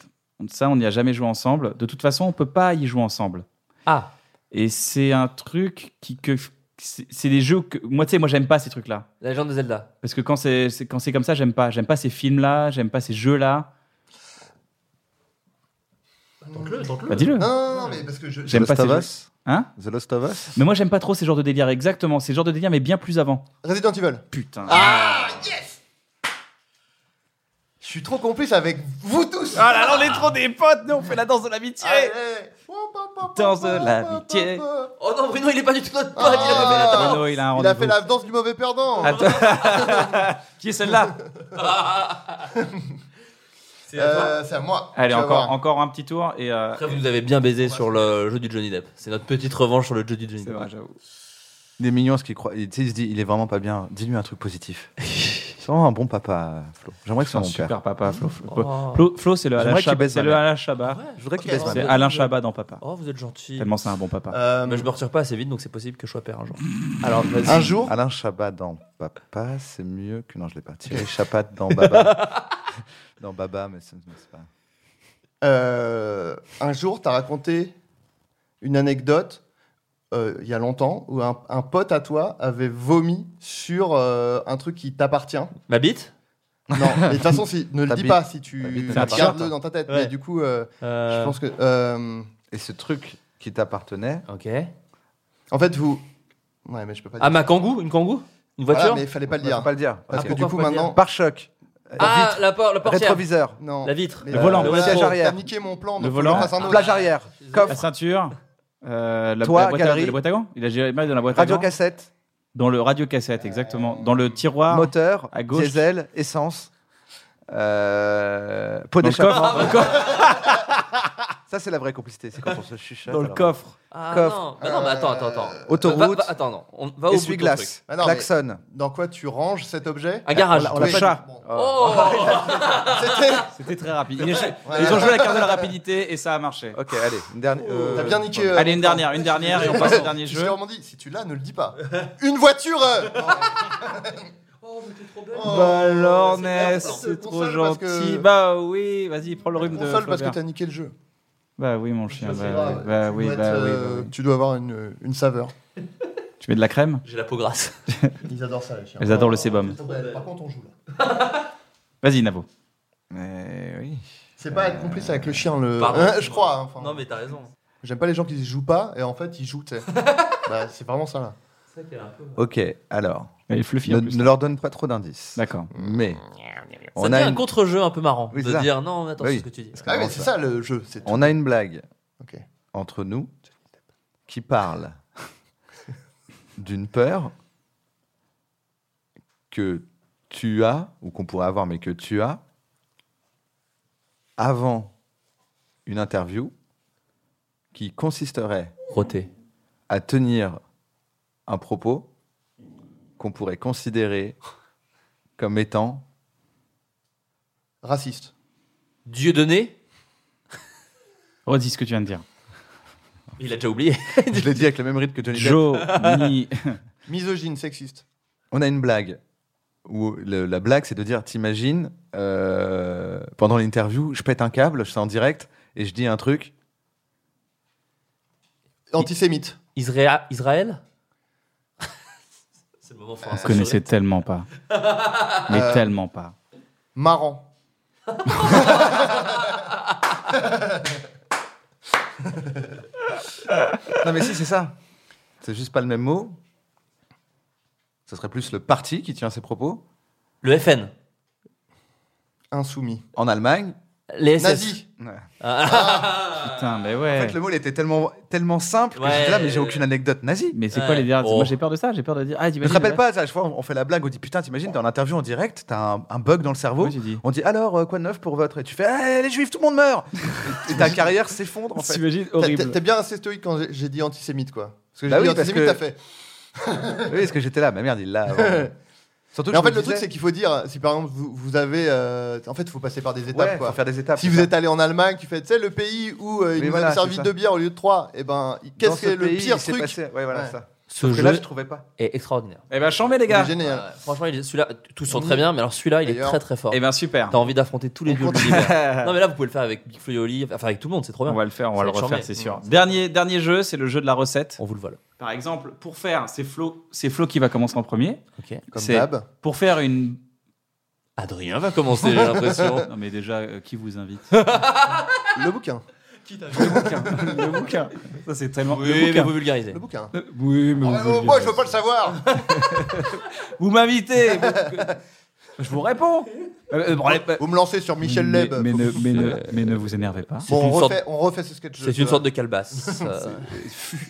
[SPEAKER 1] Ça, on n'y a jamais joué ensemble. De toute façon, on peut pas y jouer ensemble.
[SPEAKER 3] Ah,
[SPEAKER 1] Et c'est un truc qui que c'est c'est des jeux que moi tu sais moi j'aime pas ces trucs là
[SPEAKER 3] la légende de Zelda.
[SPEAKER 1] parce que quand c'est c'est- quand c'est comme ça j'aime pas j'aime pas ces films là j'aime pas ces jeux là
[SPEAKER 3] Tente-le, tente-le.
[SPEAKER 1] bah dis-le
[SPEAKER 2] Non, non, non, mais parce que je.
[SPEAKER 4] The
[SPEAKER 1] J'aime
[SPEAKER 4] Last
[SPEAKER 1] pas ces
[SPEAKER 4] of
[SPEAKER 1] jeux.
[SPEAKER 4] Us
[SPEAKER 1] hein
[SPEAKER 4] The Lost of Us
[SPEAKER 1] mais moi j'aime pas trop ces genres de délire exactement ces genres de délire mais bien plus avant
[SPEAKER 2] Resident Evil.
[SPEAKER 1] putain
[SPEAKER 3] Ah,
[SPEAKER 2] Je suis trop complice avec vous tous.
[SPEAKER 1] Ah là là, on est trop des potes, nous on fait la danse de l'amitié.
[SPEAKER 2] Allez.
[SPEAKER 1] Danse de l'amitié.
[SPEAKER 3] oh non, Bruno, il est pas du tout notre pote. il a
[SPEAKER 2] Ah.
[SPEAKER 1] Bruno, il a un
[SPEAKER 2] Il a fait
[SPEAKER 1] rendez-vous. Ah,
[SPEAKER 2] la danse du mauvais perdant.
[SPEAKER 1] Attends. Qui est celle-là
[SPEAKER 3] fait-
[SPEAKER 2] Euh, c'est à moi.
[SPEAKER 1] Allez,
[SPEAKER 2] Tu vas
[SPEAKER 1] encore,
[SPEAKER 2] voir.
[SPEAKER 1] encore un petit tour et. euh,
[SPEAKER 3] Après, vous nous avez bien baisé sur le jeu du Johnny Depp. C'est notre petite revanche sur le jeu du Johnny
[SPEAKER 1] C'est
[SPEAKER 3] Depp.
[SPEAKER 1] vrai, j'avoue.
[SPEAKER 4] Il est mignon ce qu'il croit. Il, tu sais, il se dit, il est vraiment pas bien. Dis-lui un truc positif. C'est vraiment un bon papa, Flo. J'aimerais que ce soit
[SPEAKER 1] Un
[SPEAKER 4] mon père.
[SPEAKER 1] super papa, Flo. Flo,
[SPEAKER 3] Oh.
[SPEAKER 1] Flo- Flo, c'est le Alain
[SPEAKER 4] J'aimerais qu'il
[SPEAKER 1] Chabat.
[SPEAKER 4] baise
[SPEAKER 1] C'est
[SPEAKER 4] ma
[SPEAKER 1] le
[SPEAKER 4] mère.
[SPEAKER 1] Alain Chabat.
[SPEAKER 4] Je voudrais qu'il
[SPEAKER 2] Ok.
[SPEAKER 4] baisse ma
[SPEAKER 1] C'est
[SPEAKER 4] mère.
[SPEAKER 1] Alain Chabat dans Papa.
[SPEAKER 3] Oh, vous êtes gentil.
[SPEAKER 1] Tellement c'est un bon papa.
[SPEAKER 2] Euh,
[SPEAKER 3] Mais je me retire pas assez vite, donc c'est possible que je sois père un jour. Alors, vas-y.
[SPEAKER 2] Un jour,
[SPEAKER 4] Alain Chabat dans Papa, c'est mieux que. Non, je l'ai pas. Thierry Chapat dans Baba. dans Baba, mais c'est mais c'est pas.
[SPEAKER 2] Euh, un jour, tu as raconté une anecdote, euh, il y a longtemps, où un, un pote à toi avait vomi sur euh, un truc qui t'appartient. Non,
[SPEAKER 3] Ma bite
[SPEAKER 2] mais de toute façon, si, ne le
[SPEAKER 4] Ta
[SPEAKER 2] dis
[SPEAKER 4] bite.
[SPEAKER 2] pas si
[SPEAKER 4] Ta
[SPEAKER 2] tu
[SPEAKER 4] bite,
[SPEAKER 1] ta bite.
[SPEAKER 2] gardes-le dans ta tête.
[SPEAKER 3] Ouais.
[SPEAKER 2] Mais du coup, euh, je
[SPEAKER 3] Euh,
[SPEAKER 2] pense que. euh,
[SPEAKER 4] Et ce truc qui t'appartenait,
[SPEAKER 3] Ok.
[SPEAKER 2] en fait, vous. Ouais, mais je peux pas
[SPEAKER 3] Ah,
[SPEAKER 2] dire.
[SPEAKER 3] ma kangou Une kangou Une
[SPEAKER 2] Voilà,
[SPEAKER 3] voiture
[SPEAKER 2] mais il fallait pas le
[SPEAKER 4] bah,
[SPEAKER 2] dire.
[SPEAKER 4] faut pas le dire.
[SPEAKER 2] Parce
[SPEAKER 4] Ok.
[SPEAKER 2] que du
[SPEAKER 3] Pourquoi
[SPEAKER 2] coup,
[SPEAKER 3] faut pas le
[SPEAKER 2] maintenant.
[SPEAKER 4] Pare-choc.
[SPEAKER 3] Ah,
[SPEAKER 4] vitre,
[SPEAKER 3] la, por- la portière.
[SPEAKER 4] Rétroviseur.
[SPEAKER 2] Non.
[SPEAKER 3] La vitre.
[SPEAKER 2] Mais,
[SPEAKER 1] Le volant.
[SPEAKER 2] euh,
[SPEAKER 4] Le siège
[SPEAKER 2] t'as
[SPEAKER 4] arrière.
[SPEAKER 2] niqué mon plan.
[SPEAKER 1] Le
[SPEAKER 2] donc faut
[SPEAKER 1] volant.
[SPEAKER 2] que j'en fasse un autre.
[SPEAKER 4] Plage arrière.
[SPEAKER 2] Ah,
[SPEAKER 1] La
[SPEAKER 4] Coffre.
[SPEAKER 1] ceinture. euh, la,
[SPEAKER 4] Toi,
[SPEAKER 1] la boîte à-
[SPEAKER 4] galerie.
[SPEAKER 1] la boîte à gants Il a géré mal dans la boîte à
[SPEAKER 4] Radio
[SPEAKER 1] gants.
[SPEAKER 4] cassette.
[SPEAKER 1] Dans le radiocassette, exactement. Dans le
[SPEAKER 2] Ah.
[SPEAKER 1] tiroir.
[SPEAKER 4] Moteur.
[SPEAKER 1] à gauche.
[SPEAKER 4] Diesel. Essence. Euh, Pot
[SPEAKER 1] dans le
[SPEAKER 4] d'échappement.
[SPEAKER 1] coffre.
[SPEAKER 4] Ça, c'est la vraie complicité. C'est quand on se chuchote.
[SPEAKER 1] Dans le
[SPEAKER 4] alors.
[SPEAKER 1] coffre.
[SPEAKER 3] Ah
[SPEAKER 4] Coffre. Euh,
[SPEAKER 3] non, bah non, mais attends, attends, attends.
[SPEAKER 4] Autoroute.
[SPEAKER 3] Va- va- attends, non. On va Bah, au bout de ton truc.
[SPEAKER 4] Essuie-glace.
[SPEAKER 2] Ah non, mais-
[SPEAKER 4] Klaxon.
[SPEAKER 2] Dans quoi tu ranges cet objet
[SPEAKER 3] Un garage.
[SPEAKER 2] On
[SPEAKER 1] l'a
[SPEAKER 2] oui.
[SPEAKER 1] pas chat.
[SPEAKER 2] Bon. bah,
[SPEAKER 3] Oh
[SPEAKER 2] C'était-
[SPEAKER 1] C'était très rapide. Ils,
[SPEAKER 2] Ouais.
[SPEAKER 1] ils ont joué la carte de la rapidité et ça a marché.
[SPEAKER 4] Ok, allez. Une dernière. euh,
[SPEAKER 2] T'as bien niqué. euh,
[SPEAKER 1] Allez, une dernière, une dernière et on passe au dernier
[SPEAKER 2] Je
[SPEAKER 1] jeu.
[SPEAKER 2] l'ai vraiment dit, si tu l'as, ne le dis pas. Une voiture euh
[SPEAKER 3] Oh, mais t'es trop belle.
[SPEAKER 2] Oh.
[SPEAKER 1] Bah alors,
[SPEAKER 2] c'est
[SPEAKER 1] Ness, c'est
[SPEAKER 2] bien, console,
[SPEAKER 1] trop
[SPEAKER 2] parce
[SPEAKER 1] gentil.
[SPEAKER 2] que-
[SPEAKER 1] Bah oui, vas-y, prends le rhume de.
[SPEAKER 2] Console parce que
[SPEAKER 1] Flaubert.
[SPEAKER 2] t'as niqué le jeu.
[SPEAKER 1] Bah oui, mon chien.
[SPEAKER 2] Je sais
[SPEAKER 1] Bah,
[SPEAKER 2] pas,
[SPEAKER 1] oui, bah oui,
[SPEAKER 2] tu dois
[SPEAKER 1] bah
[SPEAKER 2] être,
[SPEAKER 1] oui,
[SPEAKER 2] euh,
[SPEAKER 1] bah oui.
[SPEAKER 2] Tu dois avoir une, une saveur.
[SPEAKER 1] Tu mets de la crème
[SPEAKER 3] J'ai la peau grasse.
[SPEAKER 2] Ils adorent ça, les chiens.
[SPEAKER 1] Elles adorent le sébum.
[SPEAKER 2] Par contre, on joue là.
[SPEAKER 1] Vas-y, Navo.
[SPEAKER 4] Mais oui.
[SPEAKER 2] C'est pas être complice avec le chien, le.
[SPEAKER 3] Pardon.
[SPEAKER 2] Hein, je crois. hein, enfin.
[SPEAKER 4] Oh.
[SPEAKER 3] Non, mais t'as raison.
[SPEAKER 2] J'aime pas les gens qui jouent pas et en fait ils jouent, tu sais. bah, c'est vraiment ça là.
[SPEAKER 3] C'est ça qu'elle a un peu.
[SPEAKER 4] Ok, alors.
[SPEAKER 1] Elle est fluffy
[SPEAKER 4] Ne,
[SPEAKER 1] en plus.
[SPEAKER 4] ne leur donne pas trop d'indices.
[SPEAKER 1] D'accord.
[SPEAKER 4] Mais.
[SPEAKER 3] Ça
[SPEAKER 4] On
[SPEAKER 3] devient
[SPEAKER 4] a,
[SPEAKER 3] un
[SPEAKER 4] une,
[SPEAKER 3] contre-jeu un peu marrant
[SPEAKER 4] Oui, c'est
[SPEAKER 3] de
[SPEAKER 4] ça. Bah
[SPEAKER 3] dire non, mais attends,
[SPEAKER 4] Oui.
[SPEAKER 3] c'est ce que tu dis.
[SPEAKER 4] Parce que
[SPEAKER 2] Ah, mais
[SPEAKER 4] vraiment,
[SPEAKER 2] c'est
[SPEAKER 4] ça-
[SPEAKER 2] ça le jeu, c'est tout.
[SPEAKER 4] On a une blague
[SPEAKER 2] Ok.
[SPEAKER 4] entre nous qui parle d'une peur que tu as, ou qu'on pourrait avoir, mais que tu as, avant une interview qui consisterait
[SPEAKER 3] Roté.
[SPEAKER 4] à tenir un propos qu'on pourrait considérer comme étant
[SPEAKER 2] Raciste.
[SPEAKER 3] Dieu donné
[SPEAKER 1] Redis ce que tu viens de dire.
[SPEAKER 3] Il a déjà oublié.
[SPEAKER 4] je l'ai dit avec le même rythme que Johnny Depp.
[SPEAKER 1] Joe, ni.
[SPEAKER 2] Misogyne, sexiste.
[SPEAKER 4] On a une blague. Où le- la blague, c'est de dire T'imagines, euh, pendant l'interview, je pète un câble, je suis en direct, et je dis un truc.
[SPEAKER 2] Antisémite.
[SPEAKER 3] Israël Israël C'est le moment fort.
[SPEAKER 1] Vous connaissez tellement pas. Mais
[SPEAKER 2] Euh.
[SPEAKER 1] tellement pas.
[SPEAKER 2] Marrant.
[SPEAKER 4] Non, mais si, c'est ça. C'est juste pas le même mot. Ce serait plus le parti qui tient ses propos.
[SPEAKER 3] Le FN.
[SPEAKER 2] Insoumis.
[SPEAKER 4] En Allemagne.
[SPEAKER 3] Les Ah. SS.
[SPEAKER 2] Nazi.
[SPEAKER 4] Ouais. Ah.
[SPEAKER 1] Putain, mais ouais.
[SPEAKER 4] En fait, le mot, il était tellement, tellement simple que
[SPEAKER 3] Ouais.
[SPEAKER 4] j'étais là, mais j'ai aucune anecdote nazie.
[SPEAKER 1] Mais c'est
[SPEAKER 3] Ouais.
[SPEAKER 1] quoi les derniers
[SPEAKER 3] Oh.
[SPEAKER 1] Moi j'ai peur de ça, j'ai peur de dire. Ah,
[SPEAKER 4] Je te rappelle pas, à chaque fois, on fait la blague, on dit Putain, t'imagines, t'es en interview en direct, t'as un, un bug dans le cerveau.
[SPEAKER 1] Oui, j'ai dit.
[SPEAKER 4] on dit Alors, euh, quoi de neuf pour votre Et tu fais Ah, Les juifs, tout le monde meurt Et ta carrière s'effondre, en fait.
[SPEAKER 1] T'imagines
[SPEAKER 2] T'as- T'es
[SPEAKER 1] horrible.
[SPEAKER 2] t'es bien assez stoïque quand j'ai- j'ai dit antisémite, quoi. Parce que j'ai
[SPEAKER 4] Bah
[SPEAKER 2] dit
[SPEAKER 4] oui, parce que-
[SPEAKER 2] antisémite, t'as fait.
[SPEAKER 4] Oui, parce que j'étais là, ma merde, il l'a. avant. Surtout
[SPEAKER 2] Mais en fait, le truc, c'est qu'il faut dire, si par exemple vous, vous avez. euh, en fait, il faut passer par des étapes,
[SPEAKER 4] ouais,
[SPEAKER 2] quoi.
[SPEAKER 4] faut faire des étapes.
[SPEAKER 2] Si vous êtes allé en Allemagne, tu fais, tu sais, le pays où euh, ils
[SPEAKER 4] Oui,
[SPEAKER 2] nous
[SPEAKER 4] voilà,
[SPEAKER 2] avaient servi
[SPEAKER 4] c'est ça.
[SPEAKER 2] deux bières au lieu de trois, et ben, qu'est-ce que le pire truc
[SPEAKER 4] passé... Ouais, voilà
[SPEAKER 2] Ouais.
[SPEAKER 4] ça.
[SPEAKER 3] Ce
[SPEAKER 4] Parce que là,
[SPEAKER 3] jeu
[SPEAKER 4] je trouvais pas.
[SPEAKER 3] est extraordinaire.
[SPEAKER 1] Eh ben, chambé les
[SPEAKER 2] Il est
[SPEAKER 1] gars.
[SPEAKER 2] génial.
[SPEAKER 3] Ouais, Euh, franchement, il est- celui-là, tous sont très bien, mais alors celui-là, il est
[SPEAKER 2] D'ailleurs.
[SPEAKER 3] très très fort.
[SPEAKER 1] Eh ben, super.
[SPEAKER 3] T'as envie d'affronter tous les
[SPEAKER 2] On
[SPEAKER 3] dieux de
[SPEAKER 2] continue.
[SPEAKER 3] l'univers. Non, mais là, vous pouvez le faire avec Big Flo et Oli, enfin avec tout le monde, c'est trop bien.
[SPEAKER 1] On va le faire, on
[SPEAKER 3] Ça
[SPEAKER 1] va le
[SPEAKER 3] va être
[SPEAKER 1] refaire,
[SPEAKER 3] chambé.
[SPEAKER 1] c'est sûr. Dernier, dernier jeu, c'est le jeu de la recette.
[SPEAKER 3] On vous le vole.
[SPEAKER 1] Par exemple, pour faire, c'est Flo, c'est Flo qui va commencer en premier.
[SPEAKER 3] Ok.
[SPEAKER 2] Comme
[SPEAKER 1] C'est-
[SPEAKER 2] d'hab.
[SPEAKER 1] Pour faire une.
[SPEAKER 3] Adrien va commencer, j'ai l'impression.
[SPEAKER 1] Non mais déjà, euh, qui vous invite
[SPEAKER 2] Le bouquin.
[SPEAKER 1] Le bouquin. Le bouquin. Ça c'est tellement.
[SPEAKER 3] Oui,
[SPEAKER 1] le
[SPEAKER 3] mais
[SPEAKER 1] bouquin.
[SPEAKER 3] vous vulgarisez.
[SPEAKER 2] Le bouquin.
[SPEAKER 1] Euh, Oui, mais
[SPEAKER 2] Ah,
[SPEAKER 1] vous
[SPEAKER 2] mais
[SPEAKER 1] voulez
[SPEAKER 2] moi,
[SPEAKER 1] dire.
[SPEAKER 2] je veux pas le savoir.
[SPEAKER 1] Vous m'invitez. vous- Je vous réponds. Euh, euh, bon, allez, bah-
[SPEAKER 2] Vous me lancez sur Michel
[SPEAKER 1] mais,
[SPEAKER 2] Leb.
[SPEAKER 1] mais ne, mais ne- mais ne vous énervez pas.
[SPEAKER 3] C'est
[SPEAKER 2] Bon, on
[SPEAKER 3] une sorte-
[SPEAKER 2] refait, on refait ce sketch.
[SPEAKER 3] C'est une sorte de calebasse. euh,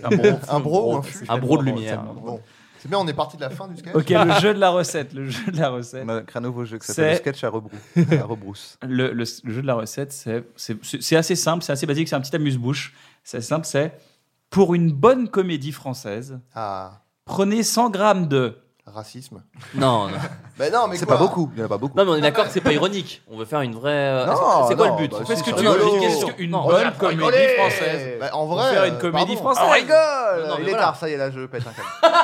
[SPEAKER 1] Un bon-
[SPEAKER 2] Un bro ou un
[SPEAKER 3] c'est
[SPEAKER 2] fût
[SPEAKER 3] un bro de lumière.
[SPEAKER 2] Bon. C'est bien, on est parti de la fin du sketch.
[SPEAKER 1] Ok, le jeu de la recette. Le jeu de la recette.
[SPEAKER 4] On a créé un nouveau jeu qui
[SPEAKER 1] C'est-
[SPEAKER 4] s'appelle le Sketch à rebrousse. à rebrousse.
[SPEAKER 1] le, le- le jeu de la recette, c'est- c'est c'est assez simple, c'est assez basique, c'est un petit amuse-bouche. C'est assez simple, c'est pour une bonne comédie française,
[SPEAKER 2] Ah,
[SPEAKER 1] prenez 100 grammes de.
[SPEAKER 2] racisme.
[SPEAKER 3] Non, non.
[SPEAKER 2] Bah non, mais
[SPEAKER 4] C'est
[SPEAKER 2] quoi
[SPEAKER 4] pas beaucoup. Il y en a pas beaucoup.
[SPEAKER 3] Non, mais on est d'accord que c'est pas ironique. On veut faire une vraie.
[SPEAKER 4] Non,
[SPEAKER 3] Est-ce que- c'est quoi
[SPEAKER 4] non,
[SPEAKER 3] le but
[SPEAKER 4] bah,
[SPEAKER 1] Qu'est-ce
[SPEAKER 4] c'est
[SPEAKER 1] que tu
[SPEAKER 4] rigolo.
[SPEAKER 1] imagines Qu'est-ce qu'une
[SPEAKER 3] Non,
[SPEAKER 1] bonne
[SPEAKER 3] arrête de
[SPEAKER 1] comédie
[SPEAKER 3] rigoler
[SPEAKER 1] française
[SPEAKER 2] Bah, en
[SPEAKER 1] Pour
[SPEAKER 2] vrai,
[SPEAKER 1] faire une
[SPEAKER 2] euh,
[SPEAKER 1] comédie
[SPEAKER 2] pardon.
[SPEAKER 1] française.
[SPEAKER 4] rigole
[SPEAKER 3] Non, mais
[SPEAKER 4] Il est
[SPEAKER 3] voilà.
[SPEAKER 4] tard, ça y est, là, je pète un câble.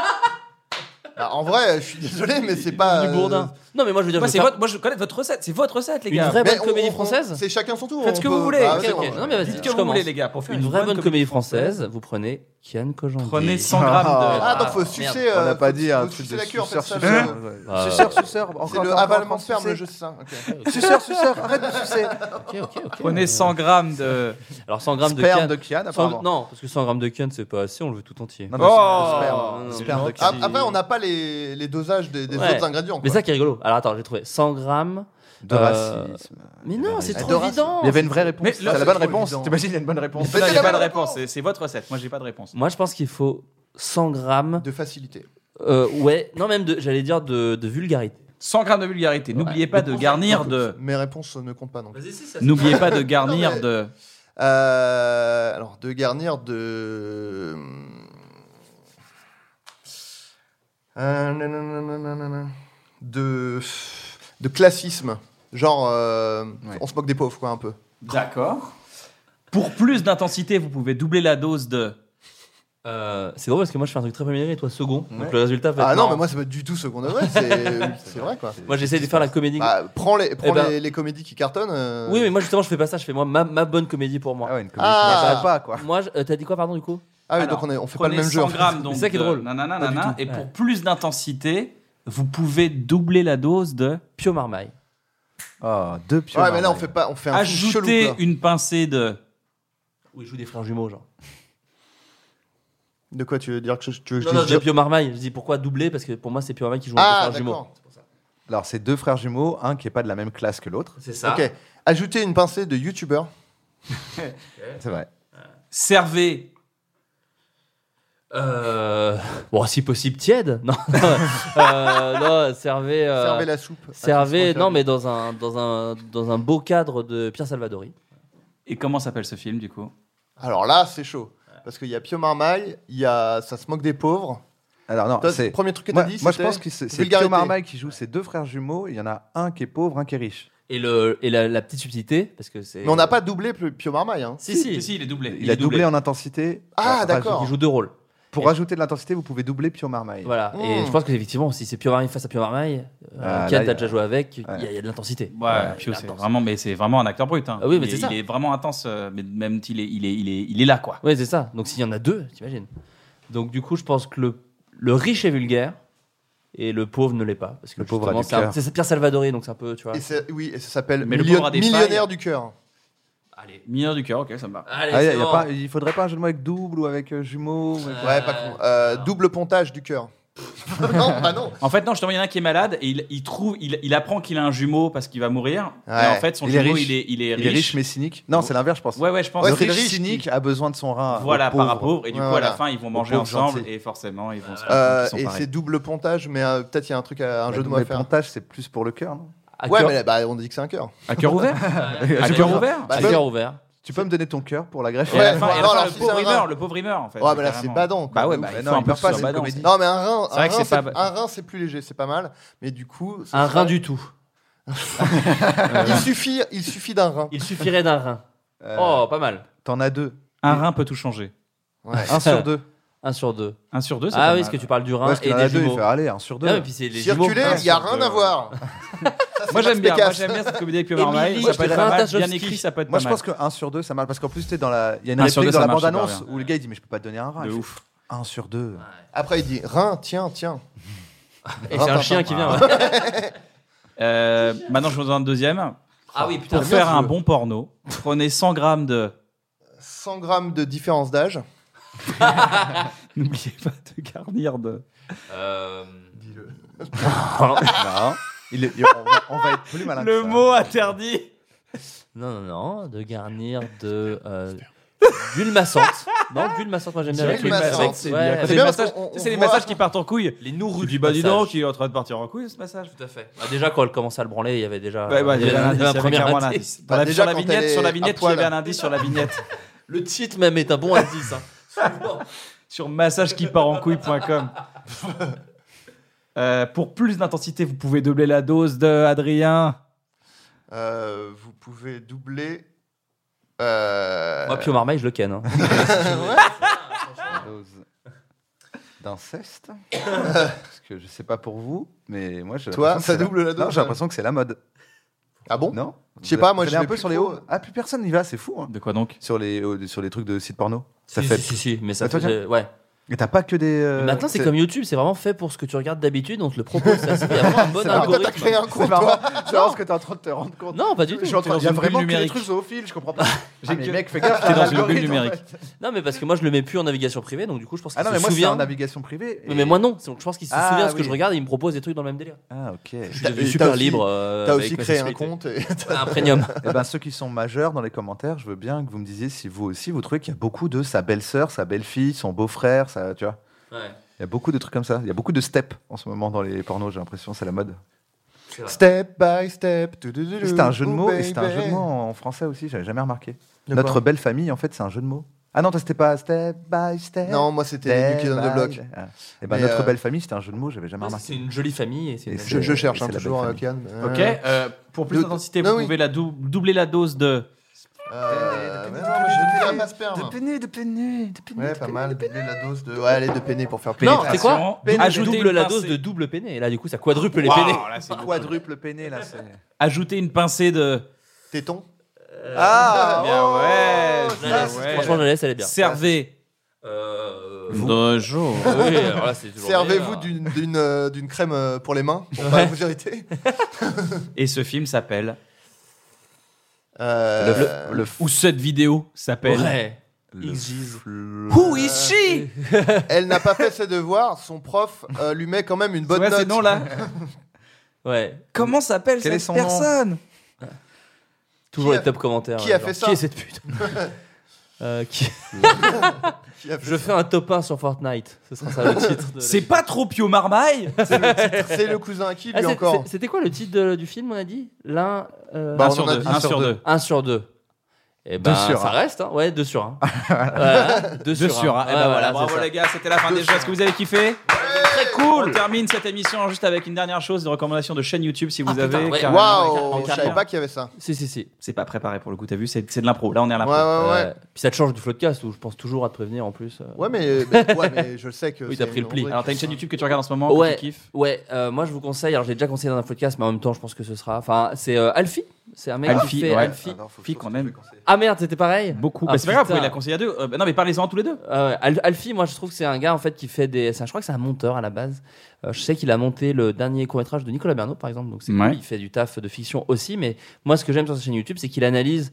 [SPEAKER 2] Bah, en vrai, je suis désolé, mais c'est pas.
[SPEAKER 3] Du
[SPEAKER 2] euh,
[SPEAKER 3] Bourdin. Non, mais moi je veux dire.
[SPEAKER 1] Moi,
[SPEAKER 3] je
[SPEAKER 1] c'est
[SPEAKER 3] veux faire
[SPEAKER 1] votre- moi, je connais votre recette, c'est votre recette, les
[SPEAKER 3] Une
[SPEAKER 1] gars.
[SPEAKER 3] vraie
[SPEAKER 2] mais
[SPEAKER 3] Ah, bonne
[SPEAKER 2] on-
[SPEAKER 3] comédie
[SPEAKER 2] on-
[SPEAKER 3] française
[SPEAKER 2] C'est chacun son tour.
[SPEAKER 1] Faites
[SPEAKER 2] on
[SPEAKER 1] ce que
[SPEAKER 2] peut-
[SPEAKER 1] vous voulez.
[SPEAKER 2] Ah,
[SPEAKER 1] Ok,
[SPEAKER 2] c'est
[SPEAKER 1] ok.
[SPEAKER 2] bon.
[SPEAKER 3] Non, mais vas-y,
[SPEAKER 1] Dites
[SPEAKER 3] je
[SPEAKER 1] que vous
[SPEAKER 3] commence.
[SPEAKER 1] voulez, les gars, pour faire
[SPEAKER 3] Une vraie bonne comédie française, vous prenez Kian Kojandi.
[SPEAKER 1] Prenez 100 grammes de.
[SPEAKER 2] Ah, donc faut
[SPEAKER 3] merde.
[SPEAKER 2] sucer.
[SPEAKER 4] On
[SPEAKER 2] euh,
[SPEAKER 4] n'a pas
[SPEAKER 2] faut-
[SPEAKER 4] dit hein, un
[SPEAKER 2] faut
[SPEAKER 4] truc
[SPEAKER 2] sucer
[SPEAKER 4] de
[SPEAKER 2] la cure,
[SPEAKER 4] suceur,
[SPEAKER 2] faites ça,
[SPEAKER 4] suceur.
[SPEAKER 2] je-
[SPEAKER 3] Euh,
[SPEAKER 4] Suceur, suceur. encore,
[SPEAKER 2] C'est le
[SPEAKER 4] encore,
[SPEAKER 2] avalement
[SPEAKER 4] encore,
[SPEAKER 2] ferme,
[SPEAKER 4] sucer.
[SPEAKER 2] le jeu, c'est ça. ok.
[SPEAKER 4] Suceur, suceur, arrête de sucer.
[SPEAKER 3] Ok, ok, ok.
[SPEAKER 1] Prenez 100 grammes de.
[SPEAKER 3] Alors 100 grammes de
[SPEAKER 4] Sperme
[SPEAKER 3] Kian.
[SPEAKER 4] de Kian,
[SPEAKER 3] 100
[SPEAKER 4] apparemment.
[SPEAKER 3] Non, parce que 100 grammes de Kian, c'est pas assez, on le veut tout entier.
[SPEAKER 4] Non, mais
[SPEAKER 1] Oh
[SPEAKER 3] sperme. Non,
[SPEAKER 4] Sperme
[SPEAKER 3] non,
[SPEAKER 4] de
[SPEAKER 3] non.
[SPEAKER 4] Kian.
[SPEAKER 2] Ah, Après, on n'a pas les les dosages des des
[SPEAKER 3] Ouais.
[SPEAKER 2] autres ingrédients.
[SPEAKER 3] Mais
[SPEAKER 2] quoi.
[SPEAKER 3] ça qui est rigolo. Alors attends, j'ai trouvé 100 grammes.
[SPEAKER 4] De
[SPEAKER 3] Euh,
[SPEAKER 4] racisme.
[SPEAKER 3] Mais
[SPEAKER 4] Ah, Il y avait
[SPEAKER 3] non,
[SPEAKER 4] un
[SPEAKER 3] c'est
[SPEAKER 4] racisme.
[SPEAKER 2] De
[SPEAKER 3] trop
[SPEAKER 2] racisme.
[SPEAKER 3] évident.
[SPEAKER 4] Il y avait une vraie
[SPEAKER 1] Mais
[SPEAKER 4] réponse.
[SPEAKER 1] là,
[SPEAKER 4] C'est la bonne
[SPEAKER 2] c'est trop
[SPEAKER 4] réponse.
[SPEAKER 2] évident.
[SPEAKER 4] T'imagines, il y a une bonne réponse.
[SPEAKER 1] Non,
[SPEAKER 2] c'est
[SPEAKER 1] j'ai
[SPEAKER 2] la
[SPEAKER 1] pas de
[SPEAKER 2] bonne
[SPEAKER 1] réponse,
[SPEAKER 2] réponse.
[SPEAKER 1] c'est- c'est votre recette. Moi, j'ai pas de réponse.
[SPEAKER 3] Moi, je pense qu'il faut 100 grammes.
[SPEAKER 2] De facilité.
[SPEAKER 3] euh, ouais, non, même de, j'allais dire de, de vulgarité.
[SPEAKER 1] 100 grammes de vulgarité. N'oubliez pas de garnir de.
[SPEAKER 2] Mes réponses ne comptent pas non plus.
[SPEAKER 3] Vas-y, si, ça
[SPEAKER 1] N'oubliez pas de garnir de.
[SPEAKER 2] Euh, alors, de garnir de. Euh, nan, nan, nan, nan, nan, nan, nan. de. de classisme. Genre, euh,
[SPEAKER 4] Ouais.
[SPEAKER 2] on se moque des pauvres, quoi, un peu.
[SPEAKER 1] D'accord. Pour plus d'intensité, vous pouvez doubler la dose de.
[SPEAKER 3] Euh, c'est drôle parce que moi je fais un truc très premier degré et toi second.
[SPEAKER 4] Ouais.
[SPEAKER 3] Donc le résultat va
[SPEAKER 2] Ah
[SPEAKER 3] être
[SPEAKER 2] non,
[SPEAKER 3] marrant.
[SPEAKER 2] mais moi, c'est pas du tout second degré. C'est c'est vrai, quoi.
[SPEAKER 3] Moi j'essaie de faire la comédie.
[SPEAKER 2] Bah, prends les, prends
[SPEAKER 3] Eh ben-
[SPEAKER 2] les, les comédies qui cartonnent. euh,
[SPEAKER 3] Oui, mais moi justement je fais pas ça, je fais moi ma, ma bonne comédie pour moi.
[SPEAKER 4] Ah ouais, une comédie
[SPEAKER 2] Ah.
[SPEAKER 4] qui marche pas, quoi.
[SPEAKER 3] Moi, je- euh, t'as dit quoi, pardon, du coup
[SPEAKER 2] Ah oui,
[SPEAKER 1] Alors,
[SPEAKER 2] donc on, est, on fait pas le
[SPEAKER 1] Prenez
[SPEAKER 2] même jeu.
[SPEAKER 1] 100
[SPEAKER 2] en fait.
[SPEAKER 1] grammes, donc.
[SPEAKER 3] C'est ça qui est
[SPEAKER 1] de
[SPEAKER 3] drôle.
[SPEAKER 1] nanana,
[SPEAKER 3] Pas du
[SPEAKER 1] nanana.
[SPEAKER 3] tout.
[SPEAKER 1] et
[SPEAKER 3] Ouais.
[SPEAKER 1] pour plus d'intensité, vous pouvez doubler la dose de.
[SPEAKER 3] Pio Marmaille.
[SPEAKER 4] Ah, deux pions.
[SPEAKER 2] Ouais, mais là, on
[SPEAKER 4] Marmaille.
[SPEAKER 2] fait, pas, on fait un truc chelou.
[SPEAKER 1] Ajouter
[SPEAKER 2] quoi.
[SPEAKER 1] une pincée de.
[SPEAKER 3] Où il joue des frères jumeaux, genre.
[SPEAKER 2] De quoi tu veux dire que je- tu veux que
[SPEAKER 3] Non,
[SPEAKER 2] je
[SPEAKER 3] non,
[SPEAKER 2] dise-
[SPEAKER 3] de Pio Marmaille. Je dis pourquoi doubler Parce que pour moi, c'est Pio Marmaille qui joue avec
[SPEAKER 2] Ah,
[SPEAKER 3] des frères jumeaux.
[SPEAKER 2] d'accord.
[SPEAKER 4] Alors, c'est deux frères jumeaux, un qui est pas de la même classe que l'autre.
[SPEAKER 3] C'est ça.
[SPEAKER 2] Ok. Ajouter une pincée de youtubeur.
[SPEAKER 4] C'est vrai.
[SPEAKER 1] Servez.
[SPEAKER 3] Euh... Bon, si possible, tiède. Non, euh, non servez. euh,
[SPEAKER 2] Servez la soupe.
[SPEAKER 3] servez-
[SPEAKER 2] Attention,
[SPEAKER 3] non, mais dans un, dans, un, dans un beau cadre de Pierre Salvadori.
[SPEAKER 1] Et comment s'appelle ce film, du coup
[SPEAKER 2] Alors là, c'est chaud. Parce qu'il y a Pio Marmaille, il y a Ça se moque des pauvres.
[SPEAKER 4] Alors, non,
[SPEAKER 2] Toi,
[SPEAKER 4] c'est.
[SPEAKER 2] le premier truc que t'as
[SPEAKER 4] Moi,
[SPEAKER 2] dit,
[SPEAKER 4] moi, je
[SPEAKER 2] c'était
[SPEAKER 4] pense que c'est c'est
[SPEAKER 2] vulgarité.
[SPEAKER 4] Pio Marmaille qui joue ses deux frères jumeaux. Il y en a un qui est pauvre, un qui est riche.
[SPEAKER 3] Et, le, et la, la petite subtilité, parce que c'est.
[SPEAKER 2] Mais on n'a pas doublé Pio Pio Marmaille. Hein.
[SPEAKER 3] Si, si.
[SPEAKER 1] il est doublé.
[SPEAKER 4] Il,
[SPEAKER 1] est
[SPEAKER 4] a doublé, en intensité.
[SPEAKER 2] Ah,
[SPEAKER 4] Raj-
[SPEAKER 2] d'accord.
[SPEAKER 3] Il joue deux rôles.
[SPEAKER 4] Pour rajouter de l'intensité, vous pouvez doubler Pio Marmaille.
[SPEAKER 3] Voilà.
[SPEAKER 2] Mm.
[SPEAKER 3] Et je pense que, effectivement, si c'est Pio Marmaille face à Pio Marmaille,
[SPEAKER 4] Ah,
[SPEAKER 3] euh,
[SPEAKER 4] là,
[SPEAKER 3] Kian,
[SPEAKER 4] il y
[SPEAKER 3] t'as
[SPEAKER 4] a-
[SPEAKER 3] déjà joué avec, il y a-
[SPEAKER 4] Ouais.
[SPEAKER 3] il y, a de l'intensité.
[SPEAKER 1] Ouais,
[SPEAKER 3] Euh,
[SPEAKER 1] Pio,
[SPEAKER 3] il est
[SPEAKER 1] c'est
[SPEAKER 3] intense.
[SPEAKER 1] vraiment, mais c'est vraiment un acteur brut. hein.
[SPEAKER 3] Ah oui, mais
[SPEAKER 1] il,
[SPEAKER 3] c'est
[SPEAKER 1] est-
[SPEAKER 3] ça.
[SPEAKER 1] il est vraiment intense, euh, mais même il est, il est, il est, il est là, quoi.
[SPEAKER 3] Ouais, c'est ça. Donc s'il y en a deux, t'imagines. Donc du coup, je pense que le, le riche est vulgaire et le pauvre ne l'est pas. Parce que
[SPEAKER 4] Le pauvre
[SPEAKER 3] justement,
[SPEAKER 4] a du
[SPEAKER 3] c'est un-
[SPEAKER 4] cœur.
[SPEAKER 3] c'est Pierre Salvadori, donc c'est un peu, tu vois.
[SPEAKER 2] Et c'est- oui, et ça s'appelle
[SPEAKER 1] Mais le
[SPEAKER 2] Million-
[SPEAKER 1] pauvre a des
[SPEAKER 2] Millionnaire
[SPEAKER 1] failles.
[SPEAKER 2] du cœur.
[SPEAKER 3] Allez.
[SPEAKER 1] Mineur du cœur, ok, ça me va.
[SPEAKER 3] Allez,
[SPEAKER 4] Ah, y a-
[SPEAKER 3] c'est
[SPEAKER 4] y a
[SPEAKER 3] bon.
[SPEAKER 4] pas- il faudrait pas un jeu de mots avec double ou avec euh, jumeaux ou-
[SPEAKER 3] Euh,
[SPEAKER 2] Ouais, pas con. Euh, double pontage du cœur. non, bah non.
[SPEAKER 1] En fait, non, justement, il y en a un qui est malade et il, il trouve, il, il apprend qu'il a un jumeau parce qu'il va mourir.
[SPEAKER 2] Ouais.
[SPEAKER 1] Et en fait, son
[SPEAKER 4] Il est
[SPEAKER 1] jumeau,
[SPEAKER 4] riche.
[SPEAKER 1] il est, il est
[SPEAKER 4] Il
[SPEAKER 1] riche.
[SPEAKER 4] est riche mais cynique. Non, c'est l'inverse, je pense.
[SPEAKER 1] Ouais, ouais, je pense.
[SPEAKER 2] Ouais,
[SPEAKER 4] le
[SPEAKER 2] c'est
[SPEAKER 4] riche,
[SPEAKER 2] le riche qui-
[SPEAKER 4] cynique a besoin de son rein.
[SPEAKER 1] voilà, par
[SPEAKER 4] au pauvre.
[SPEAKER 1] rapport. Et du coup,
[SPEAKER 2] Ouais,
[SPEAKER 1] à
[SPEAKER 2] voilà.
[SPEAKER 1] la fin, ils vont
[SPEAKER 4] Au
[SPEAKER 1] manger
[SPEAKER 4] pauvre
[SPEAKER 1] ensemble
[SPEAKER 4] gentil.
[SPEAKER 1] et forcément, ils vont se
[SPEAKER 2] Euh,
[SPEAKER 1] rendre compte qu'ils
[SPEAKER 2] et
[SPEAKER 1] sont
[SPEAKER 2] c'est
[SPEAKER 1] pareils.
[SPEAKER 2] double pontage, mais euh, peut-être il y a un truc, à- un jeu de mots à
[SPEAKER 4] Mais
[SPEAKER 2] faire.
[SPEAKER 4] Bah, pontage, c'est plus pour le cœur. non
[SPEAKER 3] À
[SPEAKER 2] Ouais,
[SPEAKER 3] cœur,
[SPEAKER 2] mais là, bah, on dit que c'est un cœur.
[SPEAKER 1] À cœur ouvert À
[SPEAKER 4] Tu
[SPEAKER 1] cœur
[SPEAKER 4] peux-
[SPEAKER 1] ouvert
[SPEAKER 2] Bah,
[SPEAKER 3] à
[SPEAKER 2] je-
[SPEAKER 3] cœur ouvert.
[SPEAKER 4] Tu peux me donner ton cœur pour la greffe
[SPEAKER 1] Et à la
[SPEAKER 2] Ouais,
[SPEAKER 1] fin, et à la
[SPEAKER 2] non,
[SPEAKER 1] fin,
[SPEAKER 2] alors,
[SPEAKER 1] le
[SPEAKER 2] si
[SPEAKER 1] pauvre
[SPEAKER 2] c'est
[SPEAKER 1] il
[SPEAKER 2] un
[SPEAKER 1] meurt,
[SPEAKER 2] rat.
[SPEAKER 1] le pauvre il meurt en fait.
[SPEAKER 2] Ouais, mais là, c'est
[SPEAKER 1] carrément.
[SPEAKER 2] badant, quoi.
[SPEAKER 1] Bah ouais,
[SPEAKER 2] De
[SPEAKER 1] bah
[SPEAKER 2] ouf.
[SPEAKER 1] il
[SPEAKER 4] Non,
[SPEAKER 1] faut un
[SPEAKER 4] il
[SPEAKER 1] peu
[SPEAKER 4] meurt pas,
[SPEAKER 1] sur
[SPEAKER 4] c'est
[SPEAKER 1] badant.
[SPEAKER 4] une comédie.
[SPEAKER 2] Non, mais un rein,
[SPEAKER 1] C'est
[SPEAKER 2] un
[SPEAKER 1] vrai que
[SPEAKER 2] rein,
[SPEAKER 1] c'est pas-
[SPEAKER 2] c'est- un rein, c'est plus léger, c'est pas mal. Mais du coup, ce
[SPEAKER 3] Un
[SPEAKER 2] serait-
[SPEAKER 3] rein du tout.
[SPEAKER 2] il suffit, il suffit d'un rein.
[SPEAKER 3] Il suffirait d'un rein.
[SPEAKER 4] Euh,
[SPEAKER 3] Oh, pas mal.
[SPEAKER 4] T'en as deux.
[SPEAKER 1] Un rein peut tout changer.
[SPEAKER 2] Ouais.
[SPEAKER 4] Un sur deux.
[SPEAKER 3] Un sur deux.
[SPEAKER 1] Un sur deux, c'est
[SPEAKER 3] Ah
[SPEAKER 1] pas
[SPEAKER 3] oui,
[SPEAKER 1] mal.
[SPEAKER 3] parce que tu parles du rein
[SPEAKER 4] Parce
[SPEAKER 3] et
[SPEAKER 4] qu'il en
[SPEAKER 3] des
[SPEAKER 4] a deux, il
[SPEAKER 3] jumeaux.
[SPEAKER 4] fait
[SPEAKER 3] Ah,
[SPEAKER 4] aller, un sur deux.
[SPEAKER 3] mais puis c'est les jumeaux. Ah,
[SPEAKER 2] Circuler,
[SPEAKER 1] un
[SPEAKER 2] il y a
[SPEAKER 1] sur
[SPEAKER 2] rien
[SPEAKER 1] deux.
[SPEAKER 2] à voir.
[SPEAKER 1] Moi j'aime bien, moi
[SPEAKER 2] Pécasse.
[SPEAKER 1] j'aime bien cette comédie avec Pio
[SPEAKER 3] Et
[SPEAKER 1] Marmaille.
[SPEAKER 3] Lily,
[SPEAKER 1] Ça peut
[SPEAKER 3] je
[SPEAKER 1] être
[SPEAKER 3] dirais
[SPEAKER 1] pas mal. Bien
[SPEAKER 3] Tashovsky.
[SPEAKER 1] écrit, ça peut être
[SPEAKER 4] Moi,
[SPEAKER 1] pas
[SPEAKER 4] je
[SPEAKER 1] mal.
[SPEAKER 4] pense que un sur deux, ça marche. Parce qu'en plus, t'es dans la... il y a une
[SPEAKER 1] Un sur
[SPEAKER 4] réplique
[SPEAKER 1] deux,
[SPEAKER 4] dans
[SPEAKER 1] ça
[SPEAKER 4] la
[SPEAKER 1] marche
[SPEAKER 4] bande-annonce
[SPEAKER 1] super
[SPEAKER 4] où le gars il dit Mais je peux pas te donner un rein.
[SPEAKER 1] De
[SPEAKER 4] Il fait,
[SPEAKER 1] ouf.
[SPEAKER 4] Un sur deux.
[SPEAKER 2] Après, il dit rein, tiens, tiens.
[SPEAKER 3] Et c'est un chien qui vient. ouais.
[SPEAKER 1] Euh, Maintenant, je vous en donne un deuxième.
[SPEAKER 3] Ah oui, putain.
[SPEAKER 1] Pour
[SPEAKER 2] bien
[SPEAKER 1] faire
[SPEAKER 2] joué.
[SPEAKER 1] un bon porno, prenez 100 grammes de.
[SPEAKER 2] 100 grammes de différence d'âge.
[SPEAKER 1] N'oubliez pas de garnir de.
[SPEAKER 3] Euh,
[SPEAKER 4] Non. Il est- il- on, va, on va être plus malin. que
[SPEAKER 1] Le
[SPEAKER 4] ça.
[SPEAKER 1] mot interdit
[SPEAKER 3] Non, non, non, de garnir de euh, d'huile massante. Non, d'huile massante, moi j'aime bien
[SPEAKER 2] D'huile
[SPEAKER 3] avec les
[SPEAKER 2] massante,
[SPEAKER 3] avec-
[SPEAKER 1] c'est
[SPEAKER 3] ouais,
[SPEAKER 1] bien.
[SPEAKER 3] avec-
[SPEAKER 1] C'est
[SPEAKER 2] bien
[SPEAKER 1] les
[SPEAKER 2] parce
[SPEAKER 1] massages-
[SPEAKER 2] qu'on- on-
[SPEAKER 1] tu sais,
[SPEAKER 2] on
[SPEAKER 1] les
[SPEAKER 2] voit-
[SPEAKER 1] massages qui partent en couille.
[SPEAKER 3] les nourris.
[SPEAKER 1] Tu dis
[SPEAKER 3] du
[SPEAKER 1] bah dis
[SPEAKER 3] passage.
[SPEAKER 1] donc, il est en train de partir en couille ce massage.
[SPEAKER 3] Tout à fait. Bah, déjà, quand elle commençait à le branler, il y avait déjà
[SPEAKER 1] Ouais, ouais,
[SPEAKER 3] il y avait
[SPEAKER 1] un
[SPEAKER 3] un-
[SPEAKER 1] indice, Ah, il
[SPEAKER 3] un
[SPEAKER 1] y avait
[SPEAKER 3] premier
[SPEAKER 1] clairement
[SPEAKER 3] indice.
[SPEAKER 1] l'indice.
[SPEAKER 2] Bah,
[SPEAKER 1] Dans la-
[SPEAKER 2] déjà,
[SPEAKER 1] sur la
[SPEAKER 2] quand
[SPEAKER 1] vignette,
[SPEAKER 2] elle est
[SPEAKER 1] sur la
[SPEAKER 2] à
[SPEAKER 1] vignette, il y
[SPEAKER 2] poil.
[SPEAKER 1] avait un indice sur la vignette.
[SPEAKER 3] Le titre même est un bon indice. hein. Souvent.
[SPEAKER 1] sur massagequipartencouille.com. Euh, pour plus d'intensité, vous pouvez doubler la dose de Adrien.
[SPEAKER 2] Euh, vous pouvez doubler. euh,
[SPEAKER 3] Moi, Pio Marmaille, je le ken. hein.
[SPEAKER 4] Dose D'inceste. Parce que je sais pas pour vous, mais moi, je.
[SPEAKER 2] Toi, ça double la
[SPEAKER 4] Non,
[SPEAKER 2] dose.
[SPEAKER 4] j'ai l'impression que c'est la mode.
[SPEAKER 2] Ah bon
[SPEAKER 4] Non
[SPEAKER 2] Je sais pas, moi,
[SPEAKER 4] Vous
[SPEAKER 2] je
[SPEAKER 4] allez
[SPEAKER 2] vais
[SPEAKER 4] un peu
[SPEAKER 2] plus
[SPEAKER 4] sur les
[SPEAKER 2] trop.
[SPEAKER 4] hauts. Ah, plus personne n'y va, c'est fou. hein.
[SPEAKER 1] De quoi donc
[SPEAKER 4] Sur les euh, sur les trucs de sites porno. Ça
[SPEAKER 3] si,
[SPEAKER 4] fait.
[SPEAKER 3] si, si, si, mais ça
[SPEAKER 4] Attends,
[SPEAKER 3] fait. Ouais.
[SPEAKER 4] Et t'as pas que des. euh,
[SPEAKER 3] Maintenant, c'est comme YouTube, c'est vraiment fait pour ce que tu regardes d'habitude, donc le propos, c'est assez- il y a vraiment un bon
[SPEAKER 4] C'est marrant,
[SPEAKER 2] Ah, toi, t'as créé
[SPEAKER 3] algorithme.
[SPEAKER 2] un
[SPEAKER 4] C'est
[SPEAKER 2] compte,
[SPEAKER 4] marrant,
[SPEAKER 2] toi.
[SPEAKER 4] c'est marrant ce que t'es en train de te rendre compte.
[SPEAKER 3] Non, pas du
[SPEAKER 4] Je suis
[SPEAKER 3] tout.
[SPEAKER 4] en train
[SPEAKER 1] T'es
[SPEAKER 4] de dire
[SPEAKER 1] dans une bulle
[SPEAKER 4] vraiment que les
[SPEAKER 1] numérique.
[SPEAKER 4] trucs au fil, je comprends pas.
[SPEAKER 1] J'ai
[SPEAKER 4] Ah, mais
[SPEAKER 1] que-
[SPEAKER 4] mec, fais gaffe,
[SPEAKER 1] T'es dans
[SPEAKER 4] t'as
[SPEAKER 1] une
[SPEAKER 4] l'algorithme,
[SPEAKER 1] bulle numérique.
[SPEAKER 4] en fait.
[SPEAKER 3] Non, mais parce que moi, je le mets plus en navigation privée, donc du coup, je pense qu'il
[SPEAKER 4] Ah non,
[SPEAKER 3] se
[SPEAKER 4] mais moi, c'est
[SPEAKER 3] souvient.
[SPEAKER 4] en navigation privée. et-
[SPEAKER 3] Mais moi, non. Donc, je pense qu'il se
[SPEAKER 4] Ah,
[SPEAKER 3] souvient de ce que
[SPEAKER 4] oui.
[SPEAKER 3] je regarde et il me propose des trucs dans le même délire.
[SPEAKER 4] Ah, ok.
[SPEAKER 3] Je
[SPEAKER 4] Eh
[SPEAKER 3] suis
[SPEAKER 2] T'as-
[SPEAKER 3] devenu
[SPEAKER 2] t'as
[SPEAKER 3] super
[SPEAKER 2] aussi-
[SPEAKER 3] libre. euh,
[SPEAKER 2] T'as
[SPEAKER 3] avec
[SPEAKER 2] aussi
[SPEAKER 3] ma
[SPEAKER 2] créé un
[SPEAKER 3] sexualité.
[SPEAKER 2] compte. et-
[SPEAKER 3] Un premium.
[SPEAKER 4] ben, ceux qui sont majeurs dans les commentaires, je veux bien que vous me disiez si vous aussi, vous trouvez qu'il y a beaucoup de sa belle-sœur, sa belle-fille, son beau-frère, ça, tu vois.
[SPEAKER 3] Ouais.
[SPEAKER 4] Il y a beaucoup de trucs comme ça. Il y a beaucoup de steps en ce moment dans les pornos, j'ai l'impression, c'est la mode.
[SPEAKER 3] vrai.
[SPEAKER 2] Step by step. tout, tout, tout,
[SPEAKER 4] C'était un jeu de
[SPEAKER 2] oh,
[SPEAKER 4] mots et c'était un
[SPEAKER 2] baby.
[SPEAKER 4] jeu de mots en en français aussi, j'avais jamais remarqué.
[SPEAKER 2] De
[SPEAKER 4] Notre
[SPEAKER 2] quoi
[SPEAKER 4] belle famille, en fait, c'est un jeu de mots. Ah non, toi, c'était pas step by step.
[SPEAKER 2] Non, moi c'était
[SPEAKER 4] step
[SPEAKER 2] du Kids on the
[SPEAKER 4] by-
[SPEAKER 2] Block.
[SPEAKER 4] Ah. Eh ben,
[SPEAKER 2] Mais,
[SPEAKER 4] notre
[SPEAKER 2] euh,
[SPEAKER 4] belle famille, c'était un jeu de mots, j'avais jamais remarqué.
[SPEAKER 3] C'est une jolie famille. Et c'est
[SPEAKER 4] Et
[SPEAKER 3] une-
[SPEAKER 4] c'est-
[SPEAKER 2] Je, je cherche
[SPEAKER 4] c'est
[SPEAKER 2] hein,
[SPEAKER 4] la belle
[SPEAKER 2] toujours euh,
[SPEAKER 4] famille.
[SPEAKER 2] Kian. euh,
[SPEAKER 1] Ok, euh, pour plus
[SPEAKER 2] de-
[SPEAKER 1] d'intensité,
[SPEAKER 2] non,
[SPEAKER 1] vous
[SPEAKER 2] oui.
[SPEAKER 1] pouvez la dou- doubler la dose de.
[SPEAKER 2] euh, mais non, mais je vais faire ma sperme.
[SPEAKER 4] penu, de penu, de penu.
[SPEAKER 2] Ouais, pas mal. Doubler la dose de. Ouais, allez, de peiner pour faire
[SPEAKER 3] Non,
[SPEAKER 2] pénétrer.
[SPEAKER 3] c'est quoi
[SPEAKER 1] Pénétration.
[SPEAKER 3] Ajouter
[SPEAKER 1] Ajouter
[SPEAKER 3] double
[SPEAKER 1] une
[SPEAKER 3] la
[SPEAKER 1] pincée.
[SPEAKER 3] dose de double peiné. Et là, du coup, ça quadruple les
[SPEAKER 1] Waouh,
[SPEAKER 3] peiné.
[SPEAKER 1] là, c'est beaucoup.
[SPEAKER 4] Quadruple peiné, là, c'est.
[SPEAKER 1] Ajouter une pincée de.
[SPEAKER 2] Téton.
[SPEAKER 4] Ah
[SPEAKER 1] Bien
[SPEAKER 4] oh,
[SPEAKER 1] ouais,
[SPEAKER 4] ça,
[SPEAKER 1] bien
[SPEAKER 4] c'est-
[SPEAKER 1] ouais.
[SPEAKER 3] Franchement, je la laisse, elle est bien.
[SPEAKER 1] Servez.
[SPEAKER 3] Euh,
[SPEAKER 1] Deux jours.
[SPEAKER 3] Ah oui, alors là, c'est toujours
[SPEAKER 2] Servez-vous
[SPEAKER 3] meilleur.
[SPEAKER 2] d'une- d'une euh, d'une crème euh, pour les mains, pour pas vous irriter.
[SPEAKER 1] Et ce film s'appelle.
[SPEAKER 2] Euh,
[SPEAKER 4] Le, le, f-
[SPEAKER 1] Ou cette vidéo s'appelle.
[SPEAKER 3] Ouais.
[SPEAKER 4] le fl-
[SPEAKER 1] Who is she?
[SPEAKER 2] Elle n'a pas fait ses devoirs, son prof euh, lui met quand même une bonne
[SPEAKER 1] Ouais, c'est
[SPEAKER 2] note.
[SPEAKER 1] non là.
[SPEAKER 3] Ouais.
[SPEAKER 1] Comment s'appelle
[SPEAKER 4] Quel est
[SPEAKER 1] cette
[SPEAKER 4] son nom
[SPEAKER 1] personne
[SPEAKER 3] Toujours
[SPEAKER 2] Qui a-
[SPEAKER 3] les top commentaires.
[SPEAKER 2] qui a
[SPEAKER 3] genre,
[SPEAKER 2] fait ça
[SPEAKER 3] Qui est cette pute Euh, qui-
[SPEAKER 2] Qui a fait
[SPEAKER 3] Je fais un top 1 sur Fortnite. Ce sera ça le titre. de-
[SPEAKER 1] C'est pas trop Pio Marmaille
[SPEAKER 2] C'est le cousin à qui,
[SPEAKER 3] Ah,
[SPEAKER 2] lui,
[SPEAKER 3] c'est-
[SPEAKER 2] encore
[SPEAKER 3] c'est- C'était quoi le titre de- du film, on a dit L'un. euh,
[SPEAKER 2] Bah,
[SPEAKER 1] Un
[SPEAKER 2] on
[SPEAKER 1] sur
[SPEAKER 2] en a
[SPEAKER 1] deux.
[SPEAKER 2] dit
[SPEAKER 1] Un
[SPEAKER 2] sur
[SPEAKER 1] sur
[SPEAKER 2] deux.
[SPEAKER 1] deux.
[SPEAKER 3] Un sur deux. Et ben,
[SPEAKER 4] Deux sur
[SPEAKER 3] ça
[SPEAKER 4] un.
[SPEAKER 3] reste, hein. ouais, deux sur un. Voilà, deux
[SPEAKER 1] Deux sur un. Eh ben
[SPEAKER 3] Ouais,
[SPEAKER 1] voilà,
[SPEAKER 3] voilà, c'est
[SPEAKER 1] bravo
[SPEAKER 3] ça.
[SPEAKER 1] les gars, c'était la fin des jeux. Est-ce que vous avez kiffé Très cool. On termine cette émission juste avec une dernière chose, des recommandations de chaîne YouTube si vous
[SPEAKER 3] putain,
[SPEAKER 1] avez.
[SPEAKER 3] ouais.
[SPEAKER 1] car-
[SPEAKER 2] Waouh Je
[SPEAKER 3] carrément.
[SPEAKER 2] savais pas qu'il y avait ça.
[SPEAKER 3] Si, si, si.
[SPEAKER 1] C'est pas préparé pour le coup, t'as vu, c'est c'est de l'impro. Là, on est à
[SPEAKER 2] Ouais,
[SPEAKER 1] l'impro.
[SPEAKER 2] Ah ouais,
[SPEAKER 3] Euh,
[SPEAKER 2] ouais.
[SPEAKER 3] Puis ça te change du floodcast où je pense toujours à te prévenir en plus. euh.
[SPEAKER 2] Ouais, mais, mais- ouais, mais je sais que.
[SPEAKER 3] Oui,
[SPEAKER 2] c'est
[SPEAKER 3] t'as pris le
[SPEAKER 2] une
[SPEAKER 3] pli.
[SPEAKER 2] rubrique.
[SPEAKER 1] Alors, t'as une chaîne YouTube que tu regardes en ce moment,
[SPEAKER 3] Ouais.
[SPEAKER 1] que tu kiffes
[SPEAKER 3] Ouais, euh, moi je vous conseille, alors j'ai déjà conseillé dans un podcast, mais en même temps je pense que ce sera. Enfin, c'est euh, Alfie. C'est un mec
[SPEAKER 1] Alfie,
[SPEAKER 3] qui fait
[SPEAKER 1] ouais.
[SPEAKER 3] Alfie.
[SPEAKER 4] Alors, Ah, faut que
[SPEAKER 1] Fille
[SPEAKER 4] je
[SPEAKER 1] qu'on
[SPEAKER 4] trouve ce
[SPEAKER 1] aime.
[SPEAKER 4] truc, on sait.
[SPEAKER 3] Ah merde, c'était pareil
[SPEAKER 1] Beaucoup.
[SPEAKER 3] Ah,
[SPEAKER 1] Bah, c'est pas grave, vous
[SPEAKER 3] putain.
[SPEAKER 1] pouvez la conseiller à deux. Euh, bah, non, mais parlez-en tous les deux.
[SPEAKER 3] Ah ouais, Al- Alfie, moi je trouve que c'est un gars en fait qui fait des. c'est un- Je crois que c'est un monteur à la base. Euh, je sais qu'il a monté le dernier court métrage de Nicolas Bernot par exemple, donc c'est cool.
[SPEAKER 1] Ouais.
[SPEAKER 3] Il fait du taf de fiction aussi, mais moi ce que j'aime sur sa chaîne YouTube, c'est qu'il analyse,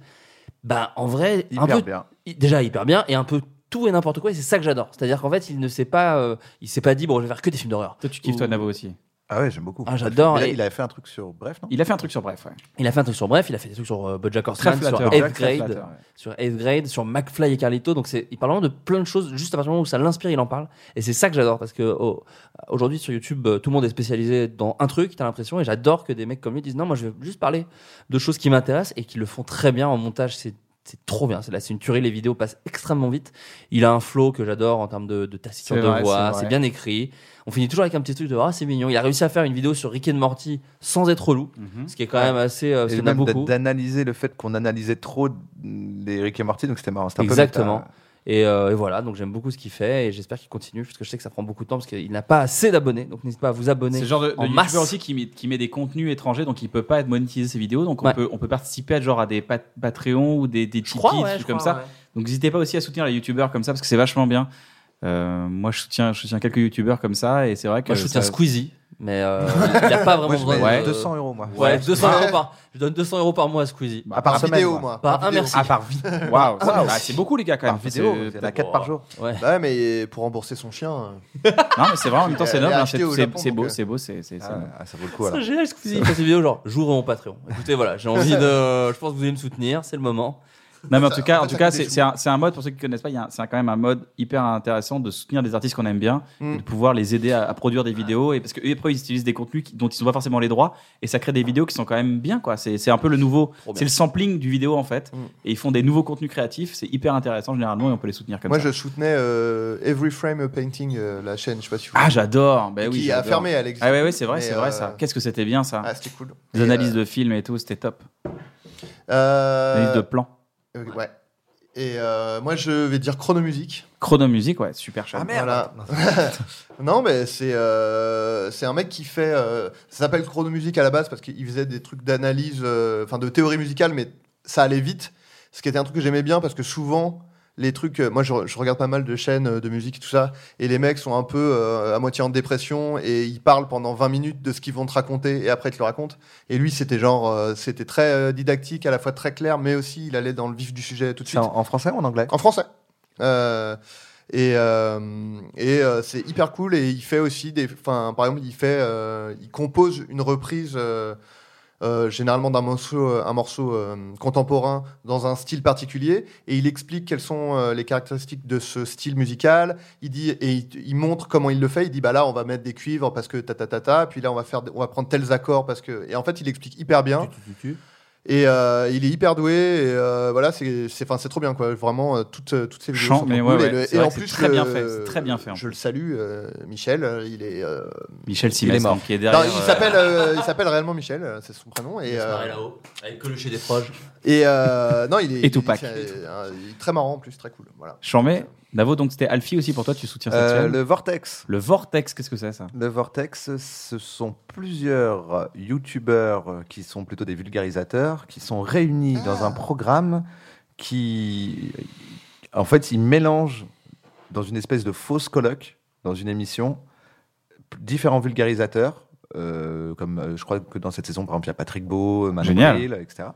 [SPEAKER 3] bah en vrai, un
[SPEAKER 4] Hyper
[SPEAKER 3] peu,
[SPEAKER 4] bien.
[SPEAKER 3] il- déjà hyper bien et un peu tout et n'importe quoi. Et c'est ça que j'adore. C'est-à-dire qu'en fait, il ne s'est pas, euh, il s'est pas dit bon, je vais faire que des films d'horreur.
[SPEAKER 1] Toi, tu kiffes,
[SPEAKER 3] Ou-
[SPEAKER 1] toi, Navo aussi.
[SPEAKER 4] Ah ouais, j'aime beaucoup.
[SPEAKER 3] Ah, j'adore.
[SPEAKER 4] Mais là,
[SPEAKER 3] Et-
[SPEAKER 4] Bah, Il avait fait un truc sur Bref, non
[SPEAKER 1] Il a fait un truc sur Bref, ouais.
[SPEAKER 3] Il a fait un truc sur Bref, il a fait des trucs sur euh, BoJack
[SPEAKER 1] Très
[SPEAKER 3] Horseman, sur
[SPEAKER 1] flatteur.
[SPEAKER 3] Eighth
[SPEAKER 4] Jack, très
[SPEAKER 3] Grade.
[SPEAKER 4] flatteur, ouais.
[SPEAKER 3] sur Eighth Grade, sur McFly et Carlito. Donc, c'est, il parle vraiment de plein de choses. Juste à partir du moment où ça l'inspire, il en parle. Et c'est ça que j'adore parce que oh, aujourd'hui sur YouTube, euh, tout le monde est spécialisé dans un truc. T'as l'impression, et j'adore que des mecs comme lui disent non, moi je veux juste parler de choses qui m'intéressent et qui le font très bien en montage. C'est c'est trop bien, c'est là, c'est une tuerie. Les vidéos passent extrêmement vite. Il a un flow que j'adore en termes de, de taciture
[SPEAKER 1] C'est
[SPEAKER 3] de
[SPEAKER 1] vrai,
[SPEAKER 3] voix.
[SPEAKER 1] c'est vrai.
[SPEAKER 3] C'est bien écrit. On finit toujours avec un petit truc de ah c'est mignon. Il a réussi à faire une vidéo sur Rick and Morty sans être relou,
[SPEAKER 1] Mhm.
[SPEAKER 3] ce qui est quand même assez. euh, parce
[SPEAKER 4] Et
[SPEAKER 3] qu'il y en a
[SPEAKER 4] même d'a-
[SPEAKER 3] beaucoup.
[SPEAKER 4] d'analyser le fait qu'on analysait trop les Rick et Morty, donc c'était marrant. c'était un peu hein.
[SPEAKER 3] Exactement.
[SPEAKER 4] méta.
[SPEAKER 3] Et, euh, et voilà, donc j'aime beaucoup ce qu'il fait et j'espère qu'il continue parce que je sais que ça prend beaucoup de temps parce qu'il n'a pas assez d'abonnés. Donc n'hésite pas à vous abonner.
[SPEAKER 1] C'est le genre de, de
[SPEAKER 3] en
[SPEAKER 1] youtubeur
[SPEAKER 3] masse.
[SPEAKER 1] aussi qui met, qui met des contenus étrangers, donc il peut pas être monétisé ses vidéos, donc on,
[SPEAKER 3] Ouais.
[SPEAKER 1] peut, on peut participer à genre à des pat- Patreon ou des, des Tipeee, des trucs comme ça. Donc n'hésitez pas aussi à soutenir les youtubeurs comme ça parce que c'est vachement bien. Euh, moi, je soutiens, je soutiens quelques youtubeurs comme ça et c'est vrai que
[SPEAKER 3] Moi je soutiens
[SPEAKER 1] ça-
[SPEAKER 3] Squeezie, mais euh, il n'a pas
[SPEAKER 4] Moi,
[SPEAKER 3] vraiment
[SPEAKER 4] je
[SPEAKER 3] besoin
[SPEAKER 4] mets
[SPEAKER 1] Ouais.
[SPEAKER 3] de.
[SPEAKER 4] 200 euros, moi.
[SPEAKER 3] Ouais, 200
[SPEAKER 2] Ouais.
[SPEAKER 3] euros par. Je donne 200 euros par mois à Squeezie.
[SPEAKER 1] Bah,
[SPEAKER 4] À part
[SPEAKER 2] Par
[SPEAKER 4] semaine,
[SPEAKER 2] vidéo,
[SPEAKER 4] ouais.
[SPEAKER 2] moi.
[SPEAKER 3] Par un
[SPEAKER 2] vidéo.
[SPEAKER 3] merci.
[SPEAKER 1] à
[SPEAKER 4] Ah,
[SPEAKER 1] part vie. Waouh, ça-
[SPEAKER 4] Waouh.
[SPEAKER 1] bah, c'est beaucoup les gars quand
[SPEAKER 4] Par
[SPEAKER 1] même.
[SPEAKER 4] vidéo,
[SPEAKER 1] C'est-
[SPEAKER 4] il y en a 4 par jour.
[SPEAKER 3] Ouais.
[SPEAKER 1] Ah.
[SPEAKER 2] Bah ouais, mais pour rembourser son chien. hein.
[SPEAKER 1] Non, mais c'est vrai en même temps c'est
[SPEAKER 2] Elle est
[SPEAKER 1] noble, hein,
[SPEAKER 2] achetée
[SPEAKER 1] c'est
[SPEAKER 2] au
[SPEAKER 1] c'est-
[SPEAKER 2] Japon,
[SPEAKER 1] c'est
[SPEAKER 2] donc,
[SPEAKER 1] beau,
[SPEAKER 2] euh.
[SPEAKER 1] c'est beau, c'est c'est- c'est
[SPEAKER 4] Ah,
[SPEAKER 1] noble.
[SPEAKER 4] ah, ça vaut le coup alors.
[SPEAKER 3] C'est génial Squeezie. Il fait ses vidéos genre j'ouvre mon Patreon. Écoutez voilà, j'ai envie de. Je pense que vous allez me soutenir, c'est le moment.
[SPEAKER 1] Non, mais en
[SPEAKER 2] Ça-
[SPEAKER 1] tout cas,
[SPEAKER 2] en
[SPEAKER 1] en
[SPEAKER 2] fait,
[SPEAKER 1] tout
[SPEAKER 2] ça
[SPEAKER 1] cas,
[SPEAKER 2] coûte
[SPEAKER 1] c'est
[SPEAKER 2] des
[SPEAKER 1] c'est un, c'est un mode pour ceux qui connaissent pas. il y a un- C'est quand même un mode hyper intéressant de soutenir des artistes qu'on aime bien,
[SPEAKER 2] Mm.
[SPEAKER 1] et de pouvoir les aider à, à produire des vidéos et parce que eux, après ils utilisent des contenus qui- dont ils n'ont pas forcément les droits et ça crée des vidéos qui sont quand même bien quoi. C'est c'est un peu le nouveau,
[SPEAKER 3] Trop bien.
[SPEAKER 1] c'est le sampling du vidéo en fait
[SPEAKER 2] Mm.
[SPEAKER 1] et ils font des nouveaux contenus créatifs. C'est hyper intéressant généralement et on peut les soutenir comme
[SPEAKER 2] Moi,
[SPEAKER 1] ça.
[SPEAKER 2] je soutenais euh, Every Frame a Painting, euh, la chaîne, je sais pas si vous
[SPEAKER 1] Ah j'adore. Ben oui.
[SPEAKER 2] Qui a
[SPEAKER 1] j'adore.
[SPEAKER 2] fermé, Alex.
[SPEAKER 1] Ah ouais ouais c'est vrai
[SPEAKER 2] Mais,
[SPEAKER 1] c'est vrai
[SPEAKER 2] euh,
[SPEAKER 1] ça. Qu'est-ce que c'était bien ça.
[SPEAKER 2] Ah, c'était cool.
[SPEAKER 1] Les
[SPEAKER 2] Et,
[SPEAKER 1] analyses de films et tout c'était top.
[SPEAKER 2] euh,
[SPEAKER 1] Analyse de plans.
[SPEAKER 2] euh, ouais. Et euh, moi, je vais dire Chronomusique.
[SPEAKER 1] Chronomusique ouais super chouette.
[SPEAKER 2] Voilà. non, mais c'est euh, c'est un mec qui fait. euh, ça s'appelle Chronomusique à la base parce qu'il faisait des trucs d'analyse, euh, enfin de théorie musicale, mais ça allait vite. Ce qui était un truc que j'aimais bien parce que souvent, les trucs. euh, moi, je, je regarde pas mal de chaînes euh, de musique et tout ça, et les mecs sont un peu euh, à moitié en dépression et ils parlent pendant 20 minutes de ce qu'ils vont te raconter et après ils te le racontent. Et lui, c'était genre. euh, c'était très euh, didactique, à la fois très clair, mais aussi il allait dans le vif du sujet tout de
[SPEAKER 4] C'est
[SPEAKER 2] suite.
[SPEAKER 4] en, en français ou en anglais
[SPEAKER 2] En français. Euh, et euh, et euh, c'est hyper cool. Et il fait aussi des. Enfin, par exemple, il fait. euh, il compose une reprise. euh, euh, généralement d'un morceau, euh, un morceau euh, contemporain dans un style particulier, et il explique quelles sont euh, les caractéristiques de ce style musical. Il dit et il, il montre comment il le fait. Il dit bah là on va mettre des cuivres parce que ta ta ta ta, puis là on va faire, on va prendre tels accords parce que. Et en fait il explique hyper bien.
[SPEAKER 3] Tu, tu, tu, tu.
[SPEAKER 2] Et euh, il est hyper doué. Et euh, voilà, c'est c'est- enfin, c'est trop bien, quoi. Vraiment, euh, toutes, euh, toutes ces vidéos
[SPEAKER 1] Chant,
[SPEAKER 2] sont
[SPEAKER 1] mais
[SPEAKER 2] cool.
[SPEAKER 1] ouais, ouais,
[SPEAKER 2] Et, le-
[SPEAKER 1] c'est
[SPEAKER 2] et
[SPEAKER 1] vrai
[SPEAKER 2] en
[SPEAKER 1] que c'est
[SPEAKER 2] plus,
[SPEAKER 1] très bien
[SPEAKER 2] le-
[SPEAKER 1] fait, c'est très bien fait, en
[SPEAKER 2] Je le salue, euh, Michel. euh, Il est. euh,
[SPEAKER 1] Michel
[SPEAKER 4] est
[SPEAKER 1] Sylvestre
[SPEAKER 4] mort.
[SPEAKER 1] qui est derrière.
[SPEAKER 2] non, il
[SPEAKER 1] euh,
[SPEAKER 2] s'appelle, euh, il s'appelle réellement Michel. euh, C'est son prénom.
[SPEAKER 3] Il
[SPEAKER 2] Et,
[SPEAKER 3] se
[SPEAKER 2] euh,
[SPEAKER 3] marrait là-haut, avec que le chez des proches.
[SPEAKER 2] et euh, non, il est.
[SPEAKER 1] Et Tupac.
[SPEAKER 2] il est- c'est un- il est très marrant en plus, très cool. Voilà.
[SPEAKER 1] Chambé, Navo, donc c'était Alfie aussi pour toi, tu soutiens cette
[SPEAKER 4] Euh,
[SPEAKER 1] semaine.
[SPEAKER 4] le Vortex.
[SPEAKER 1] Le Vortex, qu'est-ce que c'est ça
[SPEAKER 4] Le Vortex, ce sont plusieurs youtubeurs qui sont plutôt des vulgarisateurs, qui sont réunis dans un programme qui, en fait, ils mélangent dans une espèce de fausse colloque, dans une émission, p- différents vulgarisateurs, euh, comme euh, je crois que dans cette saison, par exemple, il y a Patrick Beau, Manon
[SPEAKER 1] Génial.
[SPEAKER 4] Bril, etc.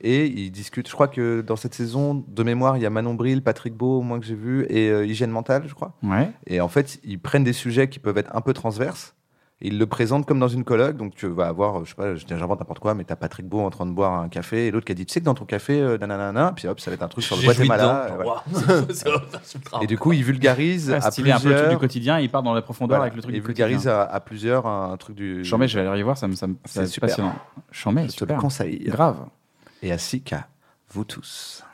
[SPEAKER 4] Et ils discutent, je crois que dans cette saison, de mémoire, il y a Manon Bril, Patrick Beau, au moins que j'ai vu, et euh, Hygiène Mentale, je crois.
[SPEAKER 1] Ouais.
[SPEAKER 4] Et en fait, ils prennent des sujets qui peuvent être un peu transverses. et Ils le présentent comme dans une colloque. Donc, tu vas avoir, je sais pas, je- j'invente n'importe quoi, mais t'as Patrick Beau en train de boire un café et l'autre qui a dit, tu sais que dans ton café, euh, nanana, puis hop, ça va être un truc sur le
[SPEAKER 3] J'ai joui
[SPEAKER 4] Guatemala.
[SPEAKER 3] dedans,
[SPEAKER 4] Et, euh, voilà.
[SPEAKER 3] genre, waouh, c'est- c'est- c'est ultra
[SPEAKER 4] Et du coup, ils vulgarisent
[SPEAKER 1] Ah,
[SPEAKER 4] à
[SPEAKER 1] stylé, un peu le truc du
[SPEAKER 4] plusieurs.
[SPEAKER 1] quotidien, il part dans la profondeur
[SPEAKER 4] Voilà.
[SPEAKER 1] avec le truc
[SPEAKER 4] Ils
[SPEAKER 1] du
[SPEAKER 4] vulgarisent
[SPEAKER 1] quotidien.
[SPEAKER 4] à, à plusieurs un, un truc du.
[SPEAKER 1] Chambé, je vais aller y voir, ça me, ça me ça
[SPEAKER 4] C'est
[SPEAKER 1] me
[SPEAKER 4] super.
[SPEAKER 1] passionnant. Chambé,
[SPEAKER 4] je te le
[SPEAKER 1] super.
[SPEAKER 4] conseille.
[SPEAKER 1] Grave.
[SPEAKER 4] Et ainsi qu'à vous tous.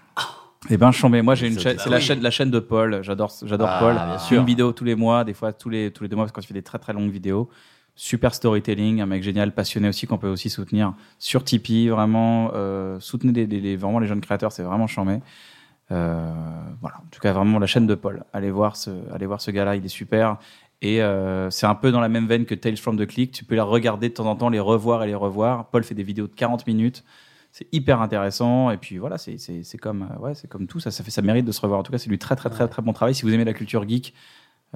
[SPEAKER 1] Eh ben, Chambé, moi j'ai une
[SPEAKER 4] C'est
[SPEAKER 1] chaîne,
[SPEAKER 4] au-
[SPEAKER 1] c'est la
[SPEAKER 3] oui.
[SPEAKER 1] chaîne, la chaîne de Paul. J'adore, j'adore
[SPEAKER 4] Ah,
[SPEAKER 1] Paul.
[SPEAKER 4] bien
[SPEAKER 1] Une vidéo tous les mois, des fois tous les tous les deux mois parce qu'on fait des très très longues vidéos. Super storytelling, un mec génial, passionné aussi qu'on peut aussi soutenir sur Tipeee. Vraiment, euh, soutenez les, les- les- vraiment les jeunes créateurs, c'est vraiment Chambé. Euh, voilà, en tout cas vraiment la chaîne de Paul. Allez voir ce, allez voir ce gars-là, il est super. Et euh, c'est un peu dans la même veine que Tales from the Click. Tu peux les regarder de temps en temps, les revoir et les revoir. Paul fait des vidéos de 40 minutes. C'est hyper intéressant. Et puis voilà, c'est- c'est c'est comme, euh, ouais, c'est comme tout. Ça, ça fait sa mérite de se revoir. En tout cas, c'est du très, très, très, très bon travail. Si vous aimez la culture geek,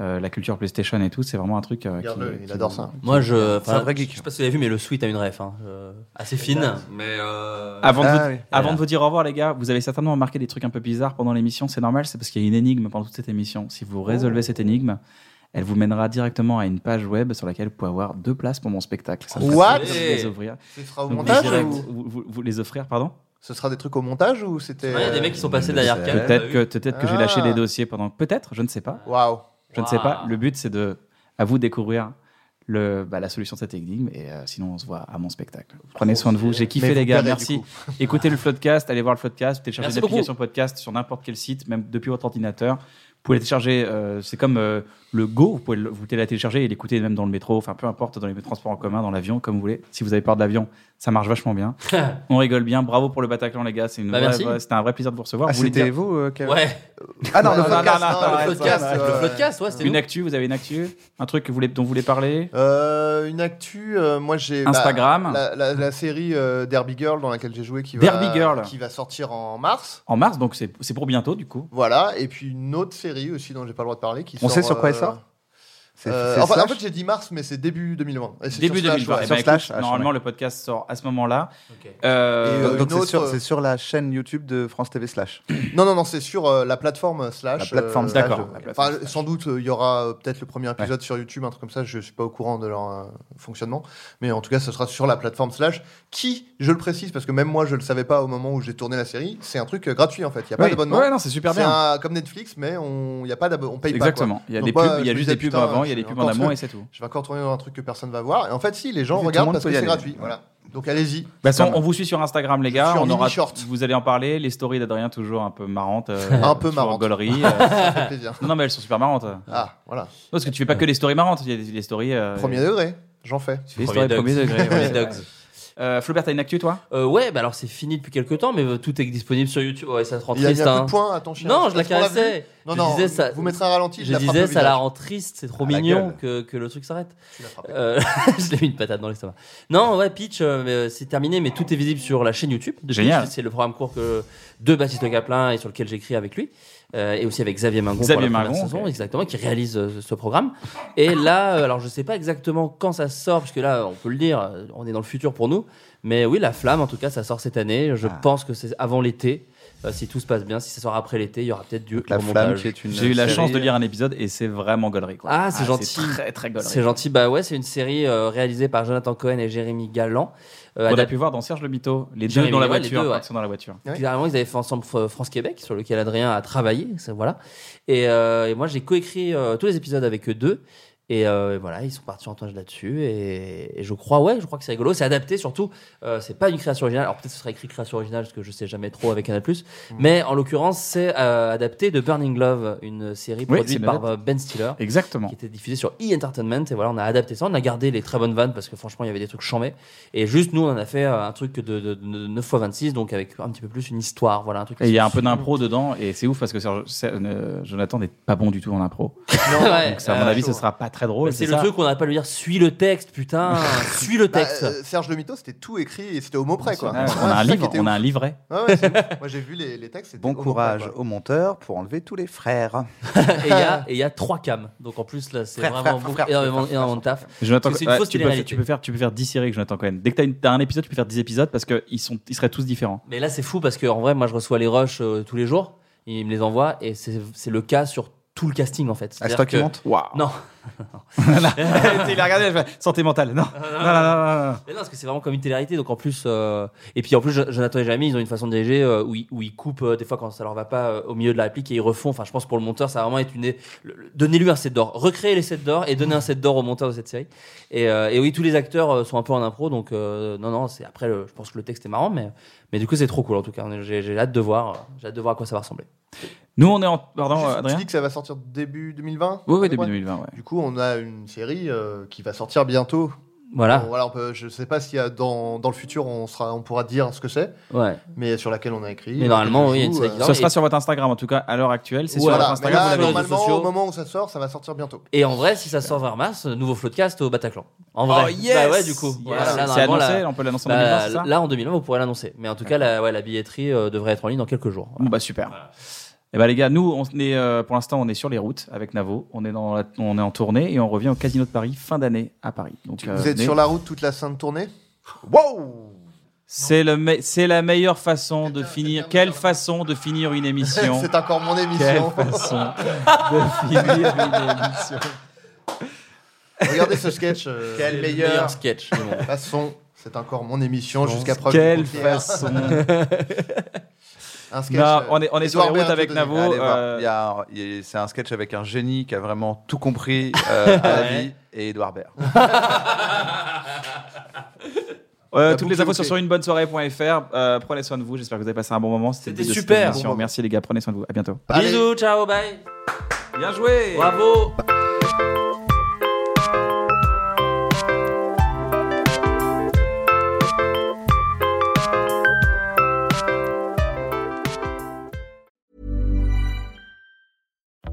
[SPEAKER 1] euh, la culture PlayStation et tout, c'est vraiment un truc. euh,
[SPEAKER 2] Regarde-le,
[SPEAKER 1] qui-
[SPEAKER 2] il
[SPEAKER 1] qui-
[SPEAKER 2] adore ça.
[SPEAKER 3] Moi, je. enfin,
[SPEAKER 4] un vrai geek.
[SPEAKER 3] Je sais pas si vous avez vu, mais le suite a une ref. hein, euh, assez fine. Mais. euh,
[SPEAKER 1] Avant, de,
[SPEAKER 4] Ah
[SPEAKER 1] vous,
[SPEAKER 4] oui.
[SPEAKER 1] avant
[SPEAKER 3] Voilà.
[SPEAKER 1] de vous dire au revoir, les gars, vous avez certainement remarqué des trucs un peu bizarres pendant l'émission. C'est normal, c'est parce qu'il y a une énigme pendant toute cette émission. Si vous résolvez cette énigme, elle vous mènera directement à une page web sur laquelle vous pouvez avoir deux places pour mon spectacle. Ça me ferait
[SPEAKER 2] What
[SPEAKER 1] plaisir de les ouvrir.
[SPEAKER 2] Ce sera au
[SPEAKER 1] Donc,
[SPEAKER 2] montage
[SPEAKER 1] direct,
[SPEAKER 2] ou...
[SPEAKER 1] vous, vous- vous les offrir, pardon
[SPEAKER 2] Ce sera des trucs au montage ou c'était.
[SPEAKER 3] Il y a des mecs qui sont passés
[SPEAKER 4] euh,
[SPEAKER 3] derrière Cal.
[SPEAKER 1] Peut-être que, peut que j'ai lâché
[SPEAKER 2] Ah.
[SPEAKER 1] des dossiers pendant. Peut-être, je ne sais pas.
[SPEAKER 2] Waouh.
[SPEAKER 1] Je ne sais pas. Le but, c'est de à vous de découvrir le, bah, la solution de cette énigme. Et euh, sinon, on se voit à mon spectacle. Prenez soin de vous. J'ai kiffé,
[SPEAKER 2] Mais
[SPEAKER 1] les
[SPEAKER 2] vous
[SPEAKER 1] gars.
[SPEAKER 2] verrez, du
[SPEAKER 1] Merci.
[SPEAKER 2] coup.
[SPEAKER 1] Écoutez le podcast. Allez voir le podcast. Téléchargez
[SPEAKER 3] Merci
[SPEAKER 1] l'application podcast sur n'importe quel site, même depuis votre ordinateur. Vous pouvez la télécharger. euh, c'est comme euh, le Go. Vous pouvez, le- vous pouvez la télécharger et l'écouter même dans le métro. Enfin, peu importe, dans les transports en commun, dans l'avion, comme vous voulez. Si vous avez peur de l'avion, ça marche vachement bien. on rigole bien. Bravo pour le Bataclan, les gars. C'est une
[SPEAKER 3] Bah,
[SPEAKER 1] vraie-
[SPEAKER 3] merci.
[SPEAKER 1] vraie- C'était un vrai plaisir de vous recevoir.
[SPEAKER 4] Ah,
[SPEAKER 1] Vous voulez
[SPEAKER 4] c'était
[SPEAKER 1] dire
[SPEAKER 4] vous, euh, Kevin
[SPEAKER 3] Ouais,
[SPEAKER 4] Ah non,
[SPEAKER 2] Non,
[SPEAKER 4] le
[SPEAKER 2] non,
[SPEAKER 4] podcast.
[SPEAKER 2] non,
[SPEAKER 4] non,
[SPEAKER 2] non, non,
[SPEAKER 4] ouais,
[SPEAKER 3] le
[SPEAKER 2] arrête,
[SPEAKER 3] podcast,
[SPEAKER 2] ça,
[SPEAKER 3] le
[SPEAKER 2] ouais.
[SPEAKER 3] podcast, ouais, c'est
[SPEAKER 1] une
[SPEAKER 3] nous.
[SPEAKER 1] actu, vous avez une actu Un truc que vous voulez, dont vous voulez parler
[SPEAKER 2] Euh, une actu, euh, moi j'ai bah,
[SPEAKER 1] Instagram.
[SPEAKER 2] la, la- la série euh, Derby Girl dans laquelle j'ai joué qui va,
[SPEAKER 1] Derby Girl.
[SPEAKER 2] qui va sortir en mars.
[SPEAKER 1] En mars, donc c'est c'est pour bientôt du coup.
[SPEAKER 2] Voilà, et puis une autre série aussi dont j'ai pas le droit de parler. Qui
[SPEAKER 4] On
[SPEAKER 2] sort,
[SPEAKER 4] sait sur quoi elle
[SPEAKER 2] euh,
[SPEAKER 4] sort C'est-
[SPEAKER 2] euh,
[SPEAKER 4] c'est
[SPEAKER 2] enfin, en
[SPEAKER 4] Slash
[SPEAKER 2] fait, j'ai dit mars, mais c'est début 2020. Et c'est
[SPEAKER 1] Début
[SPEAKER 2] sur Slash,
[SPEAKER 1] 2020.
[SPEAKER 2] ouais.
[SPEAKER 1] Eh
[SPEAKER 4] sur
[SPEAKER 1] ben, écoute,
[SPEAKER 4] Slash, ah,
[SPEAKER 1] normalement,
[SPEAKER 4] j'en ai.
[SPEAKER 1] le podcast sort à ce moment-là.
[SPEAKER 3] Ok.
[SPEAKER 1] Euh,
[SPEAKER 2] Et, euh,
[SPEAKER 4] Donc,
[SPEAKER 2] une
[SPEAKER 4] c'est sur,
[SPEAKER 2] autre-
[SPEAKER 4] c'est sur la chaîne YouTube de France TV Slash.
[SPEAKER 2] Non, non, non, c'est sur euh, la plateforme Slash.
[SPEAKER 4] La plateforme
[SPEAKER 2] euh,
[SPEAKER 4] Slash,
[SPEAKER 1] d'accord.
[SPEAKER 4] ouais.
[SPEAKER 1] La plateforme
[SPEAKER 2] Enfin, sans doute, euh, il y aura euh, peut-être le premier épisode sur YouTube, un truc comme ça. Je suis pas au courant de leur euh, fonctionnement, mais en tout cas, ce sera sur la plateforme Slash. Qui, je le précise, parce que même moi, je le savais pas au moment où j'ai tourné la série. C'est un truc euh, gratuit en fait. Il y a pas
[SPEAKER 4] Oui.
[SPEAKER 2] d'abonnement.
[SPEAKER 1] ouais, non, c'est super
[SPEAKER 2] c'est
[SPEAKER 1] bien.
[SPEAKER 2] un- comme Netflix, mais on, y a pas d'abo- on paye pas. quoi.
[SPEAKER 1] Exactement. Il y a
[SPEAKER 2] Donc,
[SPEAKER 1] des
[SPEAKER 2] bah,
[SPEAKER 1] pubs, il y a
[SPEAKER 2] je
[SPEAKER 1] juste
[SPEAKER 2] me disais,
[SPEAKER 1] des pubs
[SPEAKER 2] putain,
[SPEAKER 1] avant, il y a
[SPEAKER 2] je
[SPEAKER 1] des
[SPEAKER 2] suis
[SPEAKER 1] pubs en
[SPEAKER 2] encore Bah,
[SPEAKER 1] amont
[SPEAKER 2] seul.
[SPEAKER 1] et c'est tout.
[SPEAKER 2] Je vais encore tourner dans un truc que personne va voir. Et en fait, si, les gens
[SPEAKER 4] Tout le
[SPEAKER 2] regardent
[SPEAKER 4] monde
[SPEAKER 2] parce
[SPEAKER 4] peut
[SPEAKER 2] que
[SPEAKER 4] y
[SPEAKER 2] c'est
[SPEAKER 4] aller.
[SPEAKER 2] gratuit. Voilà. Donc allez-y.
[SPEAKER 1] De toute façon,
[SPEAKER 4] Comme-
[SPEAKER 1] on vous suit sur Instagram, les
[SPEAKER 2] Je
[SPEAKER 1] gars.
[SPEAKER 2] suis en
[SPEAKER 1] on aura,
[SPEAKER 2] mini-short.
[SPEAKER 1] vous allez en parler. Les stories d'Adrien toujours un peu marrantes, euh,
[SPEAKER 2] Un peu
[SPEAKER 1] toujours
[SPEAKER 2] marrantes.
[SPEAKER 1] gauleries, euh.
[SPEAKER 2] Ça fait plaisir.
[SPEAKER 1] non, non, mais elles sont super marrantes. Non,
[SPEAKER 2] Ah, voilà.
[SPEAKER 1] parce que tu fais pas que des stories marrantes. Il y a des, des stories. euh,
[SPEAKER 2] Premier degré, j'en fais.
[SPEAKER 1] tu fais des stories premier
[SPEAKER 3] Dogs.
[SPEAKER 1] degré.
[SPEAKER 3] Premier
[SPEAKER 1] ouais.
[SPEAKER 3] Dogs.
[SPEAKER 1] Euh, Flaubert, t'as une actu, toi
[SPEAKER 3] Euh, ouais, bah alors c'est fini depuis quelques temps, mais euh, tout est disponible sur YouTube. Ouais, ça te rend
[SPEAKER 2] Il a mis
[SPEAKER 3] triste.
[SPEAKER 2] un coup
[SPEAKER 3] Hein.
[SPEAKER 2] de poing à ton chien.
[SPEAKER 3] Non, je la
[SPEAKER 2] Est-ce qu'on l'a vu
[SPEAKER 3] caressais.
[SPEAKER 2] Non,
[SPEAKER 3] Je
[SPEAKER 2] non,
[SPEAKER 3] disais ça-
[SPEAKER 2] vous mettrez un ralenti.
[SPEAKER 3] Je
[SPEAKER 2] la frappe
[SPEAKER 3] disais,
[SPEAKER 2] au
[SPEAKER 3] ça la
[SPEAKER 2] visage.
[SPEAKER 3] rend triste, c'est trop
[SPEAKER 4] À la
[SPEAKER 3] mignon
[SPEAKER 4] gueule.
[SPEAKER 3] que, que le truc s'arrête.
[SPEAKER 2] Tu l'as frappé.
[SPEAKER 3] Euh, je l'ai mis une patate dans l'estomac. Non, ouais, Pitch, euh, mais, euh, c'est terminé, mais tout est visible sur la chaîne YouTube. de Pitch.
[SPEAKER 1] Génial.
[SPEAKER 3] C'est le programme court que, de Baptiste Caplin et sur lequel j'écris avec lui. euh, et aussi avec Xavier Mingon. pour
[SPEAKER 1] Xavier
[SPEAKER 3] la première
[SPEAKER 1] Mingon,
[SPEAKER 3] saison,
[SPEAKER 1] ok.
[SPEAKER 3] exactement, qui réalise euh, ce programme. Et là, euh, alors je sais pas exactement quand ça sort, parce que là, on peut le dire, euh, on est dans le futur pour nous. Mais oui, La Flamme, en tout cas, ça sort cette année. Je
[SPEAKER 4] Ah.
[SPEAKER 3] pense que c'est avant l'été. Euh, si tout se passe bien, si ça sort après l'été, il y aura peut-être du
[SPEAKER 4] Donc, La flamme
[SPEAKER 3] remontage.
[SPEAKER 4] qui est une.
[SPEAKER 1] J'ai eu la
[SPEAKER 4] série-
[SPEAKER 1] chance de lire un épisode et c'est vraiment gaulerie. quoi.
[SPEAKER 3] Ah, c'est gentil.
[SPEAKER 1] Très, très gaulerie.
[SPEAKER 3] C'est gentil. Bah ouais, c'est une série euh, réalisée par Jonathan Cohen et Jérémy Galland. Euh,
[SPEAKER 1] On a
[SPEAKER 3] adap-
[SPEAKER 1] pu voir dans Serge le Mito, les deux
[SPEAKER 3] Jérémy,
[SPEAKER 1] dans la
[SPEAKER 3] ouais, les
[SPEAKER 1] voiture,
[SPEAKER 3] deux,
[SPEAKER 1] quand
[SPEAKER 3] ouais.
[SPEAKER 1] ils sont dans la voiture.
[SPEAKER 2] Ouais.
[SPEAKER 3] Clairement, ils avaient fait ensemble euh, France-Québec, sur lequel Adrien a travaillé. Ça, voilà. Et, euh, et moi, j'ai coécrit euh, tous les épisodes avec eux deux. Et, euh, et voilà, ils sont partis en tournage là-dessus. Et, et je crois, ouais, je crois que c'est rigolo. C'est adapté surtout. Euh, c'est pas une création originale. Alors peut-être ce serait écrit création originale, parce que je sais jamais trop avec Canal+. Mais en l'occurrence, c'est euh, adapté de Burning Love, une série
[SPEAKER 1] Oui,
[SPEAKER 3] produite
[SPEAKER 1] c'est
[SPEAKER 3] par
[SPEAKER 1] l'adapte.
[SPEAKER 3] euh, Ben Stiller
[SPEAKER 1] Exactement.
[SPEAKER 3] qui était diffusé sur e-entertainment et voilà on a adapté ça on a gardé les très bonnes vannes parce que franchement il y avait des trucs chambés et juste nous on en a fait euh, un truc de, de, de 9 x 26 donc avec un petit peu plus une histoire voilà un truc
[SPEAKER 1] Et il y a un
[SPEAKER 3] assez-
[SPEAKER 1] peu d'impro dedans et c'est ouf parce que Serge- Serge- euh, Jonathan n'est pas bon du tout en impro.
[SPEAKER 3] Ouais,
[SPEAKER 1] Donc ça, à
[SPEAKER 3] euh,
[SPEAKER 1] mon avis,
[SPEAKER 3] chaud.
[SPEAKER 1] ce sera pas très
[SPEAKER 3] Mais
[SPEAKER 1] drôle.
[SPEAKER 3] c'est le
[SPEAKER 1] ça
[SPEAKER 3] truc qu'on n'a pas lui dire suis le texte putain suis le
[SPEAKER 2] Bah,
[SPEAKER 3] texte Ah,
[SPEAKER 2] euh, Serge Le Mito, c'était tout écrit et c'était au mot près.
[SPEAKER 1] Ouais,
[SPEAKER 2] Quoi.
[SPEAKER 1] On
[SPEAKER 2] Ouais,
[SPEAKER 1] a
[SPEAKER 2] c'est ça
[SPEAKER 1] un
[SPEAKER 2] qui
[SPEAKER 1] livre,
[SPEAKER 2] était
[SPEAKER 1] on a
[SPEAKER 2] ouf.
[SPEAKER 1] un livret.
[SPEAKER 2] Ouais, ouais, c'est ouf. Moi j'ai vu les, les textes. c'était
[SPEAKER 4] Bon
[SPEAKER 2] au mot près,
[SPEAKER 4] courage
[SPEAKER 2] quoi.
[SPEAKER 4] au monteur pour enlever tous les frères. Ah,
[SPEAKER 3] et il y a- et il y a trois cams donc en plus là c'est
[SPEAKER 4] Frère,
[SPEAKER 3] vraiment
[SPEAKER 4] frère,
[SPEAKER 3] beaucoup-
[SPEAKER 4] frère, frère,
[SPEAKER 3] énormément,
[SPEAKER 4] frère,
[SPEAKER 3] énormément de taf
[SPEAKER 1] Jonathan,
[SPEAKER 3] Parce que c'est une fausse
[SPEAKER 1] tu, peux faire,
[SPEAKER 3] télé-réalité.
[SPEAKER 1] tu peux faire, tu peux faire 10 séries avec Jonathan Cohen. Dès que t'as une- t'as un épisode, tu peux faire 10 épisodes parce qu'ils sont, ils seraient tous différents.
[SPEAKER 3] mais là c'est fou parce que en vrai moi je reçois les rushs euh, tous les jours il me les envoie et c'est c'est le cas sur tout le casting en fait
[SPEAKER 4] À
[SPEAKER 3] C'est-à-dire
[SPEAKER 4] stock
[SPEAKER 3] que-
[SPEAKER 1] Waouh.
[SPEAKER 3] non
[SPEAKER 1] il a regardé, il a fait, santé mentale. Non. non, non, non, non, non.
[SPEAKER 3] Mais non, parce que c'est vraiment comme une télé-réalité. Donc en plus, euh, et puis en plus, Jo- Jonathan et Jamie, ils ont une façon de diriger euh, où, ils, où ils coupent euh, des fois quand ça leur va pas euh, au milieu de la réplique et ils refont. Enfin, je pense que pour le monteur, ça va vraiment être une. le- le- Donnez-lui un set d'or, recréer les sets d'or et donner un set d'or au monteur de cette série. Et, euh, et oui, tous les acteurs euh, sont un peu en impro, donc euh, non, non, c'est après. le- je pense que le texte est marrant, mais mais du coup, c'est trop cool en tout cas. On est- J'ai j'ai hâte de voir, euh, j'ai hâte de voir à quoi ça va ressembler.
[SPEAKER 1] Nous, on est en. Pardon,
[SPEAKER 3] euh,
[SPEAKER 2] Juste,
[SPEAKER 1] Adrien
[SPEAKER 2] Tu dis que ça va sortir début 2020
[SPEAKER 1] Oui, oui,
[SPEAKER 2] à peu
[SPEAKER 1] début
[SPEAKER 2] près
[SPEAKER 1] 2020, ouais.
[SPEAKER 2] Du coup, on a une série euh, qui va sortir bientôt.
[SPEAKER 3] Voilà.
[SPEAKER 2] Bon, voilà, on peut- je sais pas si euh, dans, dans le futur on, sera, on pourra dire ce que c'est,
[SPEAKER 1] Oh.
[SPEAKER 3] Ouais.
[SPEAKER 2] mais sur laquelle on a écrit.
[SPEAKER 3] Mais normalement, oui, il y a une série qui
[SPEAKER 2] euh,
[SPEAKER 3] sort.
[SPEAKER 1] Ce sera sur votre Instagram, en tout cas, à l'heure actuelle. C'est sur votre
[SPEAKER 2] Voilà, mais
[SPEAKER 1] Instagram.
[SPEAKER 2] là,
[SPEAKER 3] sur les réseaux
[SPEAKER 2] normalement,
[SPEAKER 3] sociaux.
[SPEAKER 2] au moment où ça sort, ça va sortir bientôt.
[SPEAKER 3] Et en vrai, si ça sort vers mars, euh, nouveau Floodcast au Bataclan. En vrai.
[SPEAKER 1] Oh, yes
[SPEAKER 3] Bah ouais, du coup.
[SPEAKER 1] Yes.
[SPEAKER 3] Voilà, là,
[SPEAKER 1] c'est
[SPEAKER 3] normalement,
[SPEAKER 1] annoncé,
[SPEAKER 3] la-
[SPEAKER 1] on peut l'annoncer en
[SPEAKER 3] Bah,
[SPEAKER 1] 2020, c'est ça
[SPEAKER 3] là, en 2020, vous pourrez l'annoncer. Mais en tout cas, la, ouais, la billetterie euh, devrait être en ligne dans quelques jours.
[SPEAKER 1] Bon bah super. Et bah les gars, nous on est euh, pour l'instant on est sur les routes avec Navo, on est dans la- on est en tournée et on revient au Casino de Paris fin d'année à Paris. Donc euh,
[SPEAKER 2] Vous êtes
[SPEAKER 1] venez.
[SPEAKER 2] sur la route toute la sainte tournée
[SPEAKER 4] Wow
[SPEAKER 1] c'est le me- c'est la meilleure façon de
[SPEAKER 2] Quelqu'un-
[SPEAKER 1] finir
[SPEAKER 2] quelqu'un
[SPEAKER 1] quelle
[SPEAKER 2] me parle.
[SPEAKER 1] façon de finir une émission.
[SPEAKER 2] C'est encore mon
[SPEAKER 1] Quelle
[SPEAKER 2] émission.
[SPEAKER 1] façon de finir une émission.
[SPEAKER 2] Regardez ce sketch. euh,
[SPEAKER 4] Quel
[SPEAKER 2] de
[SPEAKER 4] meilleur.
[SPEAKER 3] Meilleur sketch. du monde.
[SPEAKER 2] toute façon, c'est encore mon émission jusqu'à preuve. du
[SPEAKER 1] Quelle
[SPEAKER 2] contraire.
[SPEAKER 1] façon.
[SPEAKER 2] Un sketch,
[SPEAKER 1] Non,
[SPEAKER 2] euh,
[SPEAKER 1] on est on est sur les
[SPEAKER 2] Edouard
[SPEAKER 1] routes avec
[SPEAKER 2] Baird,
[SPEAKER 1] Navo.
[SPEAKER 4] Allez voir.
[SPEAKER 1] euh,
[SPEAKER 4] Il y a- il y a- C'est un sketch avec un génie qui a vraiment tout compris euh, à la vie et Edouard Baird.
[SPEAKER 1] Euh,
[SPEAKER 2] La
[SPEAKER 1] toutes
[SPEAKER 2] boucle
[SPEAKER 1] les
[SPEAKER 2] est
[SPEAKER 1] infos sont
[SPEAKER 2] bouclée.
[SPEAKER 1] sur unebonnesoirée.fr. Euh, prenez soin de vous. J'espère que vous avez passé un bon moment. C'était
[SPEAKER 3] C'était
[SPEAKER 1] une
[SPEAKER 3] super.
[SPEAKER 1] super. émission.
[SPEAKER 2] Bon moment.
[SPEAKER 1] Merci les gars. Prenez soin de vous. À bientôt.
[SPEAKER 2] Allez.
[SPEAKER 3] Bisous, ciao, bye.
[SPEAKER 1] Bien joué.
[SPEAKER 3] Bravo.